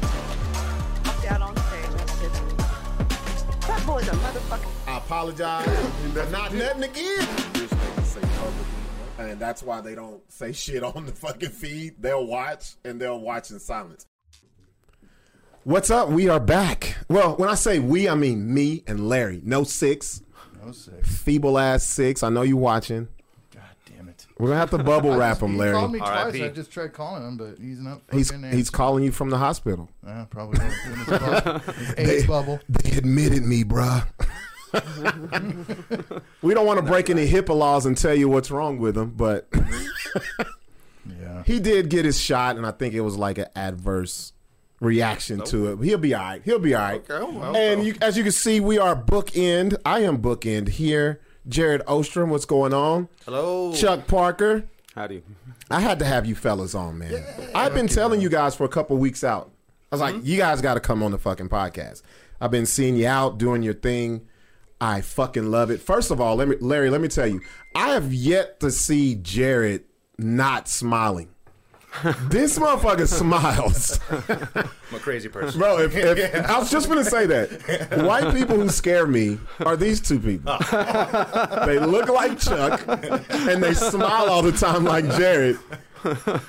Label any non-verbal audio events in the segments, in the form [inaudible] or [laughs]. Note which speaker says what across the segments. Speaker 1: Popped out on stage and said, That boy's a motherfucker.
Speaker 2: I apologize for not nothing again. Wish they could say publicly. And that's why they don't say shit on the fucking feed. They'll watch and they'll watch in silence. What's up? We are back. Well, when I say we, I mean me and Larry. No six,
Speaker 3: No six.
Speaker 2: feeble ass six. I know you watching.
Speaker 3: God damn it.
Speaker 2: We're gonna have to bubble wrap him,
Speaker 3: He called me
Speaker 2: Larry.
Speaker 3: twice.
Speaker 4: RIP.
Speaker 3: I just tried calling him, but he's not
Speaker 2: He's
Speaker 3: fucking
Speaker 2: he's
Speaker 3: answering.
Speaker 2: calling you from the hospital.
Speaker 3: Yeah, probably not doing his bubble. His AIDS bubble.
Speaker 2: They admitted me, bruh. [laughs] we don't want to break any HIPAA laws and tell you what's wrong with him, but
Speaker 3: Yeah.
Speaker 2: he did get his shot, and I think it was like an adverse reaction to it. He'll be all right. He'll be all right.
Speaker 4: Okay, well,
Speaker 2: and you, as you can see, we are bookend. I am bookend here. Jared Ostrom, what's going on?
Speaker 4: Hello.
Speaker 2: Chuck Parker.
Speaker 4: How do you?
Speaker 2: I had to have you fellas on, man. I've been telling you guys for a couple weeks out. I was like, you guys got to come on the fucking podcast. I've been seeing you out doing your thing. I fucking love it. First of all, let me, Larry, let me tell you, I have yet to see Jared not smiling. this motherfucker smiles,
Speaker 4: I'm a crazy person.
Speaker 2: bro.
Speaker 4: [laughs]
Speaker 2: If, if, I was just gonna say that white people who scare me are these two
Speaker 4: [laughs]
Speaker 2: people. they look like Chuck, and they smile all the time like Jared.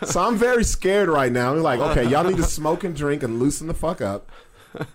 Speaker 2: So I'm very scared right now. I'm like, okay, y'all need to smoke and drink and loosen the fuck up.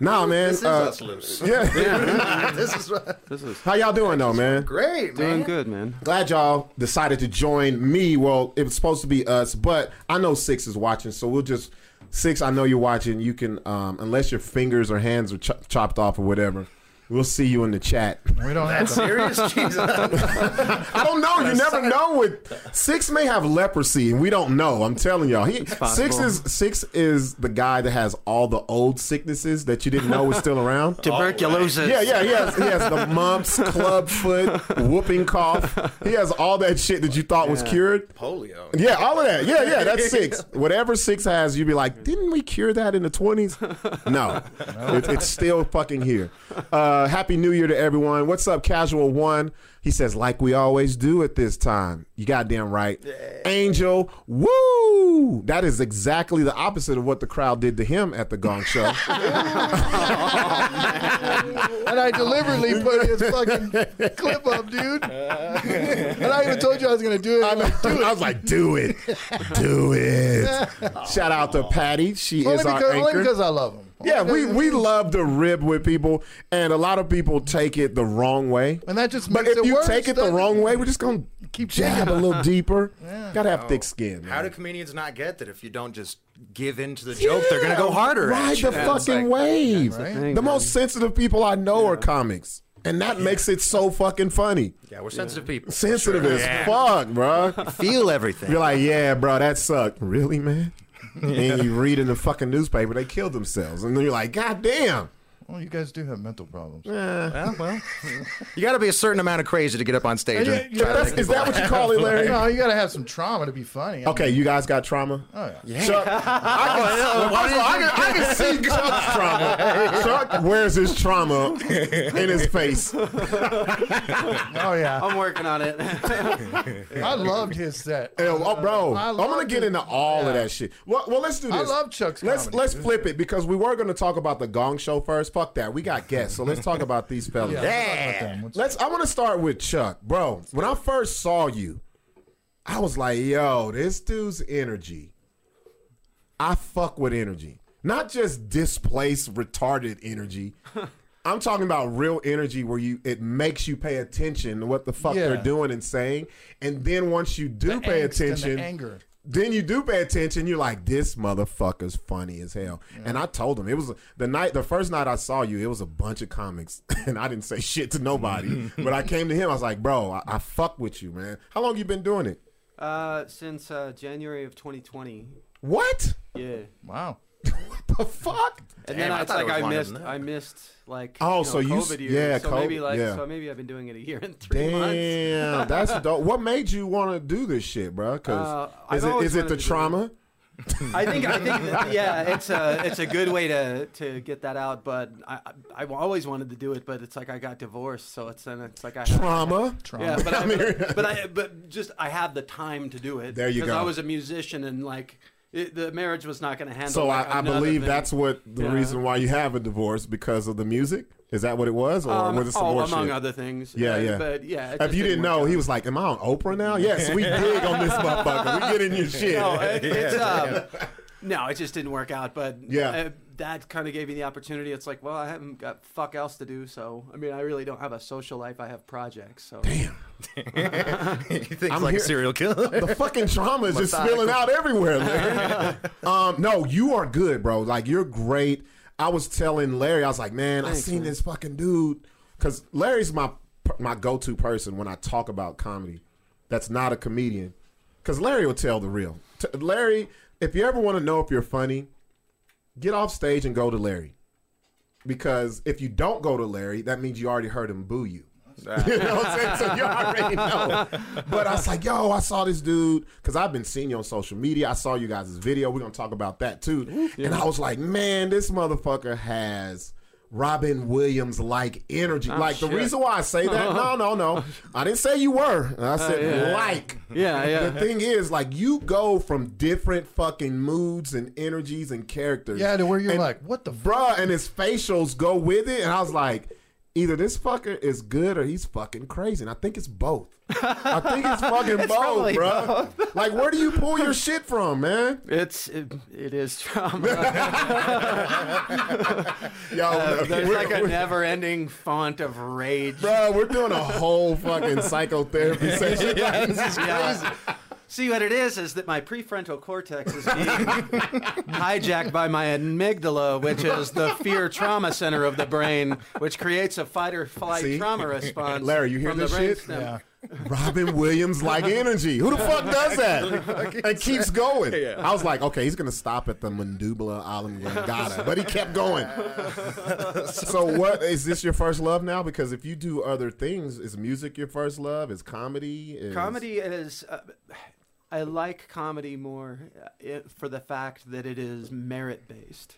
Speaker 2: Nah, man.
Speaker 3: This is
Speaker 2: uh, [laughs]
Speaker 3: us loose.
Speaker 2: yeah.
Speaker 3: [laughs] this is what-
Speaker 4: This is
Speaker 2: How y'all doing though, man?
Speaker 3: great,
Speaker 4: doing
Speaker 3: man.
Speaker 4: good, man.
Speaker 2: Glad y'all decided to join me. Well, it was supposed to be us, but I know Six is watching, so we'll just Six. I know you're watching. You can, um, unless your fingers or hands are cho- chopped off or whatever. We'll see you in the chat. [laughs]
Speaker 3: We don't have to.
Speaker 4: [laughs] Serious? Jesus.
Speaker 2: I don't know. You never know. With Six may have leprosy, and we don't know. I'm telling y'all, he Six
Speaker 4: possible.
Speaker 2: is Six is the guy that has all the old sicknesses that you didn't know was still around.
Speaker 4: Tuberculosis.
Speaker 2: Yeah, yeah, he has, he has the mumps, club foot, whooping cough. He has all that shit that you thought was cured.
Speaker 4: Polio.
Speaker 2: Yeah, all of that. Yeah, yeah,
Speaker 3: [laughs]
Speaker 2: that's six. Whatever six has, you'd be like, didn't we cure that in the 20s?
Speaker 3: [laughs]
Speaker 2: No, It- it's still fucking here. Uh, Happy New Year to everyone. What's up, Casual One? He says, like we always do at this time. You goddamn right. Angel, woo! That is exactly the opposite of what the crowd did to him at the Gong Show.
Speaker 3: And I deliberately put his fucking clip up, dude. and I even told you I was gonna [laughs] do it.
Speaker 2: I, know. I was like, do it. Do
Speaker 3: [laughs]
Speaker 2: it. Shout out to Patty. She
Speaker 3: only,
Speaker 2: is our
Speaker 3: because, only
Speaker 2: anchor.
Speaker 3: because I love him.
Speaker 2: yeah, we, we love to rib with people, and a lot of people take it the wrong way.
Speaker 3: And that just
Speaker 2: But if
Speaker 3: makes it
Speaker 2: you
Speaker 3: worse,
Speaker 2: take it the
Speaker 3: doesn't
Speaker 2: wrong way, we're just going to keep
Speaker 3: Keep
Speaker 2: jab a little
Speaker 3: [laughs]
Speaker 2: deeper. Gotta have thick skin.
Speaker 4: Oh, How
Speaker 2: Man.
Speaker 4: do comedians not get that if you don't just give in to the joke, they're going to go
Speaker 2: Yeah,
Speaker 4: harder?
Speaker 2: Ride
Speaker 4: at you.
Speaker 2: the
Speaker 4: And it's
Speaker 2: fucking
Speaker 4: like,
Speaker 2: wave.
Speaker 3: the
Speaker 2: the
Speaker 3: thing,
Speaker 2: most sensitive people I know are comics, and that makes it so fucking funny.
Speaker 4: Yeah, we're
Speaker 2: [laughs]
Speaker 4: sensitive people.
Speaker 2: Sensitive
Speaker 4: Sure.
Speaker 2: as
Speaker 4: Yeah.
Speaker 2: fuck, bro.
Speaker 4: [laughs] Feel everything.
Speaker 2: You're like, yeah, bro, that sucked. Really, man? And you read in the fucking newspaper, they killed themselves. And then you're like, God damn.
Speaker 3: Well, you guys do have mental problems.
Speaker 4: Well, well, you got to be a certain amount of crazy to get up on stage.
Speaker 3: Yeah,
Speaker 4: and
Speaker 3: yeah,
Speaker 4: [laughs] try to
Speaker 2: That's-
Speaker 4: make
Speaker 2: is
Speaker 4: people
Speaker 2: that what you
Speaker 4: laugh. [laughs]
Speaker 2: call it, Larry?
Speaker 3: No, you gotta have some trauma to be funny. I
Speaker 2: Okay, you guys got trauma?
Speaker 3: mean, oh, yeah.
Speaker 2: Chuck, I can, well, first of all, I can, I can see Chuck's trauma. [laughs] Chuck wears his trauma in his face.
Speaker 3: Oh, yeah.
Speaker 5: I'm working on it. [laughs]
Speaker 3: I loved his set.
Speaker 2: Yeah, well, oh, bro,
Speaker 3: I
Speaker 2: I'm
Speaker 3: love
Speaker 2: gonna get
Speaker 3: it.
Speaker 2: into all of
Speaker 3: Yeah.
Speaker 2: that shit. Well, well, let's do this.
Speaker 3: I love Chuck's
Speaker 2: Let's
Speaker 3: comedy.
Speaker 2: let's flip it because we were gonna talk about the Gong Show first. Fuck that. We got guests, so let's talk about these fellas.
Speaker 4: [laughs]
Speaker 3: Yeah, let's talk about them. Let's-
Speaker 2: Let's. I want to start with Chuck, bro. When I first saw you, I was like, "Yo, this dude's energy. I fuck with energy, not just displaced, retarded
Speaker 3: [laughs]
Speaker 2: energy. I'm talking about real energy where you it makes you pay attention to what the fuck
Speaker 3: Yeah.
Speaker 2: they're doing and saying, and then once you do
Speaker 3: The
Speaker 2: pay
Speaker 3: angst and the
Speaker 2: attention,
Speaker 3: anger.
Speaker 2: then you do pay attention. You're like, this motherfucker's funny as hell. And I told him it was the night, the first night I saw you, it was a bunch of comics, [laughs] and I didn't say shit to
Speaker 5: [laughs]
Speaker 2: nobody. but I came to him. I was like, bro, I, I fuck with you, man. How long you been doing it?
Speaker 5: Uh, since uh, January of 2020.
Speaker 2: What?
Speaker 5: Yeah.
Speaker 3: Wow.
Speaker 2: What the fuck?
Speaker 5: And
Speaker 4: Damn,
Speaker 5: then
Speaker 4: I
Speaker 5: I, it's
Speaker 4: thought it
Speaker 5: like
Speaker 4: was
Speaker 5: I
Speaker 4: longer
Speaker 5: missed.
Speaker 4: than that.
Speaker 5: I missed like
Speaker 2: Oh,
Speaker 5: you know,
Speaker 2: so you s-
Speaker 5: COVID year.
Speaker 2: yeah,
Speaker 5: so
Speaker 2: COVID,
Speaker 5: maybe like
Speaker 2: yeah.
Speaker 5: so maybe I've been doing it a year and three months.
Speaker 2: Damn, [laughs] that's dope. What made you want to do this shit, bro? Because
Speaker 5: Uh, I've
Speaker 2: is it
Speaker 5: always
Speaker 2: is it
Speaker 5: wanted
Speaker 2: the
Speaker 5: to do
Speaker 2: trauma?
Speaker 5: I think I think that, yeah, it's a it's a good way to to get that out. But I I I always wanted to do it, but it's like I got divorced, so it's then it's like I have-
Speaker 2: Trauma.
Speaker 5: Yeah,
Speaker 3: Trauma.
Speaker 2: [laughs]
Speaker 5: but I, but, I but just I have the time to do it.
Speaker 2: There you
Speaker 5: 'Cause
Speaker 2: go.
Speaker 5: I was a musician and like it, the marriage was not going to handle.
Speaker 2: So
Speaker 5: like,
Speaker 2: I, I
Speaker 5: another
Speaker 2: believe
Speaker 5: thing.
Speaker 2: that's what the
Speaker 5: Yeah.
Speaker 2: reason why you have a divorce because of the music. Is that what it was, or
Speaker 5: Um,
Speaker 2: was it some
Speaker 5: oh,
Speaker 2: more
Speaker 5: among
Speaker 2: shit?
Speaker 5: other things.
Speaker 2: Yeah,
Speaker 5: Uh,
Speaker 2: yeah.
Speaker 5: But yeah, it
Speaker 2: If
Speaker 5: just
Speaker 2: you didn't
Speaker 5: work
Speaker 2: know,
Speaker 5: out.
Speaker 2: [laughs] he was like, "Am I on Oprah now?" Yes,
Speaker 5: [laughs]
Speaker 2: we dig on this motherfucker. We get in your shit.
Speaker 5: no, it, it's, um, no, it just didn't work out. But
Speaker 2: Yeah.
Speaker 5: uh, that kind of gave me the opportunity. It's like, well, I haven't got fuck else to do, so I mean, I really don't have a social life. I have projects. So
Speaker 4: he thinks
Speaker 2: I'm
Speaker 4: like
Speaker 2: here-
Speaker 4: a
Speaker 2: [laughs]
Speaker 4: serial killer.
Speaker 2: the fucking trauma is just spilling out everywhere.
Speaker 5: [laughs]
Speaker 2: Larry. um, no, you are good, bro. Like you're great. I was telling Larry, I was like, man, I seen this fucking dude because Larry's my my go to person when I talk about comedy. That's not a comedian because Larry will tell the real. T- Larry, if you ever want to know if you're funny, get off stage and go to Larry. Because if you don't go to Larry, that means you already heard him boo you. [laughs] You know what I'm saying? So you already know. But I was like, yo, I saw this dude because I've been seeing you on social media. I saw you guys' video. We're gonna talk about that too. And I was like, man, this motherfucker has Robin Williams like energy. like the
Speaker 5: Oh, shit.
Speaker 2: reason why I say
Speaker 5: [laughs]
Speaker 2: that, no, no, no. I didn't say you were. I said
Speaker 5: Uh, yeah.
Speaker 2: like. [laughs]
Speaker 5: yeah,
Speaker 2: The
Speaker 5: yeah.
Speaker 2: thing is, like, you go from different fucking moods and energies and characters.
Speaker 3: Yeah, to where you're
Speaker 2: And-
Speaker 3: like, what the fuck?
Speaker 2: bruh, and his facials go with it. And I was like, either this fucker is good or he's fucking crazy. And I think it's both. I think it's fucking both,
Speaker 5: probably
Speaker 2: bruh. like, where do you pull your shit from, man?
Speaker 5: It's it, it is trauma.
Speaker 2: [laughs] Yo,
Speaker 5: Uh,
Speaker 2: we're,
Speaker 5: there's like a
Speaker 2: we're-
Speaker 5: never-ending font of rage.
Speaker 2: bruh, we're doing a whole fucking
Speaker 5: [laughs]
Speaker 2: psychotherapy session.
Speaker 5: Yeah. See what it is is that my prefrontal cortex
Speaker 2: [laughs]
Speaker 5: is being hijacked by my amygdala, which is the fear trauma center of the brain, which creates a fight or flight
Speaker 2: See?
Speaker 5: trauma response.
Speaker 2: Larry, you hear
Speaker 5: from
Speaker 2: this
Speaker 5: the brain
Speaker 2: shit?
Speaker 5: stem.
Speaker 2: Robin Williams like energy. Who the fuck does that? And keeps going. I was like, okay, he's gonna stop at the Mandubla Island Gangata, but he kept going. so what is this your first love now? Because if you do other things, is music your first love? Is comedy? Is,
Speaker 5: Comedy is. Uh, I like comedy more uh, it, for the fact that it is merit based.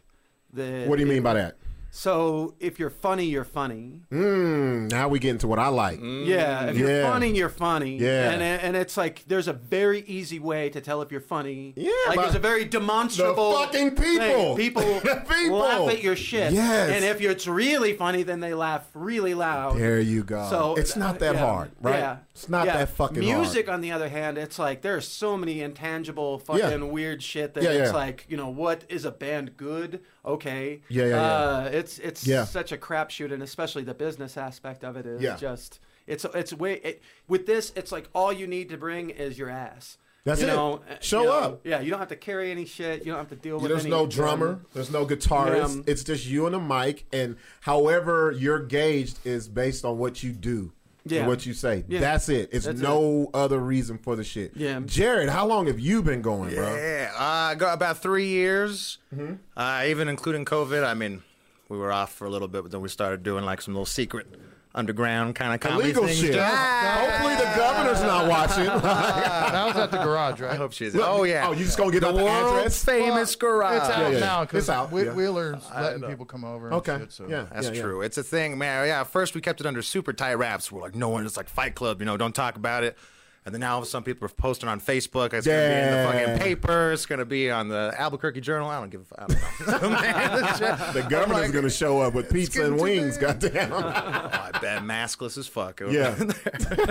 Speaker 2: What do you mean by that?
Speaker 5: So if you're funny, you're funny.
Speaker 2: Mm, now we get into what I like.
Speaker 5: Yeah, if you're
Speaker 2: Yeah.
Speaker 5: funny, you're funny.
Speaker 2: Yeah.
Speaker 5: and and it's like there's a very easy way to tell if you're funny.
Speaker 2: Yeah,
Speaker 5: like
Speaker 2: but
Speaker 5: there's a very demonstrable
Speaker 2: the fucking people.
Speaker 5: thing. People,
Speaker 2: [laughs] People.
Speaker 5: laugh at your shit.
Speaker 2: Yes.
Speaker 5: and if it's really funny, then they laugh really loud.
Speaker 2: There you go.
Speaker 5: So uh,
Speaker 2: it's not that
Speaker 5: yeah,
Speaker 2: hard, right?
Speaker 5: Yeah,
Speaker 2: It's not
Speaker 5: yeah.
Speaker 2: that fucking
Speaker 5: music,
Speaker 2: hard.
Speaker 5: on the other hand, it's like there's so many intangible fucking weird shit that
Speaker 2: Yeah,
Speaker 5: it's
Speaker 2: yeah.
Speaker 5: like you know what is a band good? Okay,
Speaker 2: Yeah, yeah, yeah.
Speaker 5: Uh, it's it's
Speaker 2: Yeah.
Speaker 5: such a crapshoot, and especially the business aspect of it is
Speaker 2: Yeah.
Speaker 5: just it's it's way it, with this. It's like all you need to bring is your ass.
Speaker 2: That's
Speaker 5: you
Speaker 2: it.
Speaker 5: Know,
Speaker 2: Show
Speaker 5: you know,
Speaker 2: up.
Speaker 5: Yeah, you don't have to carry any shit. You don't have to deal with.
Speaker 2: There's
Speaker 5: any,
Speaker 2: no drummer. There's no guitarist.
Speaker 5: Yeah.
Speaker 2: It's just you and a mic, and however you're gauged is based on what you do.
Speaker 5: Yeah.
Speaker 2: And what you say.
Speaker 5: Yeah.
Speaker 2: That's it. It's
Speaker 5: That's
Speaker 2: no other reason for the shit.
Speaker 5: Yeah.
Speaker 2: Jared, how long have you been going, bro?
Speaker 4: yeah, uh, got about three years.
Speaker 2: Mm-hmm.
Speaker 4: Uh, even including COVID. I mean, we were off for a little bit, but then we started doing like some little secret underground kind of comedy
Speaker 2: Illegal
Speaker 4: things.
Speaker 2: shit. Ah. Hopefully the governor's
Speaker 4: [laughs]
Speaker 2: not watching.
Speaker 3: That was at the garage, right?
Speaker 4: I hope she Ah. is. Oh yeah.
Speaker 2: Oh, you just gonna get
Speaker 4: the
Speaker 2: out the
Speaker 4: world
Speaker 2: address?
Speaker 4: famous garage.
Speaker 3: It's out
Speaker 2: yeah.
Speaker 3: now because
Speaker 2: It's out, yeah.
Speaker 3: Wheeler's letting people come over. And
Speaker 2: Okay.
Speaker 3: Shit, so.
Speaker 2: Yeah.
Speaker 4: That's
Speaker 2: yeah.
Speaker 4: true. It's a thing, man. Yeah, at first we kept it under super tight wraps. We're like, no one. It's like Fight Club, you know. Don't talk about it. And then now some people are posting on Facebook. It's gonna be in the
Speaker 2: Yeah.
Speaker 4: fucking paper. It's gonna be on the Albuquerque Journal. I don't give. a f- I don't know. [laughs] Man, it's just-
Speaker 2: The governor's
Speaker 4: [laughs]
Speaker 2: gonna show up with pizza
Speaker 4: getting
Speaker 2: and
Speaker 4: too
Speaker 2: wings, goddamn.
Speaker 4: oh, I bet maskless as fuck. over [laughs]
Speaker 2: Yeah.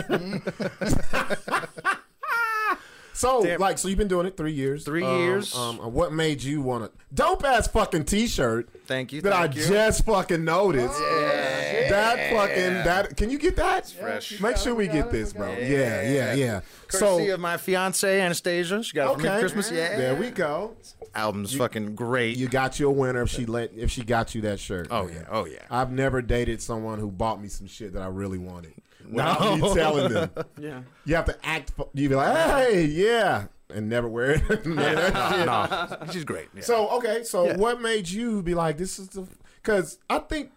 Speaker 4: there.
Speaker 2: So, like, so you've been doing it three years.
Speaker 4: Three
Speaker 2: Um,
Speaker 4: years.
Speaker 2: Um, what made you want to dope ass fucking t shirt?
Speaker 4: Thank you,
Speaker 2: That
Speaker 4: thank
Speaker 2: I
Speaker 4: you.
Speaker 2: just fucking noticed. That fucking that. Can you get that?
Speaker 4: fresh.
Speaker 2: Make sure we get this, bro. Yeah, yeah, yeah.
Speaker 4: Courtesy
Speaker 2: So
Speaker 4: of my fiance Anastasia. She got it for me for
Speaker 2: okay,
Speaker 4: Christmas. Yeah.
Speaker 2: There we go.
Speaker 4: Album's fucking great.
Speaker 2: You got you a winner if she let if she got you that shirt.
Speaker 4: Oh,
Speaker 2: man.
Speaker 4: yeah. Oh, yeah.
Speaker 2: I've never dated someone who bought me some shit that I really wanted. Without me telling
Speaker 4: [laughs]
Speaker 2: them,
Speaker 5: Yeah.
Speaker 2: you have to act. fu- You be like, hey, yeah, and never wear it. [laughs] None of that shit.
Speaker 4: [laughs] no, she's great. Yeah.
Speaker 2: So okay, so
Speaker 5: Yeah.
Speaker 2: what made you be like this is the? Because I think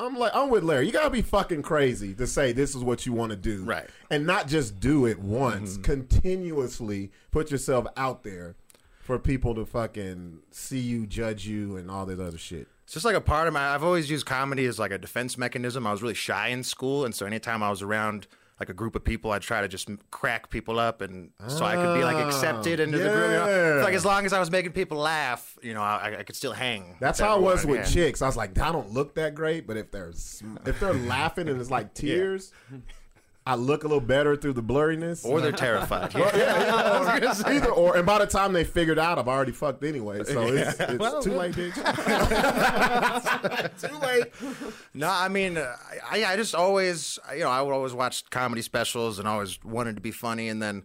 Speaker 2: I'm like I'm with Larry. You gotta be fucking crazy to say this is what you want to do,
Speaker 4: Right. Mm-hmm.
Speaker 2: And not just do it once. Continuously put yourself out there for people to fucking see you, judge you, and all that other shit.
Speaker 4: It's just like a part of my. I've always used comedy as like a defense mechanism. I was really shy in school, and so anytime I was around like a group of people, I'd try to just m- crack people up, and so I could be like
Speaker 2: Ah,
Speaker 4: accepted into the group. you know?
Speaker 2: yeah.
Speaker 4: It's Like as long as I was making people laugh, you know, I, I could still hang.
Speaker 2: That's how it was with
Speaker 4: everyone, yeah.
Speaker 2: chicks. I was like, I don't look that great, but if they're sm- if they're laughing and it's
Speaker 4: [laughs]
Speaker 2: like tears, I look a little better through the blurriness.
Speaker 4: Or
Speaker 2: [laughs]
Speaker 4: they're terrified. Yeah. [laughs]
Speaker 2: Either or, and by the time they figured out, I've already fucked anyway, so it's, it's too late, bitch. [laughs]
Speaker 4: [laughs] too late. No, I mean, uh, I, I just always, you know, I would always watch comedy specials and always wanted to be funny. And then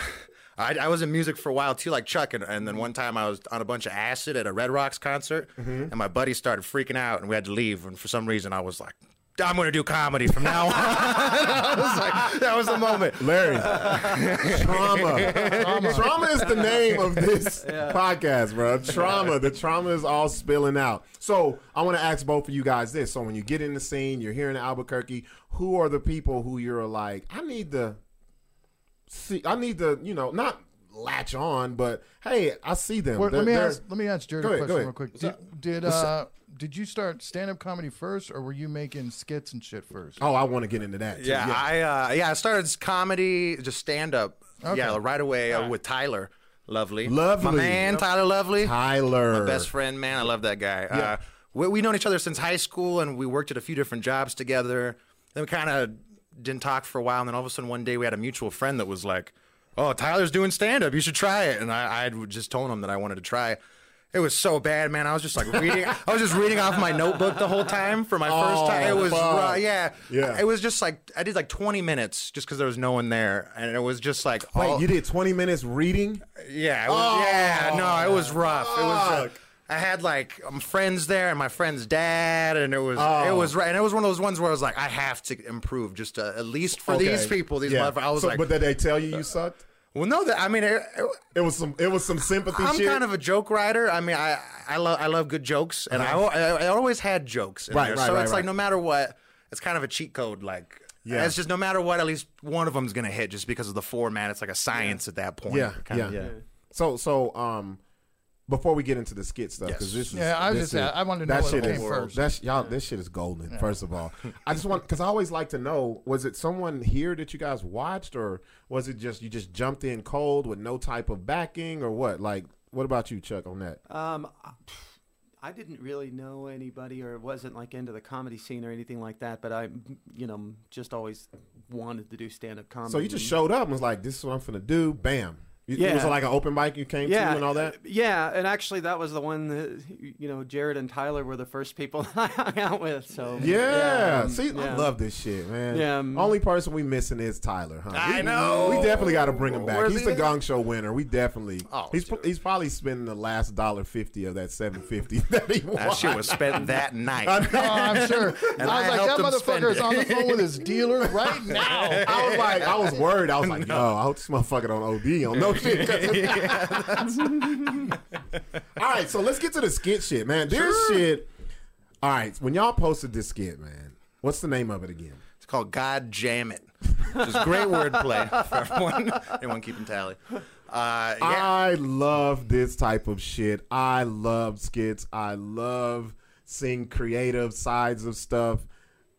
Speaker 4: [laughs] I, I was in music for a while too, like Chuck. And, and then one time I was on a bunch of acid at a Red Rocks concert, and my buddy started freaking out, and we had to leave. And for some reason, I was like, I'm going to do comedy from now on. I was like, that was the moment.
Speaker 2: Larry, trauma. trauma, is the name of
Speaker 3: [laughs]
Speaker 2: this podcast, bro. Trauma, the trauma is all spilling out. So I want to ask both of you guys this: so when you get in the scene, you're here in Albuquerque, who are the people who you're like, I need to see, I need to, you know, not latch on, but hey, I see them.
Speaker 3: Wait,
Speaker 2: They're-
Speaker 3: let me
Speaker 2: they're-
Speaker 3: ask. Let me ask Jared
Speaker 2: Go
Speaker 3: a
Speaker 2: ahead, go
Speaker 3: question real
Speaker 2: ahead.
Speaker 3: quick. Did, did uh, did you start stand up comedy first, or were you making skits and shit first?
Speaker 2: [laughs] Oh, I want to get into that. Too.
Speaker 4: Yeah, I uh, yeah, I started comedy, just stand up.
Speaker 3: Okay.
Speaker 4: Yeah, right away uh, with Tyler Lovely.
Speaker 2: Lovely.
Speaker 4: My man, Tyler Lovely.
Speaker 2: Tyler,
Speaker 4: My best friend, man. I love that guy. Uh, we, we known each other since high school, and we worked at a few different jobs together. Then we kind of didn't talk for a while, and then all of a sudden one day we had a mutual friend that was like, "Oh, Tyler's doing stand up. You should try it." And I, I had just told him that I wanted to try. It was so bad, man. I was
Speaker 2: [laughs]
Speaker 4: just like reading. I was just reading off my notebook the whole time for my
Speaker 2: Oh,
Speaker 4: first time. It was,
Speaker 2: fuck.
Speaker 4: raw. yeah,
Speaker 2: Yeah.
Speaker 4: It was just like I did like 20 minutes just because there was no one there, and it was just like,
Speaker 2: Wait,
Speaker 4: all-
Speaker 2: you did 20 minutes reading?
Speaker 4: yeah, it was, yeah, no, it was rough. It was. uh,
Speaker 2: Oh, Fuck.
Speaker 4: I had like um, friends there and my friend's dad, and it was it was
Speaker 2: Oh.
Speaker 4: right, and it was one of those ones where I was like, I have to improve, just to, at least for these
Speaker 2: Okay.
Speaker 4: people, these
Speaker 2: Yeah.
Speaker 4: motherfuckers. I was
Speaker 2: So-
Speaker 4: like,
Speaker 2: but did they tell you you sucked?
Speaker 4: well, no, that I mean, it, it-
Speaker 2: It was some. It was some sympathy.
Speaker 4: I'm
Speaker 2: shit?
Speaker 4: kind of a joke writer. I mean, I I love I love good jokes, and I al- I, I always had jokes, in
Speaker 2: Right,
Speaker 4: there.
Speaker 2: right,
Speaker 4: so
Speaker 2: right,
Speaker 4: it's
Speaker 2: right.
Speaker 4: like no matter what, it's kind of a cheat code, like.
Speaker 2: Yeah.
Speaker 4: Yeah. It's just no matter what, at least one of them's gonna hit just because of the format. It's like a science at that point.
Speaker 2: yeah,
Speaker 4: kind
Speaker 2: yeah.
Speaker 4: of.
Speaker 2: So, so um, before we get into the skit stuff, because
Speaker 4: Yes.
Speaker 2: this is
Speaker 3: Yeah, I was
Speaker 2: this
Speaker 3: just saying,
Speaker 2: is-
Speaker 3: I wanted to know
Speaker 2: that
Speaker 3: what
Speaker 2: shit
Speaker 3: came
Speaker 2: is
Speaker 3: first.
Speaker 2: that's y'all. This shit is golden. First of all, I just want because I always like to know: was it someone here that you guys watched, or was it just you just jumped in cold with no type of backing, or what? Like, what about you, Chuck? On that,
Speaker 5: Um, I- I didn't really know anybody or wasn't like into the comedy scene or anything like that, but I, you know, just always wanted to do stand up comedy.
Speaker 2: so you
Speaker 4: Um,
Speaker 2: just showed up and was like, "This is what I'm finna do." Bam. You- It was
Speaker 5: Yeah.
Speaker 2: like an open mic you came to and all that.
Speaker 5: Yeah, and actually, that was the one that you know, Jared and Tyler were the first people [laughs] I hung out with. So
Speaker 2: Yeah. See, I
Speaker 5: yeah. [laughs]
Speaker 2: love this shit, man.
Speaker 5: Yeah, um,
Speaker 2: Only person we missing is Tyler, huh?
Speaker 4: I
Speaker 2: We-
Speaker 4: know.
Speaker 2: We definitely got to bring him back.
Speaker 4: Where's
Speaker 2: he's
Speaker 4: he
Speaker 2: the
Speaker 4: at?
Speaker 2: Gong Show winner. We definitely.
Speaker 4: Oh,
Speaker 2: he's
Speaker 4: dude.
Speaker 2: he's probably spending the last dollar fifty of that seven fifty [laughs] that he won.
Speaker 4: That shit was spent that night.
Speaker 3: Oh, I'm sure. I
Speaker 4: I
Speaker 3: was like,
Speaker 4: helped
Speaker 3: that
Speaker 4: him spend
Speaker 3: motherfucker is
Speaker 4: it."
Speaker 3: on the phone with his dealer right now.
Speaker 2: [laughs] I was like, I was worried. I was
Speaker 4: [laughs]
Speaker 2: like, no. yo, I hope this motherfucker don't OD on no shit. 'cause- [laughs] all right, so let's get to the skit shit, man. This shit. All right, when y'all posted this skit, man, what's the name of it again?
Speaker 4: It's called God Jam It. Just great wordplay [laughs] for everyone. Anyone keeping tally? Uh, yeah.
Speaker 2: I love this type of shit. I love skits. I love seeing creative sides of stuff.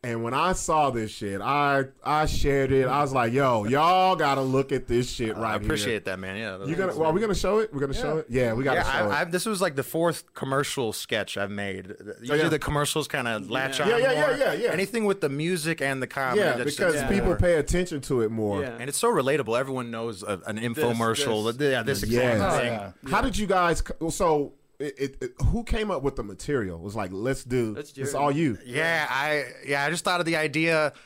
Speaker 2: And when I saw this shit, I I shared it. I was like, "Yo, y'all gotta look at this shit right
Speaker 4: Uh, I
Speaker 2: here."
Speaker 4: appreciate that, man. Yeah.
Speaker 2: You gonna? Well, are we gonna show it? We're gonna show it. Yeah, we gotta
Speaker 4: yeah,
Speaker 2: show
Speaker 4: I, I,
Speaker 2: it.
Speaker 4: this was like the fourth commercial sketch I've made. Usually
Speaker 2: Oh, yeah.
Speaker 4: the commercials kind of latch on.
Speaker 2: Yeah, yeah, yeah,
Speaker 4: more.
Speaker 2: yeah, yeah.
Speaker 4: Anything with the music and the comedy.
Speaker 2: yeah,
Speaker 4: that's-
Speaker 2: because
Speaker 4: that's
Speaker 2: people
Speaker 4: more.
Speaker 2: pay attention to it more.
Speaker 5: Yeah.
Speaker 4: And it's so relatable. Everyone knows a, an infomercial. Yeah, this exact
Speaker 2: Yes.
Speaker 4: thing.
Speaker 3: Yeah.
Speaker 2: How did you guys? c- So, it, it, it, who came up with the material? It was like, let's do.
Speaker 5: Let's do
Speaker 2: It's
Speaker 5: it.
Speaker 2: all you.
Speaker 4: Yeah, I yeah, I just thought of the idea. [laughs]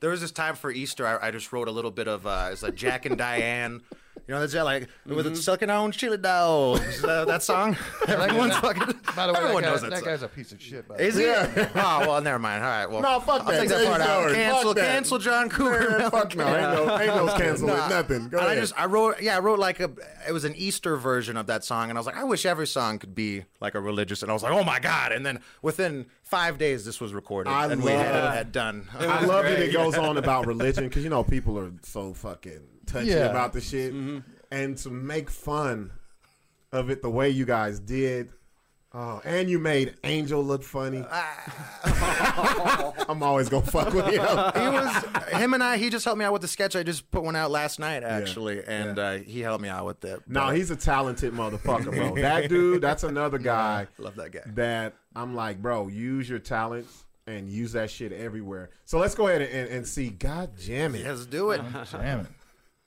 Speaker 4: there was this time for Easter, I, I just wrote a little bit of uh, it's like Jack and Diane. You know, that's it, like with
Speaker 2: Mm-hmm.
Speaker 4: it sucking on chili dogs. Uh,
Speaker 2: [laughs]
Speaker 4: that song, everyone's fucking.
Speaker 3: By the way,
Speaker 4: everyone
Speaker 3: that, guy,
Speaker 4: knows
Speaker 3: that,
Speaker 4: that. song.
Speaker 3: guy's a piece of shit. By the way.
Speaker 4: Is he? Oh well, never mind. All right, well,
Speaker 2: No, fuck
Speaker 4: I'll
Speaker 2: that.
Speaker 4: take that
Speaker 2: Hey,
Speaker 4: part out.
Speaker 2: Jordan,
Speaker 4: Cancel,
Speaker 2: fuck that.
Speaker 4: cancel John Cougar. [laughs]
Speaker 2: Man, fuck no, ain't no, ain't no canceling
Speaker 4: Nah.
Speaker 2: nothing. Go
Speaker 4: and
Speaker 2: ahead.
Speaker 4: I just I wrote yeah I wrote like a it was an Easter version of that song and I was like I wish every song could be like a religious and I was like oh my god and then within five days this was recorded
Speaker 2: I
Speaker 4: and we had
Speaker 2: love-
Speaker 4: [laughs] it had done
Speaker 2: I love that it goes on about religion because you know people are so fucking touchy
Speaker 3: Yeah.
Speaker 2: about the
Speaker 4: Mm-hmm.
Speaker 2: shit, and to make fun of it the way you guys did Oh, and you made Angel look funny. [laughs] I'm always gonna fuck with him.
Speaker 4: Ah. He was him and I. He just helped me out with the sketch. I just put one out last night actually, and Uh, he helped me out with it.
Speaker 2: No,
Speaker 4: But
Speaker 2: he's a talented motherfucker,
Speaker 4: [laughs]
Speaker 2: bro. That dude, that's another guy.
Speaker 4: love that guy.
Speaker 2: That I'm like, bro, use your talents and use that shit everywhere. So let's go ahead and, and, and see. God damn it.
Speaker 4: Let's do it.
Speaker 3: Damn it.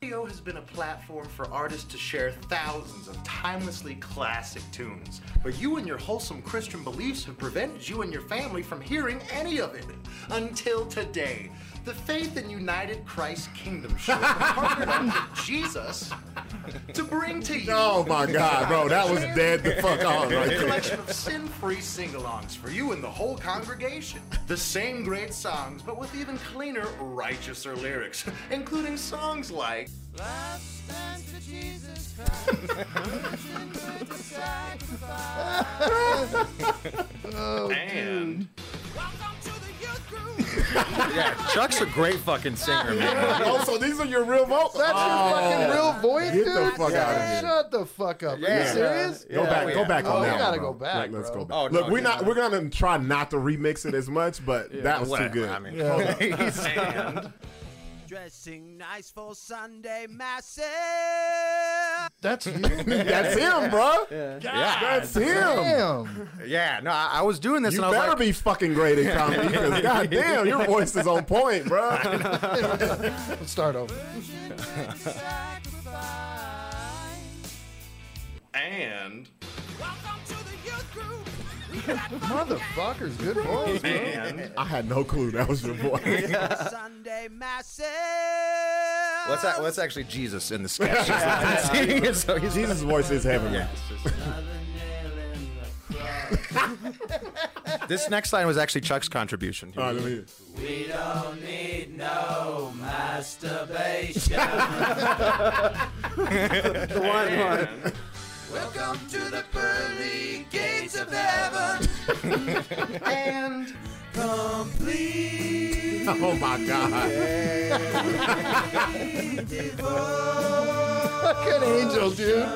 Speaker 6: Radio has been a platform for artists to share thousands of timelessly classic tunes, but you and your wholesome Christian beliefs have prevented you and your family from hearing any of it. Until today, the Faith and United Christ Kingdom Show partnered up with Jesus to bring to you.
Speaker 2: Oh my God, bro, that was dead the fuck on right
Speaker 3: [laughs]
Speaker 6: A
Speaker 2: there.
Speaker 6: collection of sin-free sing-alongs for you and the whole congregation. The same great songs, but with even cleaner, righteouser lyrics, [laughs] including songs like [laughs] Oh, and
Speaker 4: Yeah, Chuck's a great fucking singer, man.
Speaker 2: Oh, so these are your real votes? Oh.
Speaker 3: That's your fucking real voice,
Speaker 2: Get
Speaker 3: dude.
Speaker 2: the fuck outta here.
Speaker 3: Shut the fuck up. Are
Speaker 4: Yeah.
Speaker 3: you serious?
Speaker 2: Go back, go back
Speaker 3: Oh,
Speaker 2: on
Speaker 3: we
Speaker 2: that. one,
Speaker 3: gotta
Speaker 2: bro.
Speaker 3: go back,
Speaker 2: Like, let's
Speaker 3: bro.
Speaker 2: go back.
Speaker 4: Oh, no,
Speaker 2: Look, we're
Speaker 4: yeah.
Speaker 2: not. We're gonna try not to remix it as much, but that was
Speaker 4: Whatever,
Speaker 2: too good.
Speaker 4: I mean,
Speaker 7: [laughs]
Speaker 6: [laughs]
Speaker 7: Dressing nice for Sunday masses.
Speaker 2: [laughs]
Speaker 3: That's you.
Speaker 2: That's him, bro. That's him.
Speaker 3: Damn.
Speaker 4: yeah. No, I, I was doing this,
Speaker 2: You
Speaker 4: and I was
Speaker 2: better
Speaker 4: like,
Speaker 2: be fucking great at comedy
Speaker 4: [laughs]
Speaker 2: because goddamn, your voice is on point, bro.
Speaker 3: Let's start over.
Speaker 6: and
Speaker 3: Motherfuckers, good voice.
Speaker 4: [laughs]
Speaker 3: bro.
Speaker 6: and
Speaker 2: I had no clue that was your voice.
Speaker 7: Sunday masses.
Speaker 4: let's, a- let's actually Jesus in the [laughs] sketch. so he's
Speaker 2: Jesus' voice is heavenly.
Speaker 4: This next line was actually Chuck's contribution.
Speaker 2: All right, let me hear. it.
Speaker 5: The one, one.
Speaker 7: Welcome to the pearly gates of heaven.
Speaker 6: and
Speaker 7: Complete
Speaker 2: Oh my god.
Speaker 7: divorce.
Speaker 3: Fucking angel, dude.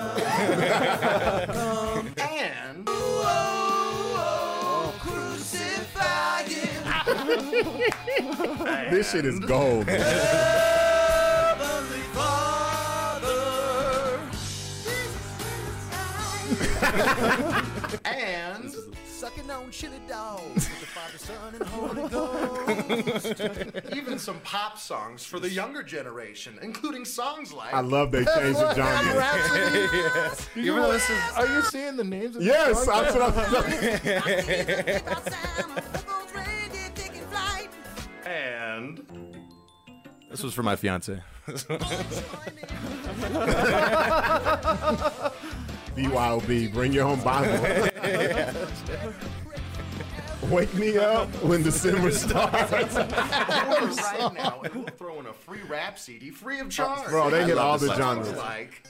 Speaker 6: and
Speaker 7: Oh, crucify it.
Speaker 2: This shit is gold. man.
Speaker 7: Heavenly Father.
Speaker 6: and
Speaker 7: Sucking on chili dogs with the Father, Son, and Holy Ghost.
Speaker 6: even some pop songs for the younger generation, including songs like
Speaker 2: I love they changed the genre.
Speaker 4: [laughs]
Speaker 3: Rhapsody.
Speaker 4: Even though this is
Speaker 3: Are you seeing the names of
Speaker 2: Yes,
Speaker 3: the
Speaker 2: that's what I'm
Speaker 6: and
Speaker 4: this was for
Speaker 2: [laughs]
Speaker 4: my fiance.
Speaker 2: BYOB, bring your own Bible. [laughs] Wake me up when December starts.
Speaker 6: order right now, and we'll throw in a free rap CD free of charge.
Speaker 2: Bro, they hit all the
Speaker 6: Songs
Speaker 2: genres.
Speaker 6: like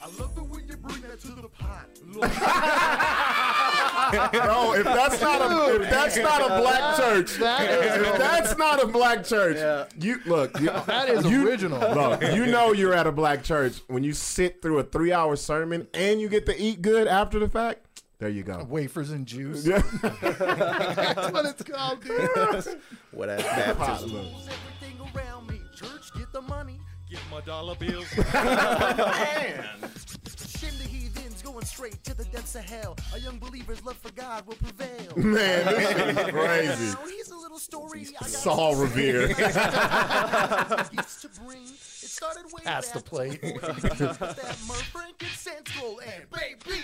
Speaker 6: I love the way you bring that to the pot.
Speaker 2: Bro, if that's not a if that's not a black church,
Speaker 3: that is-
Speaker 2: if that's not a black church, you look. You,
Speaker 3: [laughs] That is
Speaker 2: you- [laughs]
Speaker 3: original.
Speaker 2: Bro, you know you're at a black church when you sit through a three hour sermon and you get to eat good after the fact. There you go.
Speaker 3: Wafers and
Speaker 2: [laughs]
Speaker 3: juice.
Speaker 2: Yeah.
Speaker 3: That's what it's called,
Speaker 2: [laughs]
Speaker 3: dude.
Speaker 4: What a baptism.
Speaker 6: Everything around me, church, get the money.
Speaker 8: Get my dollar bills.
Speaker 6: [laughs] And
Speaker 7: Shame the heathens going straight to the depths of hell. A young believer's love for God will prevail.
Speaker 2: [laughs] Man, this shit is crazy.
Speaker 7: Now here's a little story I got
Speaker 2: Saul Revere.
Speaker 7: used to bring. It started way
Speaker 3: Pass the
Speaker 7: back
Speaker 3: plate.
Speaker 7: with that myrrh, frankincense, gold, and baby.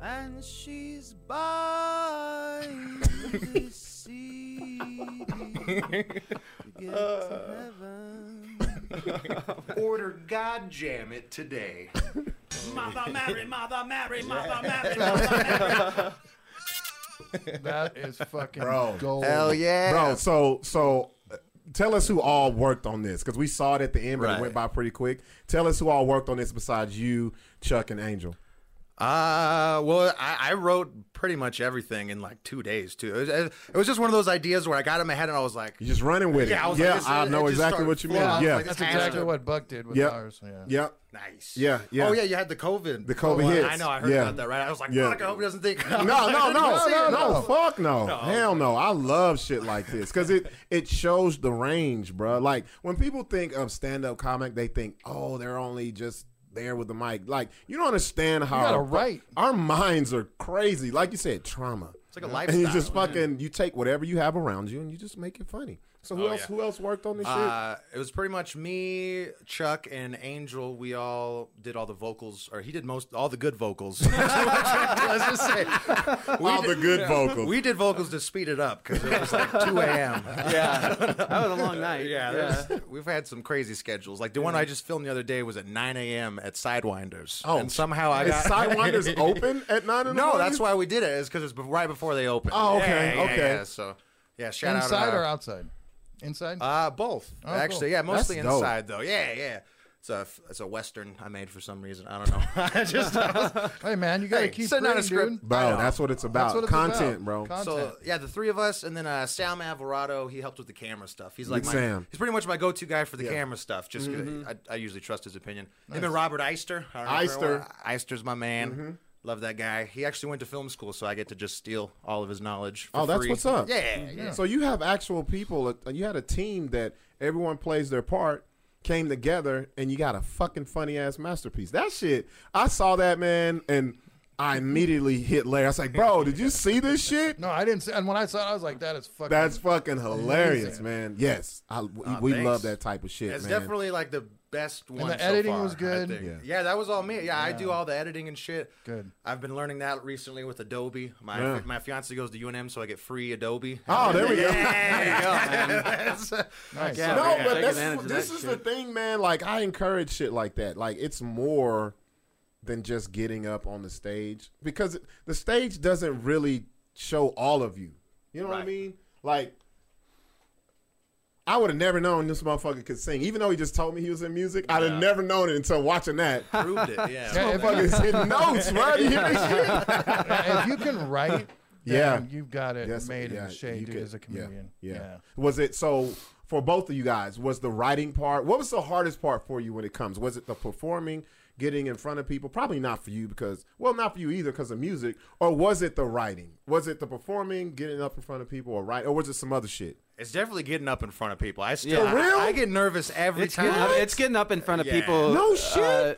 Speaker 7: And she's by the sea to get to heaven.
Speaker 6: order God Jam It today.
Speaker 8: Mother Mary, Mother Mary, Mother Mary, Mother Mary.
Speaker 3: That is fucking
Speaker 2: Bro.
Speaker 3: gold.
Speaker 4: Hell yeah,
Speaker 2: Bro, so so uh, tell us who all worked on this because we saw it at the end, but
Speaker 4: Right.
Speaker 2: it went by pretty quick. Tell us who all worked on this besides you, Chuck, and Angel.
Speaker 4: Uh, well, I, I wrote pretty much everything in like two days too. It was, it was just one of those ideas where I got in my head and I was like,
Speaker 2: You're just running with it.
Speaker 4: Yeah,
Speaker 2: Yeah,
Speaker 4: I was
Speaker 2: I,
Speaker 4: like, this- it
Speaker 2: know
Speaker 4: just
Speaker 2: exactly
Speaker 4: started
Speaker 2: what you mean.
Speaker 4: flowing. I was
Speaker 2: Yeah.
Speaker 4: like,
Speaker 2: Yep.
Speaker 4: this
Speaker 3: That's
Speaker 4: has
Speaker 3: exactly
Speaker 4: to-
Speaker 3: what Buck did
Speaker 2: [laughs]
Speaker 3: with
Speaker 2: Yep.
Speaker 3: ours. Yeah.
Speaker 4: Nice.
Speaker 2: Yeah, yeah.
Speaker 4: Oh yeah, you had the COVID. Oh,
Speaker 2: The COVID
Speaker 4: I-
Speaker 2: hits.
Speaker 4: I know. I heard
Speaker 2: Yeah.
Speaker 4: about that. Right. I was like,
Speaker 2: Yeah.
Speaker 4: fuck. I hope he doesn't
Speaker 2: [laughs]
Speaker 4: think. [laughs]
Speaker 2: No, no, no,
Speaker 3: see
Speaker 2: no,
Speaker 3: it.
Speaker 2: no,
Speaker 3: No.
Speaker 2: fuck no. Hell no. I love shit like this because it it shows the range, bruh. Like when people think of stand up comic, they think, oh, they're only just there with the mic. Like you don't understand how
Speaker 3: gotta
Speaker 2: our-
Speaker 3: write.
Speaker 2: Our minds are crazy. Like you said, trauma. It's
Speaker 4: like a
Speaker 2: And you
Speaker 4: lifestyle,
Speaker 2: just
Speaker 4: yeah.
Speaker 2: fucking you take whatever you have around you and you just make it funny. So who else?
Speaker 4: Oh, yeah.
Speaker 2: Who else worked on this shit?
Speaker 4: Uh, it was pretty much me, Chuck, and Angel. We all did all the vocals, or he did most all the good vocals. [laughs] Let's just say
Speaker 2: [laughs]
Speaker 4: we
Speaker 2: All the good vocals. [laughs]
Speaker 4: We did vocals to speed it up because it was like 2 a.m.
Speaker 5: Yeah, that was a long night.
Speaker 4: Yeah, there's- [laughs] we've had some crazy schedules. Like the one I just filmed the other day was at 9 a.m. at Sidewinders.
Speaker 2: Oh.
Speaker 4: and somehow I
Speaker 2: Is
Speaker 4: got
Speaker 2: Sidewinders
Speaker 4: [laughs]
Speaker 2: open at nine in the
Speaker 4: No,
Speaker 2: morning?
Speaker 4: that's why we did it. Is because it's right before they opened.
Speaker 2: Oh, okay,
Speaker 4: Yeah, yeah,
Speaker 2: okay.
Speaker 4: yeah, so yeah, shout
Speaker 3: Inside
Speaker 4: out.
Speaker 3: or
Speaker 4: uh,
Speaker 3: outside? Inside.
Speaker 4: Uh, both
Speaker 3: Oh,
Speaker 4: actually.
Speaker 3: cool.
Speaker 4: Yeah, mostly
Speaker 2: That's dope.
Speaker 4: inside though. Yeah, yeah. It's a it's a western I made for some reason. I don't know. [laughs] I just
Speaker 3: hey man, you gotta
Speaker 4: hey,
Speaker 3: keep
Speaker 4: send out a
Speaker 3: creating,
Speaker 4: script.
Speaker 3: dude.
Speaker 2: Bro, that's what it's about.
Speaker 3: That's what it's
Speaker 2: Content,
Speaker 3: about.
Speaker 2: bro.
Speaker 3: Content.
Speaker 4: so yeah, the three of us, and then uh, Sam Alvarado. He helped with the camera stuff. He's like
Speaker 2: Big
Speaker 4: my,
Speaker 2: Sam.
Speaker 4: He's pretty much my go-to guy for the camera stuff. Just 'cause
Speaker 3: Mm-hmm.
Speaker 4: I, I usually trust his opinion. Him and Robert Eister. I don't know if
Speaker 2: Eister. Mm-hmm.
Speaker 4: everyone- Eister's my man. Love that guy. He actually went to film school, so I get to just steal all of his knowledge. For
Speaker 2: Oh, that's
Speaker 4: free.
Speaker 2: what's up.
Speaker 4: Yeah, yeah.
Speaker 2: So you have actual people. uh, You had a team that everyone plays their part, came together, and you got a fucking funny ass masterpiece. That shit. I saw that man, and I immediately hit Larry. I was like, "Bro, did you see this shit?
Speaker 3: No, I didn't. See, and when I saw it, I was like, that is fucking.
Speaker 2: That's fucking hilarious, man. Yes, I, we,
Speaker 5: Ah,
Speaker 2: we
Speaker 4: thanks.
Speaker 2: love that type of shit,
Speaker 4: It's
Speaker 2: man.
Speaker 4: definitely like the best one.
Speaker 3: the
Speaker 4: so
Speaker 3: editing
Speaker 4: far,
Speaker 3: was
Speaker 4: I
Speaker 3: good.
Speaker 4: think.
Speaker 2: Yeah.
Speaker 4: Yeah. that was all me. Yeah, I do all the editing and shit.
Speaker 3: Good.
Speaker 4: I've been learning that recently with Adobe. My
Speaker 2: Yeah.
Speaker 4: my fiance goes to UNM, so I get free Adobe.
Speaker 2: Oh, there we go. [laughs]
Speaker 3: nice.
Speaker 5: Yeah.
Speaker 2: no,
Speaker 5: Yeah,
Speaker 2: but
Speaker 5: take advantage
Speaker 2: that's,
Speaker 5: of
Speaker 2: this
Speaker 5: that
Speaker 2: is
Speaker 5: shit.
Speaker 2: the thing, man. Like I encourage shit like that. Like it's more than just getting up on the stage because it- the stage doesn't really show all of you. You know what I
Speaker 4: Right.
Speaker 2: mean? Like I would have never known this motherfucker could sing, even though he just told me he was in music. I'd have never known it until watching that. [laughs]
Speaker 4: Proved it. Yeah.
Speaker 3: Yeah, if, you,
Speaker 2: Motherfucker's
Speaker 5: [laughs]
Speaker 2: hitting notes, right? You hear this shit?
Speaker 3: if you can write,
Speaker 2: Yeah.
Speaker 3: yeah, you've got it
Speaker 2: Yes,
Speaker 3: made
Speaker 2: yeah,
Speaker 3: in the shade,
Speaker 2: you
Speaker 3: dude.
Speaker 2: could-
Speaker 3: as a comedian,
Speaker 2: Yeah, yeah. Was it so for both of you guys? Was the writing part? What was the hardest part for you when it comes? Was it the performing, getting in front of people? Probably not for you because well, not for you either because of music. Or was it the writing? Was it the performing, getting up in front of people, or write? Or was it some other shit?
Speaker 4: It's definitely getting up in front of people. I still
Speaker 5: Yeah. For
Speaker 2: real?
Speaker 4: I get nervous every
Speaker 5: It's
Speaker 4: time.
Speaker 5: getting, up, it's getting up in front of
Speaker 4: Yeah.
Speaker 5: people.
Speaker 2: No shit.
Speaker 5: uh,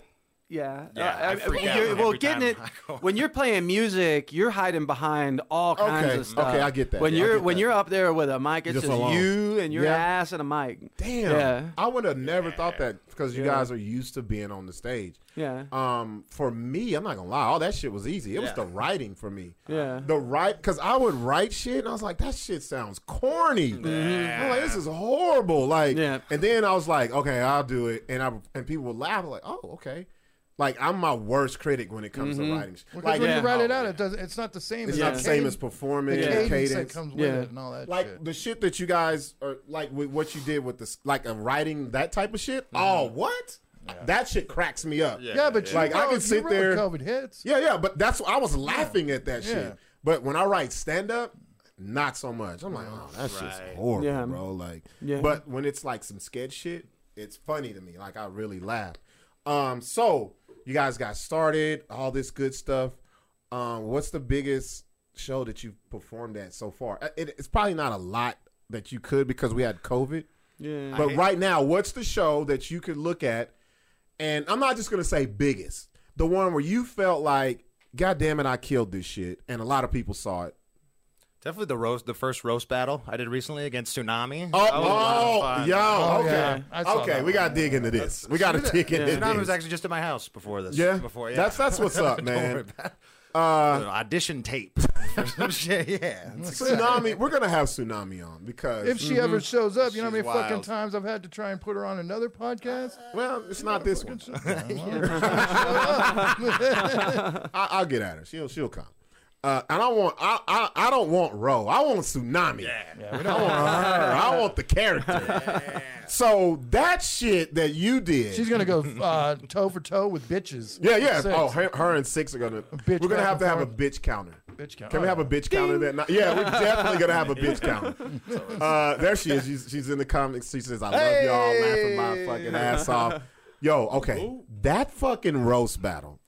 Speaker 5: yeah. Uh,
Speaker 4: Yeah, I freak out
Speaker 5: you're- well,
Speaker 4: every
Speaker 5: getting
Speaker 4: time
Speaker 5: it
Speaker 4: I go.
Speaker 5: when you're playing music, you're hiding behind all kinds
Speaker 2: Okay,
Speaker 5: of stuff.
Speaker 2: okay, I get that.
Speaker 5: When
Speaker 2: Yeah, I
Speaker 5: you're
Speaker 2: get
Speaker 5: when
Speaker 2: that.
Speaker 5: you're up there with a mic, it's
Speaker 2: Just
Speaker 5: just,
Speaker 2: alone.
Speaker 5: you and your
Speaker 2: Yeah.
Speaker 5: ass and a mic.
Speaker 2: Damn,
Speaker 5: Yeah.
Speaker 2: I would have never thought that because you guys are used to being on the stage.
Speaker 5: Yeah.
Speaker 2: Um, for me, I'm not gonna lie, all that shit was easy. It was
Speaker 4: Yeah.
Speaker 2: the writing for me.
Speaker 5: Yeah.
Speaker 2: The right, because I would write shit and I was like, that shit sounds corny. I'm like, this is horrible. Like,
Speaker 5: Yeah.
Speaker 2: and then I was like, okay, I'll do it, and I and people would laugh like, oh, okay. Like I'm my worst critic when it comes to writing. shit.
Speaker 3: Because
Speaker 2: like
Speaker 3: when
Speaker 5: Mm-hmm. yeah.
Speaker 3: you write it out, it does. It's not the same.
Speaker 2: it's
Speaker 3: as
Speaker 2: not
Speaker 3: the
Speaker 2: the same
Speaker 3: cadence-
Speaker 2: as performing
Speaker 5: Yeah.
Speaker 2: cadence.
Speaker 3: cadence that comes with
Speaker 5: Yeah.
Speaker 3: it and all that
Speaker 2: Like
Speaker 3: shit.
Speaker 2: the shit that you guys are like with what you did with this, like a writing that type of shit. Oh, what? That shit cracks me up.
Speaker 3: Mm-hmm. Yeah, but you
Speaker 2: like
Speaker 3: wrote,
Speaker 2: I can
Speaker 3: you
Speaker 2: sit
Speaker 3: wrote
Speaker 2: there.
Speaker 3: COVID hits.
Speaker 2: Yeah, yeah, but that's I was laughing at that
Speaker 3: Yeah.
Speaker 2: shit. But when I write stand up, not so much. I'm like, oh, that shit's horrible,
Speaker 5: Yeah.
Speaker 2: bro. Like,
Speaker 5: Yeah.
Speaker 2: but when it's like some sketch shit, it's funny to me. Like I really laugh. Um, so you guys got started, all this good stuff. Um, what's the biggest show that you've performed at so far? Uh, It, it's probably not a lot that you could because we had COVID.
Speaker 5: Yeah.
Speaker 2: But right now, what's the show that you could look at? And I'm not just gonna say biggest, the one where you felt like, God damn it, I killed this shit, and a lot of people saw it.
Speaker 4: Definitely the roast, the first roast battle I did recently against Tsunami.
Speaker 2: Oh,
Speaker 4: That was a lot of
Speaker 2: oh,
Speaker 4: fun.
Speaker 2: yo,
Speaker 3: Oh,
Speaker 2: okay,
Speaker 3: yeah. I saw
Speaker 2: okay,
Speaker 3: that
Speaker 2: we
Speaker 3: one.
Speaker 2: gotta dig into this. We gotta dig into
Speaker 4: Tsunami was
Speaker 2: this.
Speaker 4: actually just at my house before this.
Speaker 2: Yeah,
Speaker 4: before yeah.
Speaker 2: that's that's
Speaker 4: [laughs]
Speaker 2: what's up, man.
Speaker 4: An
Speaker 2: [laughs]
Speaker 4: audition tape. [laughs] yeah, yeah.
Speaker 2: Tsunami, we're gonna have tsunami on because
Speaker 3: If she ever shows up, you know how
Speaker 4: She's
Speaker 3: many fucking
Speaker 4: wild.
Speaker 3: times I've had to try and put her on another podcast.
Speaker 2: well, it's not this one. I, I'll get at her. She'll she'll come. Uh, and I want I, I I don't want Ro. I want Tsunami. I want her. I want the character.
Speaker 4: [laughs]
Speaker 2: So that shit that you did.
Speaker 3: [laughs] She's gonna go uh, toe for toe with bitches.
Speaker 2: yeah, yeah.
Speaker 3: Six.
Speaker 2: Oh, her, her and six are gonna.
Speaker 3: bitch
Speaker 2: we're gonna have to
Speaker 3: back
Speaker 2: have
Speaker 3: and
Speaker 2: a bitch counter.
Speaker 3: bitch count. Oh,
Speaker 2: Can we have a bitch counter that night? Yeah, we're definitely gonna have a bitch
Speaker 3: [laughs]
Speaker 2: counter. Uh, there she is. She's, she's in the comments. She says, "I love y'all, laughing my fucking ass off." Yo, okay, that fucking roast battle.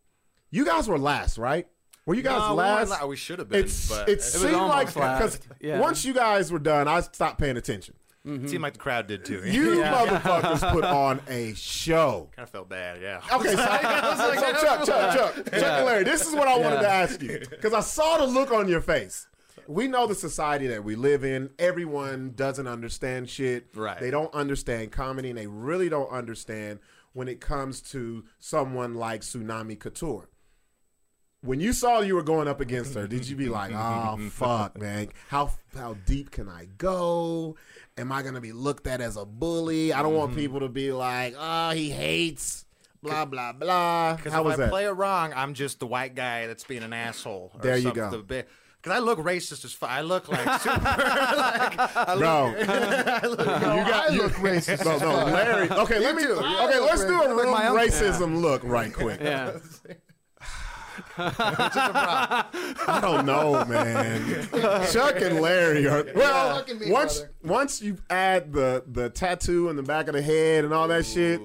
Speaker 2: You guys were last, right? Were you guys
Speaker 4: No, we
Speaker 2: last?
Speaker 4: weren't la- we should have been.
Speaker 2: It's,
Speaker 4: but
Speaker 2: it seemed like
Speaker 5: almost
Speaker 2: because
Speaker 5: last. Yeah.
Speaker 2: once you guys were done, I stopped paying [laughs] attention.
Speaker 4: it seemed like the crowd did too. [laughs]
Speaker 2: You motherfuckers put on a show.
Speaker 4: kind of felt bad. Yeah.
Speaker 2: [laughs] Okay, so, so Chuck, Chuck, Chuck, Chuck and Larry, this is what I wanted to ask you because I saw the look on your face. We know the society that we live in. Everyone doesn't understand shit.
Speaker 4: Right.
Speaker 2: They don't understand comedy, and they really don't understand when it comes to someone like Tsunami Couture. When you saw you were going up against her, did you be like, "Oh fuck, man, how how deep can I go? Am I gonna be looked at as a bully? I don't
Speaker 3: Mm-hmm.
Speaker 2: want people to be like, oh, he hates." Blah blah blah.
Speaker 4: Because
Speaker 2: How
Speaker 4: if
Speaker 2: was
Speaker 4: I
Speaker 2: that?
Speaker 4: play it wrong, I'm just the white guy that's being an asshole. Or
Speaker 2: There you go.
Speaker 4: something. Because I look racist as fuck. I look like
Speaker 2: [laughs]
Speaker 4: super. like, I look,
Speaker 2: Bro, [laughs] you got
Speaker 3: I
Speaker 2: you-
Speaker 3: look racist.
Speaker 2: No, no, Larry. Okay, let me. Okay,
Speaker 3: look
Speaker 2: let's do
Speaker 3: racist.
Speaker 2: a room
Speaker 5: my own-
Speaker 2: racism look right quick. [laughs]
Speaker 5: Yeah.
Speaker 2: I don't know,
Speaker 3: [laughs]
Speaker 2: man. Chuck and Larry are well.
Speaker 3: Chuck and me,
Speaker 2: Once
Speaker 3: brother.
Speaker 2: once you add the the tattoo in the back of the head and all that shit,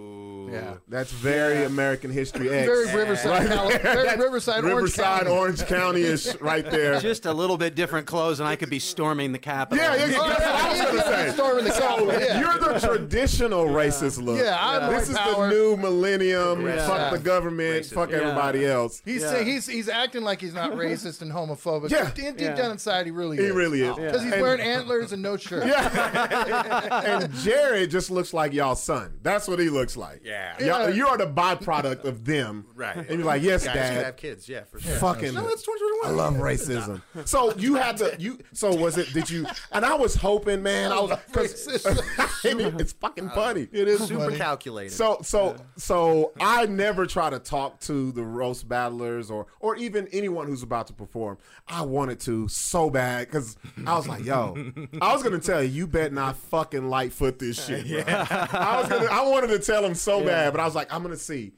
Speaker 3: Yeah.
Speaker 2: [laughs] that's very American History X.
Speaker 3: Very Riverside, Cali- very
Speaker 2: That's
Speaker 3: Riverside, Orange
Speaker 2: Riverside,
Speaker 3: County.
Speaker 2: Orange County is right there.
Speaker 5: Just a little bit different clothes, and I could be storming the Capitol.
Speaker 2: yeah, yeah, yeah. That's what I was gonna say.
Speaker 3: Storming the
Speaker 2: So
Speaker 3: Capitol, yeah.
Speaker 2: you're the traditional racist look.
Speaker 3: Yeah, I'm
Speaker 2: this
Speaker 3: white
Speaker 2: is
Speaker 3: power.
Speaker 2: the new millennium.
Speaker 4: Yeah.
Speaker 2: Fuck the government. Fuck everybody else.
Speaker 3: He's
Speaker 5: Yeah.
Speaker 3: saying he's he's acting like he's not racist and homophobic.
Speaker 2: Yeah.
Speaker 3: but deep, deep
Speaker 5: Yeah.
Speaker 3: down inside, he really
Speaker 2: He
Speaker 3: is.
Speaker 2: really is.
Speaker 3: because he's
Speaker 2: And- [laughs]
Speaker 3: wearing antlers and no shirt.
Speaker 2: and Jared just looks like y'all son. That's what he looks like.
Speaker 4: Yeah.
Speaker 2: Y'all, you are the byproduct of them.
Speaker 4: Right.
Speaker 2: And you're like, yes,
Speaker 4: guys should have
Speaker 2: dad.
Speaker 4: kids. Yeah, for sure.
Speaker 2: Fucking.
Speaker 4: No, it's 2021.
Speaker 2: I love racism. So you had to you. So was it? Did you? And I was hoping, man. I was because [laughs] it's fucking funny. It is
Speaker 4: Super calculated.
Speaker 2: so so so I never try to talk to the roast battlers or or even anyone who's about to perform. I wanted to so bad because I was like, yo, I was gonna tell you, you bet not fucking lightfoot this shit. bro. I was gonna, I wanted to tell him so bad, but I was like, I'm gonna see,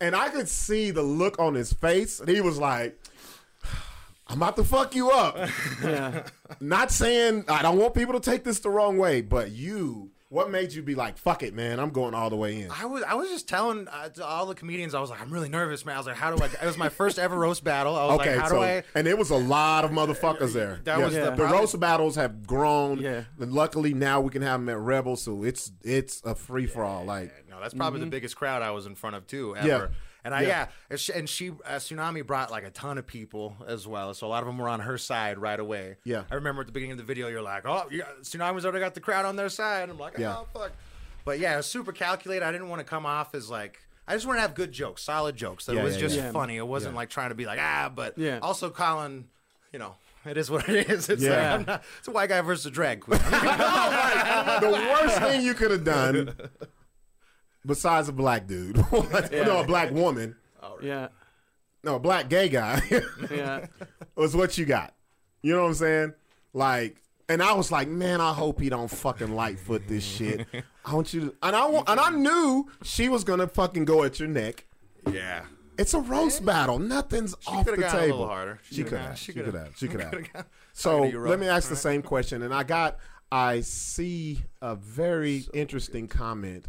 Speaker 2: and I could see the look on his face, and he was like. I'm about to fuck you up not saying I don't want people to take this the wrong way, but you, what made you be like, fuck it, man, I'm going all the way in.
Speaker 4: I was I was just telling uh, to all the comedians I was like I'm really nervous man I was like how do I it was my first ever roast battle I was
Speaker 2: Okay,
Speaker 4: like how
Speaker 2: so
Speaker 4: do I
Speaker 2: and it was a lot of motherfuckers there.
Speaker 4: That was
Speaker 2: the,
Speaker 4: the problem.
Speaker 2: roast battles have grown.
Speaker 5: Yeah.
Speaker 2: And luckily now we can have them at Rebel, so it's it's a free for all. Like
Speaker 4: no that's probably the biggest crowd I was in front of too ever
Speaker 2: Mm-hmm. Yeah.
Speaker 4: and I
Speaker 2: Yeah.
Speaker 4: yeah, and she, and she uh, tsunami brought like a ton of people as well so a lot of them were on her side right away
Speaker 2: Yeah.
Speaker 4: I remember at the beginning of the video you're like oh yeah, tsunami's already got the crowd on their side I'm like
Speaker 2: Yeah.
Speaker 4: oh fuck but yeah it was super calculated I didn't want to come off as like I just want to have good jokes solid jokes that
Speaker 2: Yeah,
Speaker 4: it was
Speaker 2: yeah,
Speaker 4: just
Speaker 2: yeah.
Speaker 4: funny it wasn't like trying to be like ah but
Speaker 5: Yeah.
Speaker 4: also Colin you know. It is what it is. It's
Speaker 2: Yeah.
Speaker 4: like, I'm not, it's a white guy versus a
Speaker 2: [laughs]
Speaker 4: drag queen.
Speaker 2: the worst thing you could have done besides a black dude. [laughs] no, a black woman.
Speaker 5: [laughs] yeah,
Speaker 2: No, a black gay guy. [laughs]
Speaker 5: yeah.
Speaker 2: was what you got. You know what I'm saying? Like, and I was like, man, I hope he don't fucking lightfoot this shit. I want you to, and I want, and I knew she was gonna fucking go at your neck.
Speaker 4: yeah.
Speaker 2: It's a roast battle. Nothing's off the
Speaker 4: could've gone a
Speaker 2: table.
Speaker 4: little harder.
Speaker 2: She,
Speaker 4: She
Speaker 2: could
Speaker 4: could've-
Speaker 2: have.
Speaker 4: she
Speaker 2: She could
Speaker 4: could've-
Speaker 2: have. She could have.
Speaker 4: could've-
Speaker 2: So
Speaker 4: you,
Speaker 2: let
Speaker 4: Rob.
Speaker 2: me ask the same question, and I got, I see a very interesting comment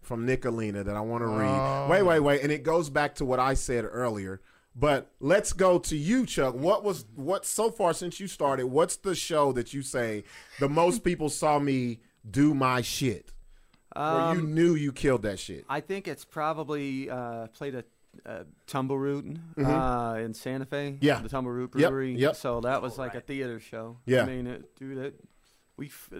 Speaker 2: from Nicolina that I want to read. Wait, wait, wait, and it goes back to what I said earlier. But let's go to you, Chuck. What was what so far since you started? What's the show that you say the most people saw me do my shit? where you knew you killed that shit.
Speaker 5: I think it's probably uh, played a, uh Tumble Root uh, in Santa Fe.
Speaker 2: Mm-hmm. Yeah.
Speaker 5: the Tumble Root
Speaker 2: Yep,
Speaker 5: Brewery.
Speaker 2: yep.
Speaker 5: So that was like a theater show.
Speaker 2: Yeah.
Speaker 5: I mean, it, dude, it, we, f-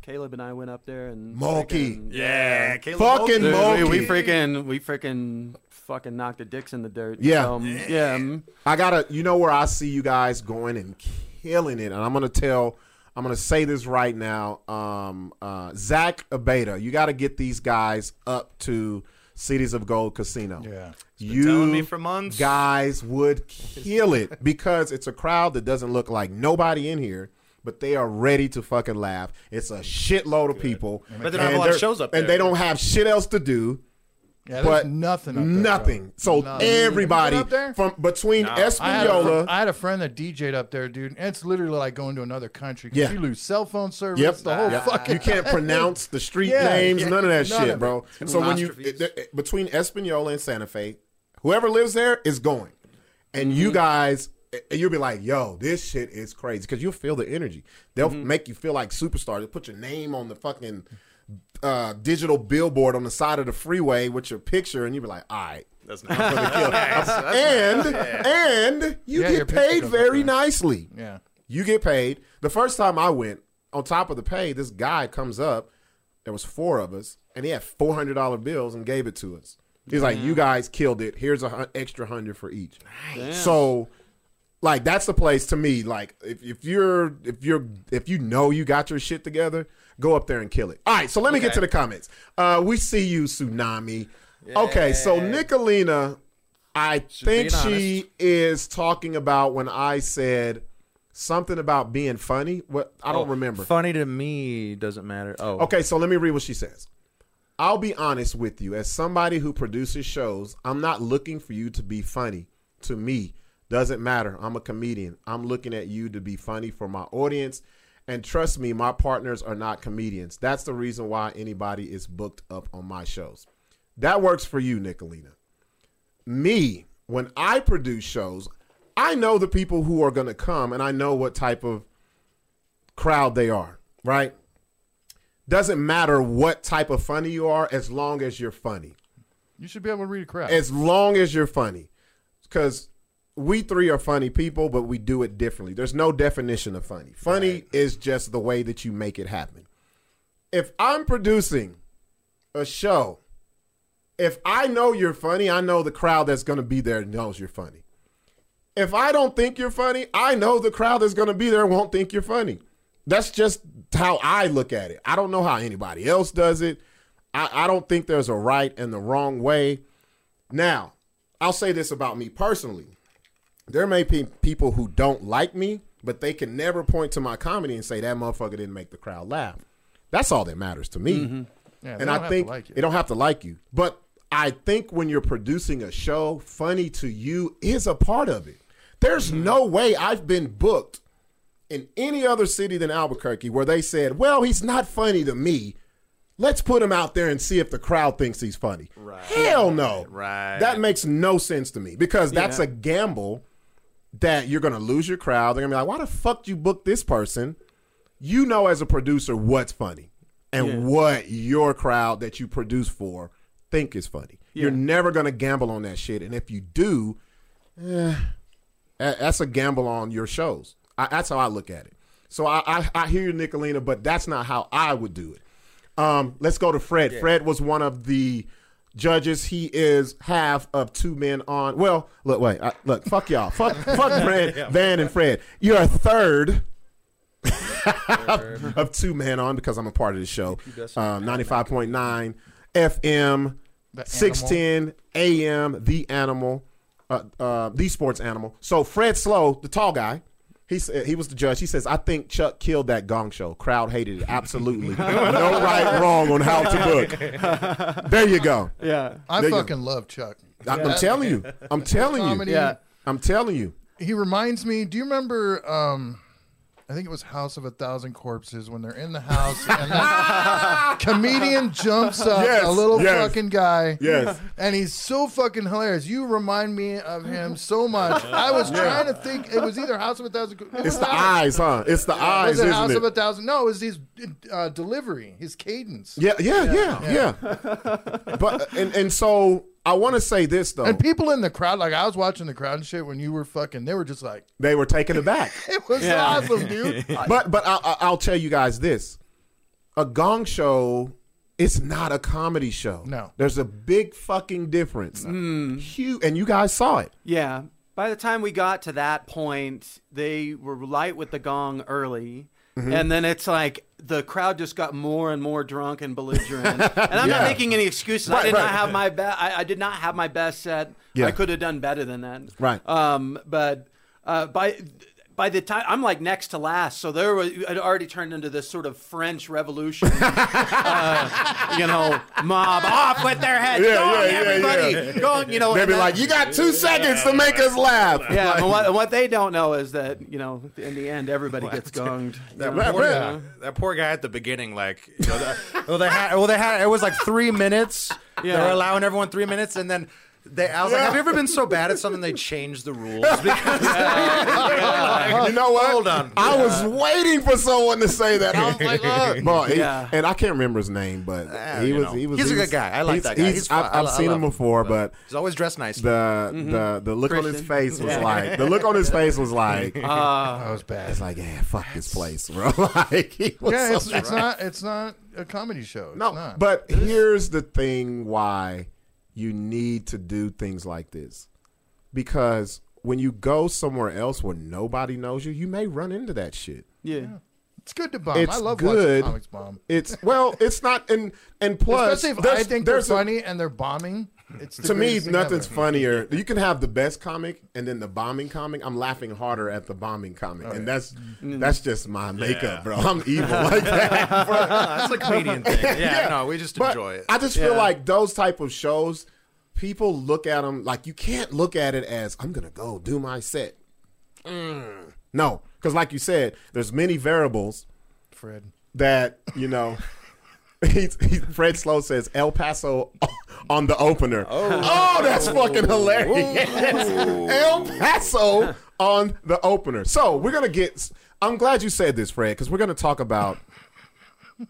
Speaker 5: Caleb and I went up there and
Speaker 2: Mulkey.
Speaker 5: freaking-
Speaker 4: Yeah. Caleb
Speaker 2: Fucking
Speaker 5: Dude,
Speaker 2: Mulkey.
Speaker 5: we, we freaking we freaking fucking knocked the dicks in the dirt.
Speaker 2: Yeah.
Speaker 5: So, um, yeah. mm,
Speaker 2: I gotta, you know where I see you guys going and killing it, and I'm gonna tell, I'm gonna say this right now, um, uh, Zach Abeda, you gotta get these guys up to Cities of Gold Casino.
Speaker 3: Yeah.
Speaker 2: You
Speaker 4: telling me for months.
Speaker 2: guys would kill it because it's a crowd that doesn't look like nobody in here, but they are ready to fucking laugh. It's a shitload of people,
Speaker 4: But they don't have a lot of
Speaker 2: they're-
Speaker 4: shows up
Speaker 2: and they
Speaker 4: there.
Speaker 2: don't have shit else to do.
Speaker 3: Yeah, there's
Speaker 2: But
Speaker 3: nothing. Up there, bro.
Speaker 2: Nothing. So
Speaker 3: Nothing.
Speaker 2: everybody
Speaker 3: You been up there?
Speaker 2: from between
Speaker 3: I had, a,
Speaker 2: Espanola.
Speaker 3: fr- I had a friend that DJ'd up there, dude. And it's literally like going to another country. 'cause
Speaker 2: Yeah.
Speaker 3: You lose cell phone service.
Speaker 2: Yep.
Speaker 3: The whole
Speaker 2: Yep.
Speaker 3: fucking.
Speaker 2: You can't pronounce the street
Speaker 3: Yeah,
Speaker 2: names,
Speaker 3: yeah,
Speaker 2: none of that
Speaker 3: none
Speaker 2: shit,
Speaker 3: of it.
Speaker 2: bro. So when you
Speaker 4: Apostrophes.
Speaker 2: it- it- between Espanola and Santa Fe, whoever lives there is going, and you
Speaker 3: Mm-hmm.
Speaker 2: guys, and you'll be like, "Yo, this shit is crazy," because you'll feel the energy. They'll
Speaker 3: Mm-hmm.
Speaker 2: make you feel like superstars. They'll put your name on the fucking uh, digital billboard on the side of the freeway with your picture, and you'll be like, "All right."
Speaker 4: That's
Speaker 2: I'm
Speaker 6: [laughs]
Speaker 4: not.
Speaker 2: gonna kill it." and and you
Speaker 3: Yeah, your
Speaker 2: get
Speaker 3: picture
Speaker 2: paid
Speaker 3: goes up
Speaker 2: very
Speaker 3: there.
Speaker 2: nicely.
Speaker 3: Yeah.
Speaker 2: You get paid. The first time I went, on top of the pay, this guy comes up. There was four of us, and he had four hundred dollar bills and gave it to us. He's like,
Speaker 3: Mm.
Speaker 2: "You guys killed it. Here's a hun- extra hundred for each." So, like, that's the place to me. Like, if, if you're if you're if you know you got your shit together, go up there and kill it. All right. So let me get to the comments. Uh, we see you, tsunami. Okay. So Nicolina, I think
Speaker 4: being
Speaker 2: she is talking about when I said something about being funny. What I
Speaker 4: Oh,
Speaker 2: don't remember.
Speaker 4: Funny to me doesn't matter. Oh,
Speaker 2: Okay, so let me read what she says. I'll be honest with you. As somebody who produces shows, I'm not looking for you to be funny. To me, doesn't matter. I'm a comedian. I'm looking at you to be funny for my audience. And trust me, my partners are not comedians. That's the reason why anybody is booked up on my shows. That works for you, Nicolina. Me, when I produce shows, I know the people who are going to come and I know what type of crowd they are, right? doesn't matter what type of funny you are as long as you're funny
Speaker 3: You should be able to read a crowd.
Speaker 2: as long as you're funny because we three are funny people but we do it differently there's no definition of funny funny is just the way that you make it happen if i'm producing a show if i know you're funny i know the crowd that's going to be there knows you're funny if i don't think you're funny i know the crowd that's going to be there won't think you're funny that's just how i look at it i don't know how anybody else does it i, I don't think there's a right and the wrong way now, I'll say this about me personally. There may be people who don't like me, but they can never point to my comedy and say that motherfucker didn't make the crowd laugh. That's all that matters to me.
Speaker 3: Mm-hmm. Yeah, they
Speaker 2: and
Speaker 3: don't have
Speaker 2: I
Speaker 3: to
Speaker 2: think
Speaker 3: like you.
Speaker 2: they don't have to like you. But I think when you're producing a show, funny to you is a part of it. There's
Speaker 3: Mm-hmm.
Speaker 2: no way I've been booked in any other city than Albuquerque where they said, "Well, he's not funny to me." Let's put him out there and see if the crowd thinks he's funny. Hell no.
Speaker 4: Right.
Speaker 2: That makes no sense to me because that's a gamble that you're going to lose your crowd. They're going to be like, "Why the fuck you book this person?" You know as a producer what's funny and what your crowd that you produce for think is funny. You're never going to gamble on that shit and if you do, a- that's a gamble on your shows. I, that's how I look at it. So I, I, I hear you, Nicolina, but that's not how I would do it. Um, let's go to Fred. Fred was one of the judges. He is half of two men on. Well, look, wait, I, look, fuck y'all, fuck, fuck Fred, Van, and Fred. You're a third. [laughs] of two men on because I'm a part of the show. Um, 95.9 FM,
Speaker 3: The
Speaker 2: 610 AM, The Animal, uh, uh, The Sports Animal. So Fred Slow, the tall guy, he said, he was the judge. He says, I think Chuck killed that gong show. Crowd hated it. Absolutely. no right, wrong on how to book. There you go.
Speaker 5: Yeah.
Speaker 3: I
Speaker 2: There you go.
Speaker 3: fucking love Chuck.
Speaker 2: I, am telling you. I'm telling
Speaker 3: Comedy.
Speaker 2: you.
Speaker 5: Yeah.
Speaker 2: I'm telling you.
Speaker 3: He reminds me. Do you remember? Um, I think it was House of a Thousand Corpses when they're in the house
Speaker 2: [laughs]
Speaker 3: and that comedian jumps up
Speaker 2: Yes,
Speaker 3: a little
Speaker 2: yes.
Speaker 3: fucking guy. [laughs]
Speaker 2: Yes.
Speaker 3: And he's so fucking hilarious. You remind me of him so much. I was trying to think. It was either House of a Thousand. Cor- it
Speaker 2: It's
Speaker 3: was
Speaker 2: the
Speaker 3: not.
Speaker 2: eyes, huh? It's the eyes,
Speaker 3: was it
Speaker 2: isn't
Speaker 3: House
Speaker 2: it?
Speaker 3: of a Thousand? No, it was his uh, delivery, his cadence.
Speaker 2: Yeah, yeah, yeah, yeah. but and and so I want to say this though.
Speaker 3: And people in the crowd, like I was watching the crowd and shit when you were fucking, they were just like,
Speaker 2: they were taken aback.
Speaker 3: it was
Speaker 5: Yeah.
Speaker 3: awesome, dude.
Speaker 2: but but [laughs] I, I, I'll tell you guys this: a gong show, it's not a comedy show.
Speaker 3: No.
Speaker 2: there's a big fucking difference. Mm. Huge, and you guys saw it.
Speaker 5: Yeah. By the time we got to that point, they were light with the gong early.
Speaker 2: Mm-hmm.
Speaker 5: and then it's like the crowd just got more and more drunk and belligerent. and I'm not
Speaker 2: Yeah.
Speaker 5: making any excuses. I
Speaker 2: Right,
Speaker 5: did
Speaker 2: right.
Speaker 5: not have my be- I, I did not have my best set.
Speaker 2: Yeah.
Speaker 5: I could have done better than that.
Speaker 2: Right.
Speaker 5: Um, but uh, by by the time I'm like next to last, so there was it already turned into this sort of
Speaker 2: [laughs]
Speaker 5: French Revolution, uh, you know, mob off with their heads,
Speaker 2: Yeah,
Speaker 5: go on,
Speaker 2: yeah, yeah,
Speaker 5: everybody,
Speaker 2: yeah.
Speaker 5: go on, you
Speaker 4: Oh,
Speaker 5: know,
Speaker 2: They'd
Speaker 5: and
Speaker 2: be
Speaker 5: then-
Speaker 2: like, "You got two seconds to make us laugh."
Speaker 5: [laughs] yeah,
Speaker 2: Like-
Speaker 5: but what, what they don't know is that you know, in the end, everybody gets gonged. you know?
Speaker 2: Right, right.
Speaker 4: Yeah. That poor guy at the beginning, like, you know, the, [laughs] well, they had, well, they had, it was like three minutes. They
Speaker 5: Yeah.
Speaker 4: were allowing everyone three minutes, and then they, I was like, have you ever been so bad at something they changed
Speaker 2: [laughs]
Speaker 4: the rules? Because
Speaker 2: you know what?
Speaker 4: Hold on.
Speaker 2: I was waiting for someone to say that. I was like, oh. Bro, he-
Speaker 5: Yeah.
Speaker 2: and I can't remember his name, but he
Speaker 4: you
Speaker 2: was
Speaker 4: know.
Speaker 2: he was
Speaker 4: He's a
Speaker 2: he was-
Speaker 4: good guy. I like that guy. He's fun.
Speaker 2: I've,
Speaker 4: I
Speaker 2: I've
Speaker 4: lo- I
Speaker 2: seen
Speaker 4: love Mm-hmm.
Speaker 2: him
Speaker 4: him,
Speaker 2: before, but
Speaker 4: but he's always dressed nicely.
Speaker 2: the the the look on his
Speaker 5: Christian.
Speaker 2: face was
Speaker 5: Yeah.
Speaker 2: like the look on his face was like
Speaker 4: Uh,
Speaker 3: That was bad.
Speaker 2: it's like yeah, fuck this place, bro. [laughs] like he was
Speaker 3: [laughs] Yeah,
Speaker 2: so
Speaker 3: it's, it's not. It's not a comedy show. It's
Speaker 2: No,
Speaker 3: not.
Speaker 2: but here's the thing why you need to do things like this. Because when you go somewhere else where nobody knows you, you may run into that shit.
Speaker 5: yeah.
Speaker 3: it's good to bomb.
Speaker 2: It's
Speaker 3: I love
Speaker 2: good.
Speaker 3: watching comics bomb.
Speaker 2: It's well, it's not and and plus
Speaker 3: Especially if
Speaker 2: there's-
Speaker 3: I think they're
Speaker 2: there's a-
Speaker 3: funny and they're bombing. It's the
Speaker 2: to me,
Speaker 3: greatest thing
Speaker 2: nothing's
Speaker 3: ever.
Speaker 2: funnier. You can have the best comic and then the bombing comic. I'm laughing harder at the bombing
Speaker 3: Oh,
Speaker 2: comic, and that's that's just my makeup, bro. I'm evil like that.
Speaker 4: [laughs] That's a
Speaker 2: [laughs]
Speaker 4: comedian thing. Yeah, no, we just
Speaker 2: But
Speaker 4: enjoy it.
Speaker 2: I just feel like those type of shows, people look at them like you can't look at it as I'm gonna go do my set. Mm. No, because like you said, there's many variables
Speaker 3: Fred.
Speaker 2: that you know. [laughs] He's, he's, Fred Slow says El Paso on the opener. Oh, that's fucking hilarious! El Paso on the opener. So we're gonna get. I'm glad you said this, Fred, because we're gonna talk about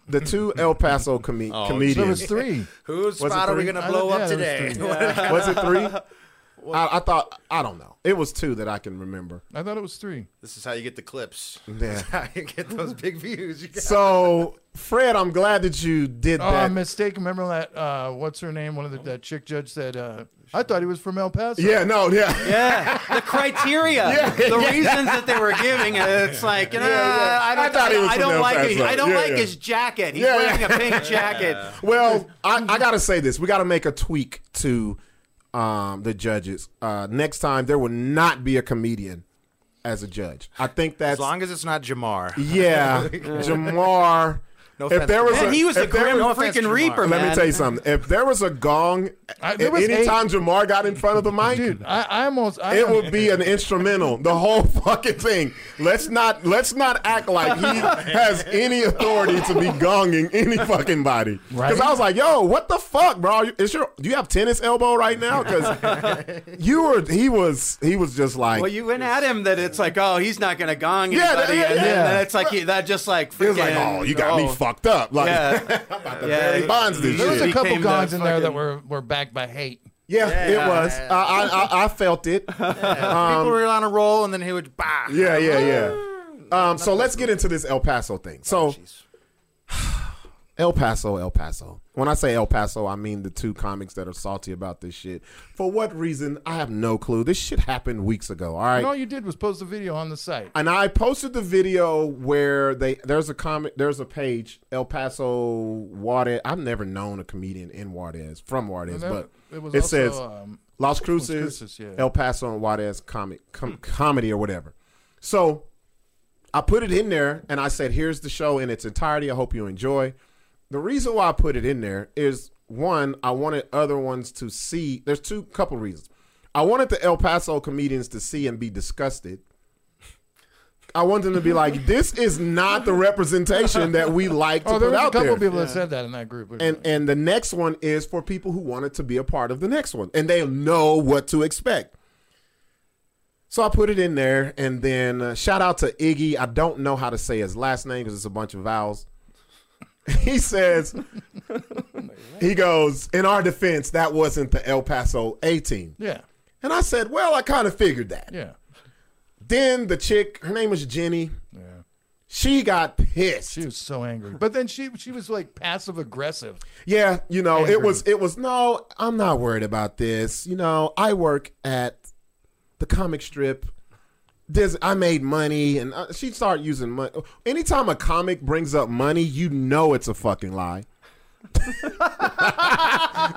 Speaker 2: the two El Paso comi- comedians.
Speaker 3: There was three.
Speaker 4: Whose
Speaker 2: Was it
Speaker 4: spot are we
Speaker 2: three?
Speaker 4: going to
Speaker 3: I
Speaker 4: blow
Speaker 3: don't-
Speaker 4: up
Speaker 3: yeah, there
Speaker 4: today?
Speaker 3: was
Speaker 2: Was it three? I, I thought I don't know. It was two that I can remember.
Speaker 3: I thought it was three.
Speaker 4: This is how you get the clips.
Speaker 2: Yeah.
Speaker 4: This is how you get those big views. You got-
Speaker 2: So Fred, I'm glad that you did
Speaker 3: Oh,
Speaker 2: that.
Speaker 3: mistake. Remember that? Uh, what's her name? One of the, that chick judge said. Uh, I thought he was from El Paso.
Speaker 2: yeah, no, yeah. [laughs]
Speaker 5: Yeah, the criteria, the reasons that they were giving, it's like you know,
Speaker 2: yeah.
Speaker 5: I don't,
Speaker 2: I thought he was
Speaker 5: I
Speaker 2: from
Speaker 5: don't
Speaker 2: El
Speaker 5: like his,
Speaker 2: Paso.
Speaker 5: I don't
Speaker 2: Yeah,
Speaker 5: like
Speaker 2: yeah.
Speaker 5: his jacket. He's
Speaker 2: Yeah,
Speaker 5: wearing
Speaker 2: yeah. [laughs]
Speaker 5: a pink jacket.
Speaker 2: Well, I, I gotta say this. We gotta make a tweak to um, the judges. Uh, next time there will not be a comedian as a judge. I think that's
Speaker 4: As long as it's not Jamar.
Speaker 2: yeah. Jamar.
Speaker 4: No
Speaker 2: if
Speaker 4: offense
Speaker 2: there
Speaker 4: to
Speaker 2: was
Speaker 4: Jamar.
Speaker 2: a,
Speaker 5: Man, he was a
Speaker 2: if there
Speaker 5: grim
Speaker 2: was-
Speaker 4: offense,
Speaker 5: freaking
Speaker 4: Jamar.
Speaker 5: reaper.
Speaker 2: let
Speaker 5: man.
Speaker 2: me tell you something. If there was a gong,
Speaker 3: I- there was
Speaker 2: any
Speaker 3: eight-
Speaker 2: time Jamar got in front of the mic,
Speaker 3: dude, I, I almost. I,
Speaker 2: it would be an instrumental the whole [laughs] fucking thing let's not let's not act like he has any authority to be gonging any fucking body because i was like yo what the fuck bro is your do you have tennis elbow right now because you were he was he was just like
Speaker 5: Well, you went at him that it's like, oh, he's not going to gong
Speaker 2: Yeah,
Speaker 5: anybody,
Speaker 2: yeah,
Speaker 5: and then
Speaker 2: yeah.
Speaker 5: that it's like he, that just like
Speaker 2: he
Speaker 5: freaking.
Speaker 2: was like oh you got me fucked up like [laughs]
Speaker 5: Yeah, yeah.
Speaker 2: Barry Bonds this
Speaker 3: there was a
Speaker 2: shit.
Speaker 3: couple
Speaker 5: Became the
Speaker 3: gods in there that
Speaker 5: fucking-
Speaker 3: were were backed by hate.
Speaker 2: yeah, it was I, I i i felt it Um,
Speaker 4: People were on a roll, and then he would bah.
Speaker 2: Yeah, yeah, yeah.
Speaker 3: Ah.
Speaker 2: Um, so let's get into this El Paso thing. So, [sighs] El Paso, El Paso. When I say El Paso, I mean the two comics that are salty about this shit. For what reason? I have no clue. This shit happened weeks ago. All
Speaker 3: And all
Speaker 2: right.
Speaker 3: you did was post a video on the site.
Speaker 2: And I posted the video where they there's a comic there's a page El Paso Juarez. I've never known a comedian in Juarez from Juarez,
Speaker 3: And that-
Speaker 2: but
Speaker 3: it was
Speaker 2: it
Speaker 3: also,
Speaker 2: says
Speaker 3: um,
Speaker 2: Las Cruces,
Speaker 3: Cruces, yeah.
Speaker 2: El Paso, and Juarez comic com- comedy or whatever. So I put it in there and I said, here's the show in its entirety. I hope you enjoy. The reason why I put it in there is one, I wanted other ones to see. There's two couple reasons. I wanted the El Paso comedians to see and be disgusted. I want them to be like, this is not the representation that we like to
Speaker 3: Oh, there
Speaker 2: put
Speaker 3: was a
Speaker 2: out
Speaker 3: couple
Speaker 2: there.
Speaker 3: people that said that in that group.
Speaker 2: And and the next one is for people who wanted to be a part of the next one, and they know what to expect. So I put it in there, and then uh, shout out to Iggy. I don't know how to say his last name because it's a bunch of vowels. [laughs] He says, he goes, in our defense, that wasn't the El Paso A team.
Speaker 3: yeah,
Speaker 2: And I said, well, I kind of figured that.
Speaker 3: yeah,
Speaker 2: Then the chick, her name was Jenny,
Speaker 3: yeah.
Speaker 2: she got pissed.
Speaker 3: She was so angry, but then she she was like passive
Speaker 2: [laughs]
Speaker 3: aggressive.
Speaker 2: Yeah, you know, it
Speaker 3: Andrew.
Speaker 2: was it was no, I'm not worried about this. You know, I work at the comic strip this I made money, and uh, she started using money. Anytime a comic brings up money, you know it's a fucking lie. [laughs]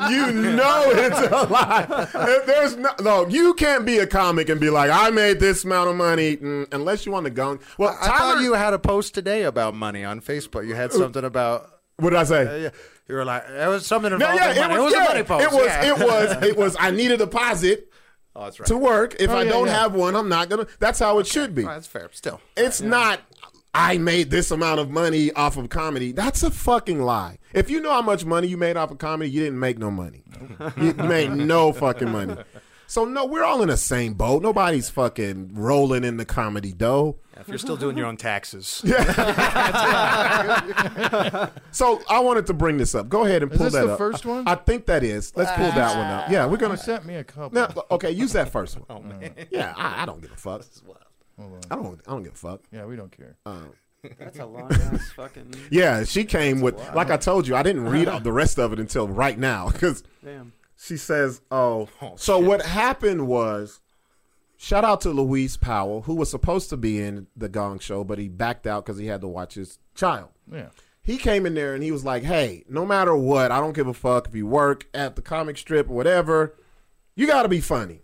Speaker 2: you know it's a lie. If there's no, no, you can't be a comic and be like, I made this amount of money, mm, unless you want to go. Well,
Speaker 4: I
Speaker 2: Tyler,
Speaker 4: thought you had a post today about money on Facebook. You had something about.
Speaker 2: what did I say?
Speaker 4: Uh, Yeah, you were like, it was something
Speaker 2: No,
Speaker 4: involving
Speaker 2: yeah, it
Speaker 4: money.
Speaker 2: was,
Speaker 4: a
Speaker 2: yeah,
Speaker 4: money post.
Speaker 2: It was,
Speaker 4: yeah.
Speaker 2: it was,
Speaker 4: [laughs]
Speaker 2: it was. I need a deposit
Speaker 4: Oh, that's right.
Speaker 2: to work. If I
Speaker 3: yeah,
Speaker 2: don't
Speaker 3: yeah.
Speaker 2: have one, I'm not gonna. That's how it should be.
Speaker 4: Oh, that's fair. Still,
Speaker 2: It's not. I made this amount of money off of comedy. That's a fucking lie. If you know how much money you made off of comedy, you didn't make no
Speaker 3: [laughs]
Speaker 2: money. you made no fucking money. So no, we're all in the same boat. Nobody's fucking rolling in the comedy dough.
Speaker 4: if you're still doing your own [laughs] taxes,
Speaker 2: So I wanted to bring this up. Go ahead and
Speaker 3: Is
Speaker 2: pull
Speaker 3: this
Speaker 2: that
Speaker 3: the
Speaker 2: up.
Speaker 3: first one?
Speaker 2: I think that is. Let's pull that one up. Yeah, we're
Speaker 3: You
Speaker 2: gonna.
Speaker 3: sent me a couple.
Speaker 2: No, okay, use that first one. Mm. Yeah, I, I don't give a fuck. I don't. I don't give a fuck.
Speaker 3: Yeah, we don't care.
Speaker 2: Uh,
Speaker 5: That's a long ass
Speaker 2: [laughs]
Speaker 5: fucking.
Speaker 2: Yeah, she came with. Like I told you, I didn't read all the rest of it until right now because
Speaker 5: Damn.
Speaker 2: she says, "Oh." so what happened was, shout out to Luis Powell, who was supposed to be in the Gong Show, but he backed out because he had to watch his child.
Speaker 3: yeah.
Speaker 2: He came in there and he was like, "Hey, no matter what, I don't give a fuck if you work at the comic strip or whatever. You got to be funny.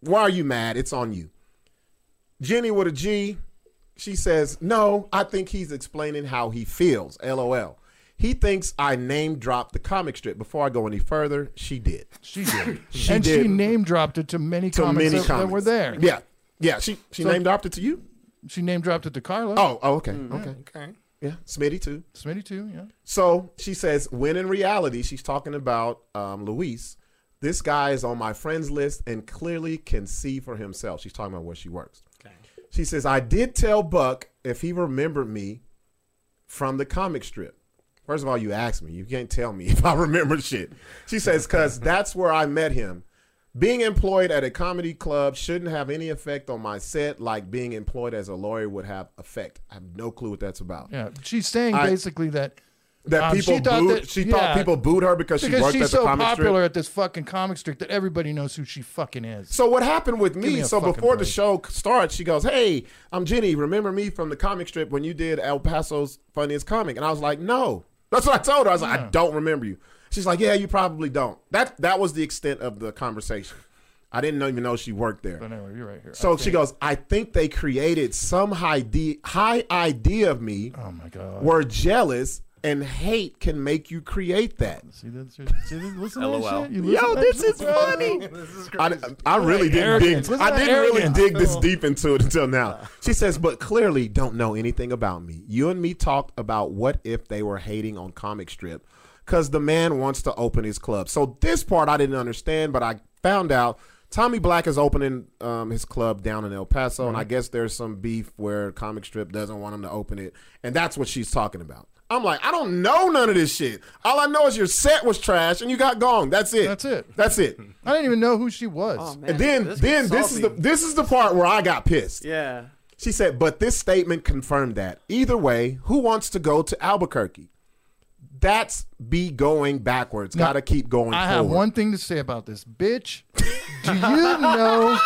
Speaker 2: Why are you mad? It's on you." Jenny with a G, she says, "No, I think he's explaining how he feels." LOL. He thinks I name dropped the comic strip. Before I go any further, she did.
Speaker 3: She did.
Speaker 2: [laughs] She
Speaker 3: and
Speaker 2: did.
Speaker 3: she name dropped it to many
Speaker 2: to
Speaker 3: comics
Speaker 2: many
Speaker 3: that, that
Speaker 2: comics
Speaker 3: were there.
Speaker 2: Yeah, yeah. She she name dropped it to you.
Speaker 3: She name dropped it to Carla.
Speaker 2: Oh, oh okay,
Speaker 3: Mm-hmm.
Speaker 2: okay,
Speaker 4: okay.
Speaker 2: yeah. Smitty too.
Speaker 3: Smitty too, yeah.
Speaker 2: So she says, when in reality, she's talking about um, Luis. This guy is on my friends list and clearly can see for himself. She's talking about where she works. She says, I did tell Buck if he remembered me from the comic strip. First of all, you asked me. You can't tell me [laughs] if I remember shit. She says, because that's where I met him. Being employed at a comedy club shouldn't have any effect on my set, like being employed as a lawyer would have effect. I have no clue what that's about
Speaker 3: Yeah. She's saying
Speaker 2: I-
Speaker 3: basically that
Speaker 2: that
Speaker 3: um,
Speaker 2: people
Speaker 3: she thought
Speaker 2: booed.
Speaker 3: that-
Speaker 2: she thought
Speaker 3: yeah.
Speaker 2: people booed her because, she
Speaker 3: because
Speaker 2: worked
Speaker 3: she's
Speaker 2: at the
Speaker 3: so
Speaker 2: comic
Speaker 3: popular
Speaker 2: strip.
Speaker 3: at this fucking comic strip that everybody knows who she fucking is.
Speaker 2: So what happened with me?
Speaker 3: me a
Speaker 2: so
Speaker 3: fucking
Speaker 2: before the
Speaker 3: break.
Speaker 2: show starts, she goes, "Hey, I'm Jenny. Remember me from the comic strip when you did El Paso's funniest comic?" And I was like, "No." [laughs] That's what I told her. I was like, "I don't remember you." She's like, "Yeah, you probably don't." That that was the extent of the conversation. I didn't even know she worked there.
Speaker 3: But uh, anyway, you're right here.
Speaker 2: So she goes, I think they created some high, de- high idea of me,
Speaker 3: oh my god.
Speaker 2: were jealous, and hate can make you create that.
Speaker 3: See that's your, see this, listen to that
Speaker 4: LOL.
Speaker 3: shit? You listen
Speaker 2: Yo,
Speaker 3: to that
Speaker 2: [laughs] this
Speaker 3: shit?
Speaker 2: is funny. I, I really didn't
Speaker 3: arrogance.
Speaker 2: dig.
Speaker 3: Listen
Speaker 2: I
Speaker 3: to
Speaker 2: didn't
Speaker 3: that
Speaker 2: really
Speaker 3: arrogance.
Speaker 2: dig this deep into it until now. She says, but clearly don't know anything about me. You and me talked about what if they were hating on comic strip, because the man wants to open his club. So this part I didn't understand, but I found out Tommy Black is opening um, his club down in El Paso,
Speaker 5: Mm-hmm.
Speaker 2: and I guess there's some beef where comic strip doesn't want him to open it, and that's what she's talking about. I'm like, I don't know none of this shit. All I know is your set was trash and you got gone. That's it.
Speaker 3: That's it.
Speaker 2: That's
Speaker 5: [laughs]
Speaker 2: it.
Speaker 3: I didn't even know who she was.
Speaker 5: Oh, man.
Speaker 2: And then
Speaker 5: this
Speaker 2: then
Speaker 5: gets
Speaker 2: this is the
Speaker 5: salty.
Speaker 2: this is the part where I got pissed.
Speaker 5: Yeah.
Speaker 2: She said, but this statement confirmed that. Either way, who wants to go to Albuquerque? That's be going backwards. Gotta keep going
Speaker 3: I have
Speaker 2: forward.
Speaker 3: one thing to say about this, bitch. Do you know?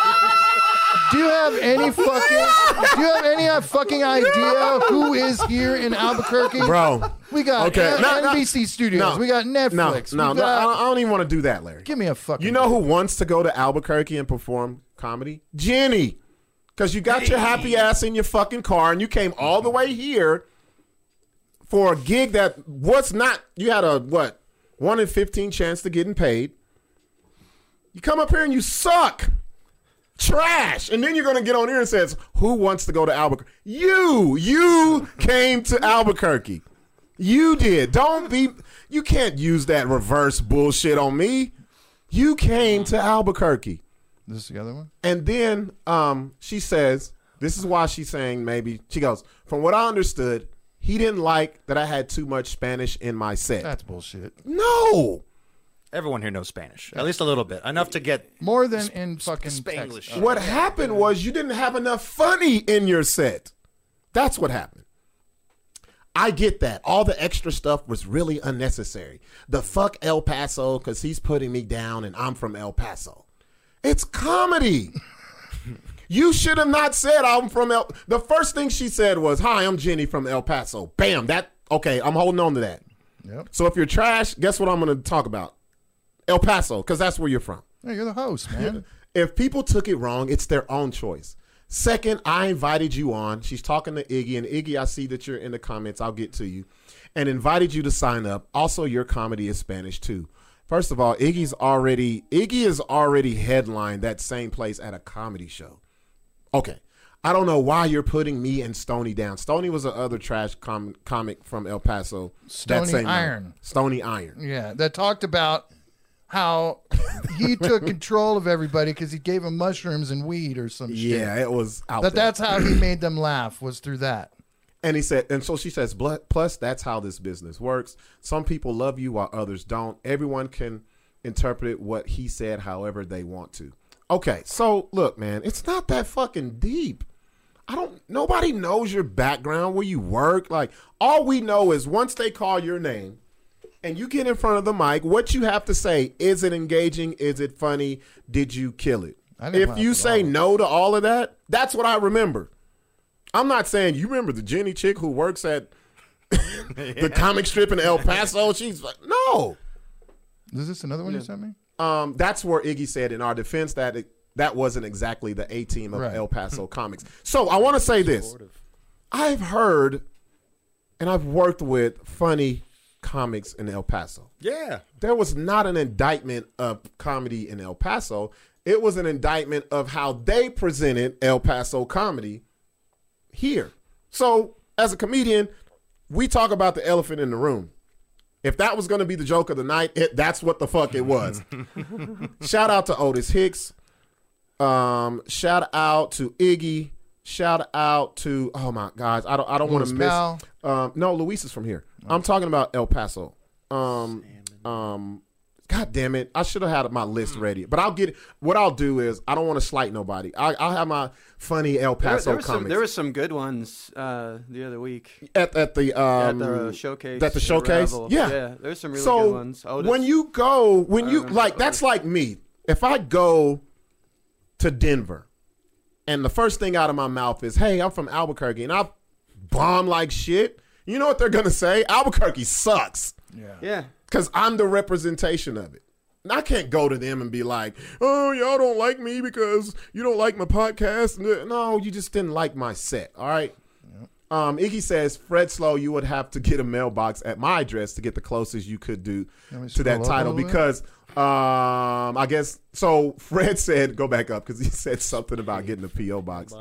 Speaker 3: Do you have any fucking? Do you have any fucking idea who is here in Albuquerque, [laughs]
Speaker 2: Bro.
Speaker 3: We got
Speaker 2: Okay.
Speaker 3: N-
Speaker 2: No, no.
Speaker 3: NBC Studios.
Speaker 2: No.
Speaker 3: We got
Speaker 2: No,
Speaker 3: Netflix.
Speaker 2: no,
Speaker 3: we
Speaker 2: no, I
Speaker 3: got,
Speaker 2: don't- I don't even want to do that, Larry.
Speaker 3: give me a fucking.
Speaker 2: You know who wants to go to Albuquerque and perform comedy? Jenny. Because you got your happy ass in your fucking car and you came all the way here for a gig that was not, you had a, what, 1 in 15 chance to getting paid. You come up here and you suck. Trash. And then you're going to get on here and says, who wants to go to Albuquerque? You. You came to Albuquerque. You did. Don't be, you can't use that reverse bullshit on me. You came to Albuquerque.
Speaker 3: This is the other one.
Speaker 2: And then um, she says, This is why she's saying maybe. She goes, From what I understood, he didn't like that I had too much Spanish in my set.
Speaker 3: That's bullshit.
Speaker 2: no.
Speaker 4: everyone here knows Spanish, at least a little bit, enough to get
Speaker 3: More than in fucking
Speaker 4: Spanglish.
Speaker 3: Texas.
Speaker 2: What happened was you didn't have enough funny in your set. That's what happened. I get that. All the extra stuff was really unnecessary. The fuck El Paso, because he's putting me down and I'm from El Paso. It's comedy. [laughs] You should have not said I'm from El. The first thing she said was, "Hi, I'm Jenny from El Paso." Bam. That okay. I'm holding on to that.
Speaker 3: Yep.
Speaker 2: So if you're trash, guess what I'm going to talk about? El Paso, because that's where you're from.
Speaker 3: Hey, you're the host, man.
Speaker 2: If people took it wrong, it's their own choice. Second, I invited you on. She's talking to Iggy, and Iggy, I see that you're in the comments. I'll get to you. And invited you to sign up. Also, your comedy is Spanish too. First of all, Iggy's already Iggy is already headlined that same place at a comedy show. Okay. I don't know why you're putting me and Stony down. Stony was another trash com- comic from El Paso.
Speaker 3: Stony
Speaker 2: night.
Speaker 3: Iron.
Speaker 2: Stony Iron.
Speaker 3: Yeah, that talked about how he took control of everybody because he gave them mushrooms and weed or some shit.
Speaker 2: Yeah, it was out
Speaker 3: That
Speaker 2: there.
Speaker 3: that's how he made them laugh was through that.
Speaker 2: And he said, and so she says, "Blu- plus that's how this business works. Some people love you while others don't. Everyone can interpret what he said however they want to. Okay, so look, man, it's not that fucking deep. I don't, nobody knows your background, where you work. Like, all we know is once they call your name, and you get in front of the mic, what you have to say is it engaging? Is it funny? Did you kill it?
Speaker 3: I didn't
Speaker 2: If
Speaker 3: laugh
Speaker 2: you
Speaker 3: at
Speaker 2: say no to all of that, that's what I remember. I'm not saying you remember the Jenny chick who works at the comic strip in El Paso. She's like, no.
Speaker 3: Is this another one you sent me?
Speaker 2: Um, that's where Iggy said in our defense that it, that wasn't exactly the A team of
Speaker 3: Right.
Speaker 2: El Paso comics. So I want to say this: I've heard and I've worked with funny comics in El Paso.
Speaker 4: Yeah.
Speaker 2: There was not an indictment of comedy in El Paso. It was an indictment of how they presented El Paso comedy here. So, as a comedian, we talk about the elephant in the room. If that was going to be the joke of the night, it, that's what the fuck it was. shout out to Otis Hicks. Um, shout out to Iggy. Shout out to oh my gosh, I don't I don't want
Speaker 3: Louis
Speaker 2: to miss.
Speaker 3: Powell.
Speaker 2: Um, no, Luis is from here.
Speaker 5: Oh.
Speaker 2: I'm talking about El Paso. Um, um, God damn it! I should have had my list
Speaker 5: Mm.
Speaker 2: ready, but I'll get. What I'll do is I don't want to slight nobody. I, I'll have my funny El
Speaker 5: There,
Speaker 2: Paso
Speaker 5: there, was some,
Speaker 2: comments
Speaker 5: there was some good ones uh, the other week
Speaker 2: at at the um
Speaker 5: at the showcase.
Speaker 2: At the showcase,
Speaker 5: Revel.
Speaker 2: yeah.
Speaker 5: yeah. There's some really
Speaker 2: so
Speaker 5: good ones. Oh, Otis. Uh,
Speaker 2: when you go, when you
Speaker 5: remember
Speaker 2: like, that's like me. If I go to Denver, and the first thing out of my mouth is, "Hey, I'm from Albuquerque," and I bomb like shit. You know what they're gonna say? Albuquerque sucks
Speaker 5: yeah,
Speaker 2: because I'm the representation of it. And I can't go to them and be like, oh, y'all don't like me because you don't like my podcast. No, you just didn't like my set. All right. Um, Iggy says, Fred Slow, you would have to get a mailbox at my address to get the closest you could do
Speaker 3: Let me
Speaker 2: to that
Speaker 3: scroll up a
Speaker 2: title
Speaker 3: little bit.
Speaker 2: because um, I guess so. [laughs] Fred said, go back up because he said something
Speaker 3: [laughs]
Speaker 2: about getting a P.O. box.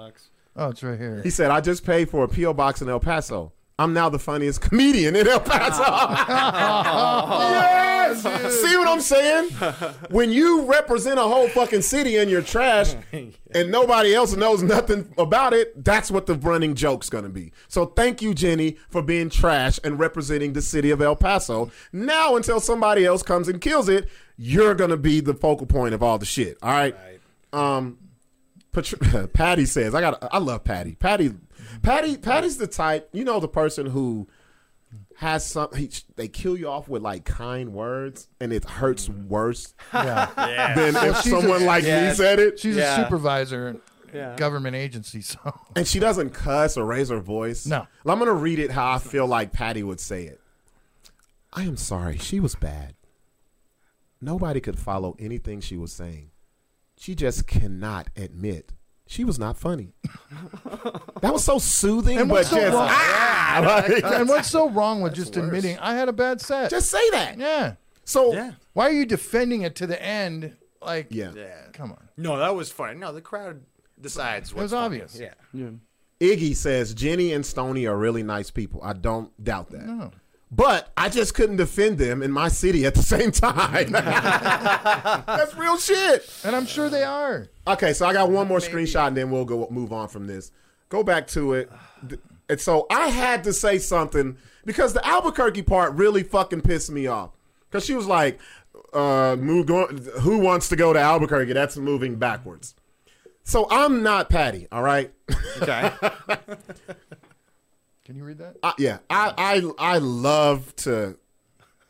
Speaker 3: Oh, it's
Speaker 2: [laughs]
Speaker 3: right here.
Speaker 2: He said, I just paid for a P.O. box in El Paso. I'm now the funniest [laughs] comedian in El Paso. yes! See what I'm saying? When you represent a whole fucking city and you're trash and nobody else knows nothing about it, that's what the running joke's gonna be. So thank you, Jenny, for being trash and representing the city of El Paso. Now, until somebody else comes and kills it, you're gonna be the focal point of all the shit. All right? Um, Patr- [laughs] Patty says, "I got. I love Patty. Patty, Patty, Patty's the type. You know, the person who has some. He, they kill you off with like kind words, and it hurts
Speaker 3: [laughs]
Speaker 2: worse
Speaker 3: Yeah.
Speaker 2: than if
Speaker 3: she's a-
Speaker 2: someone like me said it.
Speaker 3: She's
Speaker 5: Yeah.
Speaker 3: a supervisor in
Speaker 5: Yeah.
Speaker 3: government agency, so
Speaker 2: [laughs] and she doesn't cuss or raise her voice.
Speaker 3: No.
Speaker 2: Well, I'm gonna read it how I feel like Patty would say it. I am sorry. She was bad. Nobody could follow anything she was saying. She just cannot admit she was not funny. that was so soothing,
Speaker 3: And
Speaker 2: but
Speaker 3: what's
Speaker 2: just
Speaker 3: so wrong-
Speaker 2: ah, like,
Speaker 3: and what's so wrong with just admitting I had a bad set?
Speaker 2: just say that.
Speaker 3: yeah.
Speaker 2: So
Speaker 3: Why are you defending it to the end? Like,
Speaker 2: yeah.
Speaker 3: come on.
Speaker 4: No, that was funny. No, the crowd decides
Speaker 3: It
Speaker 4: what's
Speaker 3: was
Speaker 4: funny.
Speaker 3: obvious.
Speaker 4: Yeah.
Speaker 2: Iggy says Jenny and Stony are really nice people. I don't doubt that. But I just couldn't defend them in my city at the [laughs] same time. That's real shit.
Speaker 3: And I'm sure they are.
Speaker 2: Okay, so I got one more screenshot and then we'll go move on from this. Go back to it. Th- And so I had to say something because the Albuquerque part really fucking pissed me off. Cuz she was like uh move going, who wants to go to Albuquerque? That's moving backwards. So I'm not Patty, all right? [laughs]
Speaker 4: Okay. [laughs]
Speaker 3: Can you read that?
Speaker 2: I, yeah, I, I I love to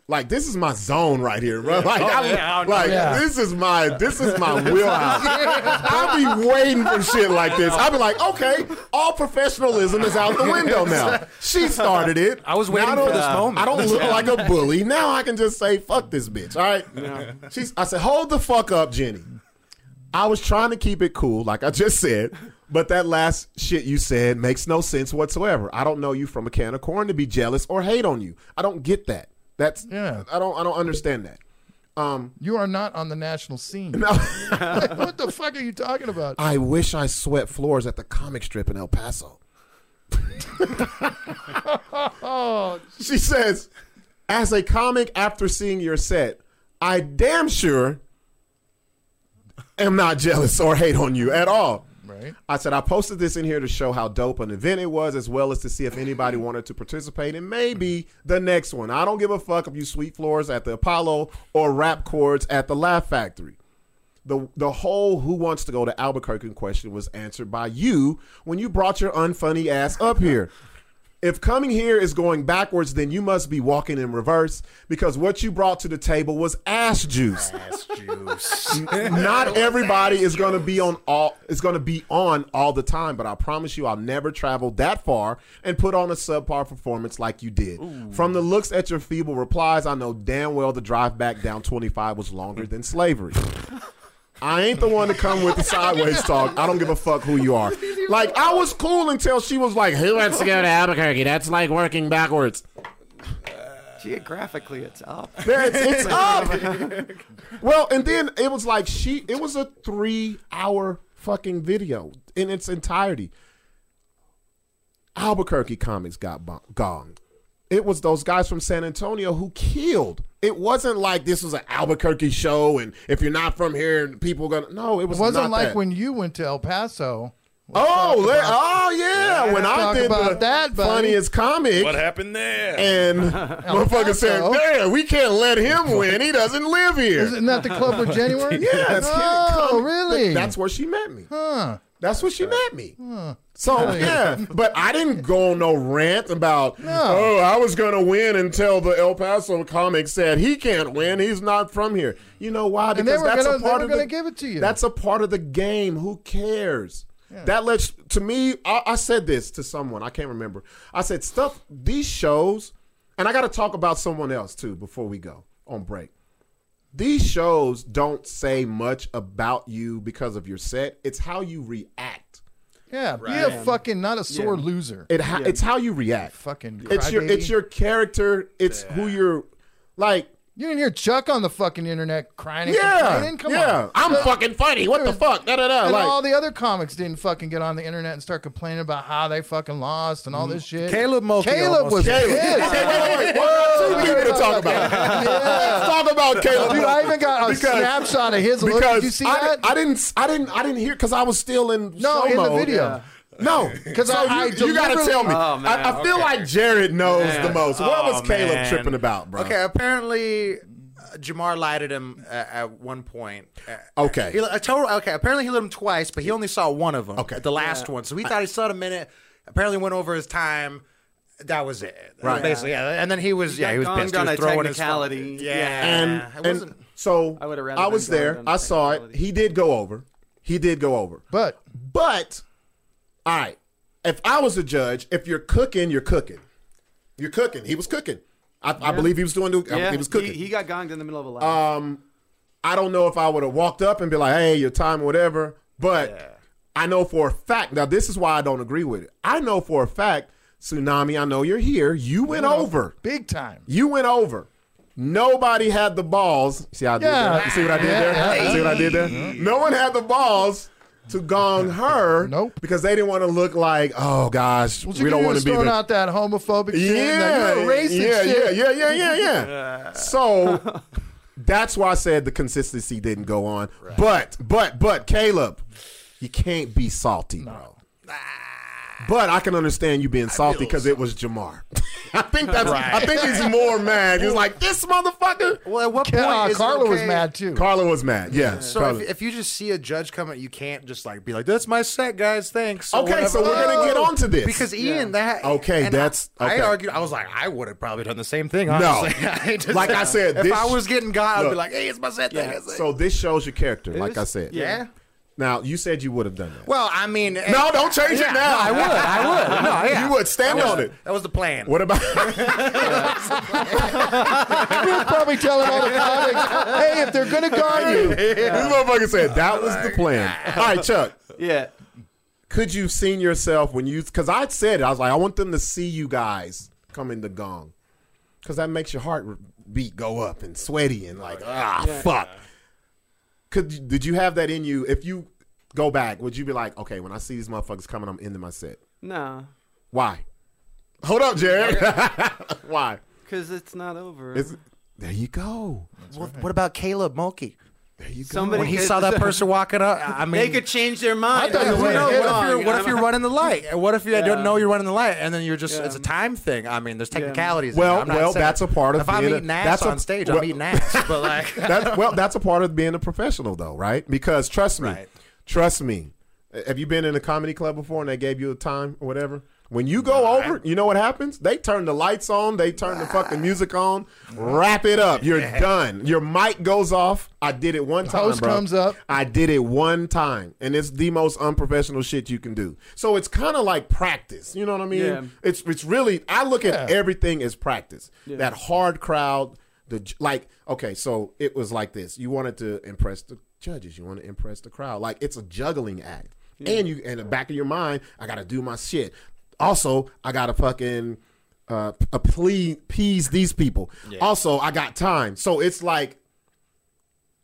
Speaker 2: like this is my zone right here, bro.
Speaker 4: Oh,
Speaker 2: Like, I'm, like
Speaker 3: Yeah.
Speaker 2: this is my this is my wheelhouse. I'll be waiting for shit like this. I'll be like, okay, all professionalism is out the window now. She started it.
Speaker 4: I was waiting
Speaker 2: Now I don't-
Speaker 4: for this moment.
Speaker 2: I don't look like a bully. Now I can just say, fuck this bitch. All right. She's I said, hold the fuck up, Jenny. I was trying to keep it cool, like I just said, but that last shit you said makes no sense whatsoever. I don't know you from a can of corn to be jealous or hate on you. I don't get that. That's
Speaker 3: Yeah.
Speaker 2: I don't I don't understand that.
Speaker 3: You are not on the national scene. what the fuck are you talking about?
Speaker 2: [laughs] I wish I swept floors at the comic strip in El Paso. she says, as a comic, after seeing your set, I damn sure am not jealous or hate on you at all.
Speaker 3: Right.
Speaker 2: I said, I posted this in here to show how dope an event it was, as well as to see if anybody wanted to participate in maybe the next one. I don't give a fuck if you sweep floors at the Apollo or rap chords at the Laugh Factory the the whole who wants to go to Albuquerque question was answered by you when you brought your unfunny ass up here. If coming here is going backwards, then you must be walking in reverse because what you brought to the table was ass juice.
Speaker 4: [laughs]
Speaker 2: Not everybody is going to be on all is going to be on all the time, but I promise you I'll never travel that far and put on a subpar performance like you did. From the looks at your feeble replies, I know damn well the drive back down 25 was longer than slavery. I ain't the one to come with the sideways talk. I don't give a fuck who you are. Like I was cool until she was like, "Who wants to go to Albuquerque? That's like working backwards."
Speaker 5: Geographically, it's
Speaker 2: [laughs]
Speaker 5: up.
Speaker 2: There, it's, it's up. Well, and then it was like she. It was a three-hour fucking video in its entirety. Albuquerque comics got bon- gonged. It was those guys from San Antonio who killed. It wasn't like this was an Albuquerque show, and if you're not from here, people gonna no. It
Speaker 3: It
Speaker 2: was
Speaker 3: wasn't
Speaker 2: not
Speaker 3: like
Speaker 2: that.
Speaker 3: when you went to El Paso.
Speaker 2: Oh, le- oh yeah. When I
Speaker 3: talk
Speaker 2: did
Speaker 3: about
Speaker 2: the
Speaker 3: that, buddy.
Speaker 2: funniest comic,
Speaker 9: What happened there?
Speaker 3: [laughs]
Speaker 2: and motherfucker said,
Speaker 3: Paso.
Speaker 2: "Damn, we can't let
Speaker 3: [laughs]
Speaker 2: him win. He doesn't live here."
Speaker 3: Isn't that the
Speaker 2: [laughs]
Speaker 3: club with January?
Speaker 2: Yes.
Speaker 3: Oh, really?
Speaker 2: That's where she met me.
Speaker 3: huh.
Speaker 2: That's where she met me. So yeah, but I didn't go on no rant about. Oh, I was gonna win until the El Paso comic said he can't win. He's not from here. You know why? Because
Speaker 3: And they were
Speaker 2: that's
Speaker 3: gonna,
Speaker 2: a
Speaker 3: they
Speaker 2: part
Speaker 3: were
Speaker 2: of
Speaker 3: gonna
Speaker 2: the,
Speaker 3: give it to you.
Speaker 2: That's a part of the game. Who cares? That lets to me. I, I said this to someone. I can't remember. I said stuff. These shows, and I got to talk about someone else too before we go on break. These shows don't say much about you because of your set. It's how you react.
Speaker 3: yeah. Be a fucking not a sore loser.
Speaker 2: It ha- it's how you react.
Speaker 3: fucking
Speaker 2: It's your
Speaker 3: crybaby.
Speaker 2: it's your character. It's who you're like.
Speaker 3: You didn't hear Chuck on the fucking internet crying and
Speaker 2: Yeah,
Speaker 3: complaining? Come
Speaker 2: yeah.
Speaker 3: on.
Speaker 2: I'm fucking funny. What the fuck? Da da da.
Speaker 3: And
Speaker 2: Like,
Speaker 3: all the other comics didn't fucking get on the internet and start complaining about how they fucking lost and all
Speaker 2: Mm.
Speaker 3: this shit.
Speaker 4: Caleb Mulkey
Speaker 3: Caleb
Speaker 4: almost-
Speaker 3: was
Speaker 2: Caleb.
Speaker 3: pissed.
Speaker 2: Okay, [laughs] wait, wait, wait. What are two people to talk
Speaker 3: [laughs]
Speaker 2: about? Let's talk about Caleb.
Speaker 3: Dude, I even got a
Speaker 2: Because-
Speaker 3: snapshot of his look. Did you see
Speaker 2: I,
Speaker 3: that?
Speaker 2: I didn't, I didn't, I didn't hear because I was still in
Speaker 3: No,
Speaker 2: show
Speaker 3: in the
Speaker 2: mode.
Speaker 3: video.
Speaker 2: No,
Speaker 3: [laughs] 'Cause
Speaker 2: so
Speaker 3: I- I
Speaker 2: you, you gotta
Speaker 3: deliberately-
Speaker 2: tell me.
Speaker 5: Oh, man,
Speaker 2: I, I feel
Speaker 9: okay.
Speaker 2: like Jared knows the most. What
Speaker 9: Oh,
Speaker 2: was Caleb
Speaker 9: man.
Speaker 2: tripping about, bro?
Speaker 4: Okay, apparently uh, Jamar lied at him uh, at one point. Uh,
Speaker 2: Okay.
Speaker 4: he, a total, okay, apparently he lit him twice, but he only saw one of them.
Speaker 2: Okay.
Speaker 4: the last one. So he thought he saw it a minute. Apparently went over his time. That was it.
Speaker 2: Right.
Speaker 4: Basically, yeah. And then he was, yeah, he was
Speaker 5: Gonged
Speaker 4: pissed. He
Speaker 5: on
Speaker 4: was
Speaker 5: a
Speaker 4: throwing his
Speaker 5: technicality.
Speaker 4: phone. Yeah.
Speaker 2: and,
Speaker 4: I
Speaker 2: and
Speaker 4: wasn't.
Speaker 2: so
Speaker 5: I
Speaker 2: I,
Speaker 5: would've rather
Speaker 2: was
Speaker 5: been gone
Speaker 2: there.
Speaker 5: than
Speaker 2: I saw it.
Speaker 5: technicality.
Speaker 2: He did go over. He did go over.
Speaker 3: but
Speaker 2: But, all right, if I was a judge, if you're cooking, you're cooking. You're cooking. He was cooking. I, I believe he was doing. the-
Speaker 5: Yeah,
Speaker 2: he was cooking. Uh,
Speaker 5: He, got gonged in the middle of a line.
Speaker 2: I don't know if I would have walked up and be like, "Hey, your time, or whatever." But I know for a fact. Now, this is why I don't agree with it. I know for a fact, tsunami. I know you're here. You went over.
Speaker 3: big time.
Speaker 2: You went over. Nobody had the balls. See how I did
Speaker 3: Yeah.
Speaker 2: there? You see what I did there? You see what I did there? No one had the balls to gong her.
Speaker 3: Nope.
Speaker 2: Because they didn't want to look like, oh gosh,
Speaker 3: Well,
Speaker 2: we don't want to be
Speaker 3: throwing
Speaker 2: the
Speaker 3: out that homophobic shit. and
Speaker 2: yeah,
Speaker 3: that you're a racist
Speaker 2: yeah,
Speaker 3: shit.
Speaker 2: yeah, yeah, yeah, yeah,
Speaker 4: [laughs]
Speaker 2: yeah. so that's why I said the consistency didn't go on. But but but Caleb, you can't be salty, bro. But I can understand you being salty because it was Jamar. [laughs] I think that's. I think he's more mad. He's like this motherfucker.
Speaker 4: Well, at what point
Speaker 3: Uh,
Speaker 4: is it
Speaker 3: Carla was
Speaker 4: okay-
Speaker 3: mad too.
Speaker 2: Carla was mad. Yeah.
Speaker 4: So
Speaker 2: Carla.
Speaker 4: if, if you just see a judge come at you can't just like be like, "That's my set, guys. Thanks." or
Speaker 2: okay, so
Speaker 4: whatever.
Speaker 2: we're gonna get
Speaker 4: No.
Speaker 2: on to this
Speaker 4: because Ian that.
Speaker 2: Okay,
Speaker 4: and I-
Speaker 2: that's- okay.
Speaker 4: I argued. I was like, I would have probably done the same thing.
Speaker 2: No.
Speaker 4: Honestly. [laughs] I just-
Speaker 2: Like I said,
Speaker 4: if
Speaker 2: this-
Speaker 4: I was getting got, I'd
Speaker 2: Look.
Speaker 4: be like, "Hey, it's my set. thing. it's-
Speaker 2: So this shows your character, like I said.
Speaker 4: yeah.
Speaker 2: Now you said you would have done that.
Speaker 4: Well, I mean,
Speaker 2: no, don't change
Speaker 4: Yeah,
Speaker 2: it now.
Speaker 4: no, I would. I
Speaker 2: [laughs]
Speaker 4: would. No, yeah.
Speaker 2: You would stand on it.
Speaker 4: That was the plan.
Speaker 2: What
Speaker 4: [laughs]
Speaker 2: about?
Speaker 3: You're probably telling [laughs] all the comics, hey, if they're gonna guard you,
Speaker 2: This motherfucker said that was the plan. All right, Chuck.
Speaker 5: Yeah.
Speaker 2: Could you've seen yourself when you? Because I said it. I was like, I want them to see you guys coming to Gong, because that makes your heart beat go up and sweaty and like ah fuck. Could you- did you have that in you? If you go back, would you be like, okay, when I see these motherfuckers coming, I'm ending my set.
Speaker 5: No.
Speaker 2: Why? Hold up, Jared. [laughs] Why?
Speaker 5: Because it's not over.
Speaker 2: It's, there you go.
Speaker 4: What, what about Caleb Mulkey?
Speaker 5: Somebody
Speaker 4: When he
Speaker 5: could-
Speaker 4: saw
Speaker 5: [laughs]
Speaker 4: that person walking up, I mean,
Speaker 5: They could change their mind.
Speaker 3: thought
Speaker 5: They
Speaker 3: you
Speaker 5: went
Speaker 3: were-
Speaker 5: along.
Speaker 4: what,
Speaker 3: Yeah,
Speaker 4: if you're, what if you're running the light? And What if you don't
Speaker 5: Yeah.
Speaker 4: know you're running the light, and then you're just—it's a time thing. I mean, there's technicalities. in
Speaker 2: Well,
Speaker 4: there. I'm not
Speaker 2: well,
Speaker 4: saying-
Speaker 2: that's a part of
Speaker 4: If I'm
Speaker 2: being a-
Speaker 4: eating ass
Speaker 2: that's a-
Speaker 4: on stage,
Speaker 2: well-
Speaker 4: I'm eating ass.
Speaker 2: [laughs]
Speaker 4: But
Speaker 2: [laughs]
Speaker 4: like, [laughs]
Speaker 2: That's, well, that's a part of being a professional, though, right? Because trust me,
Speaker 4: Right.
Speaker 2: trust me. Have you been in a comedy club before and they gave you a time or whatever? When you go over, you know what happens? They turn the lights on, they turn the fucking music on, wrap it up. You're done. Your mic goes off. I did it one time.
Speaker 3: host
Speaker 2: bro.
Speaker 3: comes up.
Speaker 2: I did it one time, and it's the most unprofessional shit you can do. So it's kind of like practice. You know what I mean?
Speaker 5: Yeah.
Speaker 2: It's it's really I look at everything as practice. That hard crowd, the j- like. Okay, so it was like this. You wanted to impress the judges. You want to impress the crowd. Like it's a juggling act, and you in the back of your mind, I gotta do my shit. Also, I gotta fucking. Uh, p- appease these people. Also, I got time, so it's like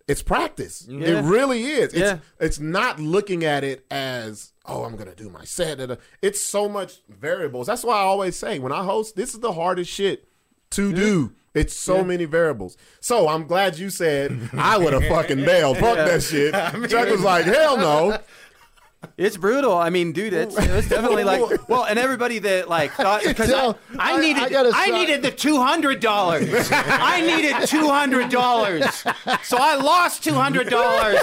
Speaker 2: it's practice.
Speaker 5: Yeah.
Speaker 2: It really is. It's
Speaker 5: Yeah.
Speaker 2: it's not looking at it as oh I'm gonna do my set. da, da. It's so much variables. That's why I always say when I host, this is the hardest shit to do. It's so many variables. So I'm glad you said I would
Speaker 5: [laughs]
Speaker 2: have fucking bailed. Fuck that shit. Chuck was like, hell
Speaker 5: [laughs]
Speaker 2: no.
Speaker 5: It's brutal. I mean, dude, it's, it was definitely like well, and everybody that like thought because I,
Speaker 3: tell.
Speaker 5: I
Speaker 3: I-
Speaker 5: needed
Speaker 3: I
Speaker 5: I,
Speaker 3: gotta stop.
Speaker 5: needed the two hundred dollars. I needed two hundred dollars, so I lost two hundred dollars,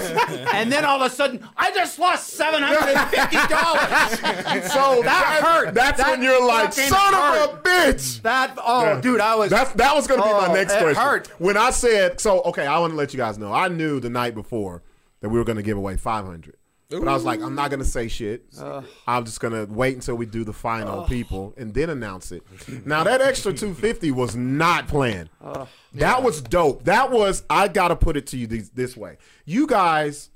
Speaker 5: and then all of a sudden I just lost seven hundred and fifty dollars.
Speaker 2: So that,
Speaker 5: hurt.
Speaker 2: That's
Speaker 5: That
Speaker 2: when you're like,
Speaker 5: fucking
Speaker 2: son of a bitch.
Speaker 5: That oh, dude, I was
Speaker 2: That's that was gonna be my
Speaker 5: Oh,
Speaker 2: next
Speaker 5: it
Speaker 2: question.
Speaker 5: hurt.
Speaker 2: When I said so, okay, I want to let you guys know. I knew the night before that we were gonna give away five hundred, but I was like, I'm not gonna say shit. I'm just gonna wait until we do the final people and then announce it. Now that extra two fifty was not planned. That was dope. That was I gotta put it to you these, this way. You guys,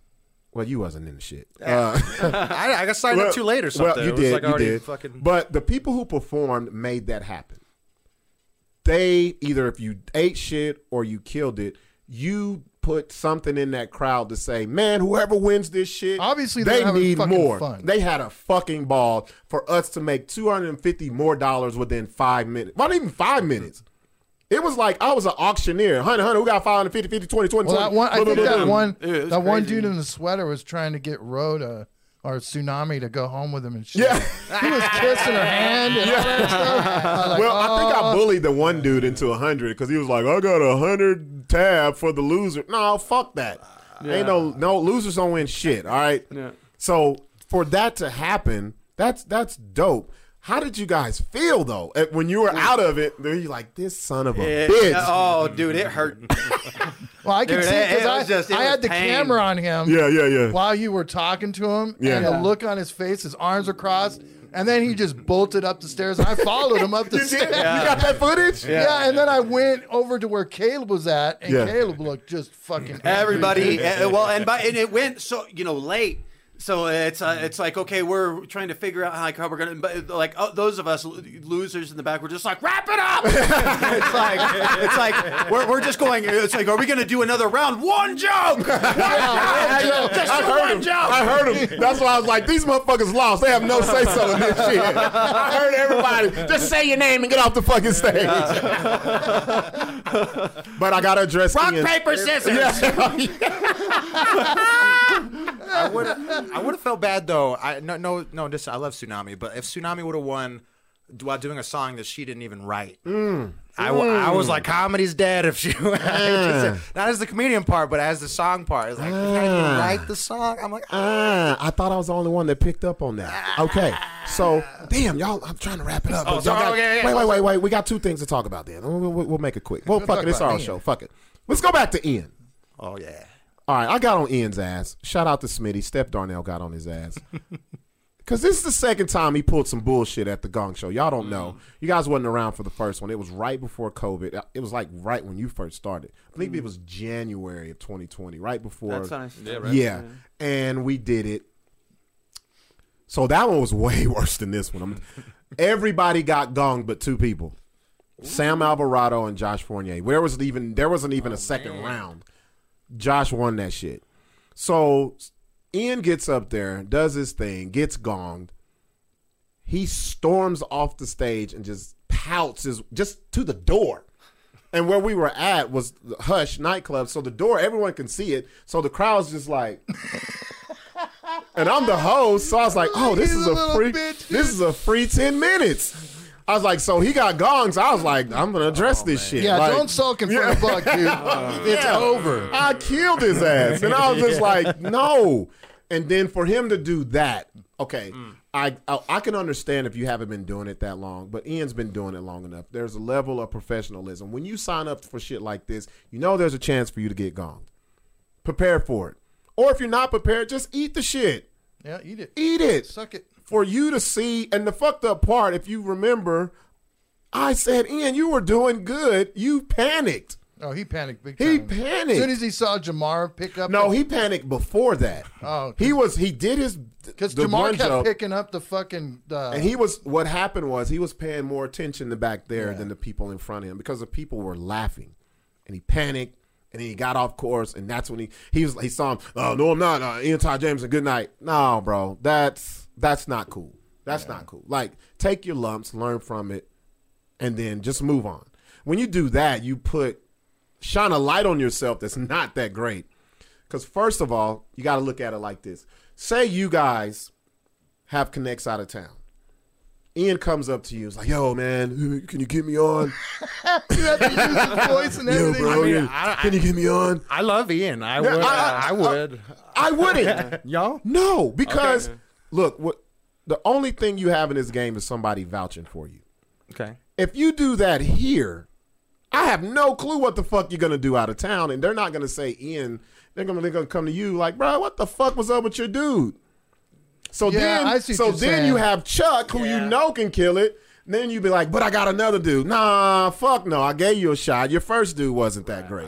Speaker 2: well, you wasn't in the shit. Uh,
Speaker 4: I, I got signed up too late or something.
Speaker 2: well, you
Speaker 4: It was
Speaker 2: did.
Speaker 4: like
Speaker 2: you
Speaker 4: already
Speaker 2: did.
Speaker 4: Fucking,
Speaker 2: But the people who performed made that happen. They either if you ate shit or you killed it, you put something in that crowd to say, "Man, whoever wins this shit,
Speaker 3: Obviously, they're
Speaker 2: they
Speaker 3: having
Speaker 2: need
Speaker 3: fucking
Speaker 2: more."
Speaker 3: fun.
Speaker 2: They had a fucking ball for us to make two hundred and fifty more dollars within five minutes. Not even five minutes. It was like I was an auctioneer. Hunter, hunter, who got 550, 50, 20, 20,
Speaker 3: Well, that one, I think that one,
Speaker 5: Dude, it was
Speaker 3: that one
Speaker 5: crazy.
Speaker 3: dude in the sweater was trying to get Rhoda or Tsunami to go home with him and shit.
Speaker 2: Yeah.
Speaker 3: he was kissing her hand. And all that stuff. I like,
Speaker 2: Well, I think
Speaker 3: "Oh."
Speaker 2: I bullied the one dude into a hundred because he was like, "I got a hundred tab for the loser." No, fuck that. Ain't no no losers don't win shit. All right.
Speaker 5: Yeah.
Speaker 2: So for that to happen, that's that's dope. How did you guys feel though Eh, when you were out of it? You're like, "This son of a
Speaker 5: it-
Speaker 2: bitch."
Speaker 5: Oh, dude, it hurt.
Speaker 3: Well, I can
Speaker 5: Dude,
Speaker 3: see
Speaker 5: it- it
Speaker 3: because
Speaker 5: was
Speaker 3: I,
Speaker 5: just- it
Speaker 3: I
Speaker 5: was
Speaker 3: had the
Speaker 5: pain.
Speaker 3: camera on him
Speaker 2: Yeah, yeah, yeah.
Speaker 3: while you were talking to him,
Speaker 2: Yeah.
Speaker 3: and the look on his face, his arms are crossed, and then he just bolted up the stairs. And I followed him up
Speaker 2: [laughs]
Speaker 3: the
Speaker 2: You did?
Speaker 3: stairs.
Speaker 2: You got that footage?
Speaker 3: Yeah. and then I went over to where Caleb was at, and
Speaker 2: Yeah.
Speaker 3: Caleb looked just fucking angry.
Speaker 4: [laughs]
Speaker 5: Everybody, uh, well, and by and it went so you know late. So it's uh, it's like okay, we're trying to figure out how, like, how we're gonna but, like oh, those of us lo- losers in the back, we're just like wrap it up. [laughs] it's like it's like we're, we're just going. It's like are we gonna do another round? One
Speaker 2: [laughs]
Speaker 5: joke.
Speaker 2: I, know. I heard him. I heard him. That's why I was like, these motherfuckers lost. They have no say so in this shit. I heard everybody. Just say your name and get off the fucking stage. but I gotta address
Speaker 5: Rock
Speaker 2: Ian.
Speaker 5: [laughs] Oh, paper scissors.
Speaker 2: Yeah.
Speaker 4: I would I would have felt bad though. I no no no. This, I love Tsunami, but if Tsunami would have won while doing a song that she didn't even write,
Speaker 2: Mm.
Speaker 4: I, w- I was like, comedy's dead. If she [laughs] not as the comedian part, but as the song part, it's like if I
Speaker 2: Mm.
Speaker 4: didn't write the song. I'm like,
Speaker 2: Ah, I thought I was the only one that picked up on that. Okay, so damn y'all, I'm trying to wrap it up. but
Speaker 4: Oh,
Speaker 2: y'all
Speaker 4: sorry,
Speaker 2: got-
Speaker 4: okay, yeah,
Speaker 2: wait, wait, wait, wait. We got two things to talk about. Then we'll, we'll- we'll make it quick. Well, fuck
Speaker 3: talk
Speaker 2: it. It's
Speaker 3: about
Speaker 2: our
Speaker 3: me.
Speaker 2: show. Fuck it. Let's go back to Ian.
Speaker 4: oh yeah.
Speaker 2: All right, I got on Ian's ass. Shout out to Smitty. Steph Darnell got on his ass. [laughs] Because this is the second time he pulled some bullshit at the Gong Show. Y'all don't
Speaker 4: Mm.
Speaker 2: know. You guys wasn't around for the first one. It was right before COVID. It was like right when you first started. I
Speaker 4: Mm.
Speaker 2: think it was January of 2020, right before.
Speaker 5: That's what
Speaker 2: yeah,
Speaker 5: I
Speaker 2: yeah. And we did it. So that one was [laughs] way worse than this one. I'm- everybody got gong but two people. Sam Alvarado and Josh Fournier. There wasn't even there wasn't even a second round. Josh won that shit. So Ian gets up there, does his thing, gets gonged. He storms off the stage and just pouts his just to the door. And where we were at was the Hush nightclub, so the door everyone can see it. So the crowd's just like,
Speaker 3: [laughs]
Speaker 2: and I'm the host, so I was like, "Oh, this
Speaker 3: He's
Speaker 2: is
Speaker 3: a
Speaker 2: a
Speaker 3: little
Speaker 2: free,
Speaker 3: bitch,
Speaker 2: this is a free ten minutes." I was like, "So he got gongs." I was like, "I'm gonna address this shit."
Speaker 3: Yeah,
Speaker 2: Like-
Speaker 3: don't sulk in front of Buck,
Speaker 2: [laughs]
Speaker 3: dude. it's
Speaker 2: yeah.
Speaker 3: over.
Speaker 2: I killed his ass. And I was
Speaker 3: [laughs]
Speaker 2: just like, no. And then for him to do that, okay,
Speaker 3: Mm.
Speaker 2: I, I I can understand if you haven't been doing it that long, but Ian's been doing it long enough. There's a level of professionalism. When you sign up for shit like this, you know there's a chance for you to get gonged. Prepare for it. Or if you're not prepared, just eat the shit.
Speaker 3: Yeah, eat it.
Speaker 2: Eat it.
Speaker 3: Suck it.
Speaker 2: For you to see, and the fucked up part, if you remember, I said, Ian, you were doing good. You panicked.
Speaker 3: Oh, he panicked big time.
Speaker 2: He panicked.
Speaker 3: As soon as he saw Jamar pick up.
Speaker 2: No, he panicked before that.
Speaker 3: Oh,
Speaker 2: he was he did his
Speaker 3: Because
Speaker 2: the
Speaker 3: Jamar
Speaker 2: one
Speaker 3: kept
Speaker 2: jump,
Speaker 3: picking up the fucking. Uh,
Speaker 2: and he was what happened was he was paying more attention to back there than the people in front of him because the people were laughing, and he panicked, and then he got off course, and that's when he he was he saw him. Oh no, I'm not. Uh, Ian Todd Jameson. Good night. No, bro, that's that's not cool. That's not cool. Like take your lumps, learn from it, and then just move on. When you do that, you put shine a light on yourself that's not that great. Because first of all, you got to look at it like this: say you guys have connects out of town. Ian comes up to you, is like, "Yo, man, can you get me
Speaker 4: [laughs]
Speaker 2: on?
Speaker 3: you have to use his [laughs] voice and
Speaker 2: Yo,
Speaker 3: everything.
Speaker 2: bro,
Speaker 4: mean,
Speaker 2: you-
Speaker 4: I- I-
Speaker 2: can you get me on?"
Speaker 4: I love Ian. I
Speaker 2: Yeah,
Speaker 4: would.
Speaker 2: I-
Speaker 4: I,
Speaker 2: I-
Speaker 4: would.
Speaker 2: I wouldn't.
Speaker 4: [laughs] Y'all?
Speaker 2: No, because look, what the only thing you have in this game is somebody vouching for you.
Speaker 4: Okay.
Speaker 2: If you do that here, I have no clue what the fuck you're gonna do out of town, and they're not gonna say Ian. They're gonna they're gonna come to you like, bro, what the fuck was up with your dude? So
Speaker 3: Yeah,
Speaker 2: then,
Speaker 3: I see what
Speaker 2: so
Speaker 3: you're
Speaker 2: then
Speaker 3: saying.
Speaker 2: you have Chuck, who you know can kill it. and Then you be like, but I got another dude. Nah, fuck no. I gave you a shot. Your first dude wasn't that great.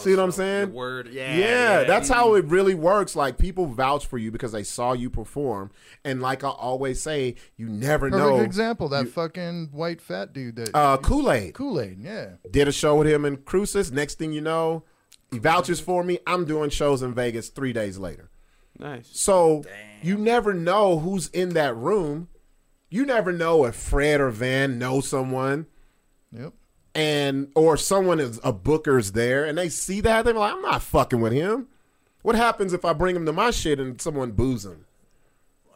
Speaker 2: See what I'm saying?
Speaker 4: Word. Yeah.
Speaker 2: Yeah, that's how it really works. Like people vouch for you because they saw you perform, and like I always say, you never
Speaker 3: Perfect
Speaker 2: know.
Speaker 3: example. That fucking white fat dude that.
Speaker 2: Uh, Kool Aid
Speaker 3: Kool Aid, yeah.
Speaker 2: did a show with him in Crucis. Next thing you know, he vouches for me. I'm doing shows in Vegas three days later.
Speaker 5: Nice.
Speaker 2: So you never know who's in that room. You never know if Fred or Van know someone
Speaker 3: Yep.
Speaker 2: and or someone is a booker's there and they see that they're like, I'm not fucking with him. What happens if I bring him to my shit and someone boos him?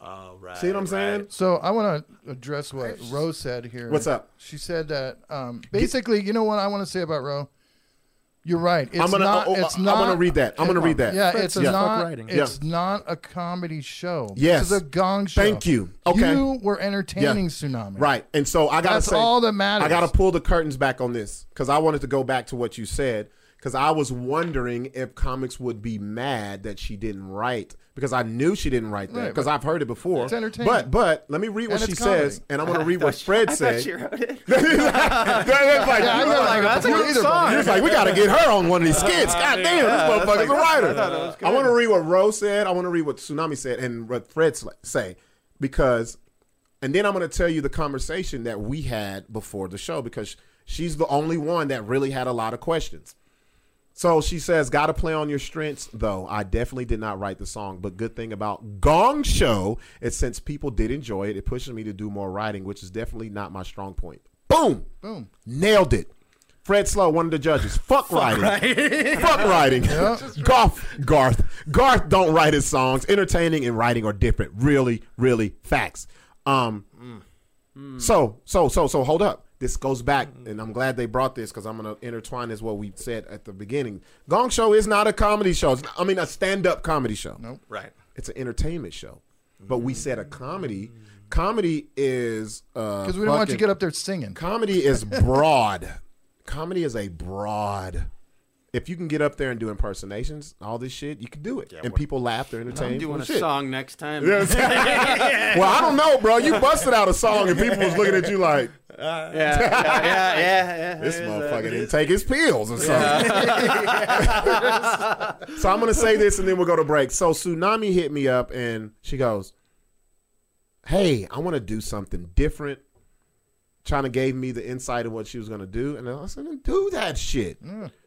Speaker 4: All Oh, right.
Speaker 2: See what I'm saying?
Speaker 3: So I want to address what Roe said here.
Speaker 2: What's up?
Speaker 3: She said that um, basically, you know what I want to say about Roe. You're right. It's
Speaker 2: I'm gonna
Speaker 3: not.
Speaker 2: oh, oh,
Speaker 3: it's
Speaker 2: I'm
Speaker 3: not.
Speaker 2: gonna read that. I'm gonna read that.
Speaker 3: Yeah, it's
Speaker 2: Yeah.
Speaker 3: not.
Speaker 4: writing.
Speaker 3: It's not a comedy show.
Speaker 2: Yes.
Speaker 3: this is a gong show.
Speaker 2: Thank you. Okay.
Speaker 3: you were entertaining tsunami.
Speaker 2: Right. And so I gotta
Speaker 3: That's
Speaker 2: say
Speaker 3: all that matters.
Speaker 2: I gotta pull the curtains back on this because I wanted to go back to what you said. Because I was wondering if comics would be mad that she didn't write, because I knew she didn't write that,
Speaker 3: Right,
Speaker 2: because I've heard it before.
Speaker 3: It's entertaining.
Speaker 2: But but let me read what
Speaker 3: And
Speaker 2: she
Speaker 3: it's comedy.
Speaker 2: says, and I'm
Speaker 3: [laughs]
Speaker 2: gonna read what Fred said. [laughs]
Speaker 5: She wrote it.
Speaker 2: It's like,
Speaker 3: I
Speaker 2: you
Speaker 3: never
Speaker 2: were
Speaker 3: heard
Speaker 2: like,
Speaker 3: it
Speaker 5: that's a
Speaker 3: before
Speaker 5: good
Speaker 3: either, but
Speaker 5: song.
Speaker 2: you was like, we gotta get her on one of these skits. God damn, this motherfucker's a writer. I, want to read what Rose said. I want to read what Tsunami said and what Fred sl- say because, and then I'm gonna tell you the conversation that we had before the show because she's the only one that really had a lot of questions. So she says, "Got to play on your strengths, though." I definitely did not write the song, but good thing about Gong Show is since people did enjoy it, it pushes me to do more writing, which is definitely not my strong point. Boom,
Speaker 3: Boom.
Speaker 2: nailed it. Fred Slow, one of the [laughs] judges. Fuck writing. Fuck writing. [laughs] Garth, Garth. Garth don't write his songs. Entertaining and writing are different. Really, really facts. Um,
Speaker 5: Mm.
Speaker 2: So, so, so, so hold up. This goes back,
Speaker 5: Mm-hmm.
Speaker 2: and I'm glad they brought this because I'm going to intertwine this what we said at the beginning. Gong Show is not a comedy show. It's not- I mean, a stand up comedy show. Nope
Speaker 4: Right.
Speaker 2: it's an entertainment show. But we said a comedy.
Speaker 5: Mm.
Speaker 2: Comedy is because
Speaker 3: Because we don't want you to get up there singing.
Speaker 2: Comedy is broad. comedy is a broad. If you can get up there and do impersonations, all this shit, you can do it, and people laugh. They're entertained.
Speaker 5: I'm doing a
Speaker 2: Shit.
Speaker 5: song next time. [laughs]
Speaker 2: well, I don't know, bro. You busted out a song, and people was looking at you like
Speaker 5: yeah, yeah, yeah, yeah.
Speaker 2: this motherfucker didn't take his pills or something. so I'm gonna say this and then we'll go to break. So Tsunami hit me up and she goes, Hey, I wanna do something different. China gave me the insight of what she was gonna do, and I said, then do that shit.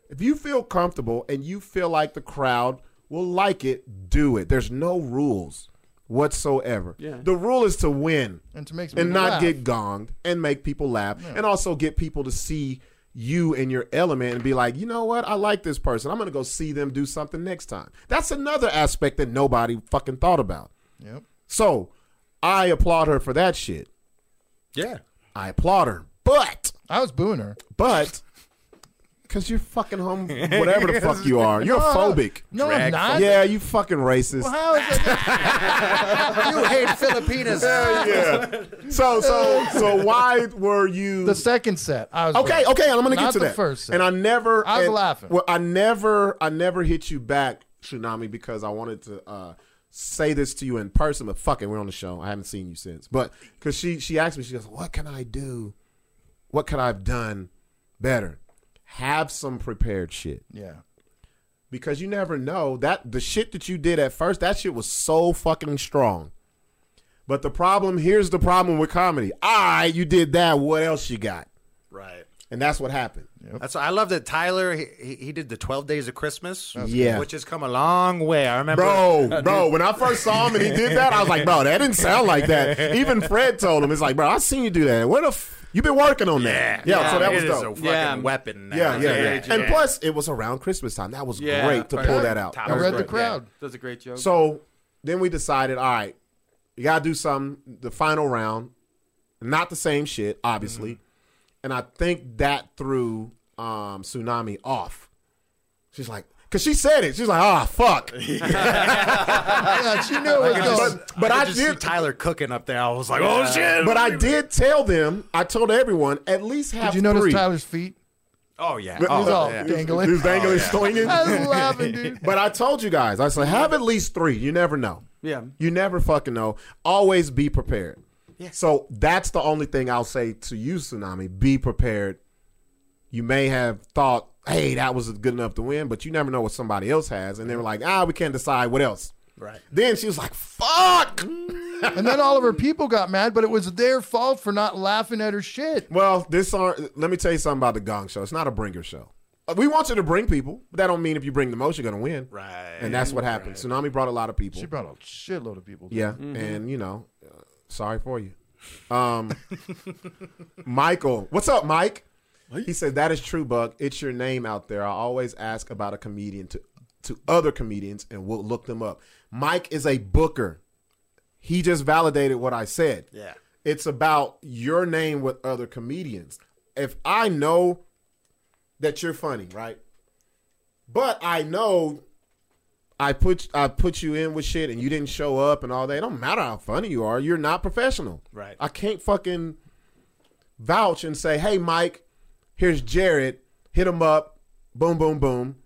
Speaker 2: If you feel comfortable and you feel like the crowd will like it, do it. There's no rules whatsoever.
Speaker 5: Yeah.
Speaker 2: The rule is to win
Speaker 3: And to make
Speaker 2: and
Speaker 3: people
Speaker 2: not
Speaker 3: laugh.
Speaker 2: get gonged and make people laugh and also get people to see you and your element and be like, you know what? I like this person. I'm gonna go see them do something next time. That's another aspect that nobody fucking thought about.
Speaker 3: Yep.
Speaker 2: So I applaud her for that shit.
Speaker 4: Yeah.
Speaker 2: I applaud her. But
Speaker 3: I was booing her.
Speaker 2: but because you're fucking home whatever the fuck you are.
Speaker 3: [laughs]
Speaker 2: You're phobic.
Speaker 3: No, I'm not.
Speaker 2: Yeah, you fucking racist.
Speaker 3: How is that?
Speaker 2: [laughs]
Speaker 3: [laughs]
Speaker 4: You hate Filipinas.
Speaker 2: Yeah. So so so why were you
Speaker 3: The second set. I was
Speaker 2: Okay, oh.
Speaker 3: booing.
Speaker 2: okay, I'm gonna get
Speaker 3: Not
Speaker 2: to
Speaker 3: the
Speaker 2: that.
Speaker 3: first set.
Speaker 2: and I never,
Speaker 3: I was
Speaker 2: and-
Speaker 3: laughing.
Speaker 2: Well, I never, I never hit you back, tsunami, because I wanted to uh, say this to you in person. But fuck it, we're on the show. I haven't seen you since. But because she she asked me, she goes, "What can I do? What could I've done better? Have some prepared shit."
Speaker 3: Yeah.
Speaker 2: because you never know that the shit that you did at first that shit was so fucking strong but the problem here's the problem with comedy all right you did that what else you got
Speaker 4: Right.
Speaker 2: and that's what happened
Speaker 4: That's I love that Tyler he, he he did the 12 days of Christmas,
Speaker 2: Yeah.
Speaker 4: which has come a long way. I remember
Speaker 2: bro bro when i first saw him and he did that i was like bro that didn't sound like that even fred told him it's like bro i seen you do that what the f- you been working on that yeah, so that was
Speaker 4: it is a
Speaker 2: dope
Speaker 4: fucking
Speaker 5: Yeah.
Speaker 4: weapon. now.
Speaker 2: yeah, yeah, yeah,
Speaker 4: Yeah.
Speaker 2: And plus, it was around Christmas time. That was
Speaker 5: Yeah,
Speaker 2: great to
Speaker 5: right.
Speaker 2: pull that out.
Speaker 4: Top
Speaker 2: That
Speaker 3: I
Speaker 2: was
Speaker 3: read the
Speaker 2: great.
Speaker 3: crowd.
Speaker 5: That's a great joke.
Speaker 2: So then we decided, all right, you gotta do something. The final round, not the same shit, obviously. And I think that threw um, Tsunami off. She's like, because she said it. She's like, ah, fuck.
Speaker 3: Yeah, she knew it was going.
Speaker 2: But, but I,
Speaker 4: I, just see
Speaker 2: did.
Speaker 4: Tyler cooking up there. I was like, oh shit.
Speaker 2: But I did tell them. I told everyone at least have
Speaker 3: Did you notice
Speaker 2: three.
Speaker 3: Tyler's feet?
Speaker 4: oh yeah.
Speaker 2: But-
Speaker 4: Oh,
Speaker 3: He's all
Speaker 4: yeah.
Speaker 2: He was
Speaker 3: dangling.
Speaker 2: dangling,
Speaker 4: yeah.
Speaker 2: swinging.
Speaker 3: I [laughs] was laughing, dude.
Speaker 2: But I told you guys, I said, have at least three. You never know.
Speaker 5: Yeah.
Speaker 2: You never fucking know. Always be prepared. Yeah. So that's the only thing I'll say to you, Tsunami. Be prepared. You may have thought, hey, that was good enough to win, but you never know what somebody else has. And they were like, ah, we can't decide what else.
Speaker 4: Right.
Speaker 2: Then she was like, fuck. [laughs]
Speaker 3: And then all of her people got mad, but it was their fault for not laughing at her shit.
Speaker 2: Well, this song, let me tell you something about the Gong Show. It's not a bringer show. Uh, We want you to bring people, but that don't mean if you bring the most, you're gonna win.
Speaker 4: Right.
Speaker 2: And that's what happened. Tsunami brought a lot of people.
Speaker 3: She brought a shitload of people.
Speaker 2: Yeah, and you know, uh, sorry for you. Um, [laughs] Michael, what's up, Mike? He said that is true, Buck. It's your name out there. I always ask about a comedian to to other comedians, and we'll look them up. Mike is a booker. He just validated what I said.
Speaker 4: Yeah.
Speaker 2: it's about your name with other comedians. If I know that you're funny, right? But I know I put I put you in with shit and you didn't show up and all that. It don't matter how funny you are, you're not professional.
Speaker 4: Right.
Speaker 2: I can't fucking vouch and say, hey Mike, here's Jared, hit him up, boom, boom, boom.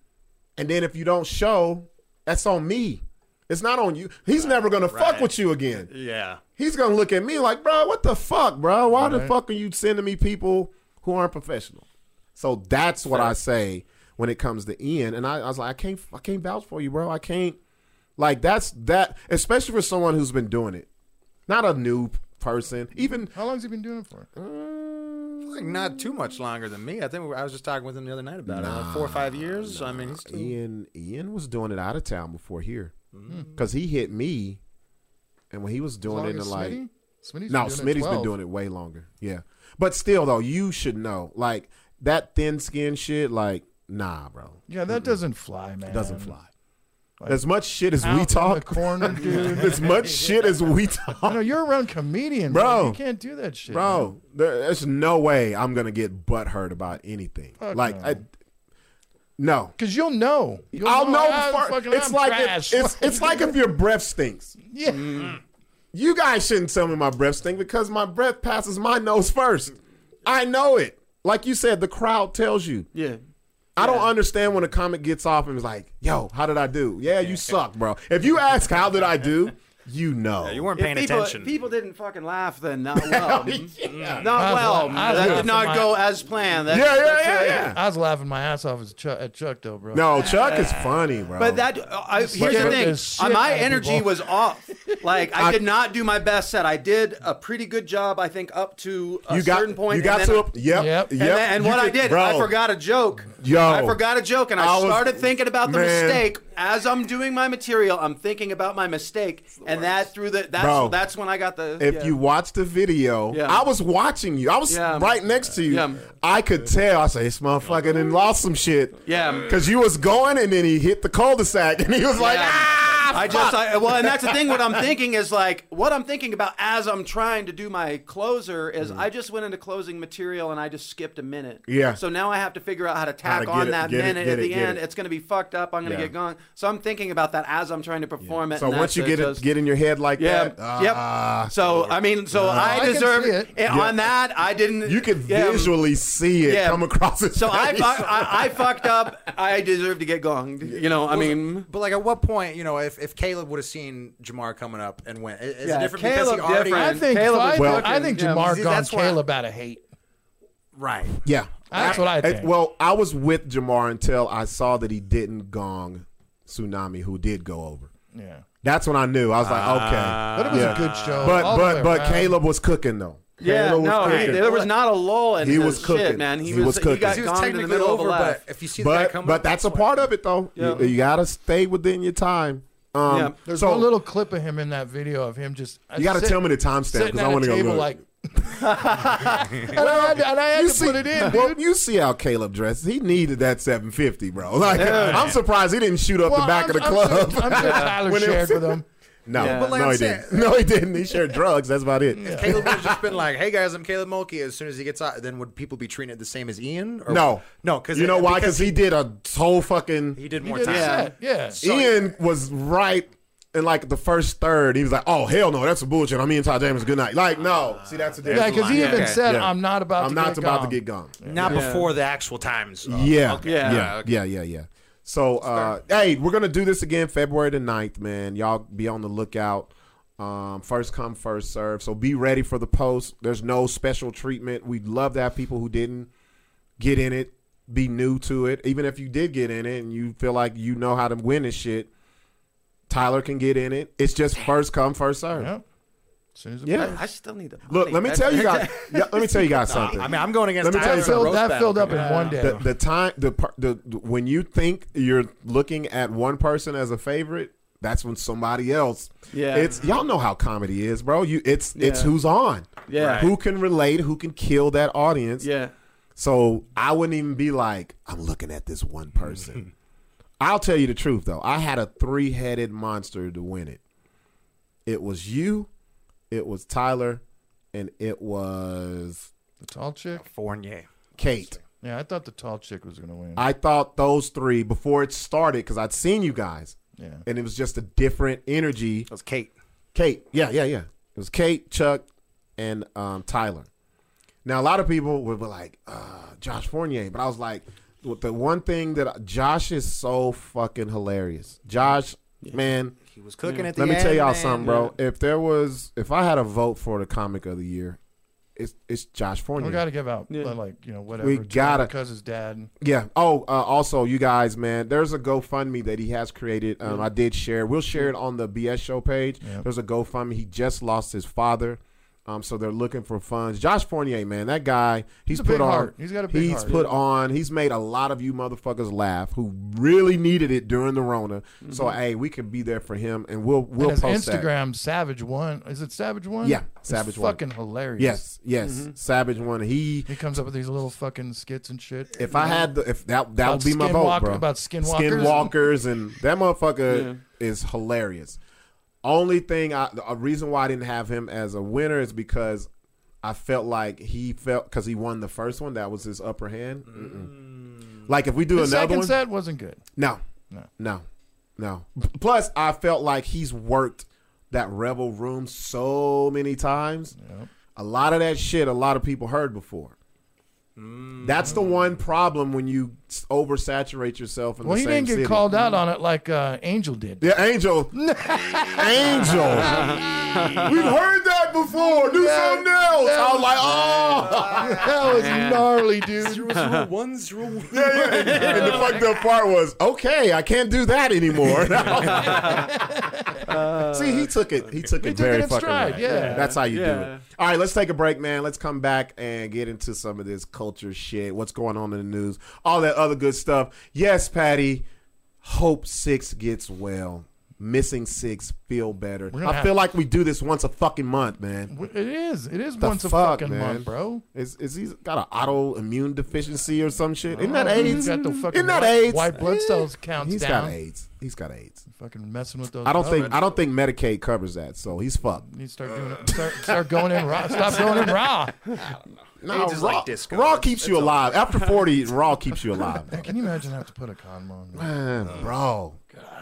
Speaker 2: And then if you don't show, that's on me. It's not on you. He's never gonna fuck
Speaker 4: Right.
Speaker 2: with you again
Speaker 4: Yeah.
Speaker 2: he's gonna look at me like, bro, what the fuck, bro? Why the fuck are you sending me people who aren't professional? So that's what I say when it comes to Ian. And I, I was like, I can't, I can't vouch for you, bro. I can't. Like that's that, especially for someone who's been doing it, not a new person. Even
Speaker 3: How long's he been doing it for?
Speaker 4: Like not too much longer than me. I think we- I was just talking with him the other night about it. Like four or five years. I mean, he's still,
Speaker 2: Ian, Ian was doing it out of town before here, because he hit me, and when he was
Speaker 3: Mm. As
Speaker 2: doing
Speaker 3: long
Speaker 2: it in
Speaker 3: as
Speaker 2: like.
Speaker 3: Smitty? Smitty's
Speaker 2: No,
Speaker 3: been doing
Speaker 2: Smitty's
Speaker 3: it
Speaker 2: been doing it way longer. Yeah. But still though, you should know. Like that thin skin shit, like, nah, bro.
Speaker 3: Yeah, that doesn't fly, man.
Speaker 2: It doesn't fly. As much shit as we
Speaker 3: Out in [laughs] the
Speaker 2: talk,
Speaker 3: corner, dude.
Speaker 2: as much shit as we
Speaker 3: No,
Speaker 2: talk,
Speaker 3: you're around comedians,
Speaker 2: Bro.
Speaker 3: man. You can't do that shit, man.
Speaker 2: bro, there- there's no way I'm going to get butthurt about anything.
Speaker 3: Fuck
Speaker 2: like,
Speaker 3: no.
Speaker 2: I, no.
Speaker 3: Cause you'll know. You'll
Speaker 2: I'll know
Speaker 3: "Ah,
Speaker 2: before-
Speaker 3: fucking
Speaker 2: it's
Speaker 3: I'm
Speaker 2: like if-
Speaker 3: trash."
Speaker 2: it's it's like if your breath stinks.
Speaker 3: [laughs] yeah.
Speaker 2: You guys shouldn't tell me my breath stinks because my breath passes my nose first. I know it. Like you said, the crowd tells you.
Speaker 5: Yeah.
Speaker 2: I don't understand when a comic gets off and is like, "Yo, how did I do?" Yeah, you suck, bro. If you ask how did I do, you know.
Speaker 4: You
Speaker 2: [laughs]
Speaker 4: weren't
Speaker 5: If
Speaker 4: paying
Speaker 5: people,
Speaker 4: attention.
Speaker 5: if people didn't fucking laugh, then not well. [laughs] Not
Speaker 3: I
Speaker 5: well.
Speaker 3: laugh- I
Speaker 5: that
Speaker 3: laugh
Speaker 5: did not
Speaker 3: for
Speaker 5: go as planned. That-
Speaker 2: yeah, yeah,
Speaker 5: that's
Speaker 2: yeah,
Speaker 5: a-
Speaker 2: yeah.
Speaker 3: I was laughing my ass off as Chuck, at Chuck though, bro.
Speaker 2: No, Chuck is funny, bro.
Speaker 5: But that, uh, I, here's
Speaker 3: Like,
Speaker 5: the
Speaker 3: put
Speaker 5: thing:
Speaker 3: this
Speaker 5: uh,
Speaker 3: shit
Speaker 5: my
Speaker 3: on
Speaker 5: energy
Speaker 3: people.
Speaker 2: [laughs]
Speaker 5: was off. Like I, did not do my best set. I did a pretty good job, I think, up to a
Speaker 2: you got
Speaker 5: certain point.
Speaker 2: you got
Speaker 5: and
Speaker 2: to
Speaker 5: then,
Speaker 2: a, yep,
Speaker 3: Yep.
Speaker 2: yep.
Speaker 5: And, then- and
Speaker 2: You
Speaker 5: what I
Speaker 2: could-
Speaker 5: did, I
Speaker 2: bro,
Speaker 5: forgot a joke.
Speaker 2: Yo.
Speaker 5: I forgot a joke, and I,
Speaker 2: I was-
Speaker 5: started thinking about the
Speaker 2: man.
Speaker 5: mistake as I'm doing my material. I'm thinking about my mistake, and that through the that's
Speaker 2: Bro.
Speaker 5: that's when I got the.
Speaker 2: If
Speaker 5: yeah.
Speaker 2: you watched the video,
Speaker 5: Yeah.
Speaker 2: I was watching you. I was
Speaker 5: Yeah.
Speaker 2: right next to you.
Speaker 5: Yeah.
Speaker 2: I could tell. I said, "This motherfucker and lost some shit."
Speaker 5: Yeah.
Speaker 2: because you was going, and then he hit the cul-de-sac, and he was like,
Speaker 5: Yeah.
Speaker 2: "Ah!"
Speaker 5: I just I, well, and that's the thing. What I'm thinking is like what I'm thinking about as I'm trying to do my closer is I just went into closing material and I just skipped a minute.
Speaker 2: Mm-hmm. Yeah.
Speaker 5: So now I have to figure out how
Speaker 2: How
Speaker 5: to
Speaker 2: to
Speaker 5: tack
Speaker 2: get
Speaker 5: on
Speaker 2: it,
Speaker 5: that
Speaker 2: get it,
Speaker 5: minute
Speaker 2: get
Speaker 5: at
Speaker 2: it,
Speaker 5: the
Speaker 2: get
Speaker 5: end.
Speaker 2: it.
Speaker 5: It's going to be fucked up. I'm going to
Speaker 2: Yeah.
Speaker 5: get gone. So I'm thinking about that as I'm trying to perform it.
Speaker 2: So
Speaker 5: and
Speaker 2: once
Speaker 5: that's
Speaker 2: you get
Speaker 5: just-
Speaker 2: it, get in your head like
Speaker 5: Yeah.
Speaker 2: that, ah,
Speaker 5: yep. so I mean, so I
Speaker 3: can
Speaker 5: deserve
Speaker 3: see it.
Speaker 5: and on that. I didn't.
Speaker 2: you could
Speaker 5: yeah, um,
Speaker 2: visually see it
Speaker 5: yeah.
Speaker 2: come across it.
Speaker 5: So
Speaker 2: [laughs]
Speaker 5: I, fu- I I fucked up. I deserve to get gonged. You know. I mean.
Speaker 4: But like, at what point, you know, if, if Caleb would have seen Jamar coming up and went, is
Speaker 5: Yeah,
Speaker 4: it different
Speaker 5: Caleb
Speaker 4: because he already
Speaker 5: different.
Speaker 3: I think
Speaker 5: Caleb
Speaker 3: I,
Speaker 5: is
Speaker 2: Well-
Speaker 3: think- I think
Speaker 5: fucking-
Speaker 3: Jamar
Speaker 4: yeah.
Speaker 3: gone
Speaker 4: That's why-
Speaker 3: Caleb out of hate.
Speaker 4: right?
Speaker 2: yeah,
Speaker 3: That's what I
Speaker 2: It-
Speaker 3: think.
Speaker 2: well, I was with Jamar until I saw that he didn't gong Tsunami, who did go over.
Speaker 3: Yeah.
Speaker 2: That's when I knew. I was like, okay,
Speaker 3: But it was
Speaker 2: Yeah.
Speaker 3: a good show. all
Speaker 2: but
Speaker 3: the
Speaker 2: but
Speaker 3: way
Speaker 2: but
Speaker 3: around.
Speaker 2: Caleb was cooking though.
Speaker 5: Yeah,
Speaker 2: Caleb was
Speaker 5: no, he,
Speaker 2: cooking.
Speaker 5: there was not a lull in
Speaker 2: He
Speaker 5: his
Speaker 2: was
Speaker 5: shit,
Speaker 2: cooking.
Speaker 5: man. He,
Speaker 2: He
Speaker 5: was,
Speaker 2: was
Speaker 5: he
Speaker 2: cooking.
Speaker 5: got
Speaker 4: He was
Speaker 5: gonged in the
Speaker 4: technically
Speaker 5: middle
Speaker 4: over,
Speaker 5: of a laugh.
Speaker 4: but if you see the guy
Speaker 2: but
Speaker 4: coming
Speaker 2: but
Speaker 4: up,
Speaker 2: that's a
Speaker 4: why-
Speaker 2: part of it though.
Speaker 5: Yeah.
Speaker 2: You, you gotta stay within your time. Um,
Speaker 5: Yeah.
Speaker 3: There's
Speaker 2: so
Speaker 3: one little clip of him in that video of him just.
Speaker 2: you gotta
Speaker 3: sit-
Speaker 2: tell me the timestamp
Speaker 3: sitting
Speaker 2: because I
Speaker 3: at a
Speaker 2: want to go
Speaker 3: table
Speaker 2: look.
Speaker 3: like. and I had to, and I had to put it in,
Speaker 2: well,
Speaker 3: dude.
Speaker 2: you see how Caleb dresses. He needed that 750, bro. [laughs] Like, I'm surprised he didn't shoot up the
Speaker 3: Well,
Speaker 2: back
Speaker 3: I'm-
Speaker 2: of the
Speaker 3: I'm
Speaker 2: club.
Speaker 3: Sure, I'm sure Tyler
Speaker 2: When it
Speaker 3: shared
Speaker 2: was-
Speaker 3: with him.
Speaker 2: [laughs] no,
Speaker 5: Yeah. But
Speaker 4: like
Speaker 2: no,
Speaker 4: I'm
Speaker 2: he
Speaker 4: saying-
Speaker 2: didn't. [laughs] No, he didn't. He shared drugs. That's about it.
Speaker 4: [laughs] Caleb would have just been like, "Hey guys, I'm Caleb Mulkey." As soon as he gets out, then would people be treating it the same as Ian? Or,
Speaker 2: No,
Speaker 4: no, because
Speaker 2: you know why? Because
Speaker 4: Because
Speaker 2: he did a whole fucking.
Speaker 4: he did
Speaker 3: He
Speaker 4: more
Speaker 3: did a
Speaker 4: time.
Speaker 3: set, yeah.
Speaker 2: Ian was right in like the first third. He was like, "Oh hell no, that's a bullshit." I'm Ian Todd James. Good night. Like, no, see that's a
Speaker 3: Yeah,
Speaker 2: different.
Speaker 3: because he
Speaker 4: Yeah.
Speaker 3: even
Speaker 4: Okay.
Speaker 3: said,
Speaker 2: Yeah.
Speaker 3: "I'm not about
Speaker 2: I'm
Speaker 3: to
Speaker 2: not
Speaker 3: get
Speaker 2: about
Speaker 3: gone."
Speaker 2: to get gone.
Speaker 4: Not before the actual times. uh,
Speaker 2: Yeah.
Speaker 4: okay.
Speaker 2: Yeah.
Speaker 5: Yeah,
Speaker 2: Yeah. Yeah. Yeah. So, uh, hey, we're going to do this again February the 9th, man. Y'all be on the lookout. Um, first come, first serve. So be ready for the post. There's no special treatment. We'd love to have people who didn't get in it, be new to it. Even if you did get in it and you feel like you know how to win this shit, Tyler can get in it. It's just first come, first serve.
Speaker 3: Yeah. As soon as it
Speaker 2: Yeah.
Speaker 5: I still need the
Speaker 2: Look, let me tell you guys. yeah, let me tell you
Speaker 4: [laughs]
Speaker 2: guys something.
Speaker 4: I mean, I'm going against.
Speaker 2: Let me tell you
Speaker 4: Tyler in a
Speaker 2: something.
Speaker 4: roast
Speaker 3: that
Speaker 4: battle.
Speaker 3: filled up in one day.
Speaker 2: the, the time the, par- the the- when you think you're looking at one person as a favorite that's when somebody else
Speaker 5: [laughs] Yeah.
Speaker 2: it's y'all know how comedy is bro you it's it's
Speaker 5: Yeah.
Speaker 2: who's on
Speaker 5: Yeah.
Speaker 2: who can relate who can kill that audience
Speaker 5: Yeah,
Speaker 2: so i wouldn't even be like i'm looking at this one
Speaker 5: [laughs]
Speaker 2: person i'll tell you the truth though i had a three-headed monster to win it it was you it was tyler and it was
Speaker 3: the tall chick.
Speaker 4: Fournier.
Speaker 2: kate
Speaker 3: Yeah, I thought the tall chick was gonna win.
Speaker 2: I thought those three before it started because I'd seen you guys,
Speaker 3: yeah.
Speaker 2: and it was just a different energy.
Speaker 4: That was Kate.
Speaker 2: Kate, yeah, yeah, yeah. It was Kate, Chuck, and um, Tyler. Now a lot of people would be like uh, Josh Fournier, but I was like, with the one thing that I- Josh is so fucking hilarious. Josh, man,
Speaker 4: He was cooking at the
Speaker 2: let me tell
Speaker 4: end,
Speaker 2: y'all
Speaker 4: man.
Speaker 2: something, bro. If there was, if I had a vote for the comic of the year, it's it's Josh Fournier.
Speaker 3: We
Speaker 4: Oh
Speaker 3: got to give out
Speaker 5: Yeah.
Speaker 3: like you know whatever.
Speaker 2: We
Speaker 3: to him
Speaker 2: gotta-
Speaker 3: because his dad.
Speaker 2: Yeah. Oh, uh, also, you guys, man, there's a GoFundMe that he has created. Um, I did share. We'll share it on the BS show page. There's a GoFundMe. He just lost his father. Um, so they're looking for funds. Josh Fournier, man, that guy, he's,
Speaker 3: a
Speaker 2: put
Speaker 3: big
Speaker 2: on.
Speaker 3: heart. He's got a big
Speaker 2: he's
Speaker 3: heart.
Speaker 2: put on. He's made a lot of you motherfuckers laugh who really needed it during the Rona. So hey, we can be there for him, and we'll we'll
Speaker 3: Mm-hmm. and
Speaker 2: post
Speaker 3: his
Speaker 2: that.
Speaker 3: Instagram, Savage One. Is it Savage One?
Speaker 2: Yeah,
Speaker 3: It's
Speaker 2: Savage One.
Speaker 3: Fucking hilarious.
Speaker 2: Yes, yes,
Speaker 3: Mm-hmm.
Speaker 2: Savage one. He
Speaker 3: He comes up with these little fucking skits and shit.
Speaker 2: If I had the, if that that
Speaker 3: About
Speaker 2: would be my vote,
Speaker 3: skinwalk-
Speaker 2: bro.
Speaker 3: about skinwalkers.
Speaker 2: skinwalkers, and that motherfucker is hilarious. Only thing, I, the- a reason why I didn't have him as a winner is because I felt like he felt because he won the first one, that was his upper hand. Mm-mm. Like if we do
Speaker 3: the
Speaker 2: another
Speaker 3: second
Speaker 2: one,
Speaker 3: set wasn't good.
Speaker 2: no,
Speaker 3: No.
Speaker 2: no, no. Plus, I felt like he's worked that rebel room so many times. A lot of that shit, a lot of people heard before. That's
Speaker 3: Mm.
Speaker 2: the one problem when you s- oversaturate yourself in
Speaker 3: Well,
Speaker 2: the
Speaker 3: he
Speaker 2: same
Speaker 3: didn't get
Speaker 2: city.
Speaker 3: called out on it like uh, Angel did.
Speaker 2: [laughs] Yeah,
Speaker 3: [laughs]
Speaker 2: Angel. Angel. We've heard that before. Do something else. I was like, oh.
Speaker 3: That was gnarly, dude.
Speaker 9: Zero one zero one.
Speaker 3: [laughs]
Speaker 2: and the fucked up part was, okay, I can't do that anymore. [laughs] See, he took it. He took it
Speaker 3: Uh, took
Speaker 2: very
Speaker 3: it in
Speaker 2: fucking
Speaker 3: stride,
Speaker 2: right.
Speaker 3: yeah.
Speaker 2: that's how you do
Speaker 5: Yeah.
Speaker 2: it. All right, let's take a break, man. Let's come back and get into some of this culture shit. What's going on in the news? All that other good stuff. Yes, Patty. Hope six gets well. Missing six, feel better.
Speaker 3: gonna
Speaker 2: I
Speaker 3: have-
Speaker 2: feel like we do this once a fucking month, man.
Speaker 3: It is. It is
Speaker 2: The
Speaker 3: once
Speaker 2: fuck,
Speaker 3: a fucking
Speaker 2: man?
Speaker 3: month, bro.
Speaker 2: Is is he got an autoimmune deficiency or some shit? Isn't that
Speaker 3: Oh,
Speaker 2: AIDS?
Speaker 3: he's got the fucking
Speaker 2: Isn't that
Speaker 3: white-
Speaker 2: AIDS?
Speaker 3: white blood cells counts
Speaker 2: He's
Speaker 3: down.
Speaker 2: got AIDS. He's got AIDS.
Speaker 3: Fucking messing with those.
Speaker 2: I don't think I don't think Medicaid covers that, so he's fucked.
Speaker 3: You start doing it. Start, start going in
Speaker 2: [laughs]
Speaker 3: raw. Stop going in raw.
Speaker 2: No,
Speaker 4: AIDS is
Speaker 2: Raw,
Speaker 4: like disco.
Speaker 2: Raw
Speaker 4: That's-
Speaker 2: keeps you alive.
Speaker 4: [laughs]
Speaker 2: After forty, Raw keeps you alive.
Speaker 3: Can you imagine having to put a condom on? man?
Speaker 2: Man,
Speaker 4: Oh,
Speaker 2: bro,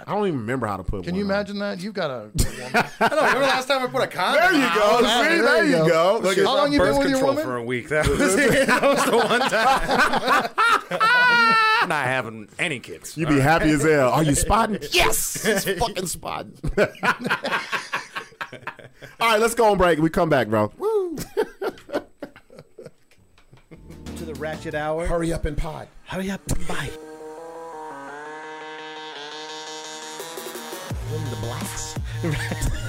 Speaker 2: I don't even remember how to put.
Speaker 3: Can
Speaker 2: one
Speaker 3: you
Speaker 2: on.
Speaker 3: imagine that? You've got a.
Speaker 2: [laughs]
Speaker 4: I don't remember last time I put a condom.
Speaker 2: There you
Speaker 4: on.
Speaker 2: go.
Speaker 3: yeah,
Speaker 2: Oh, See, there you go. Look at-
Speaker 3: How long you been
Speaker 4: Birth
Speaker 3: with your
Speaker 4: control
Speaker 3: woman?
Speaker 4: for a week. That was,
Speaker 2: [laughs]
Speaker 4: it. that was the one time. [laughs] Not having any kids.
Speaker 2: You'd be happy as hell. Are you spotting?
Speaker 3: [laughs]
Speaker 2: yes, it's fucking spotting. [laughs] All right, let's go on break. We come back, bro. Woo.
Speaker 10: to the Ratchet Hour.
Speaker 2: Hurry up and pod.
Speaker 10: Hurry up and buy. the blacks.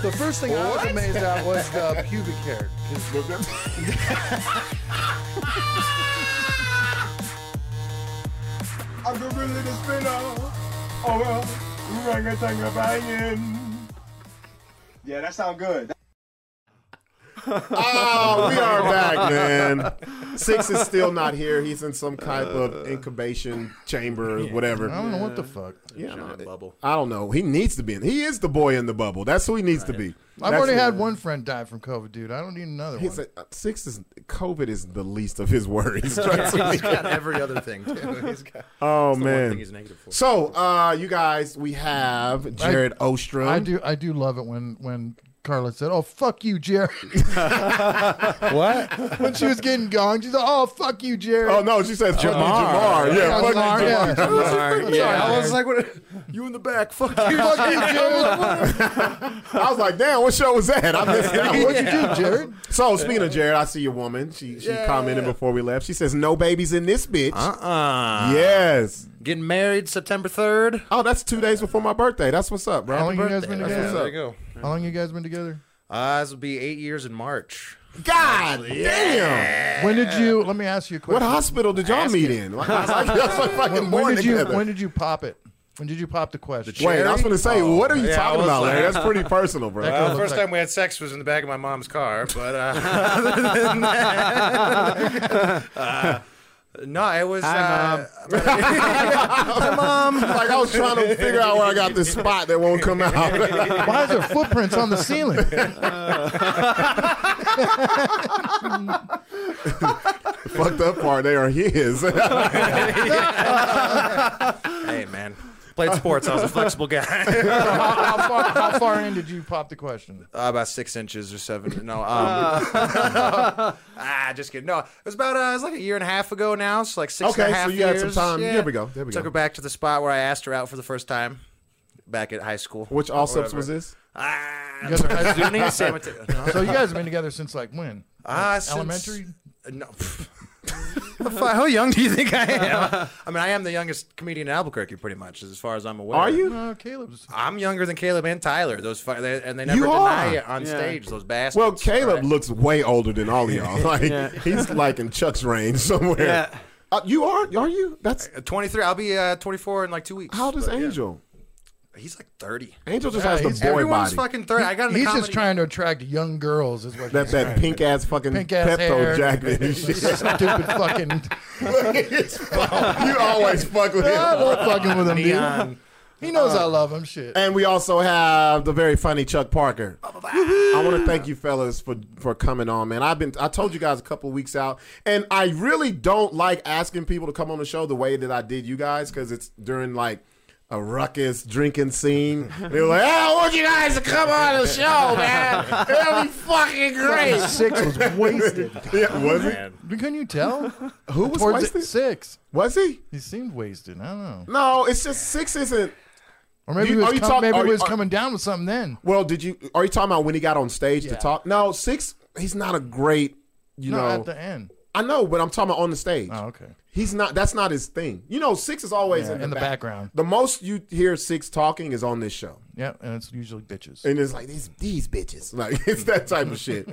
Speaker 3: The first thing I was amazed at was the pubic hair.
Speaker 11: [laughs] Oh, Yeah, that sound good.
Speaker 2: [laughs] Oh, we are back, man. Six is still not here. He's in some type of
Speaker 3: Uh.
Speaker 2: incubation chamber or whatever.
Speaker 3: I don't know what the fuck.
Speaker 2: Yeah,
Speaker 4: Shot in a
Speaker 2: I-
Speaker 4: bubble.
Speaker 2: I don't know. He needs to be in. He is the boy in the bubble. That's who he needs to be.
Speaker 3: I've
Speaker 2: That's
Speaker 3: already
Speaker 2: who-
Speaker 3: had one friend die from COVID, dude. I don't need another
Speaker 2: He's
Speaker 3: one.
Speaker 2: a, six is COVID is the least of his
Speaker 4: [laughs]
Speaker 2: worries.
Speaker 4: He's got every other thing [laughs] too. He's got
Speaker 2: oh
Speaker 4: the one thing
Speaker 2: man.
Speaker 4: he's negative for.
Speaker 2: So, uh, you guys, we have Jared Ostrom.
Speaker 3: I do. I do love it when when Carla said, "Oh fuck
Speaker 2: [laughs]
Speaker 3: you, Jared."
Speaker 9: What?
Speaker 3: when she was getting gonged, she's like, "Oh fuck you, Jared."
Speaker 2: Oh no, she said Jamar.
Speaker 9: Jamar.
Speaker 2: Jamar. Yeah,
Speaker 3: Oh,
Speaker 2: fuck you, [laughs]
Speaker 3: sorry,
Speaker 2: Jamar.
Speaker 3: yeah.
Speaker 4: yeah, I
Speaker 3: Sorry.
Speaker 4: was like, what? you in the back? Fuck you.
Speaker 3: Fuck
Speaker 2: [laughs]
Speaker 3: you, Jared.
Speaker 2: I was like, damn, what show was that? I missed that one.
Speaker 3: What'd you do, Jared?
Speaker 2: So speaking of Jared, I see your woman. She she commented before we left. She says, "No babies in this bitch."
Speaker 4: Uh-uh.
Speaker 2: Yes.
Speaker 4: Getting married September 3rd.
Speaker 2: Oh, that's two days before my birthday. That's what's up, bro.
Speaker 3: How long you guys been
Speaker 2: That's
Speaker 3: together?
Speaker 2: what's
Speaker 4: There
Speaker 2: up.
Speaker 4: you go.
Speaker 3: How long you guys been together?
Speaker 4: Uh, this will be eight years in March.
Speaker 2: God damn!
Speaker 3: When did you? Let me ask you a
Speaker 2: What
Speaker 3: question.
Speaker 2: hospital did y'all meet in? Like, I was like, y'all was fucking
Speaker 3: When,
Speaker 2: born
Speaker 3: when did you?
Speaker 2: together.
Speaker 3: When did you pop it? When did you pop the question?
Speaker 2: Wait, I was going to say, what are you
Speaker 4: Oh, Yeah, I
Speaker 2: talking
Speaker 4: was
Speaker 2: about,
Speaker 4: like-
Speaker 2: Larry? That's
Speaker 4: [laughs]
Speaker 2: pretty personal, bro.
Speaker 3: That
Speaker 4: Uh,
Speaker 3: girl
Speaker 4: the
Speaker 3: looks
Speaker 4: first
Speaker 3: like-
Speaker 4: time we had sex was in the back of my mom's car, but uh, [laughs] other than that, uh, [laughs] no, it was. uh,
Speaker 2: like I was trying to figure out where I got this spot that won't come out.
Speaker 4: [laughs]
Speaker 3: Why is
Speaker 2: [laughs]
Speaker 3: there footprints on the ceiling?
Speaker 2: Fucked up part. They are
Speaker 4: [laughs]
Speaker 2: his.
Speaker 4: uh, Hey, man, played sports. I was a flexible [laughs] guy.
Speaker 3: how, far, how far in did you pop the question?
Speaker 4: Uh, about six inches or seven. No, um,
Speaker 2: [laughs]
Speaker 4: [laughs] ah, just kidding. No, it was about uh, it was like a year and a half ago now. So like six and a
Speaker 2: Okay, so
Speaker 4: half
Speaker 2: you had some
Speaker 4: years.
Speaker 2: time. There we go, there we
Speaker 4: Took
Speaker 2: go.
Speaker 4: her back to the spot where I asked her out for the first time, back at high school.
Speaker 2: Which all subs was this?
Speaker 4: Ah,
Speaker 3: guys are
Speaker 2: [laughs]
Speaker 3: high-
Speaker 4: Zuni, San Mateo- no.
Speaker 3: So you guys have been together since like when?
Speaker 4: Ah,
Speaker 3: Elementary?
Speaker 4: Since, no, [laughs] How young do you think I am?
Speaker 2: [laughs]
Speaker 4: I mean, I am the youngest comedian in Albuquerque, pretty much, as far as I'm aware.
Speaker 2: Are you?
Speaker 3: Uh, Caleb's.
Speaker 4: I'm younger than Caleb and Tyler. Those fu- they, and they never
Speaker 2: You
Speaker 4: deny
Speaker 2: are.
Speaker 4: it on stage. Those bastards.
Speaker 2: Well, Caleb
Speaker 4: Right.
Speaker 2: looks way older than all of
Speaker 4: [laughs]
Speaker 2: y'all. Like he's like in Chuck's range somewhere.
Speaker 5: Yeah.
Speaker 2: Uh, you are? Are you? That's
Speaker 4: Uh, 23. I'll be uh, 24 in like two weeks.
Speaker 2: how old is
Speaker 4: But, yeah.
Speaker 2: Angel?
Speaker 4: He's like 30.
Speaker 2: Angel just has the boy
Speaker 4: Everyone's
Speaker 2: body.
Speaker 4: fucking 30. I got into
Speaker 3: He's
Speaker 4: comedy.
Speaker 3: just trying to attract young girls, is what
Speaker 2: that
Speaker 3: he's
Speaker 4: [laughs]
Speaker 2: that pink ass fucking Pepto
Speaker 3: Pink-ass hair.
Speaker 2: jacket and shit. [laughs]
Speaker 3: stupid fucking. [laughs]
Speaker 2: you always fuck with
Speaker 3: I
Speaker 2: him.
Speaker 3: love fucking with him, dude. He knows I love him. Shit.
Speaker 2: Uh, And we also have the very funny Chuck Parker. I want to thank you fellas for for coming on, man. I've been I told you guys a couple weeks out, and I really don't like asking people to come on the show the way that I did you guys because it's during like a ruckus drinking scene. They were like, "Oh, I want you guys to come on the [laughs] show, man. It'll be fucking great."
Speaker 3: Six [laughs] was wasted.
Speaker 2: Yeah, was it?
Speaker 3: Couldn't
Speaker 2: [laughs]
Speaker 3: you tell?
Speaker 2: Who was
Speaker 3: Towards
Speaker 2: wasted?
Speaker 3: it, six.
Speaker 2: Was he?
Speaker 3: He seemed wasted. I don't know.
Speaker 2: No, it's just six isn't.
Speaker 3: Or maybe
Speaker 2: You-
Speaker 3: he was,
Speaker 2: are you
Speaker 3: com-
Speaker 2: talk-
Speaker 3: maybe
Speaker 2: are
Speaker 3: he
Speaker 2: you-
Speaker 3: was
Speaker 2: are-
Speaker 3: coming down with something then.
Speaker 2: Well, did you? Are you talking about when he got on stage to talk? No, six. He's not a great. You
Speaker 3: No,
Speaker 2: know,
Speaker 3: at the end.
Speaker 2: I know, but I'm talking about on the stage.
Speaker 3: Oh, okay.
Speaker 2: He's not. That's not his thing. You know, six is always
Speaker 3: Yeah,
Speaker 2: in, the,
Speaker 3: in the
Speaker 2: back-
Speaker 3: background.
Speaker 2: The most you hear six talking is on this show,
Speaker 3: Yeah, and it's usually bitches.
Speaker 2: and it's like these these bitches. [laughs] Like it's that type of
Speaker 3: [laughs]
Speaker 2: shit.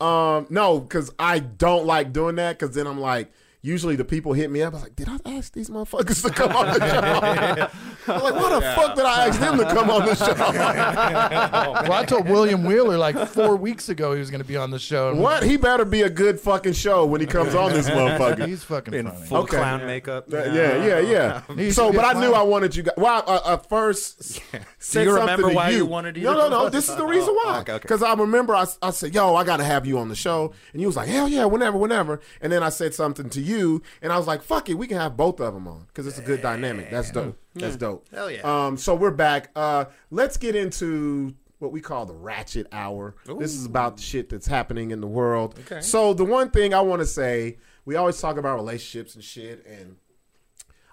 Speaker 2: Um, no, because I don't like doing that. Because then I'm like. Usually the people hit me up. I'm like, did I ask these motherfuckers to come on the
Speaker 3: [laughs]
Speaker 2: show? I'm like, why the fuck did I ask them to come on the show?
Speaker 3: well, I told William Wheeler like
Speaker 2: [laughs]
Speaker 3: four weeks ago he was going to be on the show. and
Speaker 2: What? He better be a good fucking show when he comes on this motherfucker.
Speaker 3: He's fucking
Speaker 4: in
Speaker 3: funny.
Speaker 4: full
Speaker 2: Okay.
Speaker 4: clown makeup.
Speaker 2: Uh, yeah,
Speaker 4: [laughs]
Speaker 2: yeah, yeah.
Speaker 3: You
Speaker 2: so,
Speaker 3: should be
Speaker 2: but
Speaker 3: a
Speaker 2: I knew
Speaker 3: clown.
Speaker 2: I wanted you guys. Well, I, I, I first said
Speaker 4: you
Speaker 2: something
Speaker 4: remember
Speaker 2: to
Speaker 4: why
Speaker 2: you.
Speaker 4: you wanted to
Speaker 2: No,
Speaker 4: do
Speaker 2: no,
Speaker 4: the
Speaker 2: no.
Speaker 4: podcast?
Speaker 2: This is the reason
Speaker 4: [laughs] Oh,
Speaker 2: why.
Speaker 4: okay, okay.
Speaker 2: Because I remember I, I said, "Yo, I got to have you on the show," and you was like, "Hell yeah, whenever, whenever." And then I said something to you, and I was like, "Fuck it, we can have both of them on because it's a good dynamic. That's dope. That's dope."
Speaker 4: Hell yeah.
Speaker 2: Um, so we're back. Uh, let's get into what we call the ratchet hour. This is about the shit that's happening in the world. Okay. So the one thing I want to say, we always talk about relationships and shit, and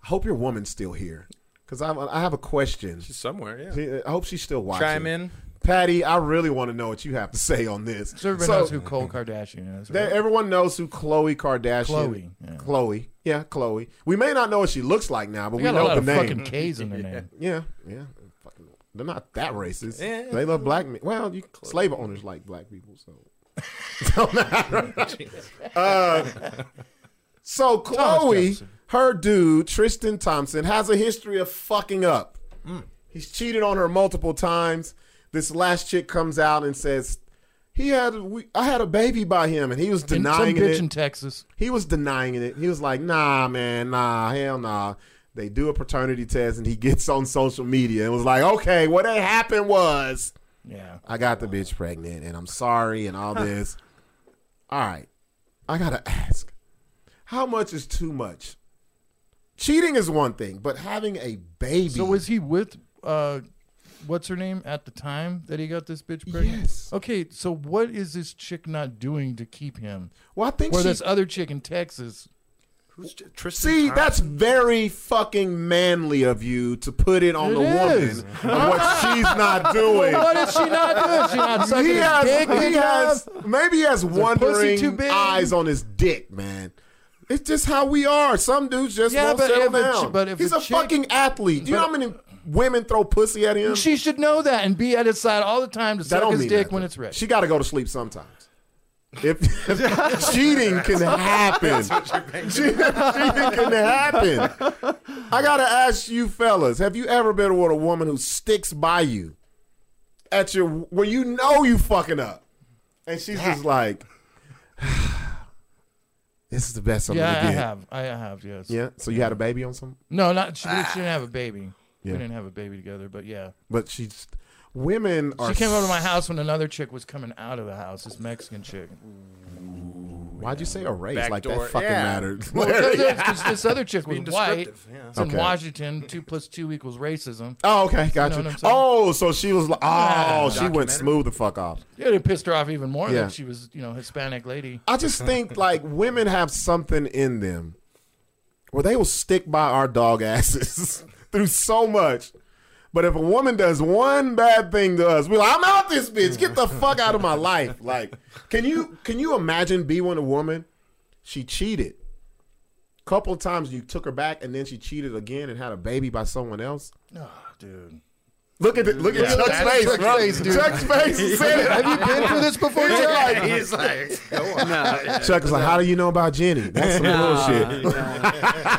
Speaker 2: I hope your woman's still here because I, I have a question.
Speaker 4: Somewhere, yeah.
Speaker 2: I hope she's still watching.
Speaker 4: Chime in.
Speaker 2: Patty. I really want to know what you have to say on this.
Speaker 3: So everybody
Speaker 2: So-
Speaker 3: knows who Cole Kardashian is.
Speaker 2: that
Speaker 3: Right?
Speaker 2: everyone knows who Chloe Kardashian.
Speaker 3: Khloe, yeah.
Speaker 2: Chloe. Yeah, Chloe. We may not know what she looks like now, but
Speaker 3: They
Speaker 2: we
Speaker 3: got a
Speaker 2: know
Speaker 3: lot
Speaker 2: the
Speaker 3: of
Speaker 2: name.
Speaker 3: fucking K's in their name.
Speaker 2: Yeah, yeah. Fucking, they're not that racist.
Speaker 4: Yeah.
Speaker 2: They love black men. Well, you slave owners like black people, so. [laughs] Uh, so Chloe,
Speaker 3: Jefferson.
Speaker 2: her dude Tristan Thompson has a history of fucking up. He's cheated on her multiple times. This last chick comes out and says, "He had we, I had a baby by him, and he was
Speaker 3: And
Speaker 2: denying
Speaker 3: some bitch
Speaker 2: it."
Speaker 3: in Texas.
Speaker 2: He was denying it. He was like, nah, man, nah, hell nah. They do a paternity test and he [laughs] gets on social media and was like, okay, what that happened was
Speaker 3: Yeah.
Speaker 2: I got the bitch pregnant and I'm sorry and all this. all right. I got to ask how much is too much? Cheating is one thing, but having a baby.
Speaker 3: So was he with uh, what's her name at the time that he got this bitch pregnant?
Speaker 2: Yes.
Speaker 3: Okay, so what is this chick not doing to keep him?
Speaker 2: well, I think
Speaker 3: Or
Speaker 2: she,
Speaker 3: this other chick in Texas?
Speaker 4: Who's J- Tristan?
Speaker 2: See,
Speaker 4: Thompson?
Speaker 2: that's very fucking manly of you to put it on
Speaker 3: It
Speaker 2: the
Speaker 3: is.
Speaker 2: woman and what she's
Speaker 3: [laughs]
Speaker 2: not doing.
Speaker 3: What is she not doing? She not
Speaker 2: [laughs]
Speaker 3: sucking
Speaker 2: he
Speaker 3: his
Speaker 2: has,
Speaker 3: dick
Speaker 2: he
Speaker 3: big
Speaker 2: has
Speaker 3: enough?
Speaker 2: maybe he has
Speaker 3: pussy too
Speaker 2: wandering
Speaker 3: big?
Speaker 2: eyes on his dick, man. It's just how we are. Some dudes just
Speaker 3: Yeah,
Speaker 2: won't
Speaker 3: but
Speaker 2: settle
Speaker 3: if a ch-
Speaker 2: down.
Speaker 3: but if
Speaker 2: He's
Speaker 3: a
Speaker 2: a,
Speaker 3: chick-
Speaker 2: fucking athlete. Do you know how many women throw pussy at him?
Speaker 3: She should know that and be at his side all the time to
Speaker 2: that
Speaker 3: suck
Speaker 2: don't
Speaker 3: his
Speaker 2: mean
Speaker 3: dick
Speaker 2: nothing.
Speaker 3: when it's ready.
Speaker 2: She got to go to sleep sometimes. If,
Speaker 3: [laughs]
Speaker 2: if cheating can happen, cheating can happen. I gotta ask you, fellas, have you ever been with a woman who sticks by you at your where you know you fucking up, and she's just like, [sighs] "This is the best I'm
Speaker 3: yeah, I
Speaker 2: gonna get."
Speaker 3: have. I have, yes.
Speaker 2: Yeah, so you had a baby on some,
Speaker 3: No, not she, we didn't- she didn't have a baby.
Speaker 2: Yeah.
Speaker 3: We didn't have a baby together, but yeah.
Speaker 2: but she's women are.
Speaker 3: She came over to my house when another chick was coming out of the house, this Mexican chick.
Speaker 2: Why'd you say a race?
Speaker 4: Back
Speaker 2: like
Speaker 4: door,
Speaker 2: that fucking
Speaker 4: yeah.
Speaker 2: mattered.
Speaker 3: [laughs] Because this other chick was
Speaker 4: being
Speaker 3: white.
Speaker 4: descriptive, yeah.
Speaker 3: It's in
Speaker 2: Okay.
Speaker 3: Washington. Two plus two equals racism.
Speaker 2: Oh, okay, got
Speaker 3: know
Speaker 2: you.
Speaker 3: what I'm saying?
Speaker 2: oh, so she was like, oh, she went
Speaker 4: Documentary.
Speaker 2: smooth the fuck off.
Speaker 3: Yeah, it pissed her off even more
Speaker 2: Yeah.
Speaker 3: that she was, you know, Hispanic lady.
Speaker 2: I just think like women have something in them where they will stick by our dog asses [laughs] through so much. But if a woman does one bad thing to us, we're like, I'm out this bitch. Get the fuck out of my life. Like, can you can you imagine being with a woman? She cheated. couple of times you took her back and then she cheated again and had a baby by someone else.
Speaker 10: dude.
Speaker 2: Look at the, look at Chuck's face,
Speaker 3: Chuck's
Speaker 2: bro.
Speaker 3: face, dude.
Speaker 2: Chuck's face is saying
Speaker 3: Have you been through this before, Chuck?
Speaker 4: He's like, go on.
Speaker 2: [laughs] it. Chuck is like, how do you know about Jenny? That's
Speaker 4: [laughs]
Speaker 2: some
Speaker 5: [laughs]
Speaker 2: bullshit.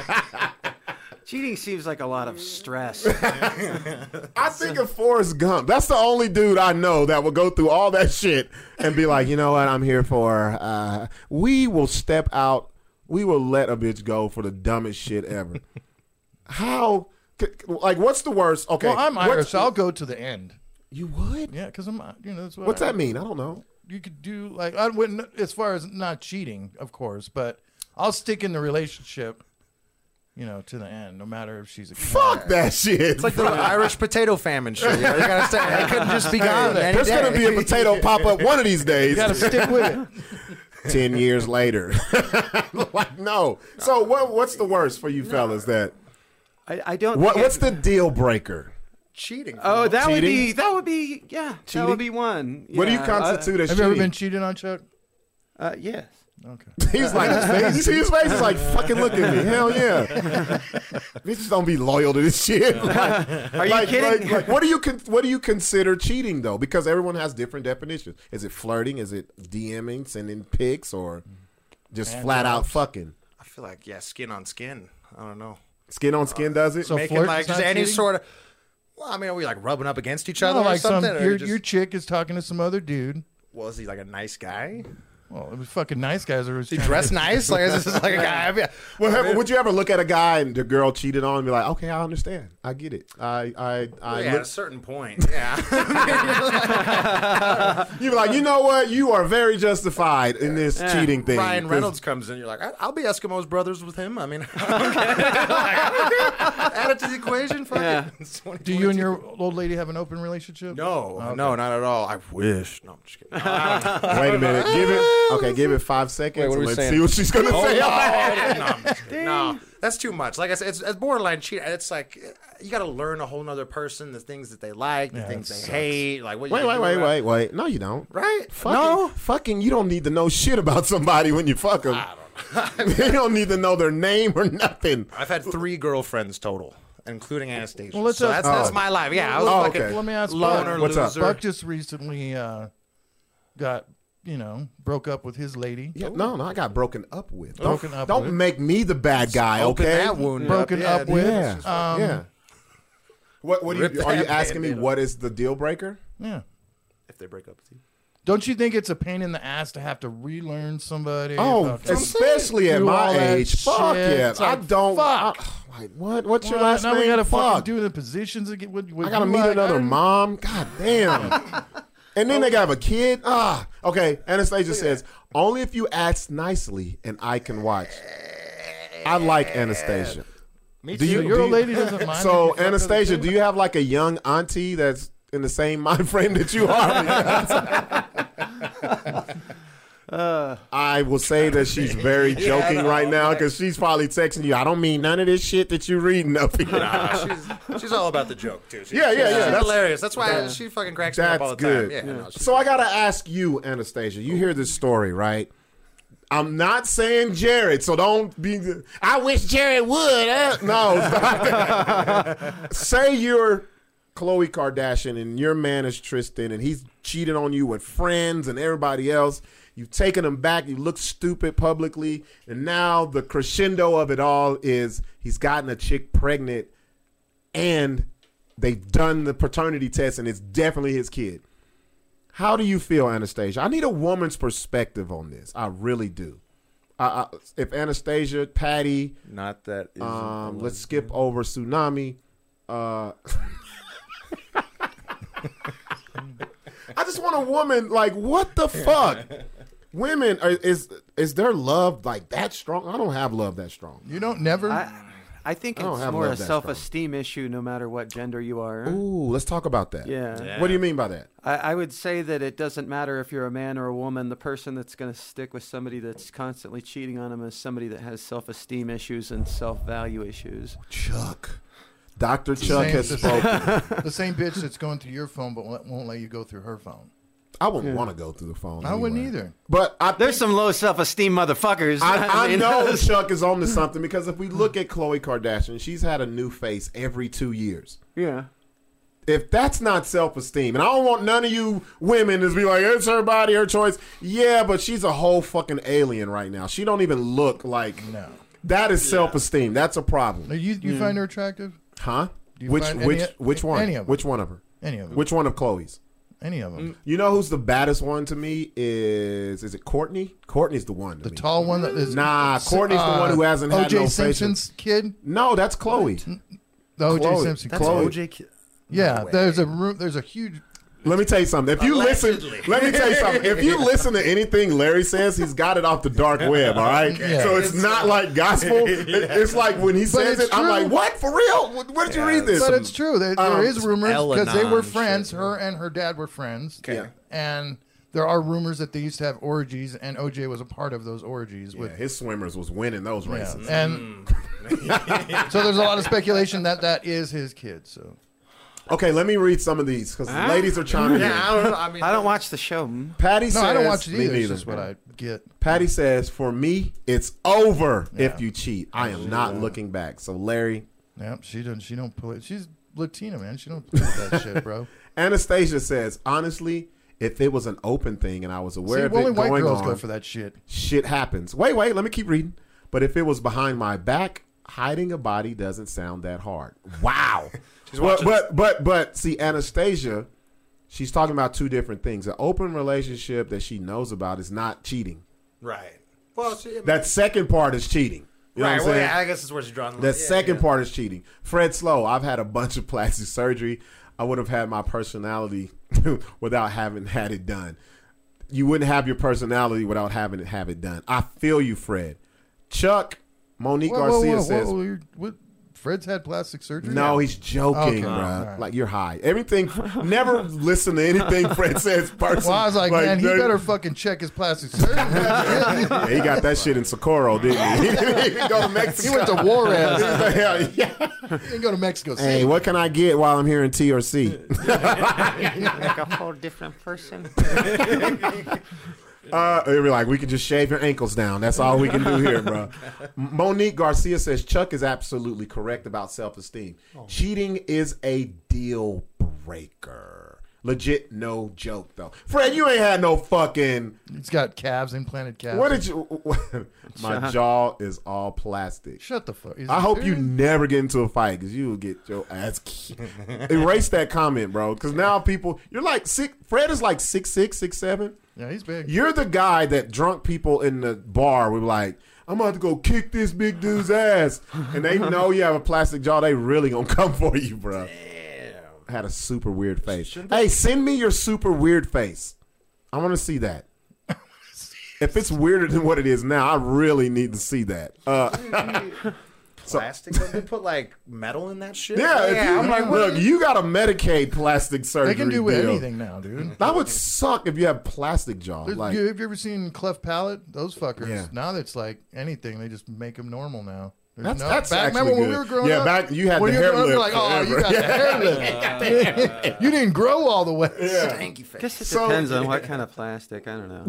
Speaker 2: [laughs]
Speaker 5: Cheating seems like a lot of stress.
Speaker 2: I think of Forrest Gump. That's the only dude I know that will go through all that shit and be like, you know what, I'm here for. Uh, we will step out. We will let a bitch go for the dumbest shit ever. [laughs] How? c- c- Like, what's the worst? Okay,
Speaker 3: Well, I'm
Speaker 2: what's-
Speaker 3: Irish. so I'll go to the end.
Speaker 2: You would?
Speaker 3: Yeah, because I'm, uh, you know, that's what
Speaker 2: What's
Speaker 3: I-
Speaker 2: that mean? I don't know.
Speaker 3: You could do like I wouldn't, as far as not cheating, of course, but I'll stick in the relationship, you know, to the end, no matter if she's
Speaker 2: [laughs]
Speaker 3: a
Speaker 2: Fuck that shit.
Speaker 4: It's
Speaker 2: [laughs]
Speaker 4: like the Irish potato famine shit. You know, you gotta say, it could just be gone. any
Speaker 2: There's gonna
Speaker 4: day.
Speaker 2: be a
Speaker 4: [laughs]
Speaker 2: potato pop up one of these days. [laughs]
Speaker 3: Got to stick with it.
Speaker 2: Ten years later, [laughs] like no. So what? What's the worst for you fellas? That
Speaker 5: I, I don't.
Speaker 2: what?
Speaker 5: think
Speaker 2: What's
Speaker 5: it-
Speaker 2: the deal breaker?
Speaker 4: cheating.
Speaker 5: Oh, that would be.
Speaker 2: Cheating?
Speaker 5: That would be. Yeah, that
Speaker 2: Cheating?
Speaker 5: would be one.
Speaker 2: What do you
Speaker 5: Yeah,
Speaker 2: constitute as
Speaker 3: Have you ever
Speaker 2: cheating?
Speaker 3: been cheated on, Chuck?
Speaker 5: Uh, uh,
Speaker 2: [laughs]
Speaker 5: yes.
Speaker 3: Okay.
Speaker 2: He's
Speaker 3: [laughs]
Speaker 2: like, his face, his face is like, fucking look at me. Hell yeah. Bitches don't be loyal to this shit. [laughs] Like,
Speaker 5: Are you
Speaker 2: like-
Speaker 5: kidding?
Speaker 2: like- like, what do you con- what do you consider cheating though? Because everyone has different definitions. Is it flirting? Is it DMing, sending pics, or just flat out fucking?
Speaker 4: I feel like yeah, skin on skin. I don't know.
Speaker 2: Skin on skin does it?
Speaker 3: So
Speaker 4: Making
Speaker 3: flirting's
Speaker 4: like just
Speaker 3: not
Speaker 4: any
Speaker 3: cheating?
Speaker 4: sort of. Well, I mean, are we like rubbing up against each
Speaker 3: No,
Speaker 4: other or
Speaker 3: like some
Speaker 4: something? or
Speaker 3: your,
Speaker 4: just,
Speaker 3: your chick is talking to some other dude.
Speaker 4: was he like a nice guy?
Speaker 3: Well, it was fucking nice guys. Are
Speaker 4: He dressed nice. Like this is
Speaker 2: [laughs]
Speaker 4: like a guy. I mean,
Speaker 2: Well, have- would you ever look at a guy and the girl cheated on and be like, okay, I understand. I get it. I, I, I.
Speaker 4: Uh, yeah, at a
Speaker 2: look-
Speaker 4: certain point. Yeah.
Speaker 2: [laughs]
Speaker 4: [laughs]
Speaker 2: You'd be like, you know what? You are very justified in this cheating thing.
Speaker 4: Ryan
Speaker 2: 'Cause-
Speaker 4: Reynolds comes in. You're like, I- I'll be Eskimos brothers with him. I mean, [laughs] add it to the equation. Fuck
Speaker 5: Yeah.
Speaker 4: it. [laughs] It's 2022.
Speaker 3: Do you and your old lady have an open relationship?
Speaker 4: No, no, not at all. I wish. No, I'm just kidding. I don't know.
Speaker 2: Wait a minute. Give it. Okay, give it five seconds.
Speaker 4: what are
Speaker 2: and
Speaker 4: we
Speaker 2: let's
Speaker 4: saying?
Speaker 2: see what she's gonna say.
Speaker 4: Oh, no, I'm just kidding. No, that's too much. Like I said, it's, it's borderline cheating. It's like you got to learn a whole nother person, the things that they like, the things they hate. Like what?
Speaker 2: [laughs]
Speaker 4: you
Speaker 2: Wait,
Speaker 4: can
Speaker 2: wait,
Speaker 4: do
Speaker 2: wait,
Speaker 4: around-
Speaker 2: wait, wait. No, you don't.
Speaker 4: Right?
Speaker 2: Fucking, fucking. You don't need to know shit about somebody when you fuck them. [laughs] you don't need to know their name or nothing.
Speaker 4: I've had three girlfriends total, including Anastasia.
Speaker 3: Well, let's
Speaker 4: so
Speaker 3: ask-
Speaker 4: that's, that's
Speaker 2: Oh.
Speaker 4: my life. Yeah. I was
Speaker 2: Oh,
Speaker 4: fucking
Speaker 2: okay.
Speaker 3: Let me ask Buck.
Speaker 4: loner
Speaker 2: What's up?
Speaker 4: loser.
Speaker 3: Buck just recently uh, got you know broke up with his lady.
Speaker 2: Yeah, no, no. I got broken up with. Don't,
Speaker 3: Broken up
Speaker 2: don't
Speaker 3: with.
Speaker 2: make me the bad guy.
Speaker 4: Open
Speaker 2: okay.
Speaker 4: that wound
Speaker 3: Broken
Speaker 4: up,
Speaker 3: up with.
Speaker 2: Yeah.
Speaker 3: Um,
Speaker 2: yeah. What? What do
Speaker 4: Rip
Speaker 2: you? Are you
Speaker 4: that
Speaker 2: asking me
Speaker 4: Band-Aid
Speaker 2: what is the deal breaker?
Speaker 3: Yeah.
Speaker 4: If they break up with you.
Speaker 3: Don't you think it's a pain in the ass to have to relearn somebody?
Speaker 2: Oh,
Speaker 3: Fucking-
Speaker 2: especially at
Speaker 3: Do all
Speaker 2: my
Speaker 3: that
Speaker 2: age. Fuck
Speaker 3: shit.
Speaker 2: yeah.
Speaker 3: It's
Speaker 2: I
Speaker 3: like,
Speaker 2: don't.
Speaker 3: fuck.
Speaker 2: I- like, what? What's your
Speaker 3: Well,
Speaker 2: last
Speaker 3: now
Speaker 2: name?
Speaker 3: we gotta
Speaker 2: fuck.
Speaker 3: fucking do the positions again. With, with
Speaker 2: I gotta
Speaker 3: you,
Speaker 2: meet
Speaker 3: like,
Speaker 2: another
Speaker 3: I-
Speaker 2: mom. God
Speaker 3: [laughs]
Speaker 2: damn. And then they gotta have a kid. Ah, okay. Anastasia says, "Only if you ask nicely, and I can watch." I like Anastasia.
Speaker 4: Me
Speaker 2: Do
Speaker 3: So
Speaker 2: you-
Speaker 3: your
Speaker 2: do you-
Speaker 3: old
Speaker 2: [laughs]
Speaker 3: lady doesn't mind. if you
Speaker 2: So,
Speaker 3: fuck other
Speaker 2: Anastasia,
Speaker 3: people?
Speaker 2: do you have like a young auntie that's in the same [laughs] mind frame that you are? I will say that she's very joking right now because she's probably texting you. I don't mean none of this shit that you reading up here.
Speaker 4: [laughs] she's, she's all about the joke too. She's,
Speaker 2: Yeah, yeah, yeah,
Speaker 4: She's
Speaker 2: that's-
Speaker 4: hilarious. That's why she fucking cracks me up all the time. Yeah, no, she's-
Speaker 2: so I gotta ask you, Anastasia. You hear this story, right? I'm not saying Jared, so don't be. I wish Jared would. eh?" No, stop that. [laughs] say you're Khloe Kardashian and your man is Tristan, and he's cheated on you with friends and everybody else. You've taken him back. You look stupid publicly, and now the crescendo of it all is he's gotten a chick pregnant and they've done the paternity test and it's definitely his kid. How do you feel, Anastasia? I need a woman's perspective on this. I really do. I, I, if Anastasia, Patty,
Speaker 4: not that. isn't
Speaker 2: um, let's skip over tsunami. Uh, [laughs] I just want a woman like what the fuck. Women are, is is their love like that strong? I don't have love that strong.
Speaker 3: You don't never.
Speaker 5: I, I think
Speaker 2: I don't
Speaker 5: it's
Speaker 2: have
Speaker 5: more
Speaker 2: love
Speaker 5: a
Speaker 2: that strong.
Speaker 5: self-esteem issue, no matter what gender you are.
Speaker 2: Ooh, let's talk about that.
Speaker 5: Yeah. Yeah.
Speaker 2: What do you mean by that?
Speaker 5: I, I would say that it doesn't matter if you're a man or a woman. The person that's going to stick with somebody that's constantly cheating on them is somebody that has self-esteem issues and self-value issues.
Speaker 2: Chuck. Dr. Chuck
Speaker 3: same
Speaker 2: has
Speaker 3: system.
Speaker 2: spoken. [laughs]
Speaker 3: the same bitch that's going through your phone but won't won't let you go through her phone.
Speaker 2: I wouldn't want to go through the phone.
Speaker 3: I wouldn't
Speaker 2: anyway.
Speaker 3: either.
Speaker 2: But I
Speaker 5: There's some low self esteem motherfuckers. [laughs]
Speaker 2: I, I
Speaker 5: mean,
Speaker 2: know Chuck is on to something because if we look at Khloe Kardashian, she's had a new face every two years.
Speaker 5: Yeah.
Speaker 2: If that's not self esteem, and I don't want none of you women to be like, it's her body, her choice. Yeah, but she's a whole fucking alien right now. She don't even look like.
Speaker 3: No.
Speaker 2: That is self esteem. That's a
Speaker 3: Now,
Speaker 2: problem,
Speaker 3: you you find her attractive?
Speaker 2: huh?
Speaker 3: you
Speaker 2: Which
Speaker 3: find
Speaker 2: which
Speaker 3: any-
Speaker 2: which one?
Speaker 3: any of 'em?
Speaker 2: Which one of her?
Speaker 3: Any of them?
Speaker 2: Which one of Chloe's?
Speaker 3: Any of them?
Speaker 2: You know who's the baddest one to me is is it Courtney? Courtney's the one. To
Speaker 3: The
Speaker 2: me.
Speaker 3: tall one that is
Speaker 2: Mm. Nah, Courtney's the one who hasn't
Speaker 3: OJ
Speaker 2: had no facial.
Speaker 3: Simpson's kid.
Speaker 2: no, that's Chloe.
Speaker 3: The OJ
Speaker 2: Chloe.
Speaker 3: Simpson.
Speaker 2: That's
Speaker 3: kid.
Speaker 2: Chloe.
Speaker 4: OJ.
Speaker 3: Yeah, there's a room. There's a huge.
Speaker 2: Let me tell you something. If you
Speaker 4: Allegedly.
Speaker 2: listen, let me tell you something. If
Speaker 4: [laughs]
Speaker 2: you listen to anything Larry says, he's got it off the dark web. All right,
Speaker 3: Yeah.
Speaker 2: so it's, not like
Speaker 4: [laughs]
Speaker 2: gospel. It- It's like when he says
Speaker 3: it's
Speaker 2: it, I'm
Speaker 3: true.
Speaker 2: like, what for real? Where where did you read this?
Speaker 3: But it's true. There, there
Speaker 2: um,
Speaker 3: is rumors because they were
Speaker 4: Elanon
Speaker 3: friends.
Speaker 4: shit.
Speaker 3: Her and her dad were friends.
Speaker 2: Yeah.
Speaker 3: And there are rumors that they used to have orgies, and OJ was a part of those orgies
Speaker 2: Yeah,
Speaker 3: with.
Speaker 2: his swimmers was Mm. winning those
Speaker 3: Yeah.
Speaker 2: races.
Speaker 3: And [laughs] so there's a lot of speculation that that is his kid. So
Speaker 2: Okay, let me read some of these because ladies are chiming
Speaker 4: Yeah,
Speaker 2: in.
Speaker 4: I don't know. I mean,
Speaker 5: I don't watch the show. [laughs]
Speaker 2: Patty
Speaker 3: no,
Speaker 2: says,
Speaker 3: I don't watch it
Speaker 2: Me
Speaker 3: either. It's just what I get.
Speaker 2: Patty says, for me, it's over
Speaker 3: Yeah.
Speaker 2: if you cheat. I am not looking back. So Larry,
Speaker 3: Yep, she doesn't. She don't play. She's Latina, man. She don't play
Speaker 2: [laughs]
Speaker 3: with that shit, bro.
Speaker 2: Anastasia says, honestly, if it was an open thing and I was aware
Speaker 3: See,
Speaker 2: of
Speaker 3: only
Speaker 2: it
Speaker 3: white
Speaker 2: going
Speaker 3: girls
Speaker 2: on,
Speaker 3: go for that shit.
Speaker 2: shit happens. Wait, wait, let me keep reading. But if it was behind my back, hiding a body doesn't sound that hard.
Speaker 4: [laughs]
Speaker 2: Wow. but, but but but see Anastasia, she's talking about two different things. An open relationship that she knows about is not cheating.
Speaker 4: Right. Well, see, I mean-
Speaker 2: That second part is cheating. You know what
Speaker 4: right.
Speaker 2: I'm
Speaker 4: well,
Speaker 2: saying?
Speaker 4: yeah, I guess that's where she's drawing the
Speaker 2: The
Speaker 4: line. Yeah,
Speaker 2: second
Speaker 4: yeah.
Speaker 2: part is cheating. Fred Slow, I've had a bunch of plastic surgery. I would have had my personality without having had it done. You wouldn't have your personality without having it have it done. I feel you, Fred. Chuck Monique
Speaker 3: Whoa, whoa,
Speaker 2: Garcia
Speaker 3: whoa,
Speaker 2: says,
Speaker 3: whoa, you're- what, Fred's had plastic surgery.
Speaker 2: "No, he's joking, bruh.
Speaker 3: Okay. All right.
Speaker 2: Like you're high. Everything. Never listen to anything Fred says. Person.
Speaker 3: Well, I was like, man, he
Speaker 2: that-
Speaker 3: better fucking check his
Speaker 2: [laughs]
Speaker 3: plastic surgery.
Speaker 2: Yeah, he got that shit in Socorro, didn't he? he didn't even go to
Speaker 3: he
Speaker 2: Mexico.
Speaker 3: went to Juarez.
Speaker 2: Yeah, yeah.
Speaker 3: He didn't go to Mexico City.
Speaker 2: Hey, what can I get while I'm here in TRC?
Speaker 1: Like a whole different person.
Speaker 2: Uh, they were like, we can just shave your ankles down. That's all we can do here, bro. Monique Garcia says Chuck is absolutely correct about self esteem. Cheating is a deal breaker. Legit, no joke though. Fred, you ain't had no fucking.
Speaker 3: He's got calves, implanted calves.
Speaker 2: What did you? [laughs] My jaw is all plastic.
Speaker 3: Shut the fuck. Is
Speaker 2: I
Speaker 3: he
Speaker 2: hope you
Speaker 3: serious?
Speaker 2: never get into a fight because you will get your ass. kicked. Erase that comment, bro. Because now people, you're like six. Fred is like six six six seven.
Speaker 3: Yeah, he's big.
Speaker 2: You're the guy that drunk people in the bar were like, I'm about to go kick this big dude's ass. And they know you have a plastic jaw, they really gonna come for you, bro. Had a super weird face. Hey, send me your super weird face. I wanna see that. If it's weirder than what it is now, I really need to see that. Uh,
Speaker 4: Plastic. Don't they put like metal in that shit.
Speaker 2: yeah, if you,
Speaker 4: I'm like,
Speaker 2: look, you got a Medicaid plastic surgery.
Speaker 3: they can do with
Speaker 2: deal.
Speaker 3: anything now, dude.
Speaker 2: That would suck if you have plastic jaw.
Speaker 3: There's-
Speaker 2: Like,
Speaker 3: you- have you ever seen cleft palate? Those fuckers.
Speaker 2: Yeah.
Speaker 3: Now that's like anything. They just make them normal now. There's
Speaker 2: That's,
Speaker 3: no,
Speaker 2: that's
Speaker 3: back,
Speaker 2: actually
Speaker 3: remember
Speaker 2: good.
Speaker 3: when we were growing
Speaker 2: yeah,
Speaker 3: up?
Speaker 2: back you had
Speaker 3: when
Speaker 2: the
Speaker 3: you were
Speaker 2: hair
Speaker 3: growing up, you're
Speaker 2: lip
Speaker 3: like, oh, you
Speaker 2: forever.
Speaker 3: got
Speaker 2: Yeah. [laughs]
Speaker 3: the hair lip. you didn't grow all the way.
Speaker 4: Stanky face.
Speaker 5: Guess it
Speaker 2: So-
Speaker 5: depends on what kind of plastic. I
Speaker 2: [laughs]
Speaker 5: don't know.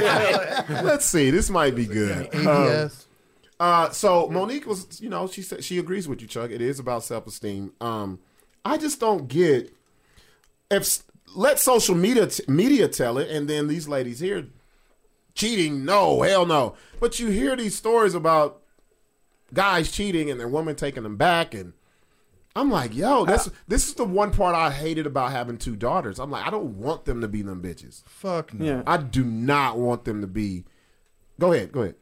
Speaker 2: Let's see. This might be good.
Speaker 3: ABS.
Speaker 2: Uh, so Monique was, you know, she said she agrees with you, Chuck. It is about self esteem. Um, I just don't get if s- let social media t- media tell it, and then these ladies here cheating. No, hell no. But you hear these stories about guys cheating and their woman taking them back, and I'm like, yo, this this is the one part I hated about having two daughters. I'm like, I don't want them to be them bitches.
Speaker 3: Fuck no.
Speaker 5: Yeah.
Speaker 2: I do not want them to be. Go ahead, go ahead.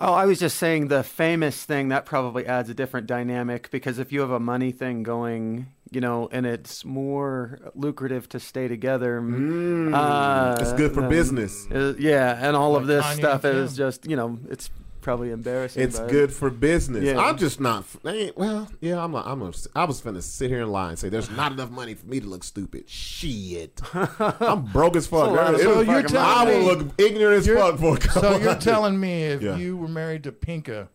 Speaker 5: Oh, I was just saying the famous thing that probably adds a different dynamic because if you have a money thing going, you know, and it's more lucrative to stay together.
Speaker 2: Mm.
Speaker 5: uh,
Speaker 2: It's good for
Speaker 5: um,
Speaker 2: business.
Speaker 5: uh, yeah, and all of this
Speaker 3: Kanye
Speaker 5: stuff
Speaker 3: and
Speaker 5: is
Speaker 3: Kim.
Speaker 5: just, you know, it's probably embarrassing.
Speaker 2: It's
Speaker 5: but-
Speaker 2: good for business.
Speaker 5: Yeah.
Speaker 2: I'm just not. I ain't- Well, yeah, I'm. Not, I'm. A, I was finna sit here and lie and say there's not enough money for me to look stupid.
Speaker 3: [laughs]
Speaker 2: Shit, I'm broke as fuck.
Speaker 5: lot of
Speaker 2: It was-
Speaker 5: So you're
Speaker 3: telling
Speaker 2: I will
Speaker 3: me-
Speaker 2: look ignorant as
Speaker 3: You're-
Speaker 2: fuck for a couple.
Speaker 3: So you're
Speaker 2: hundred.
Speaker 3: telling me if
Speaker 2: Yeah.
Speaker 3: you were married to Pinka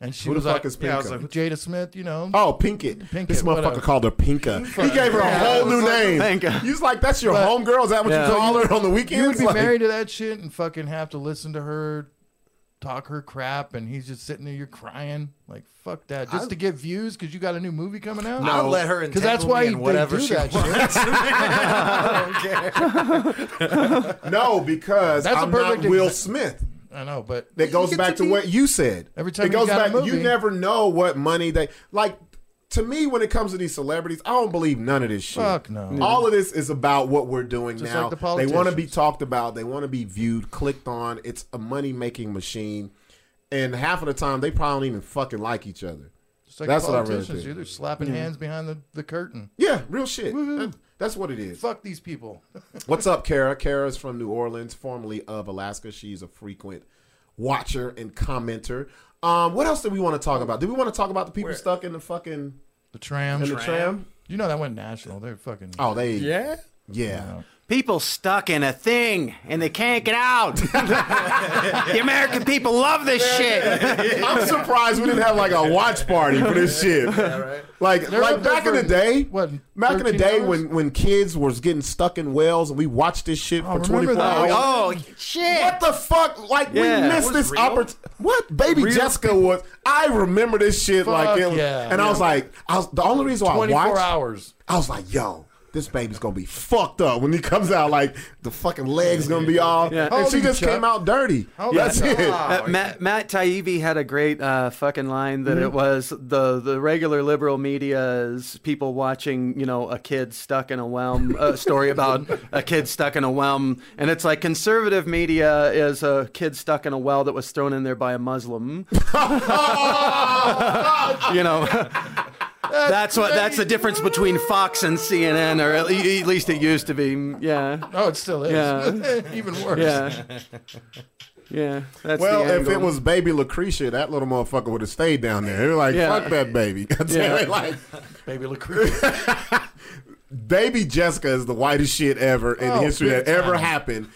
Speaker 3: And she
Speaker 2: Who the
Speaker 3: was
Speaker 2: fuck
Speaker 3: like,
Speaker 2: is
Speaker 3: yeah, I was
Speaker 2: Pinka?
Speaker 3: like, Jada Smith, you know.
Speaker 2: Oh, Pinkett.
Speaker 3: Pinkett,
Speaker 2: this motherfucker
Speaker 3: whatever.
Speaker 2: called her Pinka. He gave her a whole new name.
Speaker 5: Pinka.
Speaker 2: You was like, that's your
Speaker 3: But-
Speaker 2: homegirl? Is that what
Speaker 5: Yeah.
Speaker 2: you call her on the
Speaker 3: you would
Speaker 2: weekends?
Speaker 3: be
Speaker 2: Like, [laughs]
Speaker 3: married [laughs] to that shit and fucking have to listen to her talk her crap, and he's just sitting there, you're crying like fuck that, just to get views because you got a new movie coming out.
Speaker 4: I'll let her
Speaker 3: because that's
Speaker 4: entangle
Speaker 3: why
Speaker 4: me
Speaker 3: they
Speaker 4: in whatever
Speaker 3: do
Speaker 4: she
Speaker 3: that shit.
Speaker 2: No, because
Speaker 3: That's a
Speaker 2: I'm
Speaker 3: perfect
Speaker 2: not Will
Speaker 3: exa-
Speaker 2: Smith.
Speaker 3: [laughs] I know, but
Speaker 2: That goes back to what you said.
Speaker 3: Every time
Speaker 2: it
Speaker 3: you
Speaker 2: goes
Speaker 3: got a
Speaker 2: back, you
Speaker 3: movie.
Speaker 2: never know what money they like. To me, when it comes to these celebrities, I don't believe none of this shit.
Speaker 3: Fuck no.
Speaker 2: All of this is about what we're doing
Speaker 3: Just
Speaker 2: now.
Speaker 3: like the
Speaker 2: they want to
Speaker 3: politicians.
Speaker 2: be talked about. They want to be viewed, clicked on. It's a money making machine, and half of the time they probably don't even fucking like each other.
Speaker 3: it's like
Speaker 2: That's what I really
Speaker 3: politicians,
Speaker 2: think.
Speaker 3: dude, they're slapping hands behind the, the curtain.
Speaker 2: Yeah, real shit. That- that's what it is.
Speaker 3: Fuck these people.
Speaker 2: What's up, Kara? Kara's from New Orleans, formerly of Alaska. She's a frequent watcher and commenter. Um, what else did we want to talk about? Did we want to talk about the people stuck in the fucking
Speaker 3: The tram.
Speaker 2: in the tram?
Speaker 3: You know that went national. They're fucking.
Speaker 5: Uh,
Speaker 2: Oh, they yeah yeah.
Speaker 5: People stuck in a thing and they can't get out. [laughs] the American people
Speaker 2: [laughs]
Speaker 5: love this
Speaker 2: [laughs]
Speaker 5: shit.
Speaker 2: I'm surprised we didn't have like a watch party for this shit. Like
Speaker 3: They're
Speaker 2: like
Speaker 3: up there
Speaker 2: back in
Speaker 3: for,
Speaker 2: the day.
Speaker 3: what,
Speaker 2: Back in the
Speaker 3: 13
Speaker 2: day
Speaker 3: hours?
Speaker 2: when, when kids was getting stuck in wells and we watched this shit
Speaker 3: Oh,
Speaker 2: for 24
Speaker 3: remember that.
Speaker 2: hours.
Speaker 5: Oh, shit.
Speaker 2: What the fuck? Like we
Speaker 5: Yeah. Oh,
Speaker 2: missed
Speaker 5: It
Speaker 2: this opportunity. What baby Jessica was? I remember this shit
Speaker 3: Fuck
Speaker 2: like it,
Speaker 3: yeah.
Speaker 2: and I was like, I was the only reason why I
Speaker 3: 24
Speaker 2: watched.
Speaker 3: hours.
Speaker 2: I was like, yo. This baby's gonna be fucked up when he comes out. Like the fucking legs gonna be all,
Speaker 5: Yeah.
Speaker 2: and
Speaker 3: old
Speaker 2: she
Speaker 3: are you,
Speaker 2: just
Speaker 3: Chuck?
Speaker 2: came out dirty.
Speaker 3: old are
Speaker 2: That's
Speaker 3: you, Mm-hmm.
Speaker 2: it.
Speaker 5: Uh, Matt, Matt Taibbi had a great uh, fucking line that it was the, the regular liberal media's people watching, you know, a kid stuck in a whelm,
Speaker 3: [laughs]
Speaker 5: a story about a kid stuck in a whelm. And it's like conservative media is a kid stuck in a well that was thrown in there by
Speaker 3: [laughs]
Speaker 5: a Muslim. [laughs] you know, that's what that's the difference between Fox and CNN, or at, le- at least it used to be. Yeah.
Speaker 3: Oh, it still is.
Speaker 5: Yeah.
Speaker 3: Even worse. [laughs]
Speaker 5: Yeah. Yeah. That's
Speaker 2: Well,
Speaker 5: the
Speaker 2: if it
Speaker 5: angle.
Speaker 2: was baby Lucretia, that little motherfucker would have stayed down there. They were like,
Speaker 5: Yeah.
Speaker 2: fuck that baby. [laughs]
Speaker 5: Yeah.
Speaker 2: They like,
Speaker 3: Baby LaCruz.
Speaker 2: baby Jessica is the whitest shit ever in
Speaker 3: Oh,
Speaker 2: history that
Speaker 3: big
Speaker 2: ever
Speaker 3: time.
Speaker 2: happened.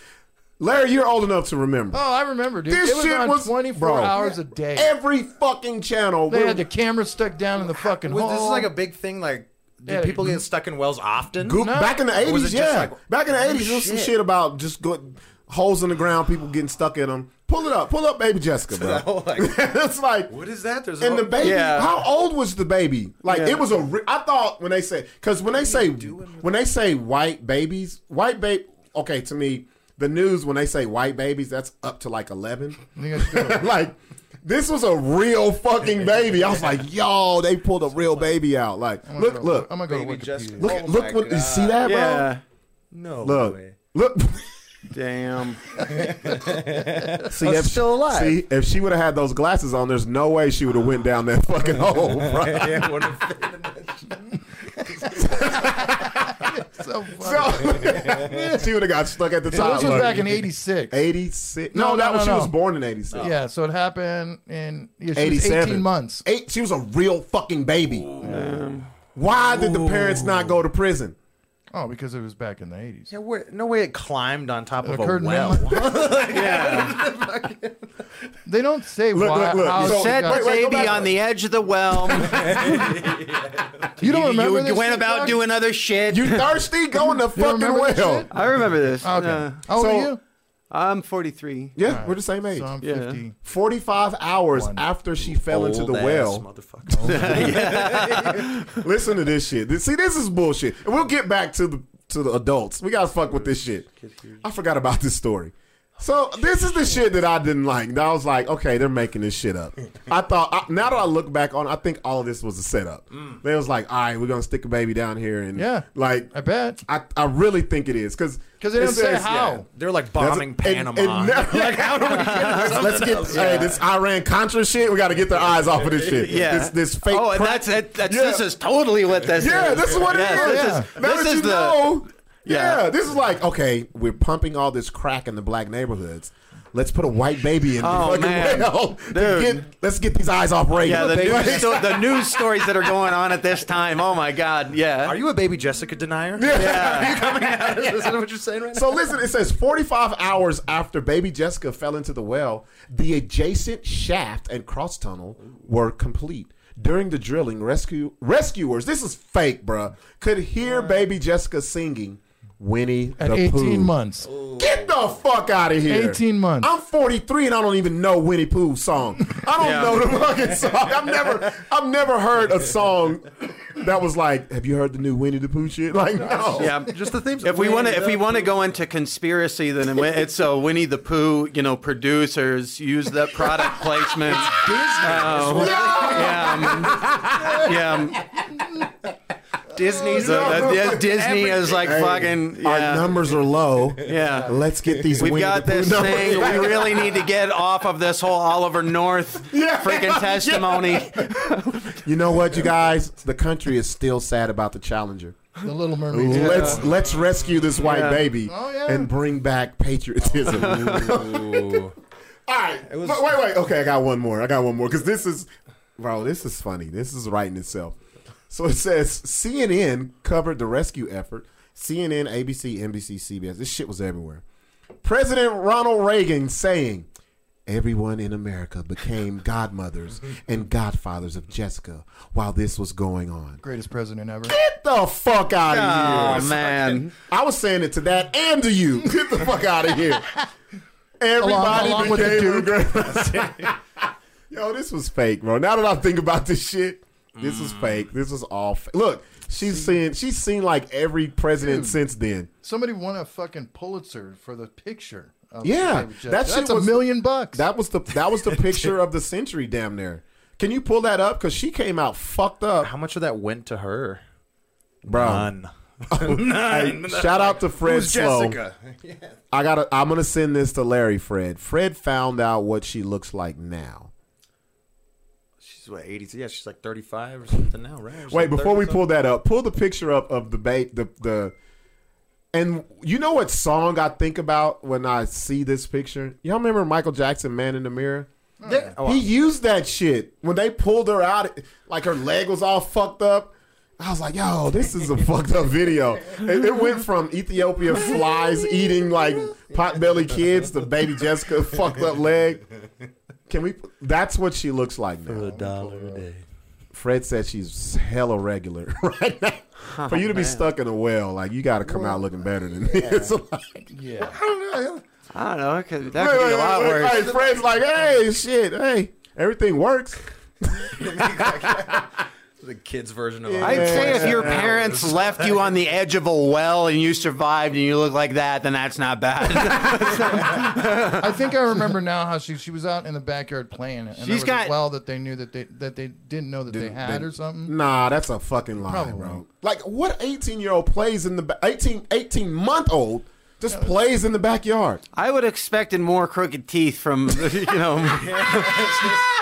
Speaker 2: Larry, you're old enough to remember.
Speaker 3: Oh, I remember, dude.
Speaker 2: This
Speaker 3: it was
Speaker 2: shit
Speaker 3: on
Speaker 2: was-
Speaker 3: 24
Speaker 2: bro.
Speaker 3: hours a day.
Speaker 2: Every fucking channel.
Speaker 3: they
Speaker 2: will-
Speaker 3: had the camera stuck down in the fucking
Speaker 4: Was
Speaker 3: hall.
Speaker 4: this like a big thing? Like, did
Speaker 3: Yeah,
Speaker 4: people
Speaker 3: they-
Speaker 4: get stuck in wells often?
Speaker 2: Goop- back in the
Speaker 4: Or was
Speaker 2: eighties,
Speaker 4: it just
Speaker 2: yeah.
Speaker 4: like-
Speaker 2: back in the eighties, there was some shit about just go, holes in the ground, people getting stuck in them. Pull it up, pull up, baby Jessica,
Speaker 4: [laughs]
Speaker 2: bro. [laughs]
Speaker 4: like,
Speaker 2: it's like
Speaker 4: Oh what is that? There's a
Speaker 2: and the
Speaker 4: whole-
Speaker 2: baby.
Speaker 5: Yeah.
Speaker 2: How old was the baby? Like
Speaker 5: Yeah.
Speaker 2: it was a. Re- I thought when they say because when they say when they say white babies, white babe. Okay, to me, the news when they say white babies, that's up to like eleven.
Speaker 3: You guys go,
Speaker 2: [laughs] like this was a real fucking baby. I was like, yo, they pulled a real baby out. Like
Speaker 3: I'm gonna
Speaker 2: look,
Speaker 3: go-
Speaker 2: look,
Speaker 3: I'm gonna go to
Speaker 4: Baby Jessica.
Speaker 3: Wikipedia.
Speaker 2: look,
Speaker 4: Oh
Speaker 2: look.
Speaker 4: my
Speaker 2: What you see
Speaker 4: God.
Speaker 2: that, bro?
Speaker 5: Yeah.
Speaker 4: no
Speaker 2: Look,
Speaker 4: way. [laughs]
Speaker 2: look.
Speaker 5: Damn.
Speaker 2: [laughs] See, if, still alive. See, if she would have had those glasses on, there's no way she would have went down that [laughs] fucking hole, bro.
Speaker 4: Yeah, what if-
Speaker 3: So fucking-
Speaker 2: [laughs] So, [laughs] she would have got stuck at the top.
Speaker 3: this was
Speaker 2: like,
Speaker 3: back in '86.
Speaker 2: 86. No,
Speaker 3: No,
Speaker 2: that
Speaker 3: no,
Speaker 2: was
Speaker 3: no,
Speaker 2: she
Speaker 3: no.
Speaker 2: was born in 86.
Speaker 3: Yeah, so it happened in yeah, she was
Speaker 2: 87.
Speaker 3: 18 months.
Speaker 2: Eight, she was a real fucking baby. Why did the parents not go to prison?
Speaker 3: Oh, because it was back in the '80s.
Speaker 4: Yeah, where- no way it climbed on top
Speaker 3: It
Speaker 4: of
Speaker 3: occurred in
Speaker 4: a well.
Speaker 3: Denmark.
Speaker 5: Yeah.
Speaker 3: [laughs] They don't say
Speaker 2: Look,
Speaker 3: why.
Speaker 2: look, look.
Speaker 3: how
Speaker 2: So-
Speaker 3: she
Speaker 5: Said
Speaker 3: got-
Speaker 2: Oh, Wait, wait, go
Speaker 5: baby
Speaker 2: back.
Speaker 5: on the edge of
Speaker 2: [laughs]
Speaker 5: the well.
Speaker 3: you don't
Speaker 5: you
Speaker 3: remember this
Speaker 5: went
Speaker 3: shit,
Speaker 5: about
Speaker 3: Doc?
Speaker 5: doing other
Speaker 2: [laughs]
Speaker 5: shit.
Speaker 2: You thirsty? Go in the fucking
Speaker 3: remember that
Speaker 2: well.
Speaker 3: shit?
Speaker 5: I remember this.
Speaker 3: Okay.
Speaker 5: Uh,
Speaker 3: how old
Speaker 2: So-
Speaker 3: are you?
Speaker 5: I'm 43.
Speaker 2: Yeah, we're the same age.
Speaker 3: So I'm
Speaker 5: Yeah.
Speaker 3: 50.
Speaker 2: 45 hours after she fell into the
Speaker 4: Old-ass
Speaker 2: well.
Speaker 4: motherfucker.
Speaker 2: Listen to this shit. See, this is bullshit. And we'll get back to the to the adults. We gotta fuck with this shit. I forgot about this story. So this is the shit that I didn't like. And I was like, okay, they're making this shit up. I thought I, now that I look back on, it, I think all of this was a setup. They was like, all right, we're gonna stick a baby down here, and
Speaker 3: Yeah.
Speaker 2: like
Speaker 3: I bet.
Speaker 2: I, I really think it is because
Speaker 3: 'Cause they don't say how.
Speaker 4: Yeah, They're like
Speaker 2: That's-
Speaker 4: bombing
Speaker 2: and-
Speaker 4: Panama.
Speaker 2: [laughs] and now- Let's get hey, this Iran Contra shit. We got to get their eyes off of this shit.
Speaker 5: Yeah.
Speaker 2: this, this fake.
Speaker 5: Oh, and
Speaker 2: prank-
Speaker 5: that's it. That's
Speaker 2: Yeah.
Speaker 5: this is totally what this is.
Speaker 2: Yeah, this is what it
Speaker 5: Yes,
Speaker 2: is.
Speaker 5: this
Speaker 3: Yeah.
Speaker 5: is-
Speaker 2: Now
Speaker 5: this
Speaker 2: that
Speaker 5: is
Speaker 2: you
Speaker 5: the-
Speaker 2: know, yeah.
Speaker 5: Yeah.
Speaker 2: this is like okay, we're pumping all this crack in the black neighborhoods. let's put a white baby in
Speaker 5: Oh,
Speaker 2: the fucking
Speaker 5: man.
Speaker 2: well. to
Speaker 5: Dude.
Speaker 2: get- let's get these eyes off Reagan. [laughs]
Speaker 5: Yeah, the
Speaker 2: Like,
Speaker 5: news, sto- the news stories that are going on at this time. Oh my God. Yeah.
Speaker 4: Are you a baby Jessica denier? Is that what you're saying right now?
Speaker 2: So listen, it says 45 hours after baby Jessica fell into the well, the adjacent shaft and cross tunnel were complete. During the drilling, rescue rescuers, this is fake, bruh, could hear baby Jessica singing Winnie
Speaker 3: At
Speaker 2: the
Speaker 3: 18
Speaker 2: Pooh.
Speaker 3: months.
Speaker 2: Get the fuck out of here.
Speaker 3: 18 months.
Speaker 2: I'm 43 and I don't even know Winnie Pooh's song. I don't
Speaker 5: Yeah.
Speaker 2: know the fucking song. I've never I've never heard a song that was like, have you heard the new Winnie the Pooh shit? Like no. [laughs]
Speaker 5: Yeah.
Speaker 4: Just the themes.
Speaker 5: If we want to, if
Speaker 2: uh,
Speaker 5: we want to go into conspiracy, then it went- it's so Winnie the Pooh. You know, producers use that product placement. Oh, yeah, um, yeah.
Speaker 4: Disney's
Speaker 5: So that- Um, yeah, Disney is like fucking.
Speaker 2: Our
Speaker 5: Yeah,
Speaker 2: numbers are low.
Speaker 5: yeah.
Speaker 2: Let's get these.
Speaker 5: We've
Speaker 2: Winnie
Speaker 5: got
Speaker 2: the Pooh
Speaker 5: this
Speaker 2: numbers.
Speaker 5: thing. We really need to get off of this whole
Speaker 2: [laughs]
Speaker 5: Oliver North freaking testimony.
Speaker 2: You know what, you guys? The country is still sad about the Challenger.
Speaker 3: The Little Mermaid.
Speaker 2: Let's let's rescue this white
Speaker 5: Yeah.
Speaker 2: baby
Speaker 3: Oh, yeah.
Speaker 2: and bring back patriotism. All right, but wait, wait. Okay, I got one more. I got one more because this is, bro. This is funny. This is writing itself. So it says CNN covered the rescue effort. CNN, ABC, NBC, CBS. This shit was everywhere. President Ronald Reagan saying, Everyone in America became godmothers and godfathers of Jessica while this was going on.
Speaker 3: Greatest president ever.
Speaker 2: Get the fuck out of
Speaker 5: Oh
Speaker 2: here.
Speaker 5: man.
Speaker 2: I was saying it to that and to you. Get the fuck out of here. Everybody
Speaker 3: [laughs] along with the
Speaker 2: became a great president. [laughs] Yo, this was fake, bro. Now that I think about this shit, this
Speaker 3: Mm.
Speaker 2: was fake. This was all fake. Look, she's seen she's seen like every president since then.
Speaker 3: Somebody won a fucking Pulitzer for the picture. Of
Speaker 2: Yeah,
Speaker 3: David Jefferson.
Speaker 2: that shit
Speaker 3: That's a
Speaker 2: was-
Speaker 3: million bucks. [laughs]
Speaker 2: That was the that was the picture of the century, damn near. Can you pull that up? Cause she came out fucked up,
Speaker 3: [laughs]
Speaker 4: How much of that went to her? Oh,
Speaker 2: bro. [laughs] Hey, shout out to Fred
Speaker 4: Who's
Speaker 2: Slow.
Speaker 4: Jessica?
Speaker 2: I gotta. I'm gonna send this to Larry. Fred. Fred found out what she looks like now.
Speaker 4: She's what, 82? Yeah, she's like 35 or something now, right? She's
Speaker 2: Wait,
Speaker 4: like
Speaker 2: before
Speaker 4: 30
Speaker 2: we
Speaker 4: something.
Speaker 2: pull that up, pull the picture up of the bait. The the. And you know what song I think about when I see this picture? Y'all remember Michael Jackson, "Man in the Mirror"?
Speaker 4: Yeah. Oh,
Speaker 2: He used that shit when they pulled her out. Like her leg was all fucked up. I was like, "Yo, this is a [laughs] fucked up video." It, it went from Ethiopia flies eating like potbelly kids to baby Jessica fucked up leg. Can we? That's what she looks like now.
Speaker 10: dollar a day.
Speaker 2: Fred said she's hella regular [laughs] right now. For you to be
Speaker 5: Oh,
Speaker 2: stuck in a well, like you got to come out looking better than this. [laughs] Like,
Speaker 3: yeah.
Speaker 5: I don't know. It could, that could be a lot
Speaker 2: Hey,
Speaker 5: worse.
Speaker 2: Hey, Fred's like, hey, shit, hey, everything works.
Speaker 4: the kids' version of
Speaker 5: I'd say if your
Speaker 2: [laughs]
Speaker 5: parents left you on the edge of a well and you survived and you look like that, then that's not bad. [laughs]
Speaker 3: I think I remember now how she she was out in the backyard playing, and there
Speaker 5: She's
Speaker 3: was
Speaker 5: got-
Speaker 3: a well that they knew that they that they didn't know that they had or something.
Speaker 2: Nah, that's a fucking lie,
Speaker 3: Probably.
Speaker 2: bro. Like, what 18 year old plays in the ba- 18 18 month old just plays in the backyard?
Speaker 5: I would expected more crooked teeth from [laughs] you know,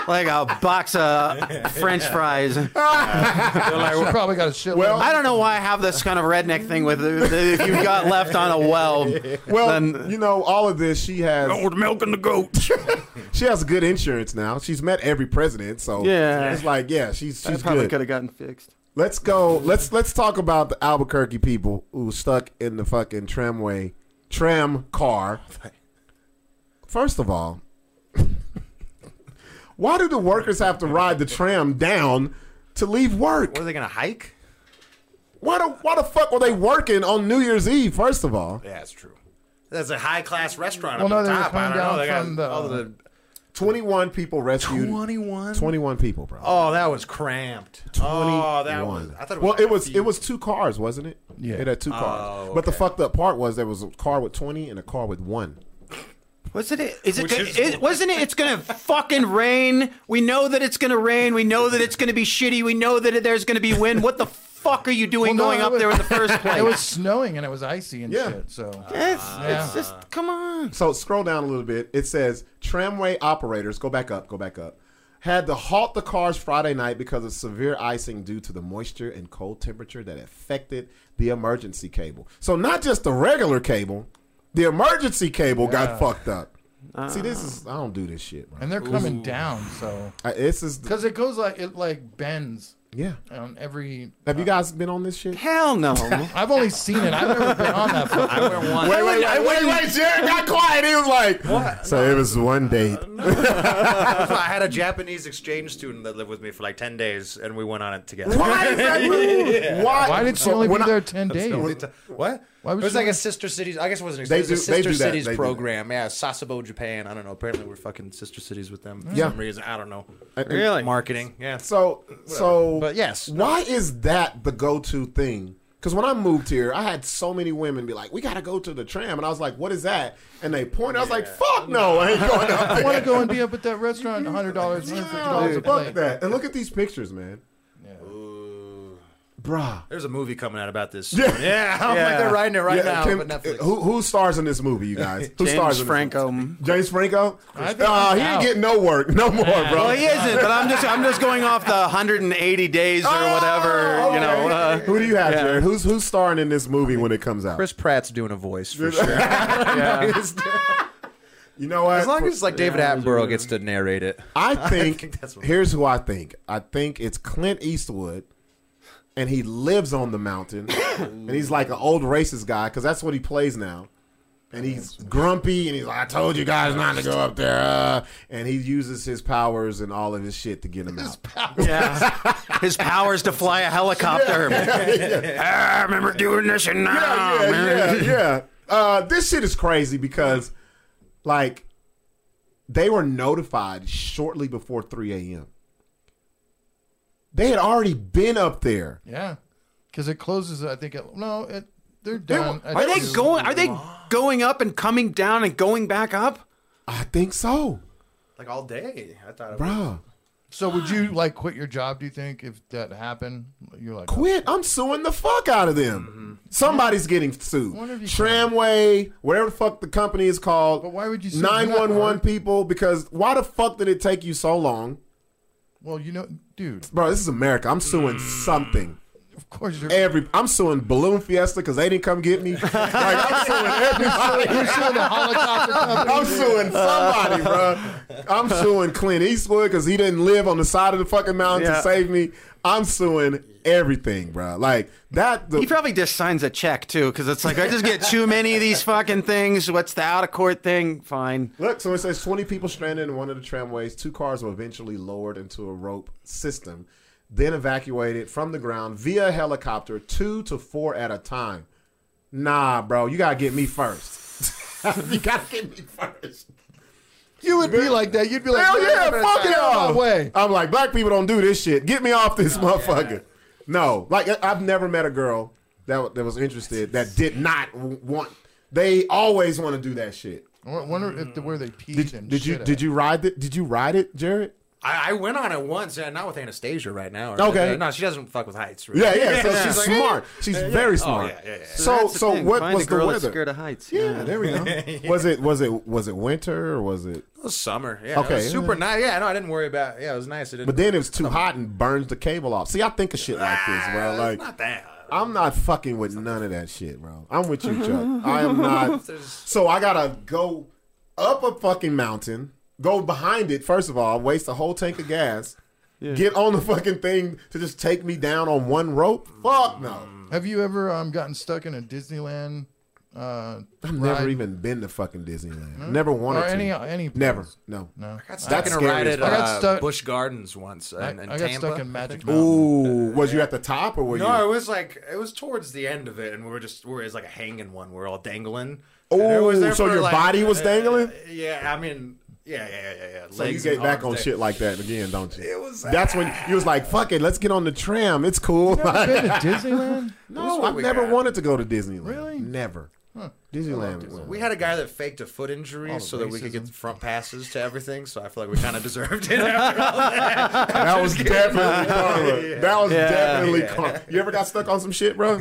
Speaker 5: like a box of French fries.
Speaker 3: She probably got a shit.
Speaker 2: Well,
Speaker 5: I don't know why I have this kind of redneck thing with if you got left on a well.
Speaker 2: Well,
Speaker 5: then-
Speaker 2: you know, all of this, she has. Oh, milking the goat. she has good insurance now. She's met every president, so
Speaker 5: Yeah.
Speaker 2: it's like, yeah, she's she's
Speaker 5: I probably
Speaker 2: good.
Speaker 5: could have gotten fixed.
Speaker 2: Let's go. Let's let's talk about the Albuquerque people who stuck in the fucking tramway, tram car. First of all, [laughs] why do the workers have to ride the tram down to leave work?
Speaker 4: What are they going to hike?
Speaker 2: Why the why the fuck were they working on New Year's Eve? First of all,
Speaker 4: Yeah, that's true. That's a high class restaurant
Speaker 3: Well,
Speaker 4: up
Speaker 3: no,
Speaker 4: on
Speaker 3: they were
Speaker 4: top. I
Speaker 3: coming
Speaker 4: don't know.
Speaker 3: down
Speaker 4: They got
Speaker 3: from the-
Speaker 4: all the
Speaker 2: twenty one people rescued.
Speaker 4: 21.
Speaker 2: 21 people, bro.
Speaker 4: Oh, that was cramped. Oh, that was. I thought it was.
Speaker 2: well,
Speaker 4: like
Speaker 2: it was
Speaker 4: a
Speaker 2: it was two cars, wasn't it?
Speaker 3: Yeah.
Speaker 2: it had two cars.
Speaker 4: Oh,
Speaker 2: But the fucked up part was there was a car with twenty and a car with one.
Speaker 5: Wasn't it? Is it?
Speaker 6: Which
Speaker 5: Gonna,
Speaker 6: is-
Speaker 5: it- wasn't it? It's gonna fucking rain. We know that it's gonna rain. We know that it's gonna be shitty. We know that there's gonna be wind. What the fuck are you
Speaker 3: Well,
Speaker 5: doing
Speaker 3: no,
Speaker 5: going
Speaker 3: it
Speaker 5: up
Speaker 3: was-
Speaker 5: there in
Speaker 3: [laughs]
Speaker 5: the first place?
Speaker 3: It was snowing and it was icy and
Speaker 2: Yeah.
Speaker 3: shit. So
Speaker 5: It's, it's
Speaker 3: Yeah.
Speaker 5: just come on.
Speaker 2: So scroll down a little bit. It says tramway operators. Go back up. Go back up. Had to halt the cars Friday night because of severe icing due to the moisture and cold temperature that affected the emergency cable. So not just the regular cable, the emergency cable got fucked up. See, this is I don't do this shit, bro.
Speaker 3: and they're coming down. So
Speaker 2: I, this is
Speaker 3: because it goes like it like bends
Speaker 2: yeah.
Speaker 3: on every.
Speaker 2: Have you guys been on this shit?
Speaker 3: [laughs]
Speaker 5: Hell no.
Speaker 3: I've only seen it. I've never been on that. Fucking.
Speaker 5: I wear one.
Speaker 2: wait, wait, wait, wait, Jared got quiet. He was like, So it was one date.
Speaker 4: So I had a Japanese exchange student that lived with me for like 10 days, and we went on it together.
Speaker 2: Why is [laughs] that rude? Why?
Speaker 3: Why did she only be
Speaker 2: when I-
Speaker 3: there ten
Speaker 4: That's the only
Speaker 3: days?
Speaker 4: ti- What?
Speaker 3: Why was
Speaker 4: it was
Speaker 3: she
Speaker 4: like
Speaker 3: on-
Speaker 4: a sister cities. I guess it wasn't.
Speaker 2: They
Speaker 4: They it was a
Speaker 2: do- they
Speaker 4: sister
Speaker 2: do that.
Speaker 4: cities
Speaker 2: They do that.
Speaker 4: program. Yeah, Sasebo, Japan. I don't know. Apparently, we're fucking sister cities with them for
Speaker 2: Yeah.
Speaker 4: some reason. I don't know.
Speaker 5: Really?
Speaker 4: Marketing. Yeah.
Speaker 2: So, so,
Speaker 4: But yes, no.
Speaker 2: why is that the go-to thing? Because when I moved here, I had so many women be like, "We gotta go to the tram," and I was like, "What is that?" And they pointed. I was like, "Fuck no, I ain't going
Speaker 4: [laughs]
Speaker 2: up
Speaker 3: I
Speaker 2: there."
Speaker 3: want to go and be up at that restaurant. One hundred dollars, one hundred fifty dollars a
Speaker 2: Dude, fuck
Speaker 3: plate.
Speaker 2: that. And look at these pictures, man. Bruh.
Speaker 4: There's a movie coming out about this. Yeah. yeah. I'm like they're writing it right
Speaker 2: Yeah,
Speaker 4: now.
Speaker 2: can-
Speaker 4: but Netflix.
Speaker 2: who who stars in this movie, you guys? Who stars
Speaker 5: James
Speaker 2: in this
Speaker 5: Franco.
Speaker 2: movie? James Franco?
Speaker 3: think
Speaker 2: Uh, he
Speaker 3: he's
Speaker 2: ain't
Speaker 3: out.
Speaker 2: getting no work no more, bro.
Speaker 5: Well,
Speaker 4: Oh,
Speaker 5: he isn't, but I'm just I'm just going off the 180 days or
Speaker 3: Oh,
Speaker 5: whatever. you know, uh,
Speaker 2: Who do you have, Jared? Who's who's starring in this movie when it comes out?
Speaker 4: Chris Pratt's doing a voice for sure.
Speaker 2: You know what? [laughs]
Speaker 4: As long as like David Attenborough gets to narrate it.
Speaker 2: I think,
Speaker 4: think that's what-
Speaker 2: here's who I think. I think it's Clint Eastwood, and he lives on the [coughs] mountain, and he's like an old racist guy because that's what he plays now. And he's grumpy, and he's like, "I told you guys not to go up there." Uh, and he uses his powers and all of his shit to get him out.
Speaker 5: yeah. his powers to fly
Speaker 2: [laughs]
Speaker 5: a helicopter.
Speaker 4: [laughs]
Speaker 5: Ah, I remember doing this and now.
Speaker 2: yeah, yeah, Ah, [laughs] yeah. Uh, this shit is crazy because, like, they were notified shortly before 3 a.m. They had already been up there.
Speaker 3: Yeah, because it closes. I think. It, no, it, they're
Speaker 2: wa-
Speaker 3: done. at
Speaker 5: Are they
Speaker 3: two.
Speaker 5: going? Are they going up and coming down and going back up?
Speaker 2: I think so,
Speaker 4: Like all day. I thought it was.
Speaker 2: bruh.
Speaker 3: So would you like quit your job? Do you think if that happened, you're like,
Speaker 2: Quit. I'm suing the fuck out of them. Somebody's getting sued.
Speaker 3: Wonder if you
Speaker 2: Tramway, whatever the fuck the company is called.
Speaker 3: But why would you sue that,
Speaker 2: 911
Speaker 3: Art?
Speaker 2: people? Because why the fuck did it take you so long?
Speaker 3: well, you know, dude,
Speaker 2: Bro, this is America. I'm suing
Speaker 5: Mm.
Speaker 2: something.
Speaker 3: of course
Speaker 2: [laughs]
Speaker 3: you're.
Speaker 2: every. I'm suing Balloon Fiesta because they didn't come get
Speaker 5: [laughs]
Speaker 2: me. Like, I'm suing everybody.
Speaker 3: Sure, the helicopter company.
Speaker 2: I'm suing somebody, bro. I'm suing Clint Eastwood because he didn't live on the side of the fucking mountain
Speaker 5: Yeah.
Speaker 2: to save me. I'm suing everything, bro. Like that. The,
Speaker 5: He probably just signs a check too, because it's like I just get too many of these fucking things. What's the out of court thing? Fine.
Speaker 2: Look, so it says 20 people stranded in one of the tramways. Two cars were eventually lowered into a rope system, then evacuated from the ground via helicopter, two to four at a time. Nah, bro, you gotta get me first. [laughs] you gotta get me first.
Speaker 3: You would be like that. You'd be like,
Speaker 2: Hell yeah, Oh,
Speaker 3: man,
Speaker 2: fuck it
Speaker 3: get out
Speaker 2: all.
Speaker 3: of my way.
Speaker 2: I'm like, black people don't do this shit. Get me off this motherfucker. No, like I- I've never met a girl that that was interested that did not w- want. They always want to do that shit.
Speaker 3: I wonder if the, where they peed
Speaker 2: Did,
Speaker 3: and
Speaker 2: did you
Speaker 3: shit
Speaker 2: did you ride it? Did you ride it, Jared?
Speaker 4: I, I went on it once, and not with Anastasia right now. Or uh,
Speaker 2: Okay.
Speaker 4: No, she doesn't fuck with heights. Really.
Speaker 2: Yeah, yeah. So
Speaker 4: Yeah.
Speaker 2: she's
Speaker 4: She's like,
Speaker 2: smart. She's very smart.
Speaker 4: yeah, yeah, yeah.
Speaker 2: So
Speaker 5: That's the
Speaker 2: so
Speaker 5: thing.
Speaker 2: what
Speaker 5: Find
Speaker 2: was
Speaker 5: a girl
Speaker 2: the
Speaker 5: that's
Speaker 2: weather?
Speaker 5: scared of heights.
Speaker 2: Yeah, there we
Speaker 5: [laughs]
Speaker 2: go. Was it was it was it winter or was it?
Speaker 4: It was summer. Yeah.
Speaker 2: Okay.
Speaker 4: It was super nice. Yeah. No, I didn't worry about. Yeah, it was nice. It didn't.
Speaker 2: But then it was too hot and burns the cable off. See, I think of shit like this, bro.
Speaker 4: Ah, it's
Speaker 2: Like
Speaker 4: not that.
Speaker 2: I'm not fucking with none of that shit, bro. I'm with you,
Speaker 4: [laughs]
Speaker 2: Chuck. I am not. So I gotta go up a fucking mountain, go behind it first of all, waste a whole tank of gas, get on the fucking thing to just take me down on one rope. Fuck no.
Speaker 3: Have you ever um, gotten stuck in a Disneyland? Uh,
Speaker 2: I've never even been to fucking Disneyland. Never wanted
Speaker 3: or
Speaker 2: to.
Speaker 3: any any place.
Speaker 2: Never. No.
Speaker 3: No.
Speaker 4: I got
Speaker 2: That's
Speaker 4: stuck in a
Speaker 2: scary
Speaker 4: ride
Speaker 2: as
Speaker 4: at
Speaker 2: fuck.
Speaker 3: I got
Speaker 4: uh,
Speaker 3: stuck-
Speaker 4: Busch Gardens once. uh,
Speaker 3: I,
Speaker 4: in, in
Speaker 3: I got
Speaker 4: Tampa.
Speaker 3: stuck in Magic Mountain.
Speaker 2: Ooh, was you at the top or were you?
Speaker 4: No, it was like it was towards the end of it, and we were just we were it was like a hanging one. We were all dangling. And it was there
Speaker 2: Ooh, Oh, so
Speaker 4: for,
Speaker 2: your
Speaker 4: like- uh,
Speaker 2: body was dangling?
Speaker 4: yeah, I mean, yeah, yeah, yeah, yeah.
Speaker 2: So you
Speaker 4: Legs
Speaker 2: get
Speaker 4: and
Speaker 2: back on
Speaker 4: arms dang-
Speaker 2: shit like that again, don't you? It was. That's when you was like, "Fuck it, let's get on the tram. It's cool." [laughs]
Speaker 3: Been to Disneyland?
Speaker 2: no,
Speaker 4: what
Speaker 2: I've
Speaker 4: we
Speaker 2: never
Speaker 4: got.
Speaker 2: wanted to go to Disneyland.
Speaker 3: Really?
Speaker 2: Never. Disneyland.
Speaker 4: We had a guy that faked a foot injury so that we could get front passes to everything. So I feel like we kind of deserved [laughs] it. after all that.
Speaker 2: that was definitely karma. That was
Speaker 5: Yeah.
Speaker 2: definitely karma. You ever got stuck on some shit, bro?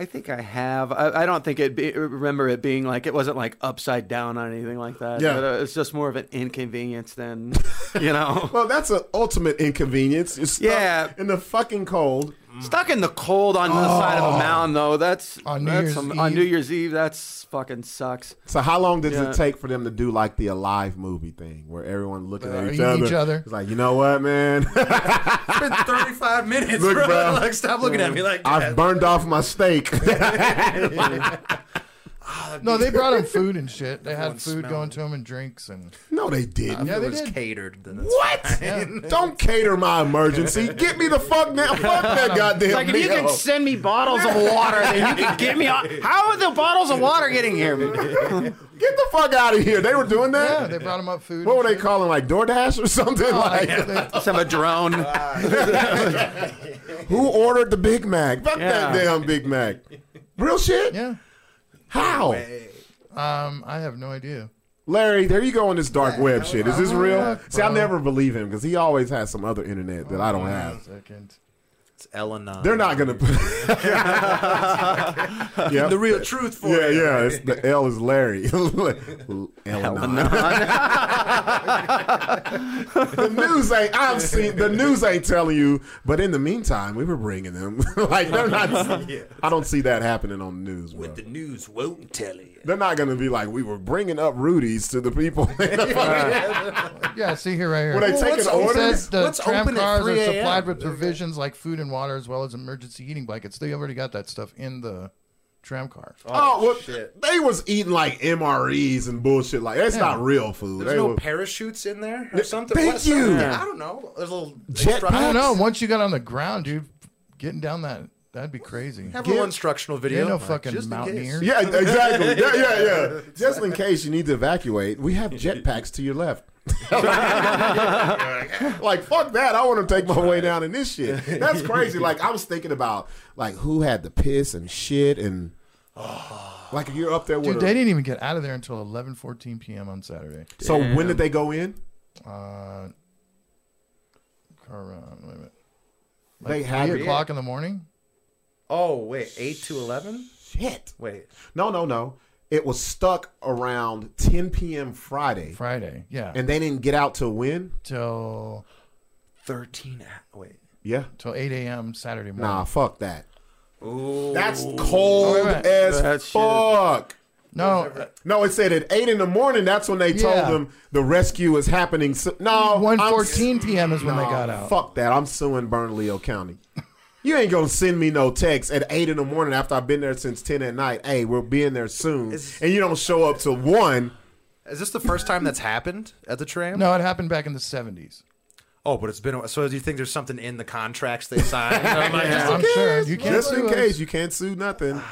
Speaker 5: I think I have. I, I don't think it. Be, remember it being like it wasn't like upside down or anything like that.
Speaker 2: Yeah.
Speaker 5: But, uh, it's just more of an inconvenience than you know.
Speaker 2: [laughs]
Speaker 5: [laughs]
Speaker 2: Well, that's an ultimate inconvenience. It's
Speaker 5: Yeah.
Speaker 2: in the fucking cold.
Speaker 5: Stuck in the cold on the side
Speaker 2: Oh.
Speaker 5: of a mountain, though. That's
Speaker 3: On New
Speaker 5: that's
Speaker 3: Year's
Speaker 5: some- on
Speaker 3: Eve.
Speaker 5: New Year's Eve. That's fucking sucks.
Speaker 2: So how long does
Speaker 5: Yeah.
Speaker 2: it take for them to do like the alive movie thing where everyone looking
Speaker 3: Uh,
Speaker 2: at each
Speaker 3: eating
Speaker 2: other?
Speaker 3: each other.
Speaker 2: It's like, you know what, man? [laughs]
Speaker 4: It's been 35 minutes,
Speaker 2: Look,
Speaker 4: bro.
Speaker 2: bro.
Speaker 4: Like, stop looking at me like
Speaker 2: I've
Speaker 4: that.
Speaker 2: burned off my
Speaker 3: [laughs]
Speaker 2: steak.
Speaker 3: No, they brought him food and shit. They had
Speaker 4: Everyone
Speaker 3: food
Speaker 4: smelled
Speaker 3: going
Speaker 4: it.
Speaker 3: to him and drinks
Speaker 4: [laughs]
Speaker 3: and
Speaker 2: [laughs] no, they didn't.
Speaker 3: Yeah,
Speaker 4: If
Speaker 3: they
Speaker 4: it was
Speaker 3: did.
Speaker 4: catered. Then
Speaker 3: [laughs]
Speaker 4: that's
Speaker 2: What? Don't cater my emergency. Get me the fuck now. [laughs] Fuck
Speaker 3: [laughs]
Speaker 2: that goddamn
Speaker 5: Like if you can
Speaker 2: meal.
Speaker 5: send me bottles of water, then you can get me. On. How are the bottles of water getting here?
Speaker 2: Get the fuck out of here. They were doing
Speaker 3: yeah,
Speaker 2: that.
Speaker 3: they Oh, brought him up food.
Speaker 2: what were
Speaker 3: and
Speaker 2: they
Speaker 3: shit.
Speaker 2: calling like DoorDash or something? like
Speaker 5: Let's have a drone.
Speaker 2: [laughs] who ordered the Big Mac? Fuck that
Speaker 5: Yeah.
Speaker 2: damn Big Mac. Real shit.
Speaker 3: Yeah.
Speaker 2: How?
Speaker 3: Um, I have no idea.
Speaker 2: Larry, there you go on this dark web shit. Is this real?
Speaker 3: fuck,
Speaker 2: See, I
Speaker 3: bro.
Speaker 2: never believe him because he always has some other internet that I don't have.
Speaker 3: Second.
Speaker 4: It's Elena.
Speaker 2: They're not gonna.
Speaker 4: [laughs]
Speaker 2: yeah,
Speaker 4: the real truth for
Speaker 2: yeah,
Speaker 4: you.
Speaker 2: yeah. It's, the L is Larry. [laughs] Elanon. [laughs] the news ain't. I've seen the news ain't telling you. But in the meantime, we were bringing them. [laughs] like they're
Speaker 4: [laughs]
Speaker 2: not. I don't see that happening on the news. Bro.
Speaker 6: What the news won't tell you.
Speaker 2: they're not gonna be like we were bringing up Rudy's to the people. [laughs] were
Speaker 3: Yeah, see here, right here.
Speaker 2: they taking
Speaker 4: what's-
Speaker 3: He
Speaker 4: Order?
Speaker 2: orders?
Speaker 3: says the
Speaker 4: Let's
Speaker 3: tram
Speaker 4: open at
Speaker 3: cars are
Speaker 4: 3 a.m.
Speaker 3: supplied with provisions like food and water, as well as emergency heating blankets. They already got that stuff in the tram car.
Speaker 2: Oh, well, they was eating like MREs and bullshit. Like that's not real food.
Speaker 4: There's
Speaker 2: They
Speaker 4: no
Speaker 2: were-
Speaker 4: parachutes in there or something.
Speaker 2: thank
Speaker 4: What- something-
Speaker 2: you.
Speaker 4: I don't know. There's a little
Speaker 2: Jet
Speaker 3: I
Speaker 2: pack?
Speaker 4: instructional.
Speaker 3: don't know. Once you got on the ground, dude, getting down that that'd be crazy.
Speaker 4: Have a little instructional video.
Speaker 3: You're no
Speaker 4: Mike,
Speaker 3: fucking
Speaker 4: just in case.
Speaker 2: [laughs]
Speaker 3: mountaineer.
Speaker 2: yeah, exactly. Yeah, yeah, yeah. Just in case you need to evacuate, we have jetpacks to your left. [laughs] like fuck that! I want to take my way down in this shit. That's crazy. Like I was thinking about like who had the piss and shit and [sighs] like if you're up there with.
Speaker 3: Dude,
Speaker 2: a-
Speaker 3: they didn't even get out of there until 11:14 p.m. on Saturday.
Speaker 2: so when did they go in?
Speaker 3: Uh, around, wait a minute,
Speaker 2: They had
Speaker 3: eight o'clock in the morning.
Speaker 4: Oh wait, eight to eleven.
Speaker 2: shit.
Speaker 4: Wait,
Speaker 2: No, no, no. It was stuck around 10 p.m. Friday,
Speaker 3: Friday, yeah,
Speaker 2: and they didn't get out till when?
Speaker 3: till
Speaker 4: thirteen. hou- Wait.
Speaker 2: Yeah.
Speaker 3: till 8 a.m. Saturday morning.
Speaker 2: Nah, fuck that. That's cold
Speaker 3: Wait, wait.
Speaker 2: as
Speaker 5: That shit.
Speaker 2: fuck.
Speaker 3: No, uh,
Speaker 2: No, it said at eight in the morning. That's when they
Speaker 3: Yeah.
Speaker 2: told them the rescue is happening. So, no, Oh, I'm-
Speaker 3: 1:14 p.m. is when
Speaker 2: No,
Speaker 3: they got out.
Speaker 2: Fuck that. I'm suing Bernalillo County. You ain't gonna send me no text at eight in the morning after I've been there since ten at night. Hey, we'll be in there soon,
Speaker 4: Is-
Speaker 2: and you don't show up till one.
Speaker 4: Is this the first time that's happened at the tram?
Speaker 3: No, it happened back in the 70s.
Speaker 4: Oh, but it's been. a So do you think there's something in the contracts they signed?
Speaker 3: I'm sure you can't.
Speaker 2: Just in
Speaker 3: sue us.
Speaker 2: case you can't sue nothing.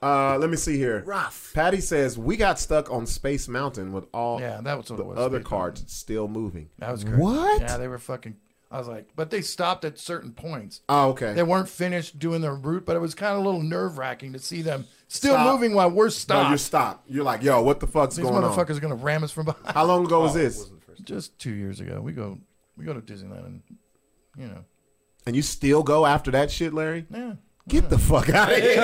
Speaker 2: Uh, let me see here.
Speaker 4: Rough.
Speaker 2: Patty says we got stuck on Space Mountain with all
Speaker 3: Yeah, that was what
Speaker 2: the
Speaker 3: it was.
Speaker 2: other
Speaker 3: They-
Speaker 2: carts still moving.
Speaker 3: That was crazy.
Speaker 2: What?
Speaker 3: Yeah, they were fucking. I was like, but they stopped at certain points.
Speaker 2: Oh, okay.
Speaker 3: They weren't finished doing their route, but it was kind of a little nerve wracking to see them still
Speaker 2: Stop.
Speaker 3: moving while we're
Speaker 2: No,
Speaker 3: stopped.
Speaker 2: you're stopped. You're like, yo, what the fuck's
Speaker 3: These
Speaker 2: going on?
Speaker 3: motherfuckers Oh, are gonna ram us from behind. [laughs]
Speaker 2: How long ago was this?
Speaker 3: Just two years ago, we go we go to Disneyland, and you know,
Speaker 2: And you still go after that shit, Larry?
Speaker 3: yeah.
Speaker 2: Get the fuck out of here.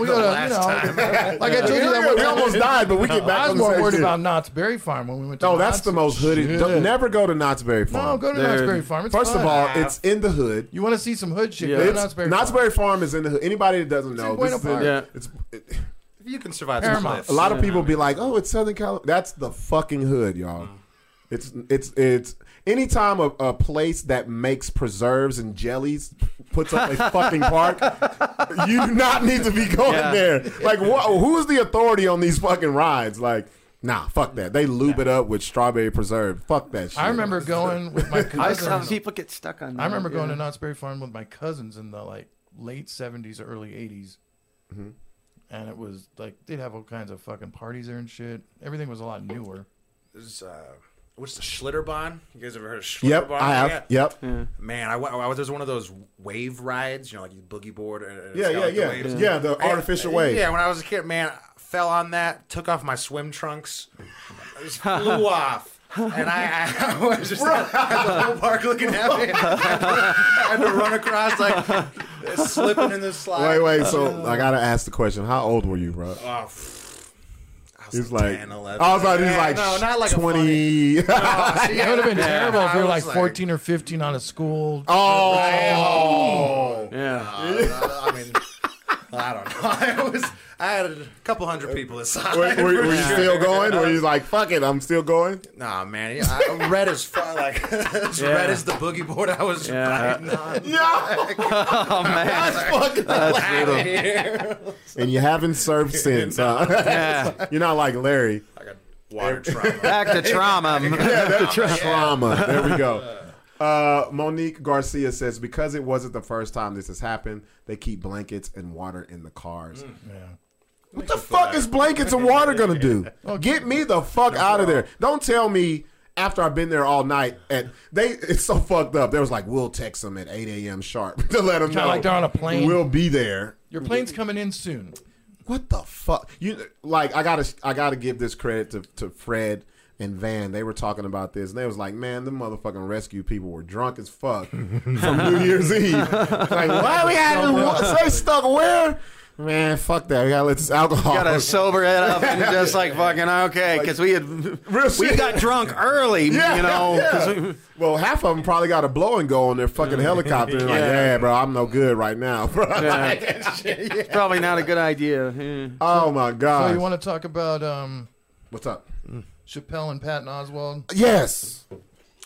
Speaker 3: We go to, you know, [laughs] like I told you that
Speaker 2: we
Speaker 3: one
Speaker 2: almost died, but we get back
Speaker 3: I
Speaker 2: on
Speaker 3: was
Speaker 2: the
Speaker 3: more
Speaker 2: same
Speaker 3: worried
Speaker 2: shit.
Speaker 3: about Knott's Berry Farm when we went to
Speaker 2: No, that's
Speaker 3: Knott's.
Speaker 2: the most hooded. Don't,
Speaker 3: Shit.
Speaker 2: never go to Knott's Berry Farm.
Speaker 3: No, go to Knott's Berry Farm. It's
Speaker 2: First
Speaker 3: fun.
Speaker 2: of all, it's in the hood.
Speaker 3: You want to see some hood shit?
Speaker 5: Yeah.
Speaker 3: Go to
Speaker 2: It's,
Speaker 3: Knott's Berry
Speaker 2: Knott's
Speaker 3: Farm.
Speaker 2: Berry Farm is in the hood. Anybody that doesn't know,
Speaker 3: Buena
Speaker 2: this is in,
Speaker 3: Park.
Speaker 5: Yeah.
Speaker 2: it's, it-
Speaker 4: If you can survive the
Speaker 3: Paramount.
Speaker 4: cliffs.
Speaker 2: a lot of people be like, "Oh, it's Southern California." That's the fucking hood, y'all. It's it's it's anytime a, a place that makes preserves and jellies puts up a fucking park, you do not need to be going
Speaker 5: Yeah.
Speaker 2: there. Like, wha- who's the authority on these fucking rides? Like, nah, fuck that. They lube it up with strawberry preserve. Fuck that shit.
Speaker 3: I remember going with my
Speaker 5: I saw
Speaker 3: cousins.
Speaker 5: people get stuck on.
Speaker 3: I remember going to
Speaker 5: to.
Speaker 3: Knott's Berry Farm with my cousins in the like late seventies, early 80s and it was like they'd have all kinds of fucking parties there and shit. Everything was a lot newer.
Speaker 4: There's, uh, what's the Schlitterbahn? You guys ever heard of Schlitterbahn?
Speaker 2: Yep, I have.
Speaker 4: Yeah.
Speaker 2: Yep.
Speaker 4: Man, I, wa- I was there's one of those wave rides, you know, like you boogie board. And it's
Speaker 2: Yeah,
Speaker 4: got,
Speaker 2: yeah,
Speaker 4: like, the
Speaker 2: yeah.
Speaker 4: waves.
Speaker 2: Yeah, the artificial
Speaker 4: yeah,
Speaker 2: wave.
Speaker 4: Yeah, when I was a kid, man, I fell on that, took off my swim trunks, I just flew off. And I, I, I [laughs] was just at the whole park looking at me. [laughs] I had to run across, like, slipping in the slide.
Speaker 2: Wait, wait. So I gotta ask the question: How old were you, bro?
Speaker 4: Oh, pff, I
Speaker 2: It's like
Speaker 4: 10, 11.
Speaker 2: I was like,
Speaker 4: Yeah,
Speaker 2: it's like
Speaker 4: no, not like
Speaker 2: [laughs]
Speaker 4: a
Speaker 2: twenty.
Speaker 3: It would have been terrible if
Speaker 4: I
Speaker 3: you were
Speaker 4: was
Speaker 3: like
Speaker 4: like-
Speaker 3: 14 or 15 on a school.
Speaker 4: [laughs]
Speaker 2: oh,
Speaker 5: Yeah.
Speaker 4: I mean, I don't know. [laughs] I was I had a couple hundred people inside.
Speaker 2: were, were- were
Speaker 4: [laughs]
Speaker 2: you
Speaker 4: for
Speaker 2: still
Speaker 4: sure.
Speaker 2: going? Were you like, fuck it, I'm still going?
Speaker 4: Nah, man. yeah, I, I'm red as fuck. Like [laughs] as
Speaker 5: Yeah.
Speaker 4: red as the boogie board I was
Speaker 5: Yeah.
Speaker 2: [laughs]
Speaker 4: riding on.
Speaker 5: Oh man.
Speaker 4: Fucking out of here.
Speaker 2: And you haven't served since. huh?
Speaker 5: Yeah.
Speaker 2: You're not like Larry.
Speaker 4: I got water trauma.
Speaker 5: Back to
Speaker 2: [laughs]
Speaker 5: trauma.
Speaker 2: Trauma. There we go. Uh, Monique Garcia says because it wasn't the first time this has happened, they keep blankets and water in the cars. What the fuck is blankets and water gonna do? Get me the fuck out of there! Don't tell me after I've been there all night and they it's so fucked up. There was like we'll text them at eight a.m. sharp [laughs] to let them
Speaker 3: Kinda
Speaker 2: know
Speaker 3: like they're on a plane.
Speaker 2: We'll be there
Speaker 3: Your plane's coming in soon.
Speaker 2: what the fuck? You like I gotta I gotta give this credit to, to Fred and Van. They were talking about this and they was like, man, the motherfucking rescue people were drunk as fuck from New Year's Eve. [laughs] Like, why we had to say stuck where? Man, fuck that. We gotta let this alcohol.
Speaker 5: [laughs]
Speaker 2: [laughs]
Speaker 5: Gotta sober it up and just like fucking okay, because we
Speaker 2: Real
Speaker 5: had we
Speaker 2: shit.
Speaker 5: got drunk early,
Speaker 2: [laughs] Yeah,
Speaker 5: you know.
Speaker 2: yeah.
Speaker 5: 'cause we-
Speaker 2: well, half of them probably got a blow and go on their fucking helicopter. And like, yeah, bro, I'm no good right now, [laughs] bro.
Speaker 5: It's probably not a good idea. Yeah.
Speaker 2: oh my
Speaker 3: So
Speaker 2: god.
Speaker 3: you want to talk about um,
Speaker 2: What's up?
Speaker 3: Chappelle and Patton Oswald?
Speaker 2: Yes.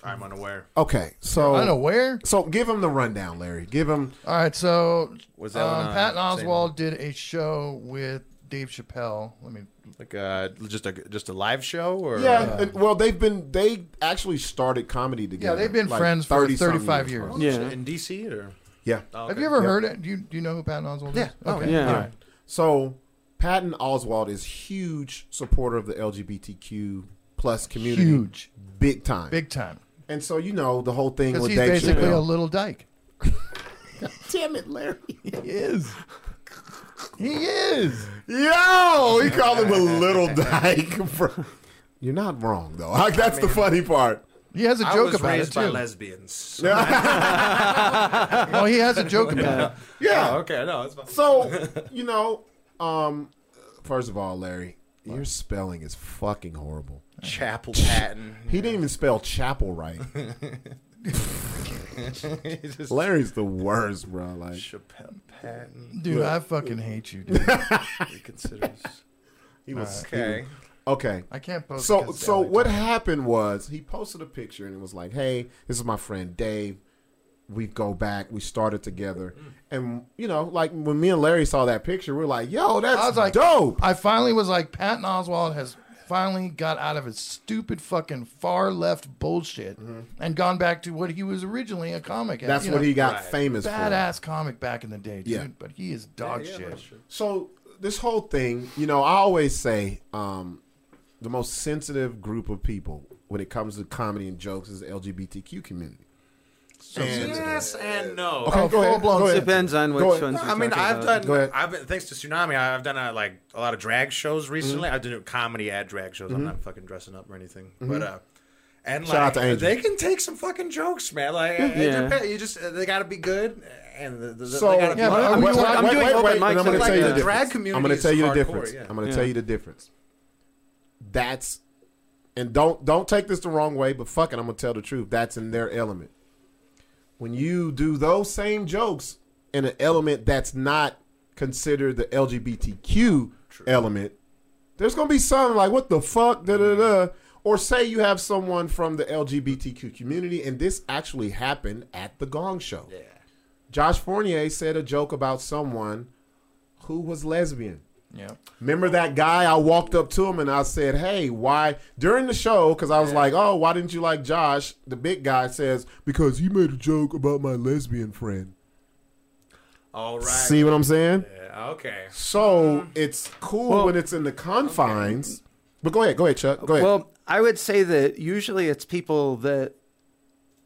Speaker 4: I'm unaware.
Speaker 2: Okay. So
Speaker 3: I don't know where.
Speaker 2: So give him the rundown, Larry. Give him.
Speaker 3: All right, so
Speaker 4: Was that on,
Speaker 3: um,
Speaker 4: uh,
Speaker 3: Patton
Speaker 4: same-
Speaker 3: Oswald did a show with Dave Chappelle. Let me.
Speaker 4: Like uh, just a just a live show or
Speaker 2: Yeah. and- well, they've been they actually started comedy together.
Speaker 3: they've been
Speaker 2: like,
Speaker 3: friends for
Speaker 2: 30-something
Speaker 3: 35 years.
Speaker 2: ago.
Speaker 5: Yeah.
Speaker 4: in DC or Oh,
Speaker 2: Yeah.
Speaker 4: Okay.
Speaker 3: Have you ever
Speaker 2: Yep.
Speaker 3: heard it? Do you, do you know who Patton Oswald
Speaker 4: Yeah.
Speaker 3: is?
Speaker 4: Oh,
Speaker 3: Okay.
Speaker 5: yeah.
Speaker 3: All right.
Speaker 2: So Patton Oswald is huge supporter of the LGBTQ plus community.
Speaker 3: Huge.
Speaker 2: Big time.
Speaker 3: Big time.
Speaker 2: And so you know the whole thing
Speaker 3: Because
Speaker 2: with
Speaker 3: he's
Speaker 2: Dave
Speaker 3: basically a
Speaker 2: Chappelle.
Speaker 3: little dyke.
Speaker 2: Damn it, Larry.
Speaker 3: He is. He is.
Speaker 2: Yo, he called him a little dyke. [laughs] Bro. You're not wrong though. [laughs] Like, that's the funny part. [laughs]
Speaker 3: He has a
Speaker 4: I
Speaker 3: joke
Speaker 4: was
Speaker 3: about it
Speaker 4: raised by
Speaker 3: too.
Speaker 4: lesbians.
Speaker 3: Oh, he has a joke about it.
Speaker 2: Yeah.
Speaker 4: Oh, okay, no, it's
Speaker 3: [laughs]
Speaker 4: fine.
Speaker 2: So, you know, um, first of all, Larry, your spelling is fucking horrible.
Speaker 4: Chapel Patton.
Speaker 2: He didn't even spell chapel
Speaker 3: [laughs]
Speaker 2: right. Larry's the worst, bro. Like,
Speaker 4: Chappelle Patton
Speaker 3: Dude, I fucking hate you, dude.
Speaker 4: reconsiders.
Speaker 2: he was
Speaker 4: Okay.
Speaker 2: okay.
Speaker 3: I can't post.
Speaker 2: So,
Speaker 3: because
Speaker 2: so
Speaker 3: Sally
Speaker 2: what
Speaker 3: died.
Speaker 2: happened was he posted a picture and it was like, "Hey, this is my friend Dave. We go back. We started together."
Speaker 3: Mm-hmm.
Speaker 2: And you know, like when me and Larry saw that picture, we were like, "Yo, that's
Speaker 3: I was like,
Speaker 2: dope."
Speaker 3: I finally was like, Patton Oswald has finally got out of his stupid fucking far left bullshit and gone back to what he was originally a comic. at,
Speaker 2: Mm-hmm. That's
Speaker 3: you
Speaker 2: what
Speaker 3: know,
Speaker 2: he got famous for.
Speaker 3: Badass comic back in the day, dude.
Speaker 2: Yeah.
Speaker 3: But he is dog shit.
Speaker 2: So this whole thing, you know, I always say um, the most sensitive group of people when it comes to comedy and jokes is the LGBTQ community.
Speaker 4: Yes and no.
Speaker 2: Okay, go ahead.
Speaker 3: full-blown
Speaker 2: Go ahead.
Speaker 5: Depends on which
Speaker 2: Go ahead.
Speaker 5: ones.
Speaker 4: No,
Speaker 5: we're
Speaker 4: I mean,
Speaker 5: talking
Speaker 4: I've
Speaker 5: about.
Speaker 4: done.
Speaker 2: Go ahead.
Speaker 4: I've been thanks to tsunami. I've done uh like a lot of drag shows
Speaker 2: Mm-hmm.
Speaker 4: recently. I've done comedy at drag shows. I'm not fucking dressing up or anything, but uh, and
Speaker 2: Mm-hmm. Shout out
Speaker 4: like
Speaker 2: to Angel.
Speaker 4: they can take some fucking jokes, man. Like it
Speaker 5: Yeah.
Speaker 4: depends. you just uh, they gotta be good, and the, the,
Speaker 2: So
Speaker 4: they gotta
Speaker 3: Yeah,
Speaker 4: be
Speaker 3: but I'm
Speaker 2: wait,
Speaker 3: doing-
Speaker 2: wait,
Speaker 3: I'm
Speaker 2: wait,
Speaker 5: doing
Speaker 2: wait,
Speaker 5: open
Speaker 2: wait, and
Speaker 5: mics
Speaker 2: I'm going to
Speaker 5: and
Speaker 2: tell
Speaker 5: like
Speaker 2: you the
Speaker 5: the drag
Speaker 2: difference. I'm going
Speaker 4: community
Speaker 2: to tell
Speaker 4: is
Speaker 2: you the
Speaker 4: hardcore,
Speaker 2: difference.
Speaker 4: yeah.
Speaker 2: I'm going to tell you the difference. That's and don't don't take this the wrong way, but fuck it, I'm going to tell the truth. That's in their element. When you do those same jokes in an element that's not considered the LGBTQ element, there's going to be some like what the fuck da da da or say you have someone from the LGBTQ community and this actually happened at the Gong show. Yeah. Josh Fournier said a joke about someone who was lesbian.
Speaker 3: Yeah.
Speaker 2: Remember that guy? I walked up to him and I said, "Hey, why?" During the show, because I was like, "Oh, why didn't you like Josh?" The big guy says, "Because he made a joke about my lesbian friend."
Speaker 4: all right.
Speaker 2: See what I'm saying?
Speaker 4: Yeah, okay.
Speaker 2: So it's cool when it's in the confines. But go ahead, go ahead, Chuck. Go ahead.
Speaker 4: [laughs]
Speaker 5: Well, I would say that usually it's people that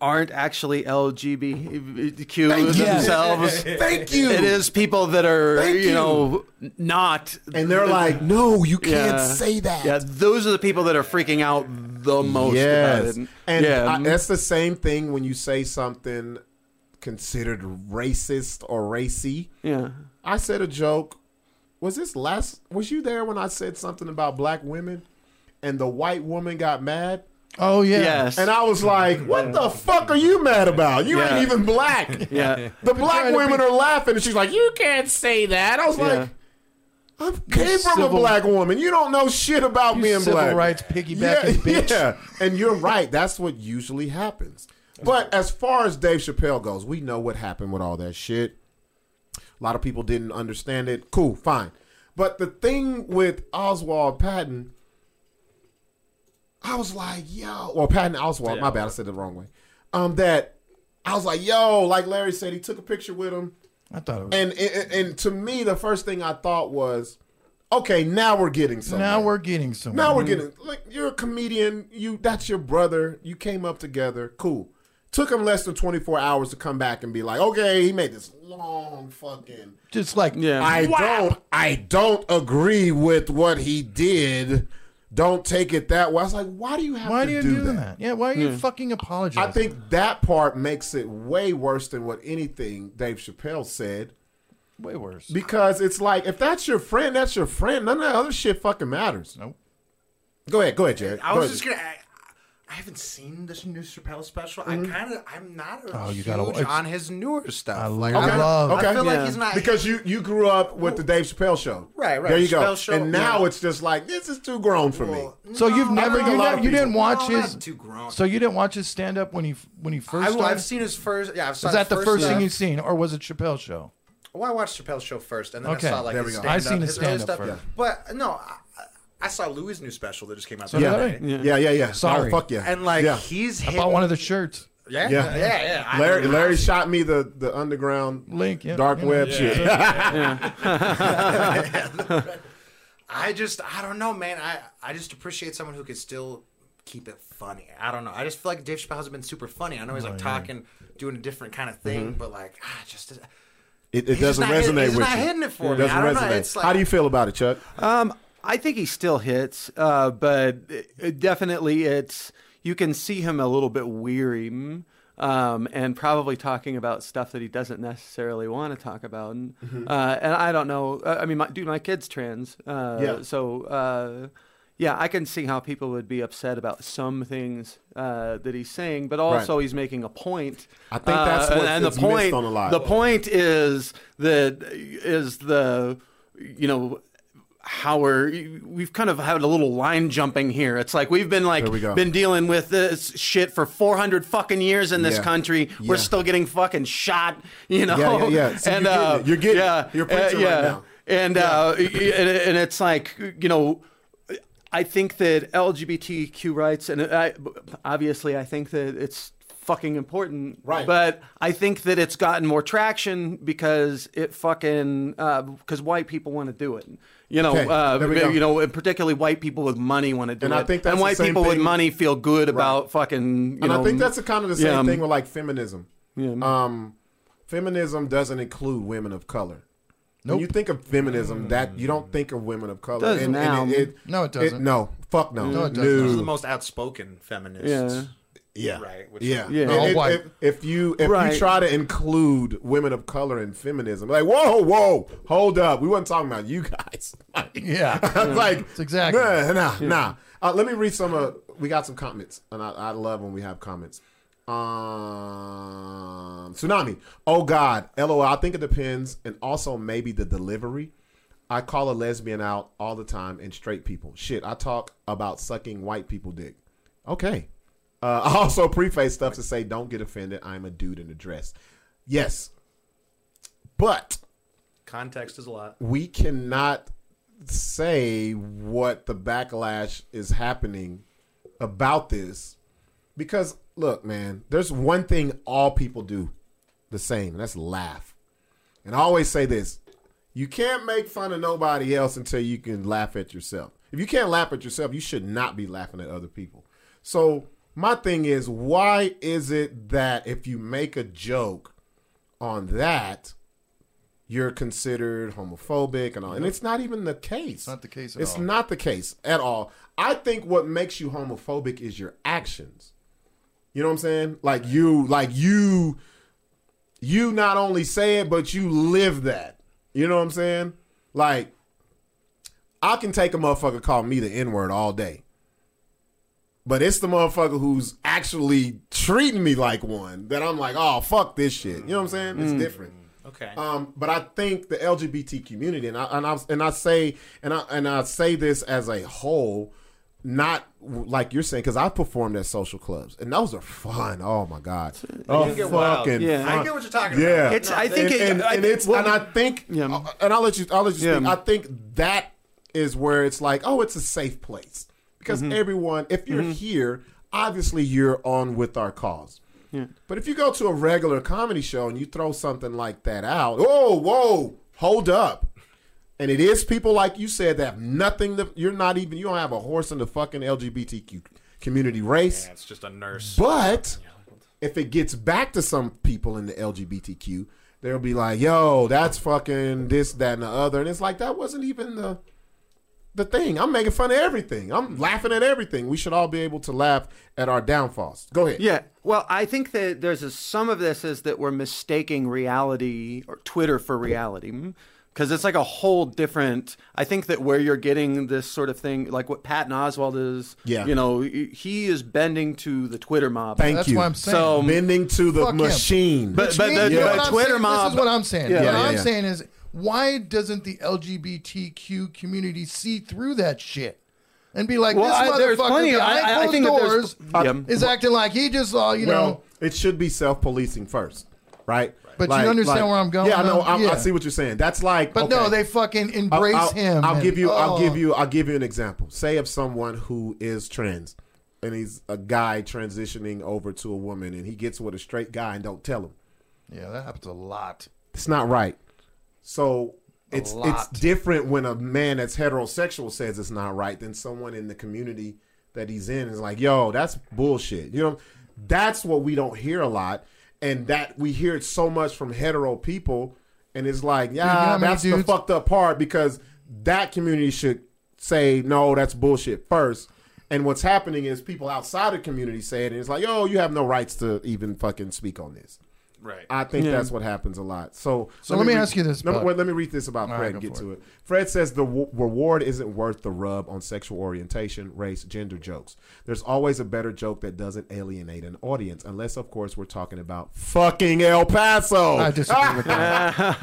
Speaker 5: aren't actually LGBTQ themselves.
Speaker 2: Thank you.
Speaker 5: It is people that are,
Speaker 2: Thank
Speaker 5: you
Speaker 2: you.
Speaker 5: know, not.
Speaker 2: and they're like, "No, you can't
Speaker 5: Yeah.
Speaker 2: say that."
Speaker 5: yeah, those are the people that are freaking out the most
Speaker 2: yes.
Speaker 5: about it.
Speaker 2: And
Speaker 5: yeah.
Speaker 2: I- that's the same thing when you say something considered racist or racy.
Speaker 5: yeah.
Speaker 2: I said a joke was this last? Was you there when I said something about black women, and the white woman got mad?
Speaker 3: Oh yeah.
Speaker 5: Yes.
Speaker 2: And I was like, "What the fuck are you mad about? You
Speaker 5: Yeah.
Speaker 2: ain't even black."
Speaker 5: [laughs] yeah.
Speaker 2: The black
Speaker 3: trying to
Speaker 2: women
Speaker 3: be-
Speaker 2: are laughing, and she's like, "You can't say that." I was like, "I came from a
Speaker 3: civil-
Speaker 2: black woman. You don't know shit about
Speaker 3: You
Speaker 2: being
Speaker 3: civil
Speaker 2: black."
Speaker 3: rights piggybacking bitch.
Speaker 2: Yeah, [laughs] and you're right. That's what usually happens. But as far as Dave Chappelle goes, we know what happened with all that shit. A lot of people didn't understand it. Cool, fine. But the thing with Oswald Patton, I was like, yo, well, Patton Oswald, my bad, I said it the wrong way. Um, that I was like, yo, like Larry said, he took a picture with him.
Speaker 3: I thought it was.
Speaker 2: And and, and to me, the first thing I thought was, okay, now we're getting something.
Speaker 3: now we're getting somewhere.
Speaker 2: Now we're getting like you're a comedian. You that's your brother. You came up together. Cool. Took him less than 24 hours to come back and be like, okay, he made this long fucking.
Speaker 3: just like
Speaker 5: Yeah.
Speaker 2: I don't. I don't agree with what he did. Don't take it that way. I was like, why do you have
Speaker 3: Why
Speaker 2: to
Speaker 3: do you
Speaker 2: do,
Speaker 3: do that?
Speaker 2: that?
Speaker 3: Yeah. Why are you fucking apologizing?
Speaker 2: I think that part makes it way worse than what anything Dave Chappelle said.
Speaker 3: way worse.
Speaker 2: Because it's like, if that's your friend, that's your friend. None of that other shit fucking matters.
Speaker 3: Nope.
Speaker 2: Go ahead, go ahead, Jared.
Speaker 6: I
Speaker 2: Go
Speaker 6: was
Speaker 2: ahead.
Speaker 6: just gonna. I, I haven't seen this new Chappelle special. I kind of. I'm not a
Speaker 3: Mm-hmm. Oh, you
Speaker 6: huge
Speaker 3: gotta watch-
Speaker 6: on his newer stuff.
Speaker 3: I like.
Speaker 2: Okay.
Speaker 3: I love.
Speaker 2: okay.
Speaker 6: I feel
Speaker 5: Yeah.
Speaker 6: like he's not
Speaker 2: because you you grew up with the Dave Chappelle show,
Speaker 6: Right, right.
Speaker 2: There you go.
Speaker 6: Chappelle show,
Speaker 2: and now
Speaker 6: yeah.
Speaker 2: it's just like this is too grown for me.
Speaker 6: Well,
Speaker 3: So you've
Speaker 6: no,
Speaker 3: never
Speaker 2: I
Speaker 3: you,
Speaker 2: think a lot
Speaker 3: never,
Speaker 2: of
Speaker 3: you
Speaker 2: people-
Speaker 3: didn't watch
Speaker 6: No, I'm
Speaker 3: his
Speaker 6: not too grown.
Speaker 3: So you didn't watch his stand up when he when he first
Speaker 6: I,
Speaker 3: started?
Speaker 6: I've seen his first. Yeah, I've saw
Speaker 3: Is that the first
Speaker 4: uh,
Speaker 3: thing
Speaker 6: stuff.
Speaker 3: you've seen, or was it Chappelle's show?
Speaker 6: Well, I watched Chappelle's show first, and then
Speaker 3: Okay,
Speaker 6: I saw like
Speaker 3: there
Speaker 6: his
Speaker 3: we go. I've seen
Speaker 6: stand-up,
Speaker 3: his
Speaker 6: his early
Speaker 3: stand-up
Speaker 6: stuff.
Speaker 3: first.
Speaker 6: But no, I, I saw Louis' new special that just came out.
Speaker 2: yeah.
Speaker 6: the other day.
Speaker 2: yeah, yeah, yeah,
Speaker 3: Sorry.
Speaker 2: Oh, fuck yeah.
Speaker 6: And like
Speaker 2: yeah.
Speaker 6: he's
Speaker 3: I
Speaker 6: hit,
Speaker 3: bought one of the shirts.
Speaker 6: yeah,
Speaker 2: Yeah.
Speaker 6: yeah, yeah. yeah. I-
Speaker 2: Larry, Larry shot me the the underground
Speaker 3: Link, yeah.
Speaker 2: dark
Speaker 3: Yeah.
Speaker 2: web shit.
Speaker 6: I just, I don't know, man. I, I just appreciate someone who can still keep it funny. I don't know. I just feel like Dave Chappelle has been super funny. I know he's like talking, doing a different kind of thing,
Speaker 2: Mm-hmm.
Speaker 6: but like, ah, just.
Speaker 2: [laughs] It,
Speaker 6: He's
Speaker 2: it doesn't
Speaker 6: just not hit-
Speaker 2: resonate
Speaker 6: he's
Speaker 2: with
Speaker 6: not
Speaker 2: you.
Speaker 6: hitting it for
Speaker 2: It
Speaker 6: me.
Speaker 2: doesn't
Speaker 6: I don't know.
Speaker 2: resonate.
Speaker 6: It's like-
Speaker 2: How do you feel about it, Chuck?
Speaker 5: I think he still hits, uh, but it- it definitely it's you can see him a little bit weary mm, um, and probably talking about stuff that he doesn't necessarily want to talk about. And,
Speaker 2: Mm-hmm.
Speaker 5: uh, and I don't know. uh, I mean, my, dude, my kid's trans, uh,
Speaker 2: Yeah.
Speaker 5: so. Uh, yeah, I can see how people would be upset about some things uh, that he's saying, but also he's making a point.
Speaker 2: I think that's
Speaker 5: uh,
Speaker 2: what
Speaker 5: and the
Speaker 2: is missed
Speaker 5: point.
Speaker 2: on a lot.
Speaker 5: The point is that is the you know how we're we've kind of had a little line jumping here. It's like we've been like
Speaker 2: There we go.
Speaker 5: been dealing with this shit for 400 fucking years in this
Speaker 2: Yeah.
Speaker 5: country. We're
Speaker 2: Yeah.
Speaker 5: still getting fucking shot, you know.
Speaker 2: Yeah, yeah, yeah. See,
Speaker 5: and
Speaker 2: you're getting
Speaker 5: uh,
Speaker 2: it. You're getting it. You're preaching
Speaker 5: yeah, uh,
Speaker 2: right
Speaker 5: yeah.
Speaker 2: now.
Speaker 5: And uh, y- y- and and it's like you know. I think that LGBTQ rights, and I, obviously, I think that it's fucking important.
Speaker 2: Right.
Speaker 5: But I think that it's gotten more traction because it fucking because white people want to do it. You know,
Speaker 2: Okay,
Speaker 5: uh,
Speaker 2: there we go.
Speaker 5: you know, and particularly white people with money want to do
Speaker 2: And
Speaker 5: it.
Speaker 2: I think that's
Speaker 5: and
Speaker 2: the
Speaker 5: white
Speaker 2: same
Speaker 5: people with
Speaker 2: thing-
Speaker 5: money feel good about fucking. You
Speaker 2: and
Speaker 5: know,
Speaker 2: I think that's the kind of the same
Speaker 5: yeah.
Speaker 2: thing with like feminism.
Speaker 5: Yeah.
Speaker 2: Um, feminism doesn't include women of color. When you think of feminism, that you don't think of women of color.
Speaker 5: Does now.
Speaker 3: No, it doesn't.
Speaker 2: no, fuck no.
Speaker 3: No, it doesn't.
Speaker 6: Those are
Speaker 2: no.
Speaker 6: the most outspoken feminists.
Speaker 5: Yeah.
Speaker 2: Yeah.
Speaker 6: Right, which-
Speaker 2: Yeah. If-
Speaker 5: Yeah. All
Speaker 2: if,
Speaker 3: white.
Speaker 2: If, if you if
Speaker 5: Right.
Speaker 2: you try to include women of color in feminism, like whoa, whoa, hold up, we weren't talking about you guys. [laughs] Like,
Speaker 3: Yeah.
Speaker 2: I'm like
Speaker 3: That's exactly-
Speaker 2: nah, nah. nah. Uh, let me read some. Uh, we got some comments, and I, I love when we have comments. Um, tsunami. Oh God, lol. I think it depends, and also maybe the delivery. I call a lesbian out all the time, and straight people. Shit, I talk about sucking white people dick. Okay. Uh, [laughs] I also preface stuff to say, don't get offended. I'm a dude in a dress. Yes, but
Speaker 6: Context is a lot.
Speaker 2: we cannot say what the backlash is happening about this because look man there's one thing all people do the same and that's laugh and i always say this you can't make fun of nobody else until you can laugh at yourself if you can't laugh at yourself you should not be laughing at other people so my thing is why is it that if you make a joke on that you're considered homophobic and all. And it's not even the case. It's
Speaker 3: not the case at
Speaker 2: it's
Speaker 3: all.
Speaker 2: not the case at all. I think what makes you homophobic is your actions. You know what I'm saying? Like you, like you, you not only say it, but you live that. You know what I'm saying? Like I can take a motherfucker call me the N word all day. But it's the motherfucker who's actually treating me like one that I'm like, oh, fuck this shit. You know what I'm saying? It's different.
Speaker 9: Mm. Okay.
Speaker 2: Um, but I think the LGBT community, and I and I, and I say and I and I say this as a whole, not w- like you're saying, because I performed at social clubs, and those are fun. Oh my god, oh
Speaker 9: get wild.
Speaker 2: fucking
Speaker 5: Yeah.
Speaker 2: fun.
Speaker 6: I get what you're talking about.
Speaker 2: Yeah,
Speaker 5: It's- I think
Speaker 2: and,
Speaker 5: it-
Speaker 2: and,
Speaker 5: I
Speaker 2: and
Speaker 5: think-
Speaker 2: it's and I think uh,
Speaker 5: Yeah.
Speaker 2: and I'll let you I'll let you speak.
Speaker 5: Yeah.
Speaker 2: I think that is where it's like oh it's a safe place because
Speaker 5: Mm-hmm.
Speaker 2: everyone if you're here obviously you're on with our cause. But if you go to a regular comedy show and you throw something like that out, oh whoa hold up. And it is people like you said that have nothing that you're not even you don't have a horse in the fucking LGBTQ community race.
Speaker 9: It's just a nurse.
Speaker 2: But if it gets back to some people in the LGBTQ, they'll be like, "Yo, that's fucking this, that, and the other," and it's like that wasn't even the the thing. I'm making fun of everything. I'm laughing at everything. We should all be able to laugh at our downfalls. Go ahead.
Speaker 5: Yeah. Well, I think that there's a, some of this is that we're mistaking reality or Twitter for reality. Because it's like a whole different. I think that where you're getting this sort of thing, like what Patton Oswald is,
Speaker 2: Yeah.
Speaker 5: you know, he is bending to the Twitter mob.
Speaker 2: Thank
Speaker 3: That's
Speaker 2: you.
Speaker 3: what I'm saying.
Speaker 5: So-
Speaker 2: Bending to the
Speaker 3: Fuck him.
Speaker 2: machine.
Speaker 5: Um, But-
Speaker 3: Which means-
Speaker 5: the-
Speaker 3: you know
Speaker 5: the
Speaker 3: what I'm
Speaker 5: Twitter
Speaker 3: saying?
Speaker 5: mob-
Speaker 3: This is what I'm saying.
Speaker 5: Yeah.
Speaker 3: what
Speaker 2: Yeah,
Speaker 3: I'm
Speaker 2: yeah.
Speaker 3: saying is, why doesn't the LGBTQ community see through that shit and be like,
Speaker 5: Well, I-
Speaker 3: this
Speaker 5: there's
Speaker 3: motherfucker
Speaker 5: plenty of-
Speaker 3: behind
Speaker 5: I- I
Speaker 3: closed
Speaker 5: think that there's-
Speaker 3: doors
Speaker 5: Yeah.
Speaker 3: is acting like he just saw, you
Speaker 2: well,
Speaker 3: know,
Speaker 2: it should be self policing first, right?
Speaker 3: But you understand where I'm going,
Speaker 2: Yeah, I know.
Speaker 3: though?
Speaker 2: I, I
Speaker 3: Yeah.
Speaker 2: see what you're saying. That's like,
Speaker 3: but no,
Speaker 2: okay.
Speaker 3: they fucking
Speaker 2: I'll-
Speaker 3: embrace
Speaker 2: I'll,
Speaker 3: him.
Speaker 2: I'll
Speaker 3: and-
Speaker 2: give you. I'll
Speaker 3: oh.
Speaker 2: give you. I'll give you an example. Say of someone who is trans, and he's a guy transitioning over to a woman, and he gets with a straight guy and don't tell him.
Speaker 3: Yeah, that happens a lot.
Speaker 2: It's not right. So it's it's
Speaker 3: lot.
Speaker 2: different when a man that's heterosexual says it's not right than someone in the community that he's in is like, "Yo, that's bullshit." You know, that's what we don't hear a lot, and that we hear it so much from hetero people, and it's like,
Speaker 3: you know how
Speaker 2: yeah,
Speaker 3: many
Speaker 2: that's the
Speaker 3: dudes-
Speaker 2: fucked up part because that community should say, "No, that's bullshit" first. And what's happening is people outside the community say it, and it's like, "Yo, you have no rights to even fucking speak on this."
Speaker 9: Right.
Speaker 2: I think that's what happens a lot. So,
Speaker 3: So let me
Speaker 2: read-
Speaker 3: ask you this,
Speaker 2: Number,
Speaker 3: Bud.
Speaker 2: wait, let me read this about Fred
Speaker 3: right,
Speaker 2: and
Speaker 3: go
Speaker 2: get
Speaker 3: for
Speaker 2: to it. Fred says the w- reward isn't worth the rub on sexual orientation, race, gender jokes. There's always a better joke that doesn't alienate an audience, unless, of course, we're talking about fucking El Paso.
Speaker 3: I disagree with that.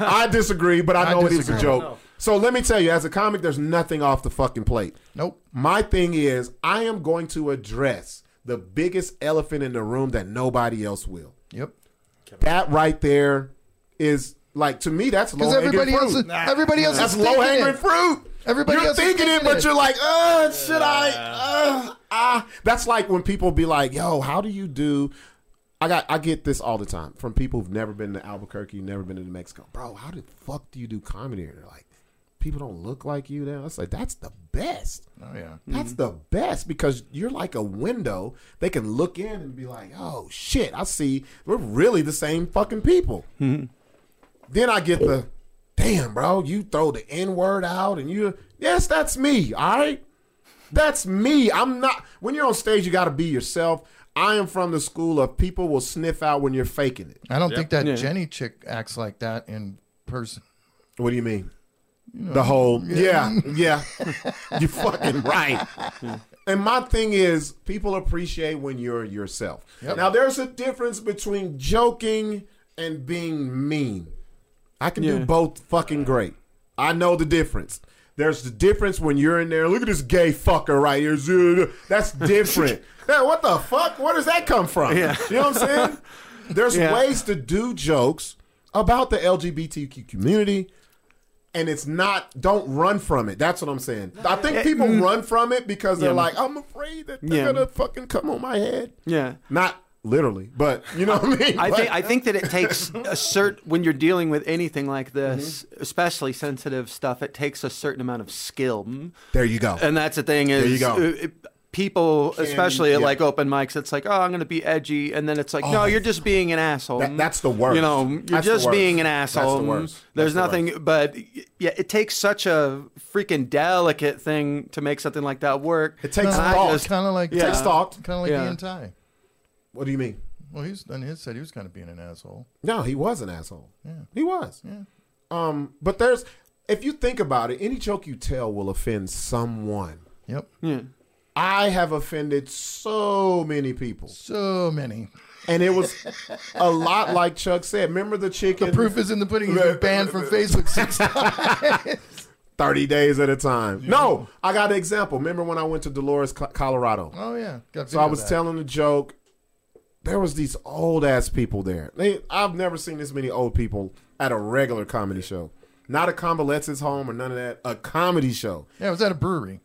Speaker 2: [laughs] I disagree, but I
Speaker 3: I
Speaker 2: know it is a
Speaker 3: disagree.
Speaker 2: joke. So let me tell you, as a comic, there's nothing off the fucking plate.
Speaker 3: Nope.
Speaker 2: My thing is, I am going to address the biggest elephant in the room that nobody else will
Speaker 3: Yep.
Speaker 2: that right there is like to me that's low
Speaker 3: Because
Speaker 2: hanging
Speaker 3: everybody
Speaker 2: fruit.
Speaker 3: else, is, everybody else,
Speaker 2: that's
Speaker 3: is
Speaker 2: low
Speaker 3: thinking
Speaker 2: hanging
Speaker 3: it.
Speaker 2: fruit.
Speaker 3: Everybody
Speaker 2: you're
Speaker 3: else is
Speaker 2: thinking it,
Speaker 3: thinking
Speaker 2: but
Speaker 3: it.
Speaker 2: you're like, uh, should I? Uh, ah. That's like when people be like, "Yo, how do you do?" I got I get this all the time from people who've never been to Albuquerque, never been to New Mexico. Bro, how the fuck do you do comedy? here? They're like, people don't look like you now. It's like that's the best.
Speaker 3: Oh yeah.
Speaker 2: That's the best because you're like a window. They can look in and be like, "Oh shit, I see. We're really the same fucking people." Then I get the, "Damn, bro, you throw the N word out and you, yes, that's me. All right, that's me. I'm not. When you're on stage, you got to be yourself. I am from the school of people will sniff out when you're faking it.
Speaker 3: I don't think that Jenny chick acts like that in person.
Speaker 2: What do you mean? the whole yeah, yeah. you fucking right. And my thing is, people appreciate when you're yourself. Now, there's a difference between joking and being mean. I can do both fucking great. I know the difference. There's the difference when you're in there. Look at this gay fucker right here. Zoo- That's [laughs] different. now, what the fuck? Where does that come from? You know what I'm saying? There's ways to do jokes about the LGBTQ community, and it's not. Don't run from it. That's what I'm saying. I think people run from it because they're like, I'm afraid that they're
Speaker 5: Yeah.
Speaker 2: gonna fucking come on my head.
Speaker 5: Yeah.
Speaker 2: Not literally, but you know what I mean.
Speaker 5: I
Speaker 2: Like-
Speaker 5: think I think that it takes a cert when you're dealing with anything like this,
Speaker 2: Mm-hmm.
Speaker 5: especially sensitive stuff. It takes a certain amount of skill, mm,
Speaker 2: there you go.
Speaker 5: and that's the thing is.
Speaker 2: you go.
Speaker 5: uh, it- People, especially at
Speaker 2: yeah.
Speaker 5: like open mics, it's like, oh, I'm going to be edgy, and then it's like, no,
Speaker 2: Oh.
Speaker 5: you're just being an asshole.
Speaker 2: That- that's the worst.
Speaker 5: You know, you're
Speaker 2: That's the
Speaker 5: just
Speaker 2: worst.
Speaker 5: being an
Speaker 2: That's the
Speaker 5: asshole. Mm,
Speaker 2: worst. That's
Speaker 5: There's
Speaker 2: the
Speaker 5: nothing, but y- yeah, it takes such a freaking delicate thing to make something like that work.
Speaker 2: it takes
Speaker 5: I
Speaker 2: thought.
Speaker 5: just-
Speaker 3: Kind of like
Speaker 2: It takes thought.
Speaker 3: Kind of like
Speaker 5: Yeah.
Speaker 3: Ian Ty.
Speaker 2: What do you mean?
Speaker 3: Well, he's on his side. He was kind of being an asshole.
Speaker 2: No, he was an asshole. He was.
Speaker 3: Yeah.
Speaker 2: Um, but there's if you think about it, any joke you tell will offend someone.
Speaker 3: Yep.
Speaker 2: I have offended so many people.
Speaker 3: So many.
Speaker 2: And it was a lot like Chuck said. Remember the chicken?
Speaker 3: Proof is in the pudding. He's
Speaker 2: [laughs]
Speaker 3: been banned from Facebook six times.
Speaker 2: 30 days at a time. No, I got an example. Remember when I went to Dolores, Co- Colorado?
Speaker 3: Oh yeah. Got
Speaker 2: So I was telling a joke. There was these old ass people there. They, I've never seen this many old people at a regular comedy show. Not a convalescent's home or none of that. A comedy show.
Speaker 3: Yeah, I was at a brewery.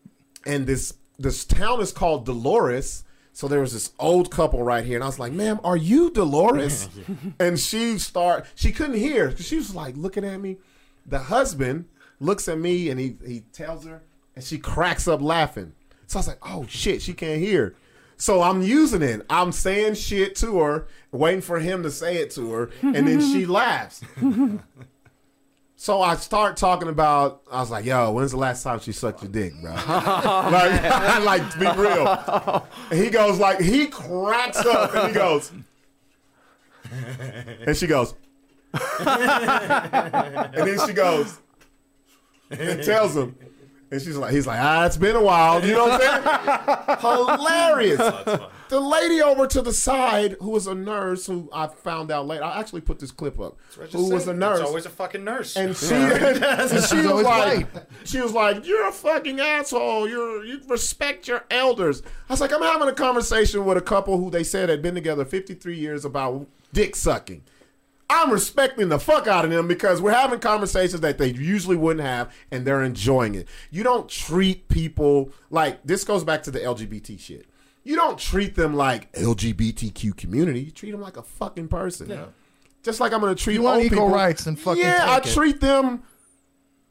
Speaker 2: And this this town is called Dolores. So there was this old couple right here, and I was like, "Ma'am, are you Dolores?" [laughs] and she start she couldn't hear 'cause she was like looking at me. The husband looks at me and he he tells her, and she cracks up laughing. So I was like, "Oh shit, she can't hear." So I'm using it. I'm saying shit to her, waiting for him to say it to her, and then she laughs. So I start talking about. I was like, "Yo, when's the last time she sucked your dick, bro?" [laughs] like, [laughs] like to be real. And he goes like he cracks up and he goes, and she goes, [laughs] and then she goes and tells him, and she's like, he's like, ah, it's been a while. You know what I'm
Speaker 4: [laughs]
Speaker 2: saying? Hilarious. The lady over to the side, who was a nurse, who I found out later, I actually put this clip up. Who was a nurse?
Speaker 4: It's always a fucking nurse.
Speaker 2: And she, [laughs] and she was
Speaker 3: always
Speaker 2: like, she was like, "You're a fucking asshole. You're you respect your elders." I was like, "I'm having a conversation with a couple who they said had been together 53 years about dick sucking. I'm respecting the fuck out of them because we're having conversations that they usually wouldn't have, and they're enjoying it. You don't treat people like this. Goes back to the LGBT shit. You don't treat them like LGBTQ community. You treat them like a fucking person. Just like I'm gonna treat
Speaker 3: You want
Speaker 2: old
Speaker 3: equal
Speaker 2: people-
Speaker 3: rights, then fucking
Speaker 2: yeah. I
Speaker 3: take it.
Speaker 2: treat them,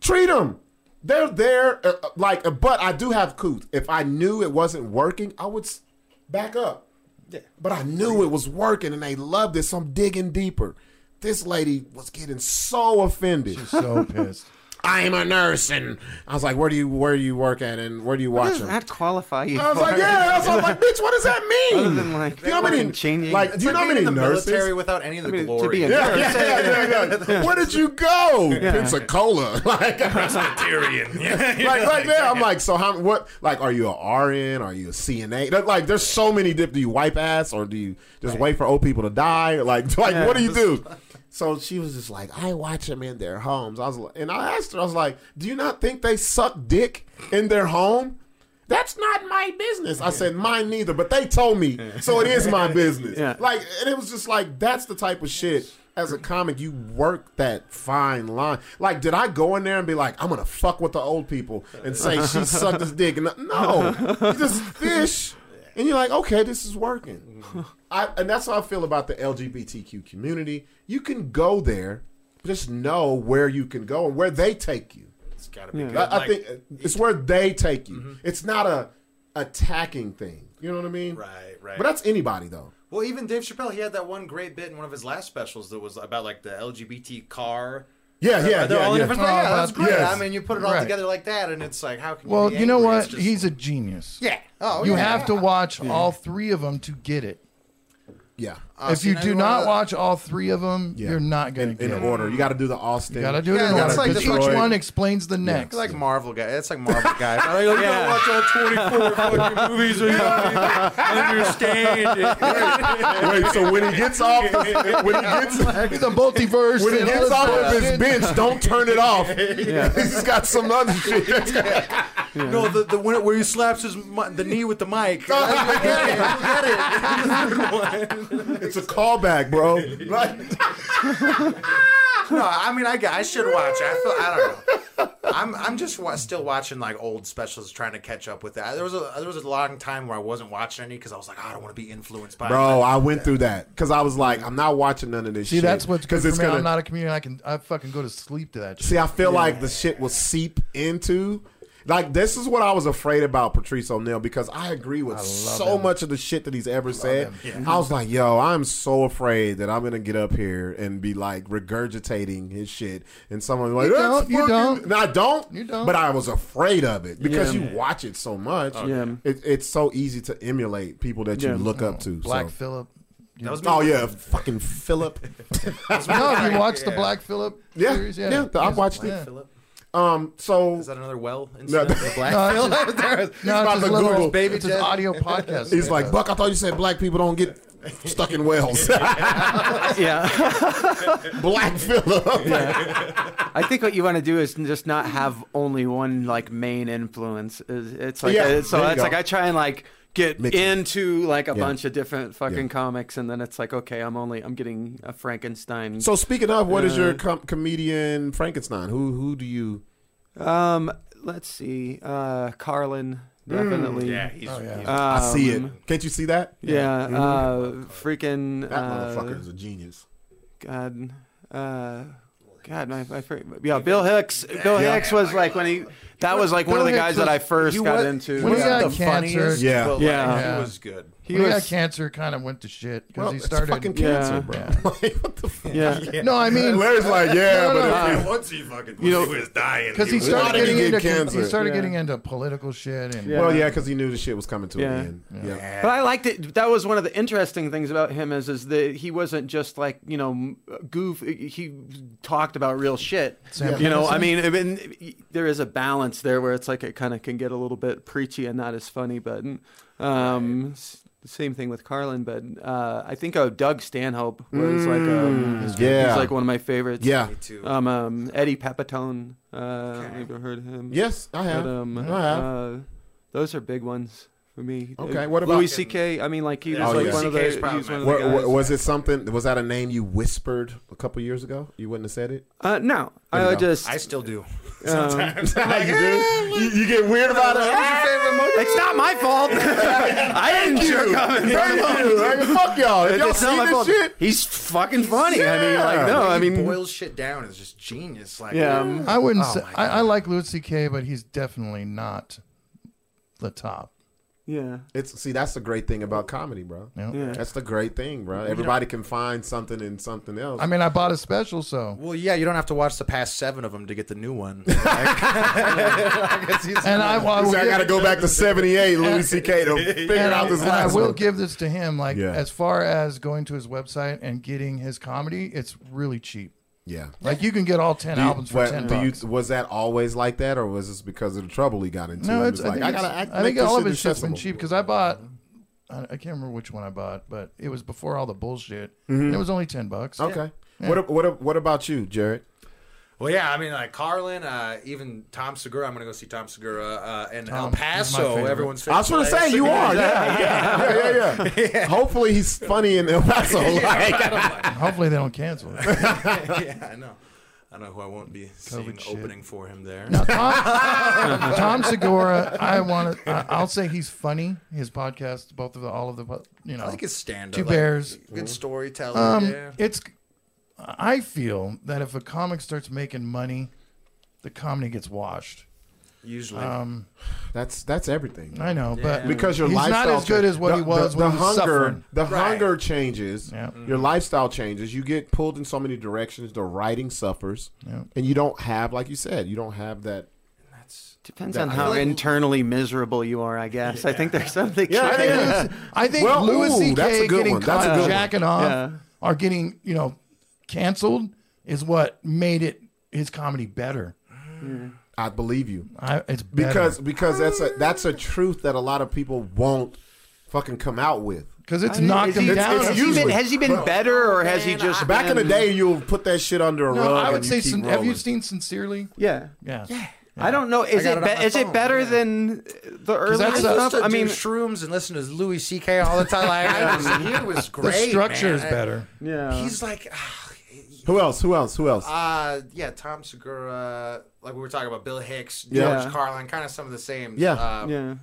Speaker 2: treat them. They're there, uh, uh, like. uh, But I do have cooth. If I knew it wasn't working, I would s- back up. Yeah. But I knew it was working, and they loved it. So I'm digging deeper. This lady was getting so offended. [laughs]
Speaker 3: So pissed.
Speaker 2: I'm a nurse, and I was like, "Where do you where do you work at, and where do you watch
Speaker 5: Does
Speaker 2: them?"
Speaker 5: that qualify you?
Speaker 2: I was like, "Yeah." I was like, "Bitch, what does that mean?"
Speaker 5: Other than, like,
Speaker 2: do you know how many
Speaker 5: fucking changing-
Speaker 2: like do you know how
Speaker 4: Being
Speaker 2: many
Speaker 4: in the
Speaker 2: nurses?
Speaker 4: military without any of the
Speaker 5: mean, to
Speaker 4: glory.
Speaker 5: be a-
Speaker 2: Yeah, yeah, yeah, yeah, [laughs] yeah. Where did you go? Pensacola. [laughs] Like, like right there, I'm like, so how? What? Like, are you a RN? Are you a CNA? Like, Like, there's so many. Dip. Do you wipe ass or do you just wait for old people to die? Or, Like, [laughs] like what do you do? So she was just like, I watch them in their homes. I was, like, and I asked her, I was like, Do you not think they suck dick in their home? That's not my business. I said, mine neither, but they told me, so it is [laughs] my business.
Speaker 5: Yeah.
Speaker 2: Like, and it was just like, that's the type of shit. As a comic, you work that fine line. Like, did I go in there and be like, I'm gonna fuck with the old people and say
Speaker 4: [laughs]
Speaker 2: she sucked his dick? And I- no, you just fish, and you're like, okay, this is working. I, and that's how I feel about the LGBTQ community. You can go there, just know where you can go and where they take you.
Speaker 4: It's gotta be
Speaker 5: Yeah.
Speaker 4: good.
Speaker 2: I, I
Speaker 4: Like, Mm-hmm.
Speaker 2: think it's where they take you. It's not a attacking thing. You know what I mean?
Speaker 4: Right, right.
Speaker 2: But that's anybody though.
Speaker 4: Well, even Dave Chappelle, he had that one great bit in one of his last specials that was about like the LGBT car.
Speaker 2: Yeah, yeah,
Speaker 4: They're all
Speaker 2: yeah,
Speaker 4: in
Speaker 2: yeah.
Speaker 4: different- yeah,
Speaker 3: Oh,
Speaker 4: that's
Speaker 3: that-
Speaker 4: great.
Speaker 2: yes.
Speaker 4: I mean, you put it all
Speaker 3: Right.
Speaker 4: together like that, and it's like, how can?
Speaker 3: Well,
Speaker 4: you, be
Speaker 3: you know
Speaker 4: angry?
Speaker 3: what?
Speaker 4: It's just-
Speaker 3: He's a genius.
Speaker 4: yeah. Oh,
Speaker 3: You
Speaker 4: yeah.
Speaker 3: have to watch all three of them to get it.
Speaker 2: Yeah.
Speaker 3: if
Speaker 4: see,
Speaker 3: you
Speaker 4: now
Speaker 3: do
Speaker 4: you wanna-
Speaker 3: not watch all three of them,
Speaker 2: Uh, Yeah.
Speaker 3: you're not going to
Speaker 2: In,
Speaker 3: get
Speaker 2: in
Speaker 3: it.
Speaker 2: order, you got to do the Austin.
Speaker 3: You got to do it
Speaker 4: Yeah,
Speaker 3: in order
Speaker 4: that's like
Speaker 3: because
Speaker 4: the
Speaker 3: each
Speaker 2: Detroit.
Speaker 3: one explains the
Speaker 4: It's
Speaker 3: next. [laughs]
Speaker 4: like Marvel guy. It's like Marvel guy. I don't
Speaker 5: Yeah.
Speaker 4: watch all 24 fucking movies or you don't understand it.
Speaker 2: Wait, so when he gets off,
Speaker 4: [laughs]
Speaker 2: when he gets,
Speaker 3: the multiverse.
Speaker 2: when he
Speaker 3: and all
Speaker 2: gets
Speaker 3: this
Speaker 2: off of
Speaker 3: bullshit.
Speaker 2: his bench, don't turn it
Speaker 4: [laughs]
Speaker 2: off. [laughs] He's got some other shit.
Speaker 4: No, the, the one where he slaps his mi- the knee with the mic.
Speaker 2: It's a callback, bro. Like,
Speaker 4: No, I mean I, g- I should watch. it. I feel I don't know. I'm I'm just wa- still watching like old specials, trying to catch up with that. There was a there was a long time where I wasn't watching any because I was like, "Oh, I don't want to be influenced by.
Speaker 2: bro, I went through that because I was like, I'm not watching none of this.
Speaker 3: See,
Speaker 2: shit
Speaker 3: that's what's good
Speaker 2: because
Speaker 3: for
Speaker 2: it's
Speaker 3: me.
Speaker 2: gonna.
Speaker 3: I'm not a comedian. I can I fucking go to sleep to that. Shit.
Speaker 2: See, I feel like the shit will seep into. Like this is what I was afraid about Patrice O'Neill because I agree with so much of the shit that he's ever said. I was like, yo, I'm so afraid that I'm gonna get up here and be like regurgitating his shit, and someone like,
Speaker 3: You
Speaker 2: "That's
Speaker 3: don't, you
Speaker 2: fucking-"
Speaker 3: don't.
Speaker 2: no, I don't,
Speaker 3: You don't. Oh,
Speaker 2: But I was afraid of it because
Speaker 5: Yeah.
Speaker 2: you watch it so much.
Speaker 5: Yeah.
Speaker 2: It, it's so easy to emulate people that you
Speaker 5: Yeah.
Speaker 2: look up to. so.
Speaker 3: Black Phillip.
Speaker 4: That was me.
Speaker 2: Oh yeah, fucking Philip.
Speaker 3: [laughs] No, have you watched the Black Phillip
Speaker 2: Yeah,
Speaker 3: series?
Speaker 2: yeah, I watched it.
Speaker 3: Yeah.
Speaker 4: Philip.
Speaker 2: Um, so
Speaker 4: Is that another well?
Speaker 2: No,
Speaker 4: Incident? The
Speaker 2: [laughs]
Speaker 4: black
Speaker 3: No, it's just, no, it's
Speaker 2: about
Speaker 3: just
Speaker 2: to
Speaker 3: little-
Speaker 2: Google.
Speaker 4: Baby
Speaker 3: it's just
Speaker 4: Jet.
Speaker 3: audio
Speaker 2: [laughs]
Speaker 3: podcast.
Speaker 2: he's like, Buck, I thought you said black people don't get stuck in
Speaker 5: [laughs]
Speaker 2: wells.
Speaker 5: [laughs]
Speaker 2: [laughs]
Speaker 5: Yeah.
Speaker 2: black [laughs] Phillip.
Speaker 5: I think what you want to do is just not have only one like main influence. Is- It's like
Speaker 2: Yeah,
Speaker 5: uh, so
Speaker 2: there you
Speaker 5: it's
Speaker 2: go.
Speaker 5: like I try and like get
Speaker 2: Mix it.
Speaker 5: into like a
Speaker 2: Yeah.
Speaker 5: bunch of different fucking
Speaker 2: Yeah.
Speaker 5: comics and then it's like okay, I'm only I'm getting a Frankenstein.
Speaker 2: So speaking of, what is your com- comedian Frankenstein? Who who do you?
Speaker 5: um let's see. Uh Carlin definitely. Uh,
Speaker 6: Yeah, he's.
Speaker 2: Mm.
Speaker 3: Oh,
Speaker 2: I see it. Can't you see that?
Speaker 5: Um, Yeah, uh, freaking
Speaker 2: That
Speaker 5: uh,
Speaker 2: motherfucker is a genius.
Speaker 5: God, uh, God, my, my fr- yeah, Bill Hicks. Bill Hicks was like when he that was like one of
Speaker 3: Bill
Speaker 5: the
Speaker 3: Hicks
Speaker 5: guys that
Speaker 3: was-
Speaker 5: I first
Speaker 4: he
Speaker 5: got
Speaker 4: was-
Speaker 5: into.
Speaker 3: When he
Speaker 4: was
Speaker 3: got
Speaker 4: the
Speaker 3: cancer.
Speaker 4: funniest,
Speaker 2: Yeah.
Speaker 4: but, like,
Speaker 5: Yeah.
Speaker 4: he was good.
Speaker 5: he
Speaker 3: when he got
Speaker 5: was-
Speaker 3: cancer, kind of went to shit because
Speaker 2: Well,
Speaker 3: he
Speaker 2: it's
Speaker 3: started.
Speaker 2: fucking cancer,
Speaker 5: Yeah.
Speaker 2: bro.
Speaker 3: Yeah.
Speaker 2: [laughs] Like, what the fuck?
Speaker 5: yeah,
Speaker 3: No, I mean,
Speaker 2: [laughs] Larry's like, yeah,
Speaker 3: No, no,
Speaker 2: but
Speaker 5: no.
Speaker 4: [laughs]
Speaker 2: if you-
Speaker 6: Once he fucking,
Speaker 5: You know-
Speaker 6: he was dying.
Speaker 3: because he
Speaker 6: was-
Speaker 2: Why
Speaker 3: started
Speaker 2: did he
Speaker 3: getting
Speaker 2: get
Speaker 3: into
Speaker 2: cancer?
Speaker 3: he started
Speaker 5: Yeah.
Speaker 3: getting into political shit and
Speaker 5: Yeah.
Speaker 2: Well, yeah, because he knew the shit was coming to
Speaker 5: Yeah.
Speaker 2: an end. Yeah.
Speaker 5: but I liked it. That was one of the interesting things about him is is that he wasn't just like you know goof. He talked about real shit.
Speaker 3: Sam
Speaker 5: you know,
Speaker 3: Kinison?
Speaker 5: I mean, I mean, there is a balance there where it's like it kind of can get a little bit preachy and not as funny, but mm, um, s- same thing with Carlin. But uh, I think uh, Doug Stanhope was like um,
Speaker 2: Mm, yeah.
Speaker 5: he's like one of my favorites.
Speaker 2: Yeah.
Speaker 4: too.
Speaker 5: Um, um, Eddie Pepitone. Uh, Have you heard of him?
Speaker 2: Yes, I have.
Speaker 5: But, um,
Speaker 2: I have.
Speaker 5: uh, those are big ones for me.
Speaker 2: Okay,
Speaker 5: Uh,
Speaker 2: what about-
Speaker 5: Louis C.K.? I mean, like he was
Speaker 6: Yeah.
Speaker 2: Oh,
Speaker 5: like
Speaker 2: yeah.
Speaker 5: one of
Speaker 6: CK
Speaker 5: the.
Speaker 6: 's
Speaker 5: He was one
Speaker 6: probably
Speaker 5: of
Speaker 2: Wha-
Speaker 5: the
Speaker 2: wha-
Speaker 5: guys.
Speaker 2: was it something? Was that a name you whispered a couple years ago? You wouldn't have said it.
Speaker 5: uh, no,
Speaker 2: you
Speaker 5: I would
Speaker 2: go.
Speaker 5: just. um,
Speaker 4: I still do.
Speaker 2: Like, eh, you, do? You- you get weird about it.
Speaker 5: it's not my fault. I didn't jerk off in front of him.
Speaker 2: Thank you. Like, fuck y'all. If y'all
Speaker 5: It's not
Speaker 2: see
Speaker 5: my
Speaker 2: this
Speaker 5: fault.
Speaker 2: shit,
Speaker 5: He's fucking funny. I mean,
Speaker 2: Yeah.
Speaker 5: like no, I
Speaker 4: he
Speaker 5: mean,
Speaker 4: boils shit down. It's just genius. Like,
Speaker 5: yeah. um,
Speaker 3: I wouldn't
Speaker 4: Oh
Speaker 3: say
Speaker 4: my
Speaker 3: I, I like Louis C.K., but he's definitely not the top.
Speaker 5: yeah,
Speaker 2: it's see that's the great thing about comedy, bro.
Speaker 3: You know?
Speaker 5: yeah.
Speaker 2: That's the great thing, bro. Everybody can find something in something else.
Speaker 3: I mean, I bought a
Speaker 2: [laughs]
Speaker 3: special, so
Speaker 4: Well, yeah, you don't have to watch the past seven of them to get the new one.
Speaker 3: and I, I will
Speaker 2: See, I got to go back to '78, Louis C.K. to figure
Speaker 3: [laughs] and I,
Speaker 2: out this
Speaker 3: and I
Speaker 2: last
Speaker 3: will
Speaker 2: one.
Speaker 3: give this to him. Like
Speaker 2: Yeah.
Speaker 3: as far as going to his website and getting his comedy, it's really cheap.
Speaker 2: yeah.
Speaker 3: Like you can get all ten
Speaker 2: Do you-
Speaker 3: albums for
Speaker 2: but
Speaker 3: ten
Speaker 2: do you-
Speaker 3: bucks.
Speaker 2: was that always like that, or was this because of the trouble he got into?
Speaker 3: no,
Speaker 2: He
Speaker 3: it's,
Speaker 2: was like,
Speaker 3: I think,
Speaker 2: I gotta
Speaker 3: it's-
Speaker 2: act,
Speaker 3: I think
Speaker 2: make this
Speaker 3: all
Speaker 2: shit
Speaker 3: of his shit's been
Speaker 2: accessible.
Speaker 3: cheap because I bought. I I can't remember which one I bought, but it was before all the bullshit.
Speaker 2: Mm-hmm.
Speaker 3: And it was only ten bucks.
Speaker 2: Okay. What ab- what ab- what about you, Jared?
Speaker 4: [laughs] well, yeah, I mean, like Carlin, uh, even Tom Segura. I'm gonna go see Tom Segura uh, and El
Speaker 3: Tom, he's my
Speaker 4: Paso.
Speaker 3: favorite.
Speaker 4: Everyone's.
Speaker 2: I was gonna
Speaker 4: favorite.
Speaker 2: say you are. Yeah, yeah, yeah, yeah. yeah. Hopefully he's funny in El Paso. Like,
Speaker 3: Hopefully they don't cancel it.
Speaker 4: [laughs] yeah, I know. I know who I won't be seeing
Speaker 3: shit.
Speaker 4: opening for him
Speaker 5: [laughs]
Speaker 4: there.
Speaker 3: Tom, Tom Segura, I want to. I'll say he's funny. His podcast, both of the, all of the, po- you know,
Speaker 4: I like his stand-up.
Speaker 3: Two
Speaker 4: like,
Speaker 3: Bears.
Speaker 4: Good storyteller.
Speaker 3: um,
Speaker 4: yeah.
Speaker 3: it's. I feel that if a comic starts making money, the comedy gets washed.
Speaker 4: Usually.
Speaker 3: Um,
Speaker 2: that's that's everything.
Speaker 3: I know, but
Speaker 2: Because your
Speaker 3: he's
Speaker 2: lifestyle
Speaker 3: not as good
Speaker 2: changes.
Speaker 3: as what
Speaker 2: The-
Speaker 3: he was
Speaker 2: The,
Speaker 3: when
Speaker 2: the
Speaker 3: he was
Speaker 2: hunger,
Speaker 3: suffering.
Speaker 2: the
Speaker 4: Right.
Speaker 2: hunger changes.
Speaker 3: Yeah. Mm-hmm.
Speaker 2: Your lifestyle changes. You get pulled in so many directions. The writing suffers,
Speaker 3: Yeah.
Speaker 2: and you don't have, like you said, you don't have that.
Speaker 5: Depends on how internally miserable you are, I guess. I think there's something.
Speaker 2: I
Speaker 5: [laughs]
Speaker 2: think
Speaker 3: Lewis- I think
Speaker 2: Well,
Speaker 3: Louis
Speaker 2: ooh, that's
Speaker 3: C.K.
Speaker 2: a good
Speaker 3: getting
Speaker 2: one. That's a
Speaker 3: caught
Speaker 2: good one.
Speaker 3: jacking off
Speaker 5: Yeah.
Speaker 3: or getting you know canceled is what made it his comedy better.
Speaker 2: I believe you.
Speaker 3: I, it's better.
Speaker 2: because because that's a that's a truth that a lot of people won't fucking come out with.
Speaker 3: Because it's
Speaker 5: I mean,
Speaker 3: knocked
Speaker 5: is
Speaker 3: him
Speaker 5: he-
Speaker 3: down.
Speaker 2: it's
Speaker 5: has, he been,
Speaker 2: usually-
Speaker 5: has he been better, or has he just
Speaker 2: Back in the
Speaker 5: been-
Speaker 2: day, you'll put that shit under a
Speaker 3: no,
Speaker 2: rug.
Speaker 3: I would
Speaker 2: and
Speaker 3: say.
Speaker 2: you keep
Speaker 3: sin- have you
Speaker 2: rolling.
Speaker 3: seen Sincerely?
Speaker 5: Yeah.
Speaker 3: Yeah.
Speaker 5: I don't know. Is
Speaker 4: got
Speaker 5: it,
Speaker 4: it on
Speaker 5: be-
Speaker 4: my
Speaker 5: is it
Speaker 4: phone,
Speaker 5: better
Speaker 4: yeah.
Speaker 5: than the early
Speaker 3: that's a-
Speaker 5: stuff?
Speaker 4: I
Speaker 5: I mean,
Speaker 4: do shrooms and listen to Louis C.K. all the time. Like, I just, he was
Speaker 3: The
Speaker 4: great.
Speaker 3: structure is
Speaker 4: man.
Speaker 3: better.
Speaker 5: yeah.
Speaker 4: He's like, ah,
Speaker 2: Who else? Who else? Who else?
Speaker 4: uh, yeah, Tom Segura. Like we were talking about Bill Hicks,
Speaker 5: Yeah.
Speaker 4: George Carlin, kind of some of the same.
Speaker 2: Yeah.
Speaker 4: Uh,
Speaker 5: yeah.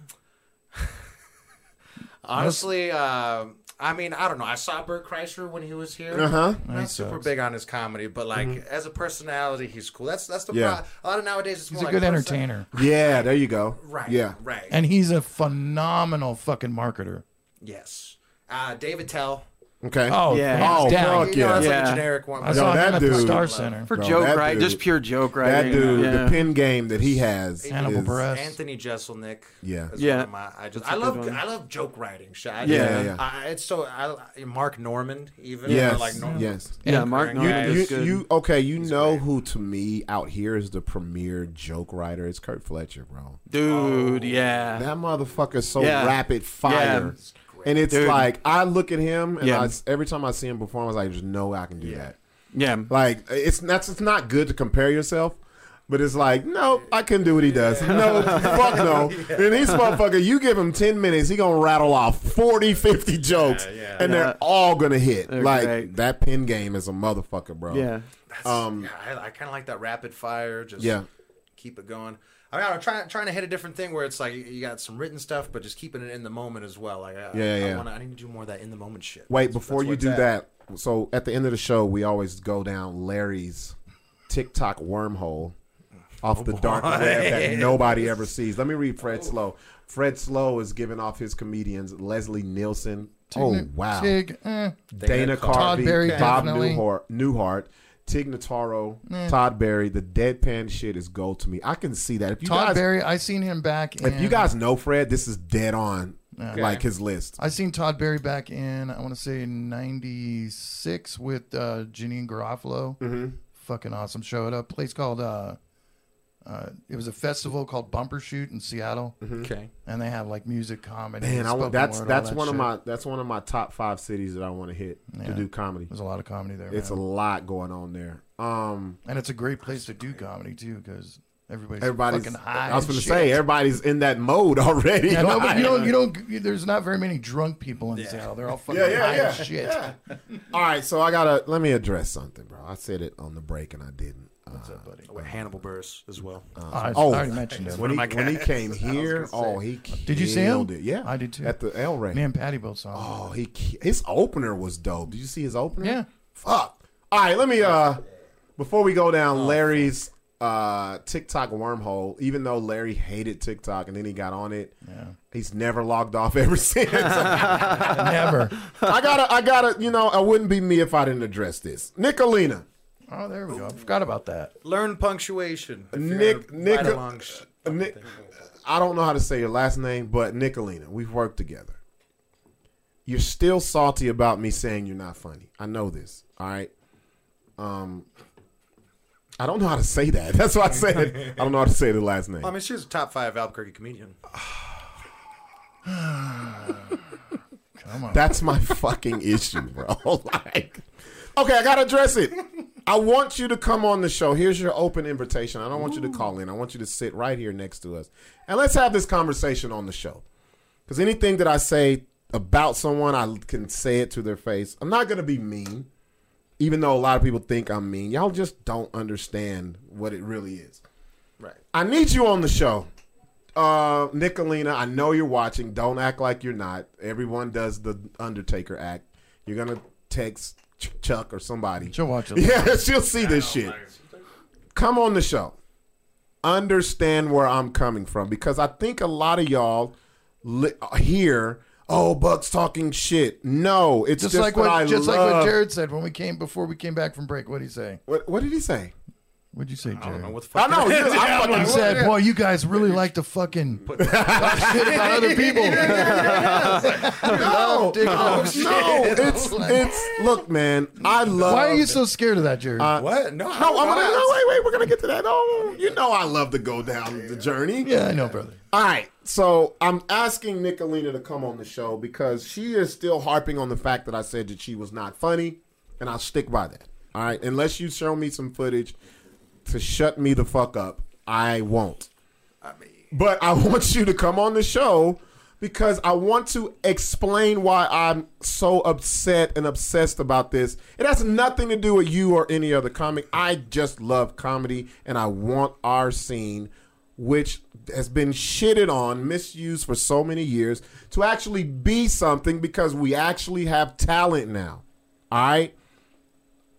Speaker 4: Honestly, uh, I mean, I don't know. I saw Bert Kreischer when he was here.
Speaker 2: Uh huh.
Speaker 4: Not super big on his comedy, but like as a personality, he's cool. That's that's the
Speaker 2: Yeah.
Speaker 4: pro- a lot of nowadays. It's
Speaker 3: He's
Speaker 4: more
Speaker 3: a
Speaker 4: like
Speaker 3: good
Speaker 4: person-
Speaker 3: entertainer,
Speaker 2: Yeah, there you go.
Speaker 4: Right.
Speaker 2: Yeah.
Speaker 4: Right.
Speaker 3: and he's a phenomenal fucking marketer.
Speaker 4: Yes. Uh, David Tell.
Speaker 2: Okay.
Speaker 9: Oh,
Speaker 5: Yeah.
Speaker 9: hands
Speaker 2: Oh,
Speaker 9: down.
Speaker 2: fuck
Speaker 4: You know,
Speaker 2: yeah.
Speaker 4: that's like
Speaker 5: Yeah.
Speaker 4: a generic one.
Speaker 9: I
Speaker 4: but-
Speaker 9: saw
Speaker 2: that
Speaker 9: him at the
Speaker 2: dude.
Speaker 9: Star Center.
Speaker 5: For
Speaker 2: Bro,
Speaker 5: joke,
Speaker 2: that
Speaker 5: right?
Speaker 2: dude-
Speaker 5: Just pure joke, right?
Speaker 2: That dude,
Speaker 5: yeah.
Speaker 2: the pin game that he has.
Speaker 9: Hannibal
Speaker 2: is-
Speaker 9: Buress.
Speaker 4: Anthony Jeselnik.
Speaker 2: Yeah.
Speaker 4: is
Speaker 5: Yeah.
Speaker 4: one of my- I just
Speaker 5: That's a
Speaker 4: I love
Speaker 5: good one.
Speaker 4: I love joke writing. shit. I,
Speaker 5: Yeah,
Speaker 2: yeah.
Speaker 4: I, it's so I, Mark Norman even. you know,
Speaker 2: Yes.
Speaker 4: like Norman.
Speaker 2: yes.
Speaker 5: Yeah, Mark
Speaker 4: You-
Speaker 2: You,
Speaker 5: Norman
Speaker 2: you,
Speaker 5: is good.
Speaker 2: you- okay? You know who to me out here is the premier joke writer? It's Kurt Fletcher, bro.
Speaker 5: dude,
Speaker 2: Oh.
Speaker 5: yeah.
Speaker 2: That motherfucker's so
Speaker 5: Yeah.
Speaker 2: rapid fire, and it's
Speaker 5: Dude.
Speaker 2: like I look at him, and
Speaker 5: Yeah.
Speaker 2: I, every time I see him perform, I was like, "There's no way I can do that."
Speaker 5: yeah.
Speaker 2: Like it's that's it's not good to compare yourself, but it's like no, I can do what he does. No, fuck
Speaker 5: [laughs]
Speaker 2: no. And this motherfucker, you give him ten minutes, he gonna rattle off 40, 50 jokes, and
Speaker 5: Yeah.
Speaker 2: they're all gonna hit.
Speaker 5: They're
Speaker 2: like
Speaker 5: great.
Speaker 2: that pin game is a motherfucker, bro.
Speaker 5: yeah.
Speaker 2: Um.
Speaker 4: Yeah, I, I kind of like that rapid fire. Just
Speaker 2: Yeah.
Speaker 4: keep it going. I mean, I'm trying trying to hit a different thing where it's like you- you got some written stuff, but just keeping it in the moment as well. Like, I,
Speaker 2: Yeah,
Speaker 4: I,
Speaker 2: yeah.
Speaker 4: I, wanna, I need to do more of that in the moment shit.
Speaker 2: Wait, before you
Speaker 4: what's
Speaker 2: do
Speaker 4: at.
Speaker 2: that, so at the end of the show, we always go down Larry's TikTok wormhole off the dark web that nobody ever sees. Let me read Fred Slow. Fred Slow is giving off his comedians Leslie Nielsen. Oh wow,
Speaker 3: Tig, eh.
Speaker 2: Dana
Speaker 4: Carvey.
Speaker 2: Carvey,
Speaker 3: Todd Berry,
Speaker 2: Bob
Speaker 3: definitely.
Speaker 2: Newhart, Newhart, Tig Notaro, Todd Berry. The deadpan shit is gold to me. I can see that. If you
Speaker 3: Todd
Speaker 2: guys,
Speaker 3: Berry, I seen him back. In,
Speaker 2: if you guys know Fred, this is dead on. Like his list.
Speaker 3: I seen Todd Berry back in I want to say '96 with uh, Janine Garofalo. Mm-hmm. Fucking awesome show at a place called. Uh, uh, it was a festival called Bumper Shoot in Seattle,
Speaker 4: Okay.
Speaker 3: and they have like music comedy.
Speaker 2: Mm-hmm. Man,
Speaker 3: and
Speaker 2: I,
Speaker 3: spoken
Speaker 2: want- that's
Speaker 3: word, all
Speaker 2: that's
Speaker 3: that
Speaker 2: one of
Speaker 3: shit.
Speaker 2: my that's one of my top five cities that I want to hit to
Speaker 3: Yeah.
Speaker 2: do comedy.
Speaker 3: There's a lot of comedy there.
Speaker 2: It's a
Speaker 3: man.
Speaker 2: lot going on there. Um,
Speaker 3: and it's a great place to do comedy too because everybody's,
Speaker 2: everybody's.
Speaker 3: fucking high.
Speaker 2: I was
Speaker 3: and
Speaker 2: going to
Speaker 3: shit.
Speaker 2: say everybody's in that mode [laughs] already.
Speaker 3: Yeah, no, but
Speaker 2: Like-
Speaker 3: you don't, you don't. you- There's not very many drunk people in Seattle. They're all fucking
Speaker 2: Yeah, yeah,
Speaker 3: high
Speaker 2: yeah,
Speaker 3: as shit.
Speaker 2: All right, so I gotta let me address something, bro. I said it on the break and I didn't. Uh,
Speaker 4: With Oh, Hannibal Buress as well.
Speaker 3: I,
Speaker 2: Oh.
Speaker 3: I already mentioned it.
Speaker 2: when, he, when he came here, oh, he
Speaker 3: Did you see him?
Speaker 2: killed it. Yeah,
Speaker 3: I did too.
Speaker 2: At the L
Speaker 3: Me
Speaker 2: Ray.
Speaker 3: and Patty both saw. him.
Speaker 2: Oh, he ki- his opener was dope. Did you see his opener?
Speaker 3: Yeah.
Speaker 2: Fuck. All right, let me uh before we go down Larry's uh TikTok wormhole, even though Larry hated TikTok and then he got on it, he's never logged off [laughs] ever since. I [laughs]
Speaker 3: [laughs] Never.
Speaker 2: gotta I gotta you know, I wouldn't be me if I didn't address this. Nicolina.
Speaker 3: Oh, there we go. I forgot about that.
Speaker 4: Learn punctuation. if you're
Speaker 2: Nick-
Speaker 4: gonna
Speaker 2: Nick-
Speaker 4: write along sh-
Speaker 2: [laughs] Ni- I don't know how to say your last name, but Nicolina, we've worked together. You're still salty about me saying you're not funny. I know this. All right. Um I don't know how to say that. [laughs] That's why I said I don't know how to say the last name.
Speaker 4: I mean, she was a top five Albuquerque comedian.
Speaker 2: That's my fucking issue, bro. [laughs] like, okay, I gotta address it. I want you to come on the show. Here's your open invitation. I don't want you to call in. I want you to sit right here next to us, and let's have this conversation on the show. Because anything that I say about someone, I can say it to their face. I'm not gonna be mean, even though a lot of people think I'm mean. Y'all just don't understand what it really is.
Speaker 4: Right.
Speaker 2: I need you on the show. Uh, Nicolina, I know you're watching. Don't act like you're not. Everyone does the Undertaker act. You're gonna text Ch- Chuck or somebody.
Speaker 3: She'll watch
Speaker 2: [laughs]
Speaker 3: it.
Speaker 2: Yeah, she'll see this shit. Come on the show. Understand where I'm coming from because I think a lot of y'all li- hear, "Oh, Buck's talking shit." No, it's
Speaker 3: Just,
Speaker 2: just,
Speaker 3: like what,
Speaker 2: I
Speaker 3: just like
Speaker 2: love-
Speaker 3: what Jared said when we came before we came back from break. What did he say?
Speaker 2: What, what did he say?
Speaker 3: What'd you say, Jared?
Speaker 4: I don't know what the fuck.
Speaker 2: I know. you-
Speaker 3: [laughs]
Speaker 2: I fucking
Speaker 3: he said, "Boy, you guys really like to fucking talk shit about other people." [laughs]
Speaker 2: No,
Speaker 3: dick
Speaker 2: no,
Speaker 3: jokes.
Speaker 2: no, Oh, [laughs] it's it's. Look, man, I love.
Speaker 3: Oh, Why are you so scared of that, Jared?
Speaker 2: uh,
Speaker 4: What? No,
Speaker 2: No,
Speaker 4: I don't
Speaker 2: I'm
Speaker 4: know.
Speaker 2: gonna. No, wait, wait. We're gonna get to that. Oh, you know, I love to go down the journey.
Speaker 3: yeah, I know, brother.
Speaker 2: All right. So I'm asking Nicolina to come on the show because she is still harping on the fact that I said that she was not funny, and I'll stick by that. All right. Unless you show me some footage to shut me the fuck up, I won't. But I [laughs] want you to come on the show because I want to explain why I'm so upset and obsessed about this. It has nothing to do with you or any other comic. I just love comedy and I want our scene, which has been shitted on, misused for so many years, to actually be something because we actually have talent now. All right?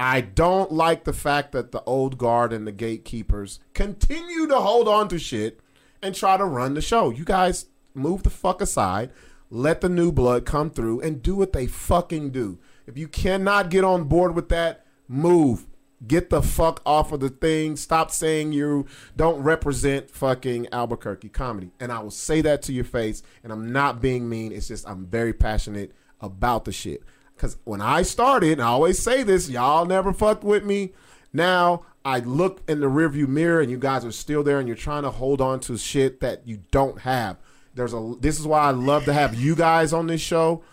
Speaker 2: I don't like the fact that the old guard and the gatekeepers continue to hold on to shit and try to run the show. You guys move the fuck aside. Let the new blood come through and do what they fucking do. If you cannot get on board with that, move. Get the fuck off of the thing. Stop saying you don't represent fucking Albuquerque comedy. And I will say that to your face. And I'm not being mean. It's just I'm very passionate about the shit. Because when I started, and I always say this, y'all never fucked with me. Now I look in the rearview mirror and you guys are still there and you're trying to hold on to shit that you don't have. There's a this is why I love to have you guys on this show.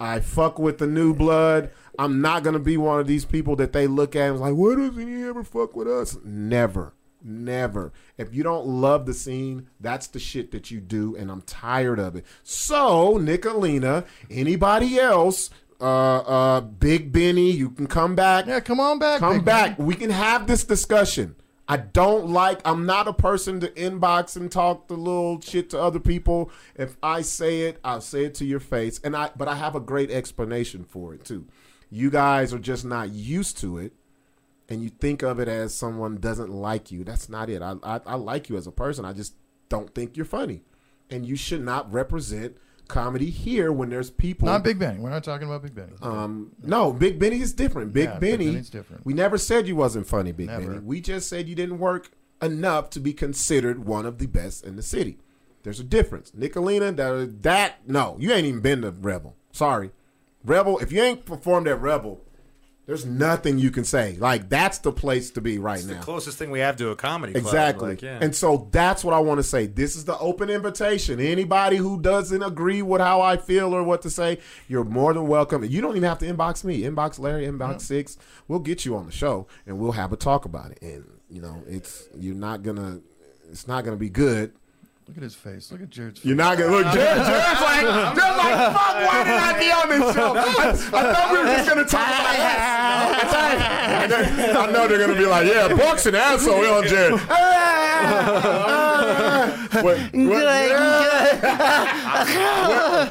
Speaker 2: I fuck with the new blood. I'm not gonna be one of these people that they look at and was like, "Why doesn't he ever fuck with us?" Never, never. If you don't love the scene, that's the shit that you do, and I'm tired of it. So Nicolina, anybody else, uh, uh, Big Benny, you can come back.
Speaker 3: Yeah, come on back.
Speaker 2: Come
Speaker 3: Big
Speaker 2: back. We can have this discussion. I don't like. I'm not a person to inbox and talk the little shit to other people. If I say it, I'll say it to your face. And I, but I have a great explanation for it too. You guys are just not used to it, and you think of it as someone doesn't like you. That's not it. I, I, I like you as a person. I just don't think you're funny, and you should not represent comedy here when there's people.
Speaker 3: Not Big Benny. We're not talking about Big Benny.
Speaker 2: Um, no, Big Benny is different. Big
Speaker 3: Yeah, Big
Speaker 2: Benny,
Speaker 3: Benny's different.
Speaker 2: We never said you wasn't funny, Big
Speaker 3: Never.
Speaker 2: Benny. We just said you didn't work enough to be considered one of the best in the city. There's a difference. Nicolina, that, that no, you ain't even been to Rebel. Sorry, Rebel. If you ain't performed at Rebel, there's nothing you can say. Like that's the place to be right
Speaker 4: It's
Speaker 2: now.
Speaker 4: the closest thing we have to a comedy club.
Speaker 2: Exactly.
Speaker 4: Like, yeah.
Speaker 2: And so that's what I want to say. This is the open invitation. Anybody who doesn't agree with how I feel or what to say, you're more than welcome. And You don't even have to inbox me. Inbox Larry, inbox Six. We'll get you on the show and we'll have a talk about it. And you know, it's you're not gonna it's not gonna be good.
Speaker 3: Look at his face. Look at Jared's face.
Speaker 2: You're not gonna [laughs] look. Jared, Jared's like, Jared's like, fuck. Why did I be on this show? I thought we were just gonna talk [laughs] about ass. I know they're gonna be like, yeah, Buck's an asshole. We on [laughs] Jared. What- what-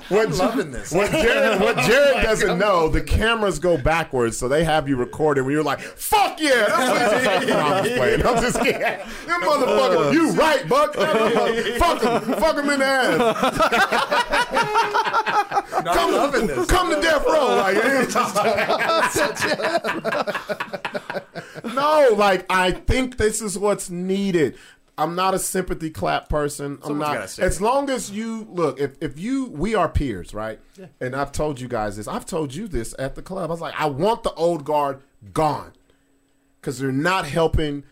Speaker 2: what,
Speaker 4: loving this.
Speaker 2: What Jared, [laughs] what Jared doesn't know, the cameras go backwards, so they have you recorded when you're like, "Fuck yeah!" That's what [laughs] No, I'm just playing. I'm just kidding. You motherfucker, you right, Buck? fuck him, fuck him in the ass.
Speaker 4: I'm
Speaker 2: [laughs]
Speaker 4: loving this.
Speaker 2: Come to death
Speaker 4: [laughs]
Speaker 2: row, like. yeah. no, like I think this is what's needed. I'm not a sympathy clap person. I'm
Speaker 4: Someone's gotta
Speaker 2: not.
Speaker 4: say
Speaker 2: As
Speaker 4: it.
Speaker 2: long as you look, if if you we are peers, right? And I've told you guys this. I've told you this at the club. I was like, I want the old guard gone because they're not helping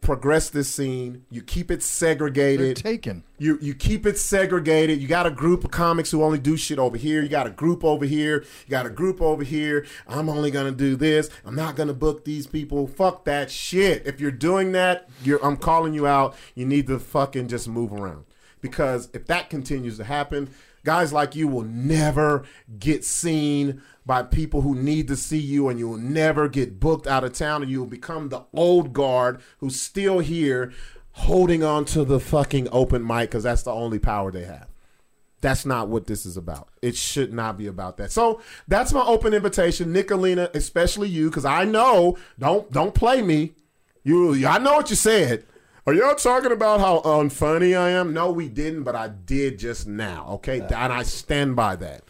Speaker 2: progress this scene. You keep it
Speaker 3: They're
Speaker 2: segregated.
Speaker 3: taken.
Speaker 2: You you keep it segregated. You got a group of comics who only do shit over here. You got a group over here. You got a group over here. I'm only gonna do this. I'm not gonna book these people. Fuck that shit. If you're doing that, you're I'm calling you out. You need to fucking just move around because if that continues to happen, guys like you will never get seen by people who need to see you and you will never get booked out of town and you will become the old guard who's still here holding on to the fucking open mic because that's the only power they have. That's not what this is about. It should not be about that. So that's my open invitation, Nicolina, especially you, because I know don't don't play me. You, I know what you said. Are y'all talking about how unfunny I am? No, we didn't, but I did just now. Okay, and I stand by that.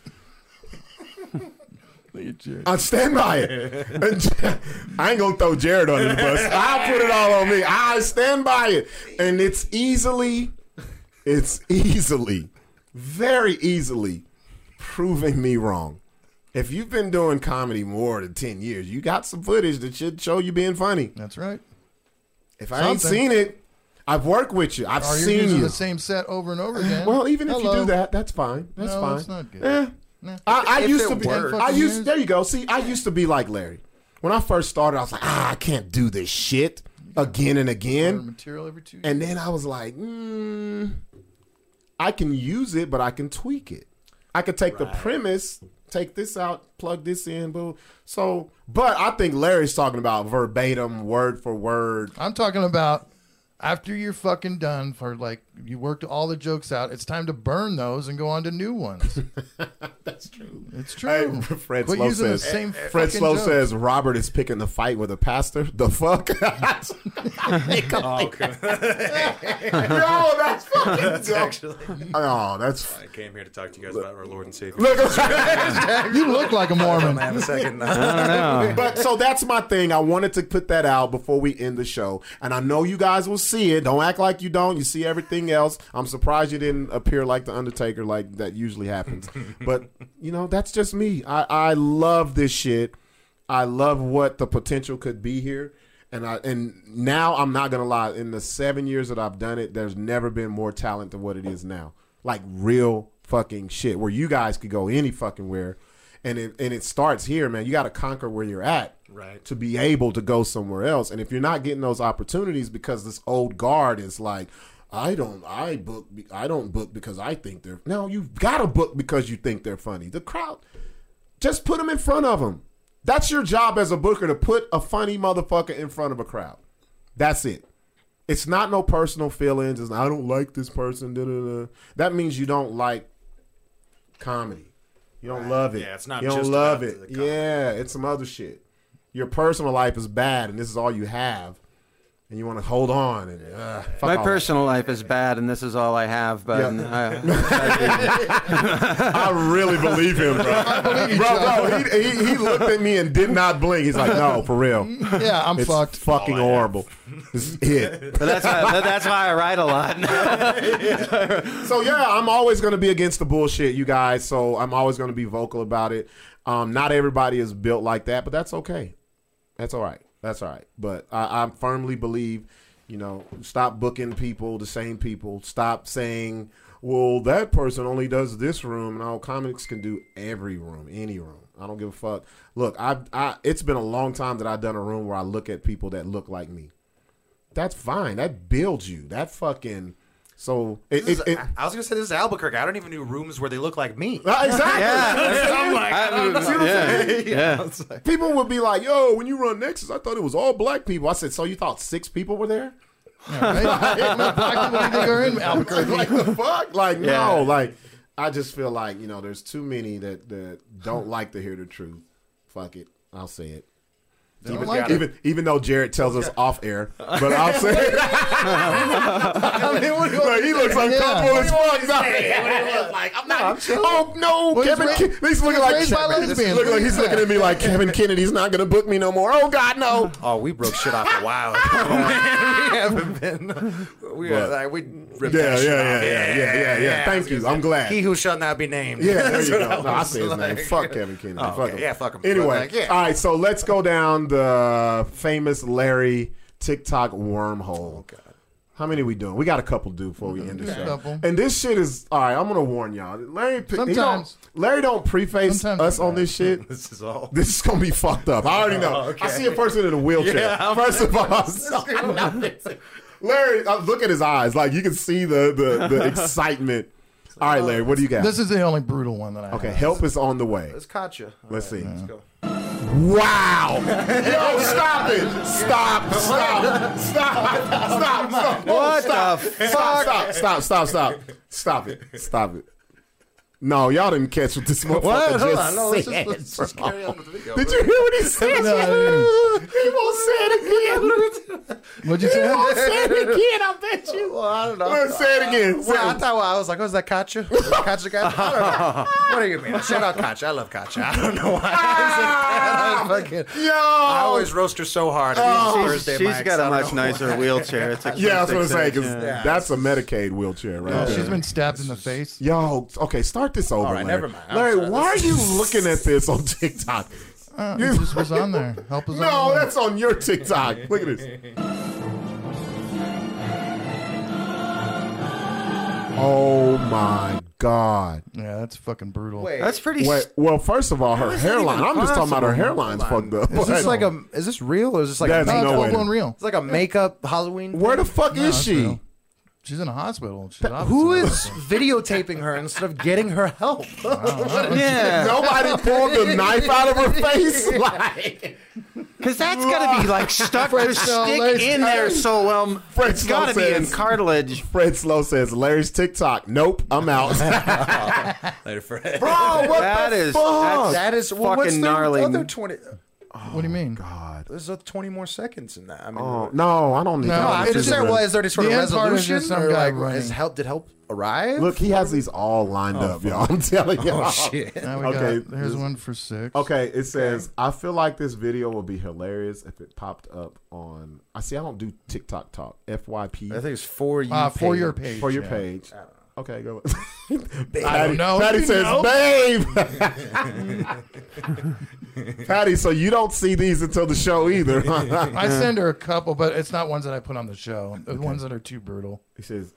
Speaker 3: Look at Jared.
Speaker 2: I stand by it. And [laughs] J- I ain't gonna throw Jared under the bus. I put it all on me. I stand by it, and it's easily, it's easily, very easily, proving me wrong. If you've been doing comedy more than ten years, you got some footage that should show you being funny.
Speaker 3: That's right.
Speaker 2: If I ain't
Speaker 3: Something.
Speaker 2: seen it, I've worked with you. I've
Speaker 3: Are you
Speaker 2: seen
Speaker 3: using
Speaker 2: you.
Speaker 3: the same set over and over again?
Speaker 2: Uh, Well, even if you
Speaker 3: Hello.
Speaker 2: do that, that's fine. That's
Speaker 3: no,
Speaker 2: fine.
Speaker 3: it's not good.
Speaker 2: Eh.
Speaker 3: Nah.
Speaker 2: I, I
Speaker 4: If
Speaker 2: used
Speaker 4: it
Speaker 2: to be.
Speaker 4: worked.
Speaker 2: I used.
Speaker 3: Fucking
Speaker 2: There you go. See, I used to be like Larry. When I first started, I was like, ah, I can't do this shit again and
Speaker 3: Better
Speaker 2: again.
Speaker 3: material every two.
Speaker 2: And then I was like, mm, I can use it, but I can tweak it. I could take the premise, take this out, plug this in, boo.
Speaker 3: Oh.
Speaker 2: So, but I think Larry's talking about verbatim, word for word.
Speaker 3: I'm talking about After you're fucking done for like you worked all the jokes out, it's time to burn those and go on to new ones.
Speaker 2: [laughs] That's true.
Speaker 3: It's
Speaker 2: Hey, [laughs]
Speaker 3: true.
Speaker 2: Fred
Speaker 3: Quit
Speaker 2: Slow
Speaker 3: using
Speaker 2: says.
Speaker 3: the same
Speaker 2: Fred
Speaker 3: fucking
Speaker 2: Slow
Speaker 3: joke.
Speaker 2: says Robert is picking the fight with a pastor. [laughs] The
Speaker 3: [laughs]
Speaker 2: fuck? oh, Yo, that's fucking dope. Oh, that's
Speaker 9: I came here to talk to you guys about our Lord and Savior.
Speaker 3: [laughs] You look like a Mormon.
Speaker 4: have
Speaker 2: [laughs]
Speaker 4: a second.
Speaker 2: but so that's my thing. I wanted to put that out before we end the show, and I know you guys will see it. Don't act like you don't. You see everything else. I'm surprised you didn't appear like the Undertaker, like that usually happens. but you know, that's just me. I I love this shit. I love what the potential could be here. And I and now I'm not gonna lie. In the seven years that I've done it, there's never been more talent than what it is now. Like real fucking shit, where you guys could go any fucking where and it and it starts here, man. You got to conquer where you're at,
Speaker 9: Right.
Speaker 2: To be able to go somewhere else, and if you're not getting those opportunities because this old guard is like, I don't, I book, be- I don't book because I think they're no. You've got to book because you think they're funny. The crowd, just put them in front of them. That's your job as a booker to put a funny motherfucker in front of a crowd. That's it. It's not no personal feelings. It's not, I don't like this person. Da, da, da. That means you don't like comedy. You don't love it.
Speaker 9: Yeah, it's not
Speaker 2: You don't
Speaker 9: just
Speaker 2: love
Speaker 9: about
Speaker 2: it.
Speaker 9: the comedy.
Speaker 2: Yeah, it's some other shit. Your personal life is bad, and this is all you have, and you want to hold on. And uh, fuck
Speaker 5: My
Speaker 2: all
Speaker 5: personal life is bad, and this is all I have. But uh,
Speaker 2: that. I really believe
Speaker 9: [laughs]
Speaker 2: him, bro. bro, bro, he, he, he looked at me and did not blink. He's like, no, for real.
Speaker 9: [laughs]
Speaker 3: Yeah, I'm
Speaker 2: It's
Speaker 3: fucked.
Speaker 2: fucking horrible. This is
Speaker 9: [laughs]
Speaker 2: it.
Speaker 5: but that's why, that's why I write a [laughs] lot.
Speaker 2: So yeah, I'm always gonna be against the bullshit, you guys. So I'm always gonna be vocal about it. Um, not everybody is built like that, but that's okay. That's all right. That's all right. But I, I firmly believe, you know, stop booking people, the same people. Stop saying, well, that person only does this room, and all comics can do every room, any room. I don't give a fuck. Look, I, I, it's been a long time that I've done a room where I look at people that look like me. That's fine. That builds you. That fucking. So it,
Speaker 4: This is-
Speaker 2: it, it,
Speaker 4: I was gonna say this is Albuquerque. I don't even do rooms where they look
Speaker 2: [laughs]
Speaker 4: like me.
Speaker 2: Uh, exactly.
Speaker 9: I'm like, I don't know.
Speaker 5: [laughs] yeah, yeah.
Speaker 2: People would be like, "Yo, when you run Nexus, I thought it was all black people." I said, "So you thought six people were there?"
Speaker 3: Right? No, black people think are in
Speaker 2: [laughs]
Speaker 3: Albuquerque.
Speaker 2: like the fuck? Like
Speaker 5: Yeah.
Speaker 2: no, like I just feel like you know, there's too many that that
Speaker 3: [laughs]
Speaker 2: don't like to hear the truth. Fuck it, I'll say it.
Speaker 3: They don't like it.
Speaker 2: Even even though Jared tells us off
Speaker 3: [laughs]
Speaker 2: air, but I'll say it.
Speaker 3: I mean, what do you want
Speaker 2: Like,
Speaker 3: me
Speaker 2: he
Speaker 3: to
Speaker 2: looks like
Speaker 3: say? Yeah.
Speaker 2: Pablo Escobar.
Speaker 4: like I'm not.
Speaker 2: Oh no,
Speaker 3: Well, he's
Speaker 2: Kevin!
Speaker 3: ra-
Speaker 2: Ken- he's looking like,
Speaker 3: raised by
Speaker 2: Kevin-
Speaker 3: lesbians.
Speaker 2: looking like he's
Speaker 3: Yeah.
Speaker 2: looking at me like Kevin Kennedy's not gonna book me no more. Oh God, no!
Speaker 4: Oh, we broke shit off
Speaker 2: [laughs]
Speaker 4: a while. ago,
Speaker 2: Oh,
Speaker 4: man. [laughs] we haven't been. We are,
Speaker 2: But-
Speaker 4: like, we ripped
Speaker 2: Yeah, yeah,
Speaker 4: that shit
Speaker 2: yeah,
Speaker 4: off.
Speaker 2: yeah, yeah, yeah, yeah. Thank you. I'm glad.
Speaker 4: He who shall not be named. [laughs]
Speaker 2: Yeah, there
Speaker 4: That's
Speaker 2: you go.
Speaker 4: what I
Speaker 2: No, I
Speaker 4: was
Speaker 2: say his name.
Speaker 4: like.
Speaker 2: Fuck Kevin Kennedy.
Speaker 4: Oh,
Speaker 2: fuck
Speaker 4: okay.
Speaker 2: him.
Speaker 4: Yeah, fuck him.
Speaker 2: Anyway,
Speaker 4: But like, yeah.
Speaker 2: all right. So let's go down the famous Larry TikTok
Speaker 4: Oh,
Speaker 2: wormhole. How many we doing? We got a couple to do before we end the show.
Speaker 3: Couple.
Speaker 2: And this shit is all right. I'm gonna warn y'all. Larry, he don't-
Speaker 3: Sometimes.
Speaker 2: Larry don't preface
Speaker 3: Sometimes
Speaker 2: us
Speaker 3: I'm
Speaker 2: on this shit. [laughs]
Speaker 4: [laughs] This is all. [laughs]
Speaker 2: This is gonna be fucked up. I already know. I see a person in a wheelchair. First of all, [laughs] Larry, uh, look at his eyes. Like you can see the the,
Speaker 4: [laughs]
Speaker 2: the excitement. All right, Larry, what do you got?
Speaker 3: This is the only brutal one that I
Speaker 2: Okay,
Speaker 3: have.
Speaker 2: help is on the way.
Speaker 4: It's Katya.
Speaker 2: Let's see.
Speaker 4: go. [laughs]
Speaker 2: Wow! Yo, stop it! Stop! Stop! Stop!
Speaker 4: [laughs]
Speaker 2: Stop! Stop! Oh,
Speaker 5: What
Speaker 2: stop. Stop!
Speaker 5: the
Speaker 2: Stop! Stop! Stop! Stop! Stop it! Stop it! No, y'all didn't catch what this motherfucker
Speaker 4: What? Hold
Speaker 2: just
Speaker 4: on. No, let's just-
Speaker 2: said.
Speaker 4: let's just
Speaker 2: bro.
Speaker 4: carry on with the video.
Speaker 2: Did you hear what he said?
Speaker 3: No, I didn't.
Speaker 2: he won't say it
Speaker 4: [laughs]
Speaker 2: again.
Speaker 3: What'd you
Speaker 2: He
Speaker 3: say?
Speaker 2: won't say it again. I bet you.
Speaker 4: Well, I don't know.
Speaker 2: Let's say it again. Say
Speaker 4: Well, I
Speaker 2: it.
Speaker 4: thought I was like, oh, is that Katya? Is that Katya guy? I don't know. What do you mean? Shout out Katya. I love Katya. I don't know why. [laughs] I [laughs] fucking-
Speaker 2: Yo!
Speaker 4: I always roast her so hard. Oh,
Speaker 5: She's-
Speaker 4: Thursday
Speaker 5: she's
Speaker 4: mics.
Speaker 5: got
Speaker 4: I
Speaker 5: a
Speaker 4: don't
Speaker 5: much
Speaker 4: know.
Speaker 5: nicer wheelchair. It's
Speaker 2: Yeah, I was gonna
Speaker 5: expensive.
Speaker 2: say because
Speaker 5: Yeah.
Speaker 2: that's a Medicaid wheelchair, right? there.
Speaker 3: She's been stabbed in the face.
Speaker 2: Yo, okay, start this over.
Speaker 4: All right,
Speaker 2: Larry.
Speaker 4: never mind. I'm
Speaker 2: Larry,
Speaker 4: sorry.
Speaker 2: why are you looking at this on TikTok?
Speaker 3: Uh, it just was on there. Help is on
Speaker 2: No,
Speaker 4: [laughs]
Speaker 3: the way.
Speaker 2: that's on your TikTok. Look at this. Oh my God.
Speaker 3: Yeah, that's fucking brutal.
Speaker 4: Wait.
Speaker 5: That's pretty.
Speaker 2: Wait, well, first of all, her
Speaker 4: that even
Speaker 2: hairline. I'm just talking about her hairline's fucked up.
Speaker 4: [laughs] Is this
Speaker 2: But-
Speaker 4: like a? Is this real or is this like
Speaker 2: That's
Speaker 4: a
Speaker 3: No,
Speaker 4: makeup?
Speaker 3: it's
Speaker 2: no way.
Speaker 3: full blown real.
Speaker 4: It's like a makeup Halloween.
Speaker 2: Where the fuck is
Speaker 3: that's
Speaker 2: she?
Speaker 3: real. She's in a hospital. She's
Speaker 10: Who
Speaker 3: obviously-
Speaker 10: is videotaping her instead of getting her
Speaker 4: [laughs]
Speaker 10: help?
Speaker 5: Yeah.
Speaker 2: [laughs] Nobody pulled the knife out of
Speaker 4: [laughs]
Speaker 2: her face. Like,
Speaker 5: Because that's got to be like stuck to stick in there so well.
Speaker 2: Fred
Speaker 5: It's got to be in
Speaker 2: Lopez.
Speaker 5: cartilage.
Speaker 2: Fred Slow says, Larry's TikTok. Nope, I'm out.
Speaker 9: Later, Fred.
Speaker 2: Bro, what
Speaker 5: That
Speaker 2: the
Speaker 5: is-
Speaker 2: fuck?
Speaker 5: that's-
Speaker 4: That is well, what's
Speaker 5: Fucking
Speaker 4: the
Speaker 5: gnarly.
Speaker 4: other twenty.
Speaker 3: What do you mean?
Speaker 4: There's uh, twenty more seconds in that. I mean,
Speaker 2: Oh, no, I don't need
Speaker 3: No,
Speaker 2: that.
Speaker 3: I'm
Speaker 4: I'm just saying, well, is there any sort
Speaker 3: The
Speaker 4: of
Speaker 3: end part is
Speaker 4: resolution?
Speaker 3: just some
Speaker 4: or
Speaker 3: guy
Speaker 4: like,
Speaker 3: running.
Speaker 4: is help did help arrive?
Speaker 2: Look, he has these all lined up, y'all. [laughs] I'm telling you.
Speaker 4: oh shit.
Speaker 3: Now we
Speaker 2: Okay,
Speaker 3: got, there's
Speaker 2: this-
Speaker 3: one for six.
Speaker 2: Okay, it says I feel like this video will be hilarious if it popped up on. I see. I don't do TikTok talk. FYP
Speaker 4: I think it's four. You
Speaker 3: Uh, for
Speaker 4: paid.
Speaker 3: your page.
Speaker 2: for your
Speaker 3: yeah.
Speaker 2: page. Okay,
Speaker 4: [laughs]
Speaker 2: go. Patty,
Speaker 3: know.
Speaker 2: Patty
Speaker 3: You
Speaker 2: says,
Speaker 3: know.
Speaker 2: "Babe."
Speaker 4: [laughs]
Speaker 2: [laughs] Patty, so you don't see these until the show either. huh?
Speaker 3: I send her a couple, but it's not ones that I put on the show. The ones that are too brutal.
Speaker 2: he says,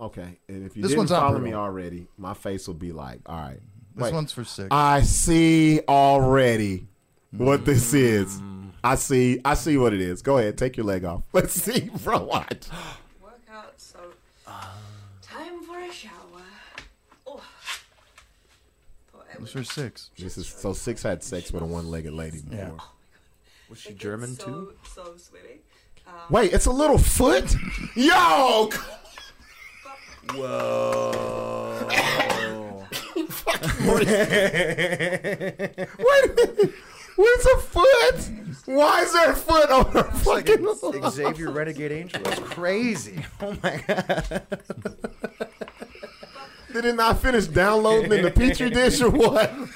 Speaker 2: "Okay, and if you
Speaker 3: This
Speaker 2: didn't
Speaker 3: one's not
Speaker 2: follow
Speaker 3: brutal.
Speaker 2: me already, my face will be like, all right,
Speaker 3: This
Speaker 2: wait. Uh,
Speaker 3: one's for six.
Speaker 2: I see already
Speaker 3: Mm.
Speaker 2: what this is. I see. I see what it is. Go ahead, take your leg off. [laughs] Let's see, bro. What?
Speaker 11: workout, so
Speaker 3: Ah.
Speaker 11: time for a shower. Oh. Thought I
Speaker 3: This
Speaker 11: would
Speaker 3: for six.
Speaker 2: This is so six had sex with a one-legged lady before.
Speaker 3: Yeah.
Speaker 11: Was
Speaker 4: she German
Speaker 11: so,
Speaker 4: too?
Speaker 11: So sweaty.
Speaker 2: Wait, it's a little foot, [laughs] yo. [laughs] Wait, a minute. where's a foot? Why is there a foot on her fucking?
Speaker 4: Xavier Renegade Angel. That's crazy. Oh my god.
Speaker 2: Did it not finish downloading in the petri dish or what?
Speaker 4: [laughs]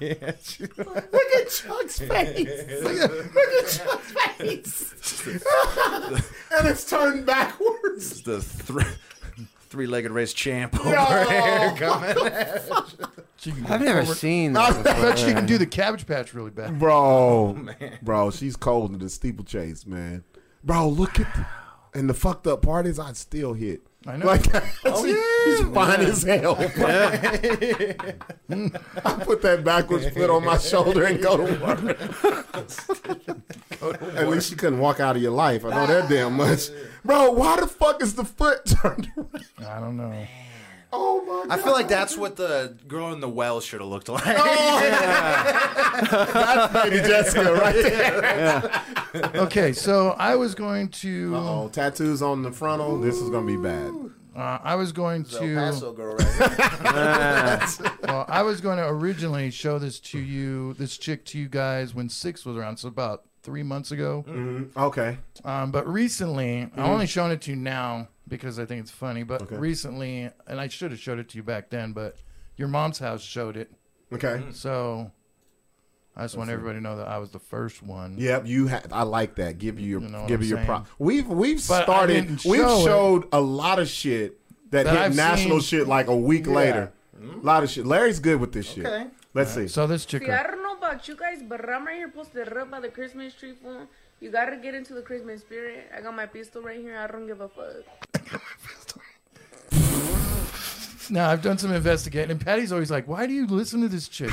Speaker 2: Look at Chuck's face. Look at, look at Chuck's face. and it's turned backwards.
Speaker 4: It's the thr [laughs] three-legged race champ. Oh,
Speaker 3: She can
Speaker 5: I've never seen
Speaker 4: [laughs]
Speaker 3: I bet she can do the Cabbage Patch really bad.
Speaker 2: Bro, bro, she's cold in the steeplechase, man. Bro, look at. The, and the fucked up part is I Oh, still hit.
Speaker 3: I know.
Speaker 2: Like, [laughs] she's fine as hell. [laughs] I put that backwards foot on my shoulder and go to work. At least you couldn't walk out of your life. I know that damn much. Bro, why the fuck is the foot [laughs] turned around?
Speaker 3: I don't know.
Speaker 2: Oh my god.
Speaker 4: I feel like that's what the girl in the well should have looked like.
Speaker 2: Baby Jessica right there.
Speaker 3: Okay, so I was going to.
Speaker 2: Oh, tattoos on the frontal. This is going to be bad.
Speaker 3: Uh, I was going to.
Speaker 4: girl right here.
Speaker 3: Well, I was going to originally show this to you, this chick to you guys when Six was around, so about three months ago.
Speaker 2: Mm-hmm. Okay.
Speaker 3: Um, but recently, I'm only showing it to you now because I think it's funny. But recently, and I should have showed it to you back then, but your mom's house showed it.
Speaker 2: Okay.
Speaker 3: So I just want everybody to know that I was the first one.
Speaker 2: Yep, you had. I like that. Give you your
Speaker 3: You know what
Speaker 2: give
Speaker 3: I'm
Speaker 2: you your
Speaker 3: saying?
Speaker 2: prop. We've we've
Speaker 3: But I
Speaker 2: started.
Speaker 3: didn't
Speaker 2: We've
Speaker 3: show it.
Speaker 2: showed a lot of shit that,
Speaker 3: That
Speaker 2: hit
Speaker 3: I've
Speaker 2: national
Speaker 3: seen.
Speaker 2: shit like a week later. A lot of shit. Larry's good with this shit.
Speaker 4: Okay.
Speaker 2: Let's see.
Speaker 3: So this chick,
Speaker 11: See, I don't know about you guys, but I'm right here posted up by the Christmas tree for You gotta get into the Christmas spirit. I got my pistol right here. I don't give a fuck.
Speaker 3: now I've done some investigating, and Patty's always like, "Why do you listen to this chick?"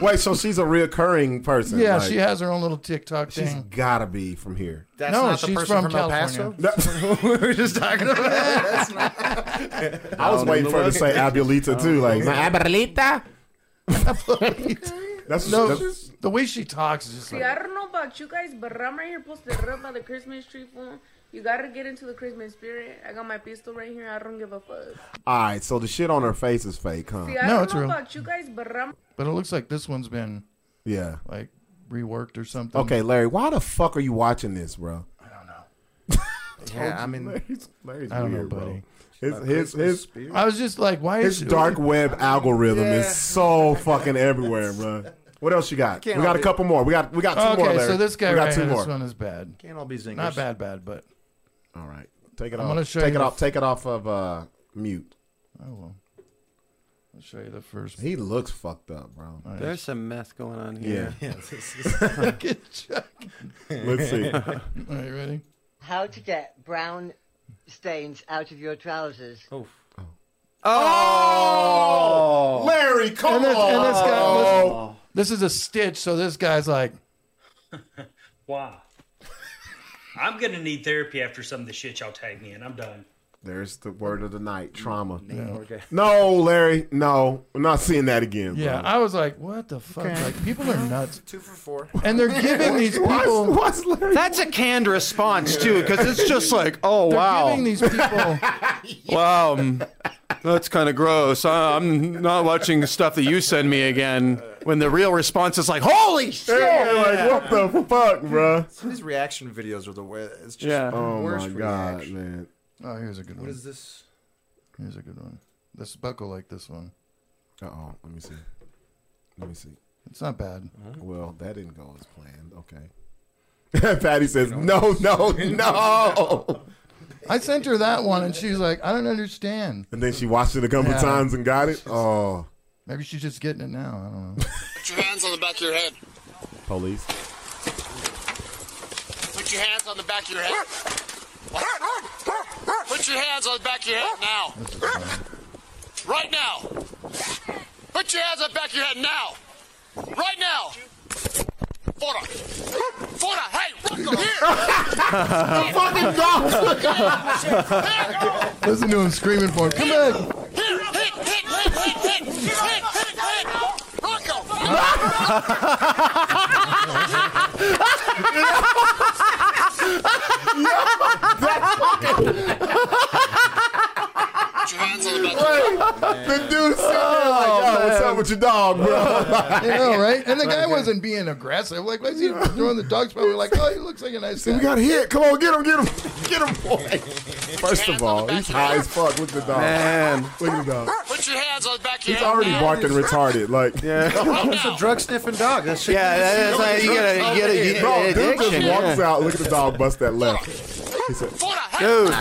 Speaker 2: Wait, so she's a reoccurring person.
Speaker 3: yeah,
Speaker 2: like,
Speaker 3: she has her own little TikTok
Speaker 2: She's
Speaker 3: thing.
Speaker 2: gotta be from
Speaker 3: [laughs]
Speaker 2: here. [laughs]
Speaker 4: That's
Speaker 3: No,
Speaker 4: not the
Speaker 3: she's
Speaker 4: person
Speaker 3: from
Speaker 4: from, El Paso.
Speaker 3: California.
Speaker 4: [laughs] we were just talking about.
Speaker 2: I was waiting for her to say Abuelita too. Like my Abuelita. That's
Speaker 3: No,
Speaker 2: that's-
Speaker 3: the way she talks is just
Speaker 11: See,
Speaker 3: like,
Speaker 11: I don't know about you guys, but I'm right here posted up by the Christmas tree for You gotta get into the Christmas spirit. I got my pistol right here. I don't give a fuck.
Speaker 2: all right. So the shit on her face is fake, huh?
Speaker 11: See, I
Speaker 3: No,
Speaker 11: don't
Speaker 3: it's
Speaker 11: know
Speaker 3: real.
Speaker 11: about you guys, but I'm
Speaker 3: but it looks like this one's been
Speaker 2: Yeah.
Speaker 3: like reworked or something.
Speaker 2: Okay, Larry. Why the fuck are you watching this, bro?
Speaker 4: yeah, I mean,
Speaker 2: Larry's, Larry's
Speaker 3: I don't know,
Speaker 2: weird,
Speaker 3: buddy.
Speaker 2: bro. His his his
Speaker 3: I was just like, why
Speaker 2: His
Speaker 3: is she,
Speaker 2: dark web algorithm is so fucking everywhere, bro. What else you got? We
Speaker 4: Can't
Speaker 2: got a
Speaker 4: all
Speaker 2: couple more. We got we got two
Speaker 3: Okay,
Speaker 2: more. Larry.
Speaker 3: so this guy
Speaker 2: we got
Speaker 3: right
Speaker 2: two
Speaker 3: here,
Speaker 2: more.
Speaker 3: this one is bad.
Speaker 4: can't all be zingers.
Speaker 3: Not bad, bad, but
Speaker 2: All right, take it
Speaker 3: I'm
Speaker 2: off.
Speaker 3: gonna show
Speaker 2: take
Speaker 3: you
Speaker 2: it
Speaker 3: the-
Speaker 2: off. Take it off of uh, mute.
Speaker 3: oh well. I'll show you the first.
Speaker 2: He looks fucked up, bro.
Speaker 5: There's some mess going on
Speaker 2: Yeah.
Speaker 5: here.
Speaker 2: [laughs] Let's [laughs] see.
Speaker 3: All right, ready?
Speaker 12: How to get brown stains out of your trousers.
Speaker 2: Oh. Larry, come
Speaker 3: And this,
Speaker 2: on.
Speaker 3: and this guy, listen, this is a stitch, so this guy's like,
Speaker 9: Wow.
Speaker 13: I'm gonna need therapy after some of the shit y'all tag me in. I'm done.
Speaker 2: There's the word of the night: trauma. No, Larry, no, I'm not seeing that again. [laughs]
Speaker 3: Yeah,
Speaker 2: bro.
Speaker 3: I was like, what the fuck? Like people are nuts.
Speaker 4: Two for four.
Speaker 3: And they're
Speaker 2: [laughs]
Speaker 3: giving these people.
Speaker 5: [laughs] That's a canned response too, because it's [laughs] just like, oh
Speaker 3: They're
Speaker 5: wow,
Speaker 3: giving these
Speaker 2: [laughs]
Speaker 3: people.
Speaker 5: wow, um, that's kind of gross. I, I'm not watching stuff that you send me again. When the real response is like, holy shit!
Speaker 2: Yeah, like, what the fuck, bro?
Speaker 4: Some of these reaction videos are the way. It's just
Speaker 5: Yeah.
Speaker 4: yeah.
Speaker 2: Oh
Speaker 4: worst
Speaker 2: my god, man.
Speaker 3: Oh, here's a good one.
Speaker 4: What is this?
Speaker 3: Here's a good one. This buckle like this one.
Speaker 2: Uh oh, let me see. Let me see.
Speaker 3: It's not bad.
Speaker 4: Uh-huh.
Speaker 2: Well, that didn't go as planned. Okay. [laughs] Patty says, no,
Speaker 5: [laughs]
Speaker 2: no, no.
Speaker 3: I sent her that one, and she's like, I don't understand.
Speaker 2: And then she watched it a couple
Speaker 3: Yeah.
Speaker 2: times and got
Speaker 5: [laughs]
Speaker 2: it. Oh,
Speaker 3: Maybe she's just getting it now. I don't know.
Speaker 14: Put your hands on the back of your head.
Speaker 2: police.
Speaker 14: Put your hands on the back of your head. Put your hands on the back of your head now. Right now. Put your hands on the back of your head now. Right now. Fora. Fora. Hey, rock 'em. here.
Speaker 2: fucking
Speaker 3: Listen to him screaming for it. Come back.
Speaker 14: Here, hit, hit, hit, hit, hit, hit, hit, hit. Rock 'em. Put your hands on the back of your head.
Speaker 2: The dude sitting there like,
Speaker 5: Oh,
Speaker 2: yo, what's up with your dog,
Speaker 5: [laughs]
Speaker 2: bro?
Speaker 3: You know, right? And the guy wasn't being aggressive. Like, why is he throwing the dog's probably like, oh, he looks like a nice
Speaker 2: See,
Speaker 3: guy.
Speaker 2: we got hit. Come on, get him, get him, [laughs] get him, boy. First of all, he's high as fuck. Look at the dog.
Speaker 5: Man.
Speaker 2: Look at the dog.
Speaker 14: Put your hands on the back of your
Speaker 2: He's
Speaker 14: head.
Speaker 2: already
Speaker 14: now.
Speaker 2: barking retarded. Like,
Speaker 5: [laughs]
Speaker 10: Oh, it's a drug sniffing dog. That's
Speaker 5: Yeah, that- that's how you get a- you get a- you-
Speaker 2: Bro,
Speaker 5: an
Speaker 2: dude just
Speaker 5: addiction,
Speaker 2: walks
Speaker 5: yeah.
Speaker 2: out. Look at the dog bust that left. He said,
Speaker 5: Dude.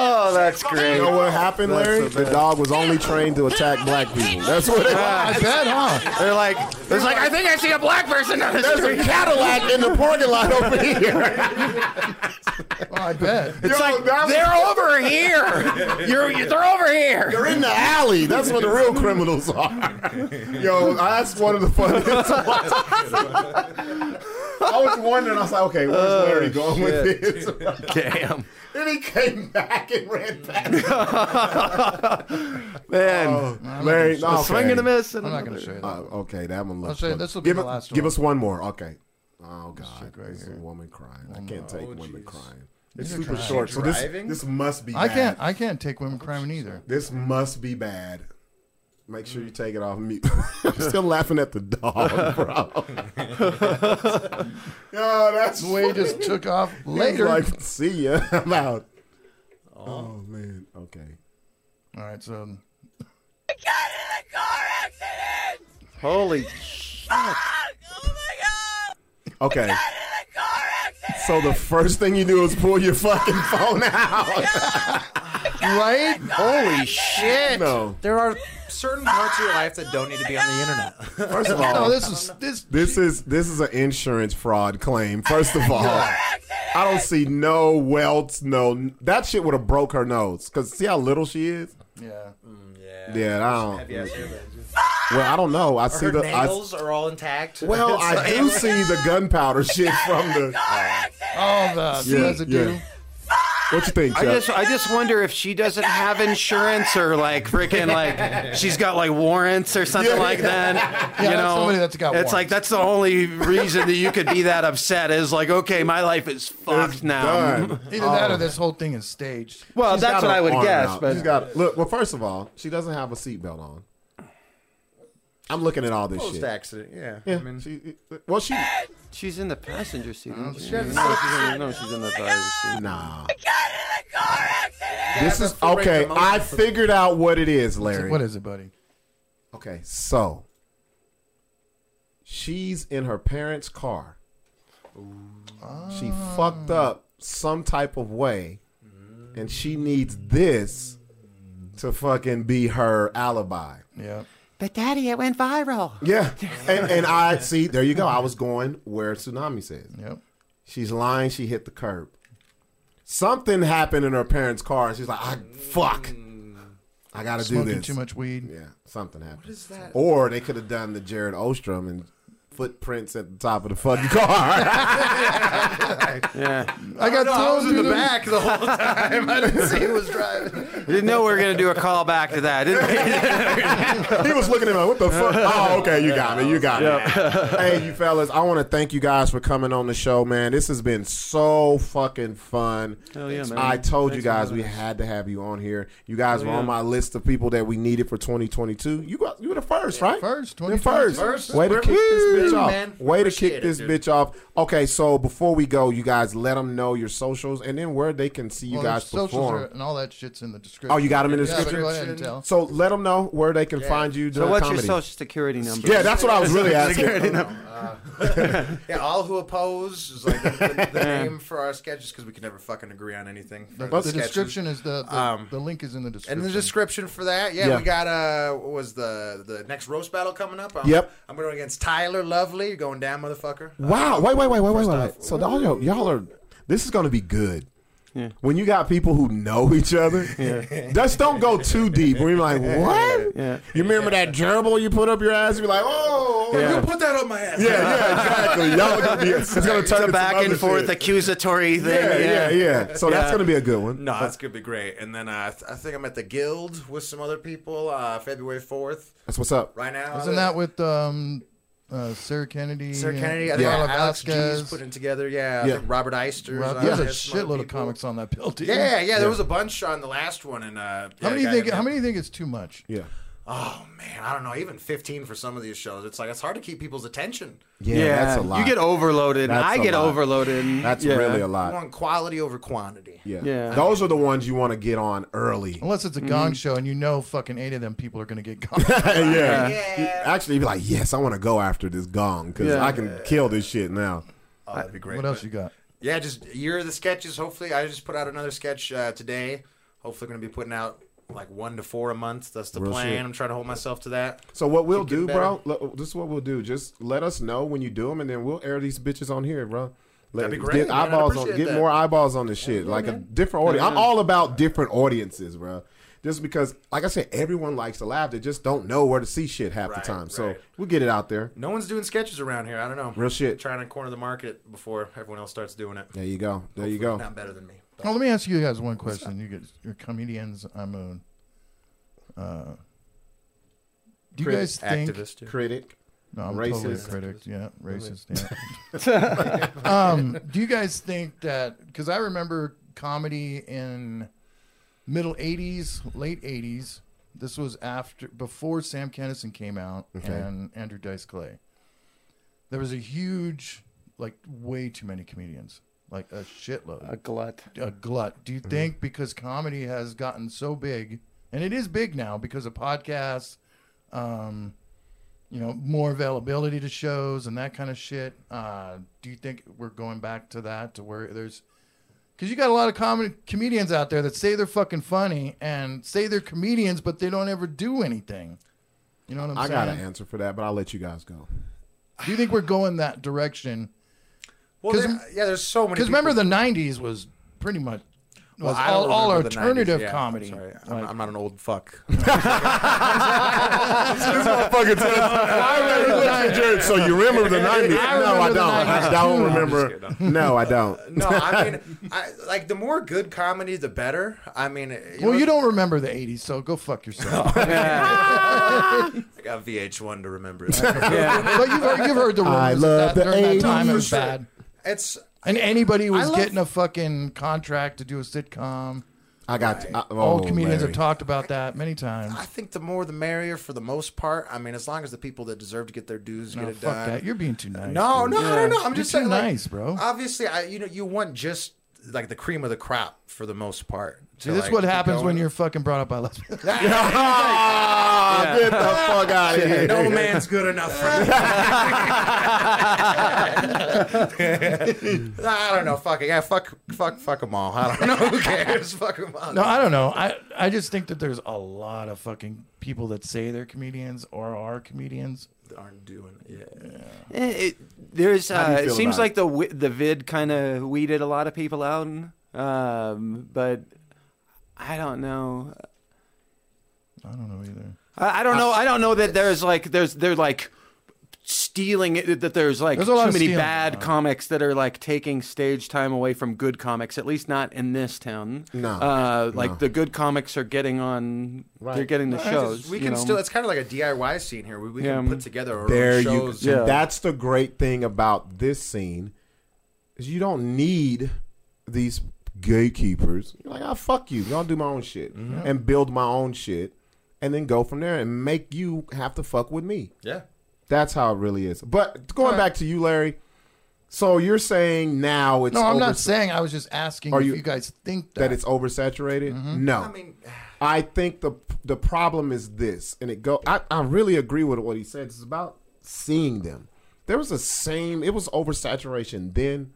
Speaker 2: Oh, that's
Speaker 5: great.
Speaker 2: You know what happened,
Speaker 5: That's
Speaker 2: Larry?
Speaker 5: the
Speaker 2: the
Speaker 5: best.
Speaker 2: dog was only trained to attack black people. That's what it
Speaker 5: I
Speaker 3: bet, huh?
Speaker 5: They're like, it's like I think I see a black
Speaker 3: [laughs]
Speaker 5: person on the
Speaker 2: There's
Speaker 5: street.
Speaker 2: a Cadillac in the parking lot over [laughs] here.
Speaker 3: I bet.
Speaker 5: It's like they're over here. You're, you they're over here.
Speaker 2: They're in the alley. That's where the real criminals are. Yo, that's one of the funniest ones. I was wondering. I was like, okay, where's Larry going with this?
Speaker 5: Damn.
Speaker 2: [laughs] Then he came back and ran [laughs] back. Oh,
Speaker 5: Man,
Speaker 2: Larry,
Speaker 3: gonna-
Speaker 2: no,
Speaker 3: a swing and a
Speaker 5: miss.
Speaker 3: I'm not gonna show you that.
Speaker 2: Uh, okay, that one.
Speaker 3: I'll
Speaker 2: Looks
Speaker 3: show you-
Speaker 2: good.
Speaker 3: this will be
Speaker 2: give
Speaker 3: the
Speaker 2: it-
Speaker 3: last
Speaker 2: Give
Speaker 3: one.
Speaker 2: us one more. Okay. Oh God, this is a woman crying. I can't take women crying. It's
Speaker 3: Oh, These are
Speaker 2: super
Speaker 3: crying.
Speaker 2: short, so this
Speaker 3: Driving?
Speaker 2: this must be.
Speaker 3: I
Speaker 2: bad.
Speaker 3: can't. I can't take women crying either.
Speaker 2: This must be bad. Make sure
Speaker 3: Mm.
Speaker 2: you take it off mute. [laughs] I'm still laughing at the
Speaker 3: [laughs]
Speaker 2: dog, bro. [laughs] Yo, that's
Speaker 3: the way he just took off
Speaker 2: He was
Speaker 3: later.
Speaker 2: Like, see ya. [laughs] I'm out. Oh, man. Okay.
Speaker 3: All right, so
Speaker 5: Holy
Speaker 7: Oh
Speaker 2: Okay. So the first thing you do is pull your fucking phone
Speaker 3: [laughs]
Speaker 2: out.
Speaker 3: [laughs] right?
Speaker 10: Holy shit!
Speaker 2: No.
Speaker 10: There are certain parts of your life that don't need to be on the internet.
Speaker 2: First of all,
Speaker 3: no, this is this.
Speaker 2: This is this is an insurance fraud claim. First of all, I don't see no welts. No, that shit would have broke her nose. Cause see how little she is.
Speaker 3: Yeah.
Speaker 10: yeah.
Speaker 2: Yeah, I don't-
Speaker 10: Heavy ass hairbands.
Speaker 2: Well, I don't know. I see
Speaker 10: Her
Speaker 2: the I-
Speaker 10: nails are all intact.
Speaker 2: well,
Speaker 10: It's
Speaker 2: I
Speaker 10: like-
Speaker 2: do see the gunpowder shit from the
Speaker 3: Oh, the
Speaker 2: Yeah,
Speaker 3: residue.
Speaker 2: yeah. What you think,
Speaker 5: I
Speaker 2: Chuck?
Speaker 5: just I just wonder if she doesn't have insurance or like freaking like she's got like warrants or something
Speaker 3: Yeah.
Speaker 5: like that.
Speaker 3: Yeah,
Speaker 5: you
Speaker 3: that's
Speaker 5: know,
Speaker 3: somebody that's got
Speaker 5: it's like that's the only reason that you could be that upset is like okay, my life is fucked now.
Speaker 2: done.
Speaker 3: Either that or this whole thing is staged.
Speaker 5: Well,
Speaker 2: She's got
Speaker 5: that's what
Speaker 2: her
Speaker 5: I would
Speaker 2: arm
Speaker 5: guess,
Speaker 2: out.
Speaker 5: but
Speaker 2: she's got look. Well, first of all, she doesn't have a seatbelt on. I'm looking at all this
Speaker 10: Post
Speaker 2: shit.
Speaker 10: accident, yeah.
Speaker 2: Yeah,
Speaker 10: I mean,
Speaker 2: she, well, she
Speaker 5: she's in the passenger seat. isn't she?
Speaker 10: she has a
Speaker 5: No, she's in the- no, she's in the driver's seat.
Speaker 2: Nah.
Speaker 10: have
Speaker 2: This is
Speaker 10: a full range
Speaker 2: okay.
Speaker 10: of motion
Speaker 2: I
Speaker 10: for-
Speaker 2: figured out what it is, Larry.
Speaker 3: What is it, buddy?
Speaker 2: Okay, so she's in her parents' car. She fucked up some type of way, and she needs this to fucking be her alibi.
Speaker 3: Yeah.
Speaker 5: But daddy, it went viral.
Speaker 2: Yeah, and, and I see. There you go. I was going where tsunami says.
Speaker 3: Yep.
Speaker 2: She's lying. She hit the curb. Something happened in her parents' car, and she's like, "I fuck, I gotta do
Speaker 3: Smoking
Speaker 2: this."
Speaker 3: too much weed.
Speaker 2: Yeah, something happened.
Speaker 4: is that?
Speaker 2: Or they could have done the Jared Ostrom and footprints at the top of the fucking car. [laughs]
Speaker 5: yeah.
Speaker 3: I got
Speaker 4: I was
Speaker 3: thrown
Speaker 4: in the
Speaker 3: through
Speaker 4: back the whole time. I didn't see who was driving.
Speaker 5: Didn't know we were gonna do a call back to that. Didn't
Speaker 2: [laughs]
Speaker 5: we?
Speaker 2: he was looking at me like, what the
Speaker 5: [laughs]
Speaker 2: fuck? Oh, okay, you got me. You got
Speaker 5: Yeah. [laughs]
Speaker 2: me. hey, you fellas, I want to thank you guys for coming on the show, man. This has been so fucking fun.
Speaker 5: Hell yeah, man.
Speaker 2: I told you
Speaker 5: Thanks for
Speaker 2: guys
Speaker 5: having
Speaker 2: we
Speaker 5: us.
Speaker 2: had to have you on here. You guys
Speaker 5: Hell
Speaker 2: were on
Speaker 5: yeah.
Speaker 2: my list of people that we needed for 2022. You got you were the first, right?
Speaker 3: First,
Speaker 2: the first.
Speaker 4: First.
Speaker 2: Way to
Speaker 4: We're-
Speaker 2: kick this bitch
Speaker 4: Woo,
Speaker 2: off.
Speaker 4: man.
Speaker 2: Way to
Speaker 4: Appreciate
Speaker 2: kick
Speaker 4: it,
Speaker 2: this
Speaker 4: dude.
Speaker 2: bitch off. Okay, so before we go, you guys let them know your socials and then where they can see you
Speaker 3: Well,
Speaker 2: guys
Speaker 3: their
Speaker 4: uh,
Speaker 3: socials
Speaker 2: perform.
Speaker 3: are- and all that shit's in the description.
Speaker 2: Oh, you got them in the
Speaker 3: Yeah, but
Speaker 2: description.
Speaker 3: go ahead and tell.
Speaker 2: So let them know where they can
Speaker 3: Yeah.
Speaker 2: find you.
Speaker 5: So
Speaker 2: during
Speaker 5: what's
Speaker 2: comedy.
Speaker 5: your social security number?
Speaker 2: Yeah, that's what I was
Speaker 5: [laughs]
Speaker 2: really asking.
Speaker 5: Security number.
Speaker 4: Uh, yeah, all who oppose is like the, the name for our sketches because we can never fucking agree on anything. for
Speaker 3: The,
Speaker 4: the
Speaker 3: the
Speaker 4: sketches.
Speaker 3: description is the the,
Speaker 4: Um,
Speaker 3: the link is in the description.
Speaker 4: And the description for that, yeah,
Speaker 3: Yeah.
Speaker 4: we got uh, what was the the next roast battle coming up? I'm,
Speaker 2: Yep.
Speaker 4: I'm going against Tyler Lovely. You're going down, motherfucker.
Speaker 2: [laughs] Wow! Wait, wait, wait, wait, wait, wait. wait. So all y'all, y'all are. This is going to be good.
Speaker 5: Yeah.
Speaker 2: When you got people who know each other,
Speaker 5: [laughs]
Speaker 2: [laughs]
Speaker 5: Yeah.
Speaker 2: just don't go too deep. Where you're
Speaker 5: [laughs]
Speaker 2: like, what?
Speaker 5: Yeah.
Speaker 2: You remember that gerbil you put up your ass? You be like, oh,
Speaker 4: Oh,
Speaker 2: yeah,
Speaker 4: You put that on my
Speaker 2: [laughs]
Speaker 4: ass.
Speaker 2: yeah,
Speaker 5: [laughs]
Speaker 2: exactly. Y'all gonna be. It's gonna turn
Speaker 5: the
Speaker 2: into
Speaker 5: back
Speaker 2: some
Speaker 5: and
Speaker 2: other
Speaker 5: forth
Speaker 2: shit.
Speaker 5: accusatory thing.
Speaker 2: Yeah, yeah, yeah. So that's
Speaker 5: Yeah.
Speaker 2: gonna be a good one.
Speaker 4: No, that's gonna be great. And then uh, I, th- I think I'm at the Guild with some other people uh, February 4th.
Speaker 2: That's what's up.
Speaker 4: Right now,
Speaker 3: Isn't that with um, uh, Sarah Kennedy?
Speaker 4: Sir
Speaker 3: and
Speaker 4: Kennedy? I think
Speaker 3: Carla
Speaker 4: Alex
Speaker 3: Vasquez?
Speaker 4: G's putting together. Yeah, I
Speaker 3: Yeah.
Speaker 4: think Robert uh, Eister.
Speaker 3: Rob- there's a shitload of comics on that bill. dude.
Speaker 4: Yeah, yeah, There was a bunch on the last one, and uh,
Speaker 3: How
Speaker 4: yeah,
Speaker 3: many
Speaker 4: guy
Speaker 3: think?
Speaker 4: had-
Speaker 3: How many think it's too much?
Speaker 2: Yeah.
Speaker 4: Oh man, I don't know. Even 15 for some of these shows, it's like it's hard to keep people's attention.
Speaker 2: Yeah,
Speaker 5: Yeah,
Speaker 2: that's a lot.
Speaker 5: you get overloaded.
Speaker 2: That's
Speaker 5: I
Speaker 2: a
Speaker 5: get
Speaker 2: lot.
Speaker 5: overloaded.
Speaker 2: That's
Speaker 5: Yeah.
Speaker 2: really a
Speaker 4: You
Speaker 2: lot.
Speaker 4: want quality over quantity.
Speaker 2: Yeah.
Speaker 5: Yeah.
Speaker 2: Those are the ones you want to get on early.
Speaker 3: Unless it's a gong show and you know fucking eight of them people are gonna get gong.
Speaker 2: [laughs] yeah. You- Actually, you'd be like, yes, I want to go after this gong because
Speaker 3: Yeah.
Speaker 2: I can kill this shit now.
Speaker 4: Oh, that'd be great.
Speaker 3: What else you got?
Speaker 4: Yeah, just year of the sketches. Hopefully, I just put out another sketch uh, today. Hopefully, going to be putting out like one to four a month. That's the
Speaker 2: Real
Speaker 4: plan.
Speaker 2: shit.
Speaker 4: I'm trying to hold myself to that.
Speaker 2: So what we'll
Speaker 4: Keep getting
Speaker 2: do, bro? le- this is what we'll do. Just let us know when you do them, and then we'll air these bitches on here, bro. Let,
Speaker 4: That'd be great,
Speaker 2: Get
Speaker 4: man. I'd
Speaker 2: eyeballs on.
Speaker 4: appreciate
Speaker 2: Get
Speaker 4: that.
Speaker 2: more eyeballs on this shit. like a different audience. I'm all about different audiences, bro. Just because, like I said, everyone likes to laugh. They just don't know where to see shit half the
Speaker 4: Right,
Speaker 2: time. So
Speaker 4: right.
Speaker 2: we'll get it out there.
Speaker 4: No one's doing sketches around here. I don't know.
Speaker 2: Real shit.
Speaker 4: Trying to corner the market before everyone else starts doing it.
Speaker 2: There you go. There you go.
Speaker 4: Not better than me.
Speaker 3: Now, let me ask you guys one question. You get your comedians. I'm a. Uh, do you
Speaker 2: Critic.
Speaker 3: guys think
Speaker 4: Activist, yeah.
Speaker 2: Critic.
Speaker 3: No, I'm
Speaker 2: racist.
Speaker 3: totally a critic. Yeah, racist. Yeah.
Speaker 2: [laughs]
Speaker 3: [laughs] um, do you guys think that? Because I remember comedy in middle '80s, late '80s. This was after, before Sam Kennison came out
Speaker 2: Okay.
Speaker 3: and Andrew Dice Clay. There was a huge, like, way too many comedians, like a shitload,
Speaker 5: A glut.
Speaker 3: a glut. Do you
Speaker 4: Mm-hmm.
Speaker 3: think because comedy has gotten so big, and it is big now because of podcasts, um, you know, more availability to shows and that kind of shit? Uh, do you think we're going back to that to where there's because you got a lot of comedy comedians out there that say they're fucking funny and say they're comedians, but they don't ever do anything. You know what I'm
Speaker 2: I
Speaker 3: saying?
Speaker 2: got an answer for that, but I'll let you guys [laughs] go.
Speaker 3: Do you think we're going that
Speaker 4: [sighs]
Speaker 3: direction?
Speaker 4: Well,
Speaker 3: 'Cause-
Speaker 4: there- yeah, there's so many.
Speaker 3: Because remember, the '90s was pretty much was
Speaker 4: I
Speaker 3: all,
Speaker 4: don't
Speaker 3: all
Speaker 4: remember the 90s.
Speaker 3: alternative
Speaker 4: Yeah, I'm
Speaker 3: comedy.
Speaker 4: sorry. I'm, I'm not an old fuck. [laughs]
Speaker 2: I remember Dr. Jared, so you remember the 90s.
Speaker 4: I
Speaker 2: no, I
Speaker 4: remember the
Speaker 2: don't. I
Speaker 4: 90s.
Speaker 2: don't
Speaker 4: No, I'm
Speaker 2: remember.
Speaker 4: just
Speaker 2: No, I don't.
Speaker 4: no, I mean, I, like the more good comedy, the better. I mean,
Speaker 3: well, you don't remember the '80s, so go fuck yourself. [laughs]
Speaker 4: I got VH1 to remember it.
Speaker 3: but you've heard, you've heard the rumors
Speaker 2: I love
Speaker 3: that that
Speaker 2: the
Speaker 3: during that time it
Speaker 2: 80s.
Speaker 3: was bad,
Speaker 4: It's
Speaker 3: and anybody was
Speaker 4: I love-
Speaker 3: getting a fucking contract to do a sitcom.
Speaker 2: I got. I, oh,
Speaker 3: Old comedians
Speaker 2: Larry.
Speaker 3: have talked about that many times.
Speaker 4: I think the more the merrier for the most part. I mean, as long as the people that deserve to get their dues
Speaker 3: No,
Speaker 4: get it
Speaker 3: fuck
Speaker 4: done.
Speaker 3: that. You're being too nice.
Speaker 4: No,
Speaker 3: dude.
Speaker 4: no, no, no. I'm
Speaker 3: You're
Speaker 4: just
Speaker 3: too
Speaker 4: saying, like,
Speaker 3: nice, bro.
Speaker 4: Obviously, I you know you want just like the cream of the crop for the most part.
Speaker 3: See, this is what happens
Speaker 4: [laughs]
Speaker 3: when you're fucking brought up by lesbians.
Speaker 5: Uh,
Speaker 2: Ah, get the fuck out of here.
Speaker 4: no man's good enough for me. [laughs] I don't know. Fuck it. Yeah, fuck, fuck, fuck them all. I don't know. Who cares? Fuck them all.
Speaker 3: [laughs] No, I don't know. I I just think that there's a lot of fucking people that say they're comedians or are comedians.
Speaker 4: aren't doing it. Yeah.
Speaker 5: Eh, It, there's.
Speaker 3: How do you
Speaker 5: Uh, it
Speaker 3: feel
Speaker 5: seems
Speaker 3: about
Speaker 5: like the wi- the vid kind of weeded a lot of people out, um, but I don't know.
Speaker 3: I don't know either.
Speaker 5: I, I don't know. I don't know that there's like there's they're like stealing it. That there's like
Speaker 3: There's a lot
Speaker 5: too
Speaker 3: of
Speaker 5: many
Speaker 3: stealing
Speaker 5: bad
Speaker 3: going on.
Speaker 5: comics that are like taking stage time away from good comics. At least not in this town.
Speaker 4: No.
Speaker 5: uh, like
Speaker 4: No.
Speaker 5: the good comics are getting on. They're getting the
Speaker 4: Well, I
Speaker 5: shows.
Speaker 4: just- we
Speaker 5: you
Speaker 4: can
Speaker 5: know?
Speaker 4: still. It's kind of like a DIY scene here. We, we
Speaker 5: Yeah.
Speaker 4: can put together our
Speaker 2: there
Speaker 4: own
Speaker 2: you
Speaker 4: shows.
Speaker 2: yeah. that's the great thing about this scene is you don't need these gatekeepers you're like ah fuck you i'll do my own shit
Speaker 4: Mm-hmm.
Speaker 2: and build my own shit and then go from there and make you have to fuck with me
Speaker 4: Yeah.
Speaker 2: that's how it really is but going back to you larry so you're saying now it's
Speaker 3: no, I'm not
Speaker 2: oversat-
Speaker 3: saying. I was just asking
Speaker 2: Are
Speaker 3: if
Speaker 2: you-
Speaker 3: you, guys think
Speaker 2: that
Speaker 3: that,
Speaker 2: it's oversaturated?
Speaker 3: Mm-hmm.
Speaker 2: No. I mean, [sighs] I think the the problem is this, and it go. I, I really agree with what he said. It's about seeing them. There was the same. It was oversaturation then.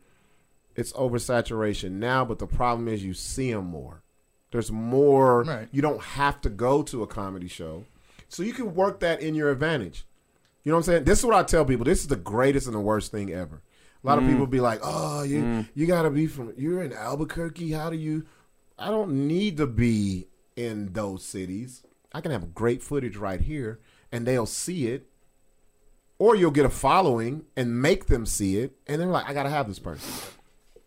Speaker 2: It's oversaturation now, but the problem is you see them more. There's more.
Speaker 3: Right.
Speaker 2: You don't have to go to a comedy show, so you can work that in your advantage. You know what I'm saying? This is what I tell people. This is the greatest and the worst thing ever. A lot of
Speaker 15: Mm.
Speaker 2: people be like, "Oh, you
Speaker 15: Mm.
Speaker 2: you gotta be from you're in Albuquerque. How do you?" I don't need to be in those cities. I can have great footage right here, and they'll see it, or you'll get a following and make them see it, and they're like, "I gotta have this person."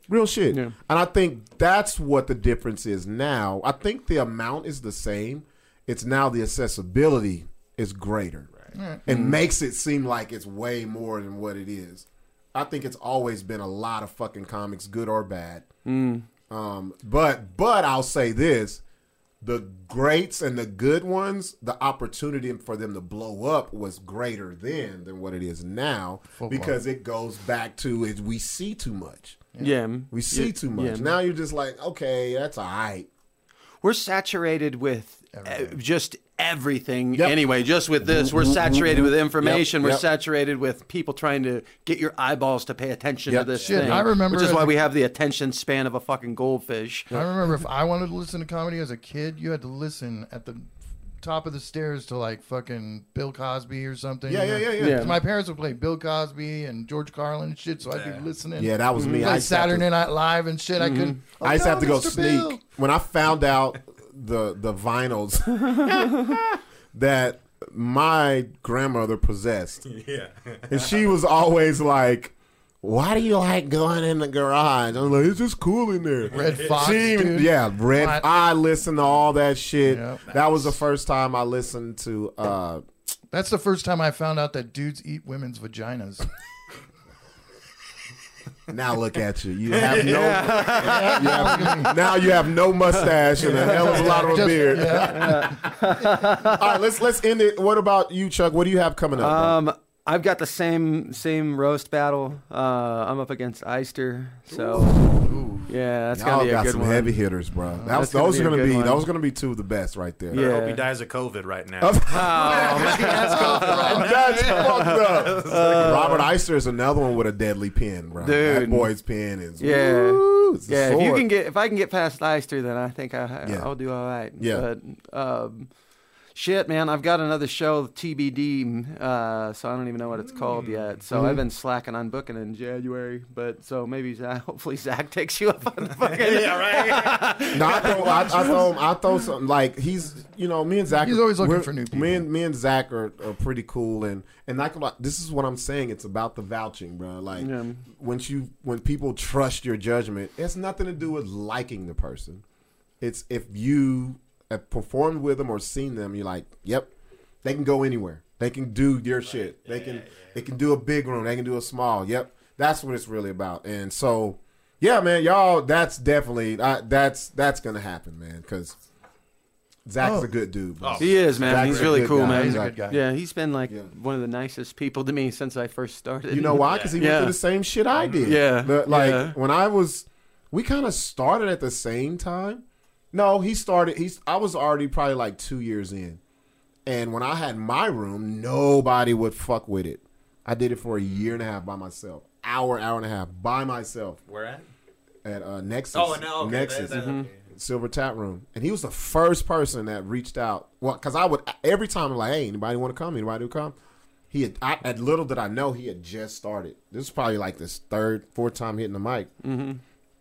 Speaker 2: Real shit. And I think that's what the difference is now. I think the amount is the same. It's now the accessibility is greater.
Speaker 3: Right.
Speaker 2: It makes it seem like it's way more than what it is. I think it's always been a lot of fucking comics, good or bad.
Speaker 5: Mm.
Speaker 2: Um, but but I'll say this: the greats and the good ones, the opportunity for them to blow up was greater then than what it is now
Speaker 5: Football.
Speaker 2: because it goes back to is we see too much.
Speaker 5: Yeah.
Speaker 2: we see
Speaker 5: Yeah.
Speaker 2: too much.
Speaker 5: Yeah.
Speaker 2: Now you're just like, okay, that's all right.
Speaker 5: We're saturated with uh, just everything anyway, just with this.
Speaker 2: Mm-hmm.
Speaker 5: We're saturated with information.
Speaker 3: Yep,
Speaker 5: We're
Speaker 3: yep.
Speaker 5: saturated with people trying to get your eyeballs to pay attention
Speaker 3: Yep.
Speaker 5: to this
Speaker 3: Shit,
Speaker 5: thing.
Speaker 3: I remember
Speaker 5: Which is
Speaker 3: as
Speaker 5: why
Speaker 3: a-
Speaker 5: we have the attention span of a fucking goldfish.
Speaker 3: I remember if I wanted to listen to comedy as a kid, you had to listen at the top of the stairs to like fucking Bill Cosby or something.
Speaker 2: Yeah,
Speaker 3: you know?
Speaker 2: yeah, yeah, yeah. Yeah.
Speaker 3: My parents would play Bill Cosby and George Carlin and shit, so I'd be listening.
Speaker 2: Yeah, that was me.
Speaker 3: Play
Speaker 2: I used to have to-
Speaker 3: Saturday Night Live and shit. I couldn't.
Speaker 5: Mm-hmm.
Speaker 2: I used to have to go
Speaker 3: Mr.
Speaker 2: sneak
Speaker 3: Bill.
Speaker 2: when I found out the the [laughs] vinyls that my grandmother [laughs] possessed.
Speaker 9: Yeah.
Speaker 2: and she was always like. Why do you like going in the garage? I'm like, it's just cool in there.
Speaker 3: Red Fox,
Speaker 2: She even-
Speaker 3: dude.
Speaker 2: yeah. Red.
Speaker 3: What?
Speaker 2: I listened to all that shit.
Speaker 3: Yep.
Speaker 2: That was the first time I listened to. uh
Speaker 3: That's the first time I found out that dudes eat women's
Speaker 2: [laughs]
Speaker 3: vaginas.
Speaker 2: Now look at you. You
Speaker 5: [laughs]
Speaker 2: have no.
Speaker 3: Yeah.
Speaker 2: you have- now you have no mustache and a hell of a lot of a
Speaker 3: Just-
Speaker 2: beard.
Speaker 3: yeah.
Speaker 2: All right, let's let's end it. What about you, Chuck? What do you have coming up? man?
Speaker 5: Um, I've got the same same roast battle. Uh, I'm up against Eister, so yeah, that's
Speaker 2: Y'all
Speaker 5: gonna be a
Speaker 2: got
Speaker 5: good
Speaker 2: some
Speaker 5: one.
Speaker 2: heavy hitters, bro. That was,
Speaker 5: That's gonna
Speaker 2: those
Speaker 5: be
Speaker 2: are
Speaker 5: a
Speaker 2: gonna
Speaker 5: good
Speaker 2: be
Speaker 5: one.
Speaker 2: those are gonna be two of the best right there.
Speaker 10: I
Speaker 2: [laughs]
Speaker 10: hope he dies of COVID right now.
Speaker 5: Oh,
Speaker 2: That's
Speaker 5: [laughs]
Speaker 2: fucked up. Robert Eister is another one with a deadly pen, bro. that
Speaker 5: Dude.
Speaker 2: boy's pen is
Speaker 5: Yeah,
Speaker 2: woo, it's a
Speaker 5: yeah. If you
Speaker 2: sword.
Speaker 5: can get, if I can get past Eister, then I think I,
Speaker 2: Yeah.
Speaker 5: I'll do all right.
Speaker 2: Yeah.
Speaker 5: But um, shit, man, I've got another show TBD, uh, so I don't even know what it's called yet. So
Speaker 2: Mhm.
Speaker 5: I've been slacking on booking in January, but so maybe Zach, [laughs] hopefully Zach takes you up on the
Speaker 2: [laughs]
Speaker 5: fucking. yeah,
Speaker 4: [laughs]
Speaker 5: right.
Speaker 2: No, I throw, I,
Speaker 5: [laughs]
Speaker 2: I throw him. I throw some like he's you know me and Zach.
Speaker 3: He's always looking
Speaker 2: we're-
Speaker 3: for new
Speaker 2: Me and me and Zach are, are pretty cool and and like about- this is what I'm saying. It's about the vouching, bro. Like
Speaker 5: Yeah.
Speaker 2: once you when people trust your judgment, it's nothing to do with liking the person. It's if you have performed with them or seen them, you're like, yep, they can go anywhere. They can do your shit. They can they can do a big room. They can do a small. Yep, that's what it's really about. And so, yeah, man, y'all, that's definitely I, that's that's gonna happen, man. Because Zach's
Speaker 5: Oh.
Speaker 2: a good dude. bro.
Speaker 5: He is, man.
Speaker 2: Zach's
Speaker 5: he's
Speaker 2: a
Speaker 5: really
Speaker 2: good
Speaker 5: cool,
Speaker 2: guy.
Speaker 5: man.
Speaker 2: He's a good guy.
Speaker 5: Yeah, he's been like one of the nicest people to me since I first started.
Speaker 2: You know why? Because he went through the same shit I did.
Speaker 5: Yeah.
Speaker 2: The- like
Speaker 5: Yeah.
Speaker 2: when I was, we kind of started at the same time. No, he started. He's. I was already probably like two years in, and when I had my room, nobody would fuck with it. I did it for a year and a half by myself, hour, hour and a half by myself
Speaker 10: Where at?
Speaker 2: at uh, Nexus.
Speaker 10: Oh, no, okay, that-
Speaker 2: Nexus.
Speaker 10: that-
Speaker 5: Mm-hmm.
Speaker 4: mm-hmm.
Speaker 10: Mhm.
Speaker 2: Silver Tap Room, and he was the first person that reached out. Well, because I would every time I'm like, "Hey, anybody want to come? Anybody who come?" He had I, at little did I know he had just started. This is probably like this third, fourth time hitting the mic, mm-hmm.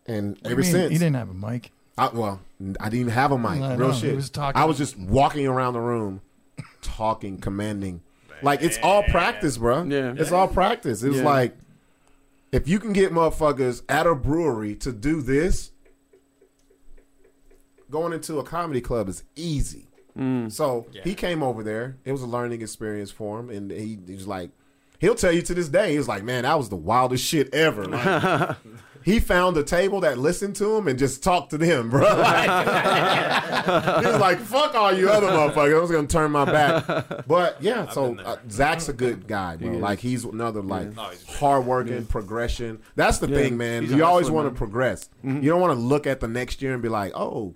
Speaker 2: and [laughs]
Speaker 3: I
Speaker 2: ever
Speaker 3: mean,
Speaker 2: since
Speaker 3: you didn't have a mic.
Speaker 2: I, well, I didn't even have a mic.
Speaker 3: I
Speaker 2: Real
Speaker 3: know, he
Speaker 2: shit.
Speaker 3: was talking.
Speaker 2: I was just walking around the room, talking, commanding. Like it's all practice, bro.
Speaker 5: Yeah.
Speaker 2: It's all practice. It's
Speaker 5: Yeah.
Speaker 2: like if you can get motherfuckers at a brewery to do this, going into a comedy club is easy.
Speaker 5: Mm.
Speaker 2: So he came over there. It was a learning experience for him, and he, he was like, he'll tell you to this day. He was like, man, that was the wildest shit ever. Like, he found a table that listened to him and just talked to them, bro. Like, [laughs] he was like, fuck all you other motherfuckers. I was gonna turn my back, but yeah. so uh, Zach's a good guy, bro.
Speaker 5: He is.
Speaker 2: Like he's another like
Speaker 5: Oh,
Speaker 2: hardworking progression. That's the
Speaker 5: Yeah.
Speaker 2: thing, man.
Speaker 5: He's a
Speaker 2: you always
Speaker 5: hustler,
Speaker 2: want to
Speaker 5: man.
Speaker 2: progress. You don't want to look at the next year and be like, oh,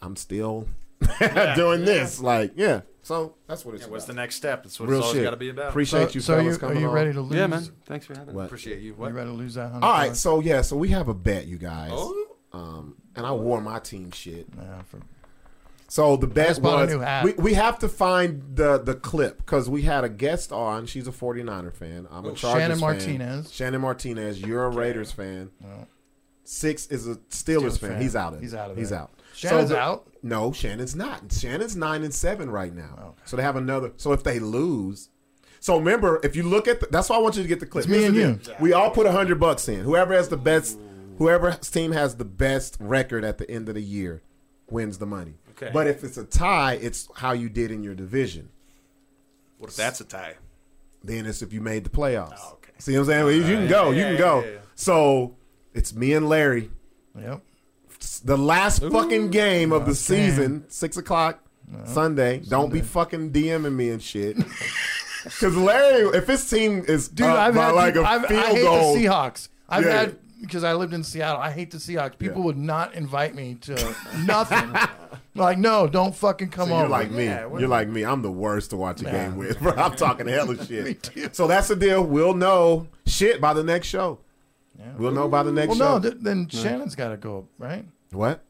Speaker 2: I'm still [laughs] doing this. Like, yeah. So that's what it's.
Speaker 4: Yeah, what's the next step? That's what
Speaker 2: Real
Speaker 4: it's always
Speaker 2: shit.
Speaker 4: got to be about.
Speaker 2: Appreciate
Speaker 3: So-
Speaker 2: you.
Speaker 3: so
Speaker 2: fellas,
Speaker 3: are you-
Speaker 2: coming
Speaker 3: are you
Speaker 2: on.
Speaker 3: ready to lose?
Speaker 5: [laughs] Yeah, man. Thanks for having me.
Speaker 2: What?
Speaker 4: Appreciate you.
Speaker 3: You
Speaker 4: What?
Speaker 3: ready to lose that
Speaker 2: All
Speaker 3: hundred?
Speaker 2: right. So yeah. So we have a bet, you guys.
Speaker 4: Oh.
Speaker 2: Um, and I wore my team shit.
Speaker 3: Yeah, for-
Speaker 2: So the bet
Speaker 3: just bought a
Speaker 2: was
Speaker 3: new hat.
Speaker 2: we, we have to find the the clip because we had a guest on. She's a 49er fan. I'm a
Speaker 3: Oh,
Speaker 2: Chargers
Speaker 3: Shannon
Speaker 2: fan.
Speaker 3: Martinez.
Speaker 2: Shannon Martinez. You're a Raiders fan. Six is a Steelers,
Speaker 3: Steelers
Speaker 2: fan.
Speaker 3: fan.
Speaker 2: He's out of it.
Speaker 3: He's out of
Speaker 2: He's
Speaker 3: it.
Speaker 2: out.
Speaker 3: Shannon's
Speaker 2: the-
Speaker 3: out?
Speaker 2: No, Shannon's not. Shannon's nine and seven right now. So they have another. So if they lose, so remember if you look at the, that's why I want you to get the clip.
Speaker 3: It's me
Speaker 2: Here's
Speaker 3: and
Speaker 2: the
Speaker 3: you.
Speaker 2: deal. We all put hundred bucks in. Whoever has the best, whoever's team has the best record at the end of the year, wins the money.
Speaker 4: Okay.
Speaker 2: But if it's a tie, it's how you did in your division.
Speaker 4: What if that's a tie?
Speaker 2: Then it's if you made the playoffs. okay. See what I'm saying? Well, you can go. you
Speaker 4: Yeah,
Speaker 2: can
Speaker 4: yeah,
Speaker 2: go.
Speaker 4: yeah, yeah.
Speaker 2: So it's me and Larry.
Speaker 3: Yep.
Speaker 2: The last fucking game of the
Speaker 3: Last game.
Speaker 2: season, six o'clock Sunday. Don't be fucking DMing me and shit. [laughs] Because Larry, if his team is
Speaker 3: Dude,
Speaker 2: up
Speaker 3: I've
Speaker 2: Uh, by
Speaker 3: had
Speaker 2: like
Speaker 3: people-
Speaker 2: a
Speaker 3: I've-
Speaker 2: field
Speaker 3: I hate
Speaker 2: goal,
Speaker 3: the Seahawks. I've
Speaker 2: Yeah.
Speaker 3: had because I lived in Seattle. I hate the Seahawks. People would not invite me to [laughs] nothing. like, no, don't fucking come
Speaker 2: So
Speaker 3: on.
Speaker 2: you're like me. you're like me. I'm the worst to watch a game with. [laughs] Bro, I'm talking
Speaker 3: [laughs]
Speaker 2: hella shit. so that's the deal. We'll know shit by the next show. We'll know by the next
Speaker 3: well,
Speaker 2: show.
Speaker 3: no, th- then
Speaker 2: Yeah.
Speaker 3: Shannon's got to go, right?
Speaker 2: What?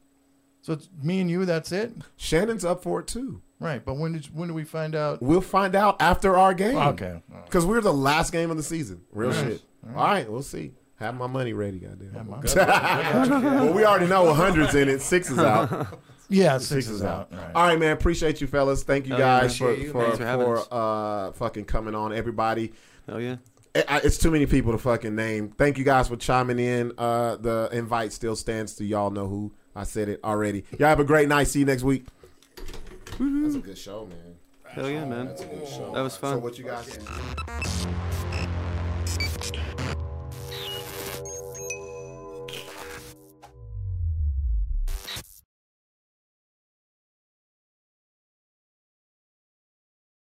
Speaker 3: So it's me and you. That's it.
Speaker 2: Shannon's up for it too.
Speaker 3: Right, but when did when do we find out?
Speaker 2: We'll find out after our game.
Speaker 3: Okay.
Speaker 2: Because we're the last game of the season. Real
Speaker 3: Nice.
Speaker 2: shit. All right. we'll see. Have my money ready, goddamn. [laughs]
Speaker 3: Good.
Speaker 2: well, we already know 100's in it. [laughs] Six is out.
Speaker 3: Yeah, six is out. Right.
Speaker 2: All right, man. Appreciate you, fellas. Thank you
Speaker 5: Hell yeah,
Speaker 2: guys for
Speaker 5: appreciate you.
Speaker 2: for,
Speaker 5: Thanks for having
Speaker 2: for,
Speaker 5: us.
Speaker 2: uh, fucking coming on. Everybody.
Speaker 5: Oh yeah.
Speaker 2: I- I- It's too many people to fucking name. Thank you guys for chiming in. Uh, the invite still stands to y'all know who. I said it already. Y'all have a great night. See you next week. That's a good show, man.
Speaker 5: Hell yeah, man. That was fun.
Speaker 2: So what you guys?